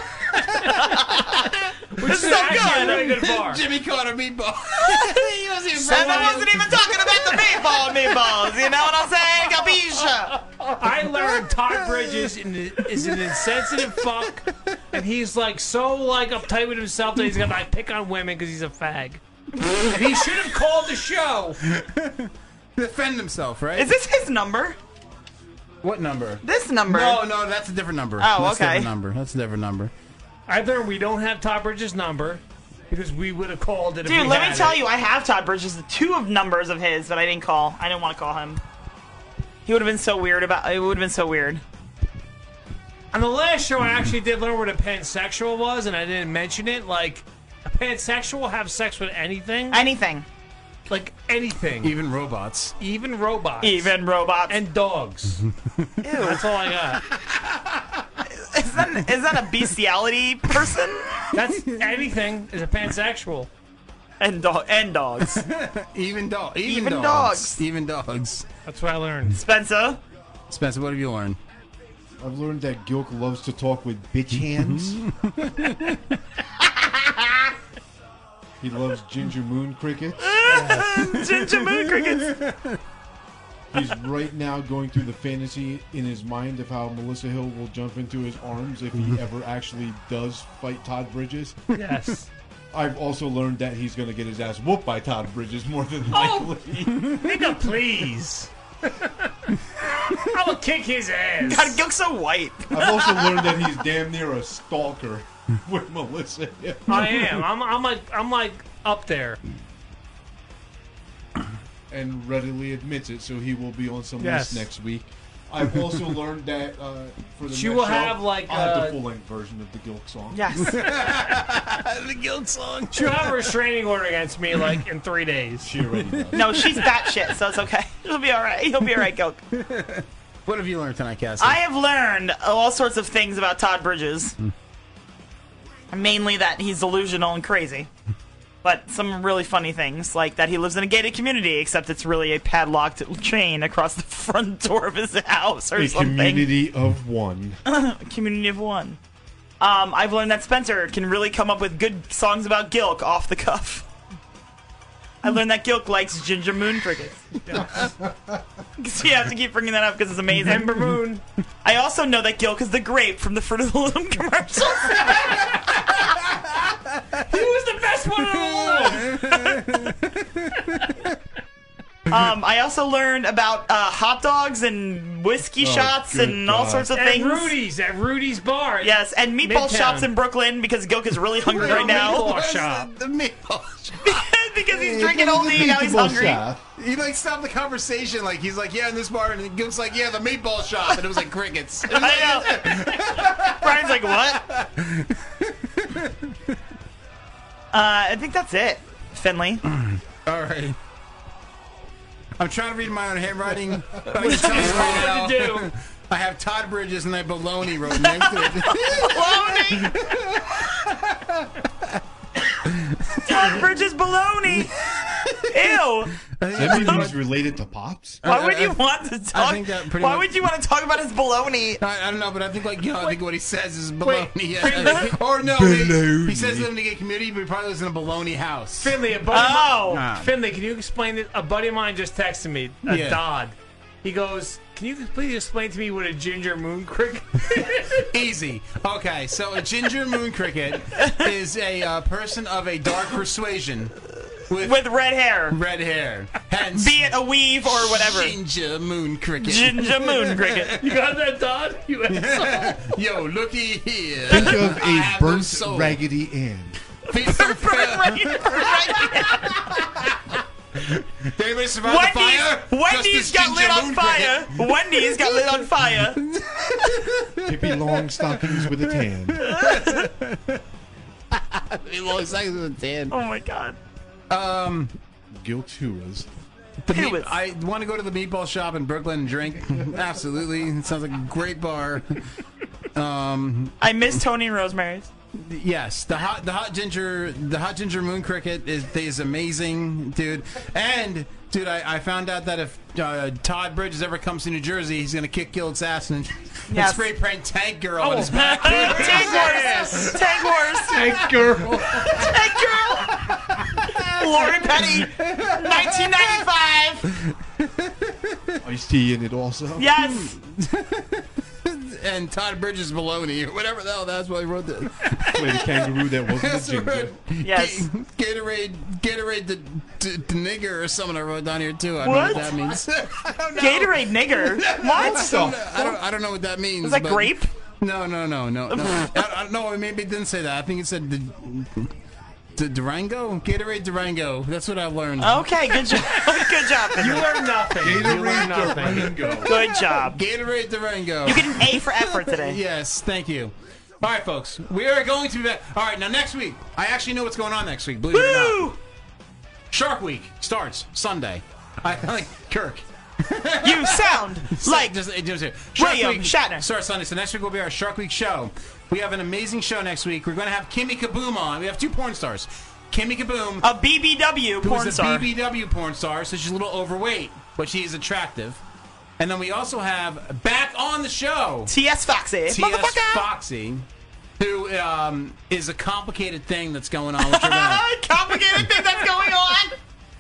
Speaker 12: Which
Speaker 15: It's
Speaker 12: is
Speaker 15: so
Speaker 12: actually a really
Speaker 15: good.
Speaker 12: good bar.
Speaker 14: Jimmy Carter meatball.
Speaker 15: (laughs) he wasn't even, wasn't even talking about the meatball meatballs. You know what I'm saying? Capisce?
Speaker 12: I learned Todd Bridges in- is an insensitive fuck, and he's like so like uptight with himself that he's gonna like, pick on women because he's a fag. And he should have called the show.
Speaker 14: Defend himself, right?
Speaker 15: Is this his number?
Speaker 14: What number?
Speaker 15: This number.
Speaker 14: No, no, that's a different number.
Speaker 15: Oh,
Speaker 14: that's A
Speaker 15: okay.
Speaker 14: different number. That's a different number.
Speaker 12: I learned we don't have Todd Bridges' number because we would have called it. if
Speaker 15: Dude,
Speaker 12: we
Speaker 15: let
Speaker 12: had
Speaker 15: me tell
Speaker 12: it.
Speaker 15: you, I have Todd Bridges, the two of numbers of his that I didn't call. I didn't want to call him. He would have been so weird about. It would have been so weird. (laughs)
Speaker 12: On the last show, I actually did learn what a pansexual was, and I didn't mention it. Like, a pansexual will have sex with anything.
Speaker 15: Anything.
Speaker 12: Like anything.
Speaker 14: Even robots.
Speaker 12: Even robots.
Speaker 15: Even robots.
Speaker 12: And dogs. That's all I got.
Speaker 15: (laughs) Is that is that a bestiality person?
Speaker 12: That's anything is a pansexual.
Speaker 15: And dog
Speaker 12: (laughs)
Speaker 15: and dogs.
Speaker 14: even dog. Even,
Speaker 15: Even
Speaker 14: (laughs) dogs. Even dogs.
Speaker 12: That's what I learned.
Speaker 15: Spencer.
Speaker 14: (laughs) Spencer, what have you learned?
Speaker 16: I've learned that Gilk loves to talk with bitch
Speaker 14: (laughs)
Speaker 16: hands. he loves ginger moon
Speaker 14: (laughs)
Speaker 16: crickets.
Speaker 15: Ginger moon crickets.
Speaker 16: He's right now going through the fantasy in his mind of how Melissa Hill will jump into his arms if
Speaker 12: Mm-hmm.
Speaker 16: he ever actually does fight Todd Bridges.
Speaker 12: Yes.
Speaker 16: (laughs) I've also learned that he's going to get his ass whooped by Todd Bridges more than
Speaker 12: Oh, (laughs)
Speaker 16: likely.
Speaker 12: nigga, please. I will kick his ass.
Speaker 15: God, Gilk's so white.
Speaker 16: I've also learned that he's damn near a stalker (laughs) with Melissa Hill.
Speaker 12: I am. I'm, I'm like I'm like up there.
Speaker 16: and readily admits it, so he will be on some
Speaker 12: Yes.
Speaker 16: list next week. I've also learned that uh, for the
Speaker 12: She
Speaker 16: next
Speaker 12: will
Speaker 16: show,
Speaker 12: have, like,
Speaker 16: I'll have
Speaker 12: uh,
Speaker 16: the full length version of the Gilk song. (laughs)
Speaker 12: the
Speaker 14: guild song.
Speaker 12: She'll have a restraining order against me like in three days.
Speaker 16: She already does.
Speaker 15: No, she's batshit, so it's okay. (laughs) She'll be all right. He'll be all right, Gilk.
Speaker 14: What have you learned tonight, Cassie?
Speaker 15: I have learned all sorts of things about Todd Bridges.
Speaker 16: Hmm.
Speaker 15: Mainly that he's delusional and crazy. But some really funny things, like that he lives in a gated community, except it's really a padlocked chain across the (laughs) front door of his house or
Speaker 16: A
Speaker 15: something.
Speaker 16: community of one.
Speaker 15: (coughs) community of one. Um, I've learned that Spencer can really come up with good songs about Gilk off the cuff. I learned that Gilk likes ginger
Speaker 12: (laughs)
Speaker 15: moon crickets. Because you have to keep bringing that up because it's amazing. Ember
Speaker 12: moon.
Speaker 15: I also know that Gilk is the grape from the Fruit of the Loom (laughs)
Speaker 12: (laughs)
Speaker 15: commercial.
Speaker 12: he was the best one in the world.
Speaker 15: um, I also learned about uh, hot dogs and whiskey
Speaker 12: Oh,
Speaker 15: shots
Speaker 12: good
Speaker 15: and all
Speaker 12: God.
Speaker 15: sorts of
Speaker 12: At
Speaker 15: things.
Speaker 12: Rudy's, at Rudy's bar.
Speaker 15: Yes, and meatball
Speaker 12: Midtown.
Speaker 15: shops in Brooklyn because Gilk is really hungry
Speaker 12: Where's
Speaker 15: right
Speaker 12: the
Speaker 15: now.
Speaker 12: meatball shop?
Speaker 14: The meatball
Speaker 15: (laughs) because
Speaker 14: he's
Speaker 15: drinking only and now he's hungry.
Speaker 14: He like stopped the conversation. Like he's like, yeah, in this bar, and Gilk's like, yeah, the meatball shop, and it was like
Speaker 15: (laughs)
Speaker 14: crickets. It was like- (laughs)
Speaker 15: Brian's like, what? uh, Uh, I think that's it, Finley.
Speaker 14: (clears throat) All right. I'm trying to read my own
Speaker 15: (laughs)
Speaker 14: handwriting. but I,
Speaker 15: Which
Speaker 14: can tell
Speaker 15: is
Speaker 14: (laughs) you right
Speaker 15: hard to
Speaker 14: now, I have Todd Bridges and I have baloney wrote next
Speaker 15: (laughs)
Speaker 14: to
Speaker 15: it. Todd
Speaker 14: (laughs)
Speaker 15: Bridges baloney. Ew.
Speaker 16: Everything's related to Pops? Uh,
Speaker 15: Why
Speaker 1: (laughs)
Speaker 15: would you want to talk?
Speaker 14: think that pretty
Speaker 15: Why
Speaker 14: much-
Speaker 15: would you want to talk about his baloney?
Speaker 14: I, I don't know, but I think like you know, I think what he says is baloney. (laughs)
Speaker 15: Wait,
Speaker 14: Yeah.
Speaker 15: Finley-
Speaker 14: or no, he-
Speaker 15: Baloney.
Speaker 14: he says live in the gay community, but he probably lives in a baloney house.
Speaker 12: Finley, a buddy of mine, Finley, can you explain this? A buddy of mine just texted me, uh,
Speaker 14: Yeah.
Speaker 12: Dodd. He goes, "Can you please explain to me what a ginger moon cricket?"
Speaker 14: Easy. Okay, so a ginger moon cricket is a uh, person of a dark persuasion
Speaker 15: with, red hair.
Speaker 9: Red hair.
Speaker 15: Be it a weave or whatever.
Speaker 9: Ginger moon cricket.
Speaker 15: Ginger moon cricket.
Speaker 9: You got that, Todd? You asshole. Yo, looky here.
Speaker 16: Think of
Speaker 9: I
Speaker 16: a
Speaker 9: have no
Speaker 16: burnt
Speaker 9: soul.
Speaker 16: Raggedy Ann.
Speaker 9: Piece
Speaker 15: (laughs)
Speaker 9: of
Speaker 1: Did anybody survive
Speaker 15: Wendy's,
Speaker 1: the fire?
Speaker 15: Wendy's got lit on fire. Wendy's got lit on fire.
Speaker 16: Pippi Longstockings with a tan.
Speaker 9: It looks like it's a tan.
Speaker 15: Oh my god.
Speaker 14: Um,
Speaker 16: Giltuas.
Speaker 14: the meat- I want to go to the meatball shop in Brooklyn and drink. (laughs) Absolutely, it sounds like a great bar. (laughs) Um,
Speaker 15: I miss Tony and Rosemary's.
Speaker 14: Yes, the hot the hot ginger the hot ginger moon cricket is is amazing, dude. And dude, I, I found out that if uh, Todd Bridges ever comes to New Jersey, he's gonna kick Gild's ass and, (laughs) and
Speaker 1: Yes.
Speaker 14: spray paint Tank Girl
Speaker 1: Oh,
Speaker 14: on his
Speaker 15: (laughs)
Speaker 14: back.
Speaker 1: Tank
Speaker 15: Horse! Tank Horse!
Speaker 14: Tank Girl.
Speaker 15: Tank Girl! Lori Petty! 1995!
Speaker 16: Iced tea in it also.
Speaker 15: Yes.
Speaker 14: (laughs) and Todd Bridges baloney or whatever the hell that's why he wrote that. (laughs)
Speaker 16: Played a kangaroo that wasn't a ginger.
Speaker 15: Yes.
Speaker 14: Gatorade, Gatorade, the, the, the nigger or something I wrote down here too. I don't
Speaker 15: What?
Speaker 14: know what that means. (laughs) I don't know.
Speaker 15: Gatorade
Speaker 14: (laughs)
Speaker 15: nigger?
Speaker 14: I
Speaker 15: What?
Speaker 14: don't, know. I, don't, I don't know what that means.
Speaker 15: Is that
Speaker 14: but-
Speaker 15: grape?
Speaker 14: No, no, no, no.
Speaker 15: (laughs)
Speaker 14: No, I, I, no maybe it didn't say that. I think it said the, the Durango? Gatorade Durango. That's what I learned.
Speaker 15: Okay,
Speaker 14: (laughs)
Speaker 15: good job. good job.
Speaker 14: You learned nothing.
Speaker 15: You learned nothing. Good job.
Speaker 14: Gatorade Durango.
Speaker 15: You get an A for effort today.
Speaker 14: (laughs) yes, thank you. All right, folks, we are going to be back. All right, now next week, I actually know what's going on next week. Believe it or not, Shark Week starts Sunday. I like Kirk.
Speaker 15: you sound
Speaker 14: like (laughs) just, it just,
Speaker 15: William Shatner.
Speaker 14: Starts Sunday, so next week will be our Shark Week show. We have an amazing show next week. We're going to have Kimmy Kaboom on. We have two porn stars. Kimmy Kaboom,
Speaker 15: a BBW
Speaker 14: who
Speaker 15: porn
Speaker 14: is a
Speaker 15: star.
Speaker 14: BBW porn star, so she's a little overweight, but she is attractive. And then we also have back on the show
Speaker 15: T.S. Foxy,
Speaker 14: T.S. Foxy, who um, is a complicated thing that's going on. Which we're gonna,
Speaker 15: Complicated thing that's going on.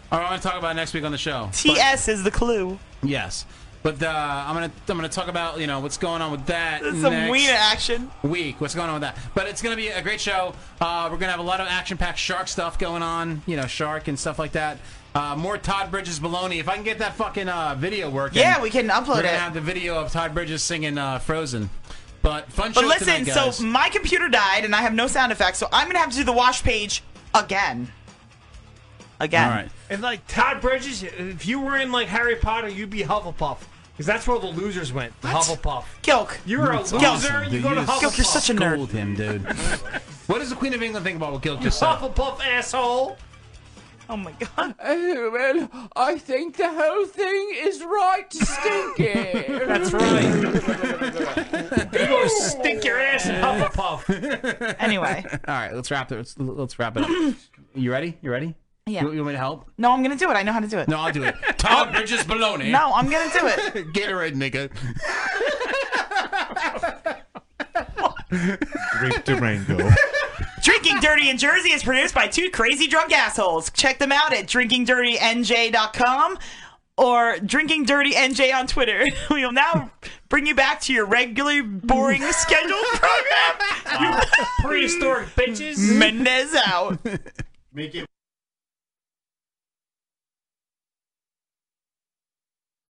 Speaker 14: I want to talk about next week on the show.
Speaker 15: T.S. is the clue.
Speaker 14: Yes, but uh, I'm gonna I'm gonna talk about you know what's going on with that.
Speaker 15: That's some
Speaker 14: next
Speaker 15: wiener action.
Speaker 14: Week, what's going on with that? But it's gonna be a great show. Uh, we're gonna have a lot of action-packed shark stuff going on. You know, shark and stuff like that. Uh, more Todd Bridges baloney. If I can get that fucking uh, video working,
Speaker 15: Yeah, we can upload
Speaker 14: we're gonna
Speaker 15: it.
Speaker 14: have the video of Todd Bridges singing uh, Frozen. But fun
Speaker 15: But
Speaker 14: show
Speaker 15: listen,
Speaker 14: tonight, guys.
Speaker 15: so my computer died and I have no sound effects, so I'm gonna have to do the wash page again. Again.
Speaker 12: And like Todd Bridges, if you were in like Harry Potter, you'd be Hufflepuff. Because that's where the losers went. to Hufflepuff.
Speaker 15: Gilk.
Speaker 12: You were a
Speaker 14: That's
Speaker 12: loser.
Speaker 14: awesome,
Speaker 12: You
Speaker 14: dude.
Speaker 12: go to
Speaker 14: just
Speaker 12: Hufflepuff.
Speaker 14: schooled him, dude.
Speaker 12: (laughs)
Speaker 14: what does the Queen of England think about what Gilk
Speaker 12: You
Speaker 14: just said?
Speaker 12: Hufflepuff asshole.
Speaker 15: Oh my god.
Speaker 24: well, I think the whole thing is right to stink
Speaker 15: (laughs)
Speaker 24: it.
Speaker 12: That's right. (laughs) you go stink your ass in
Speaker 14: (laughs)
Speaker 12: Hufflepuff.
Speaker 15: anyway.
Speaker 14: All right, let's wrap it. Let's, let's wrap it up. You ready? You ready?
Speaker 15: Yeah.
Speaker 14: You, you want me to help?
Speaker 15: No, I'm gonna do it. I know how to do it.
Speaker 14: No, I'll
Speaker 15: (laughs)
Speaker 14: do it. Todd Bridges baloney.
Speaker 15: No, I'm gonna do it.
Speaker 14: (laughs) Gatorade, nigga.
Speaker 16: Grape Durango.
Speaker 15: Drinking Dirty in Jersey is produced by two crazy drunk assholes. Check them out at drinkingdirtynj.com or drinkingdirtynj on Twitter. (laughs) We will now bring you back to your regularly
Speaker 12: (laughs)
Speaker 15: boring scheduled program.
Speaker 12: Prehistoric bitches.
Speaker 15: Mendez out.
Speaker 16: Make it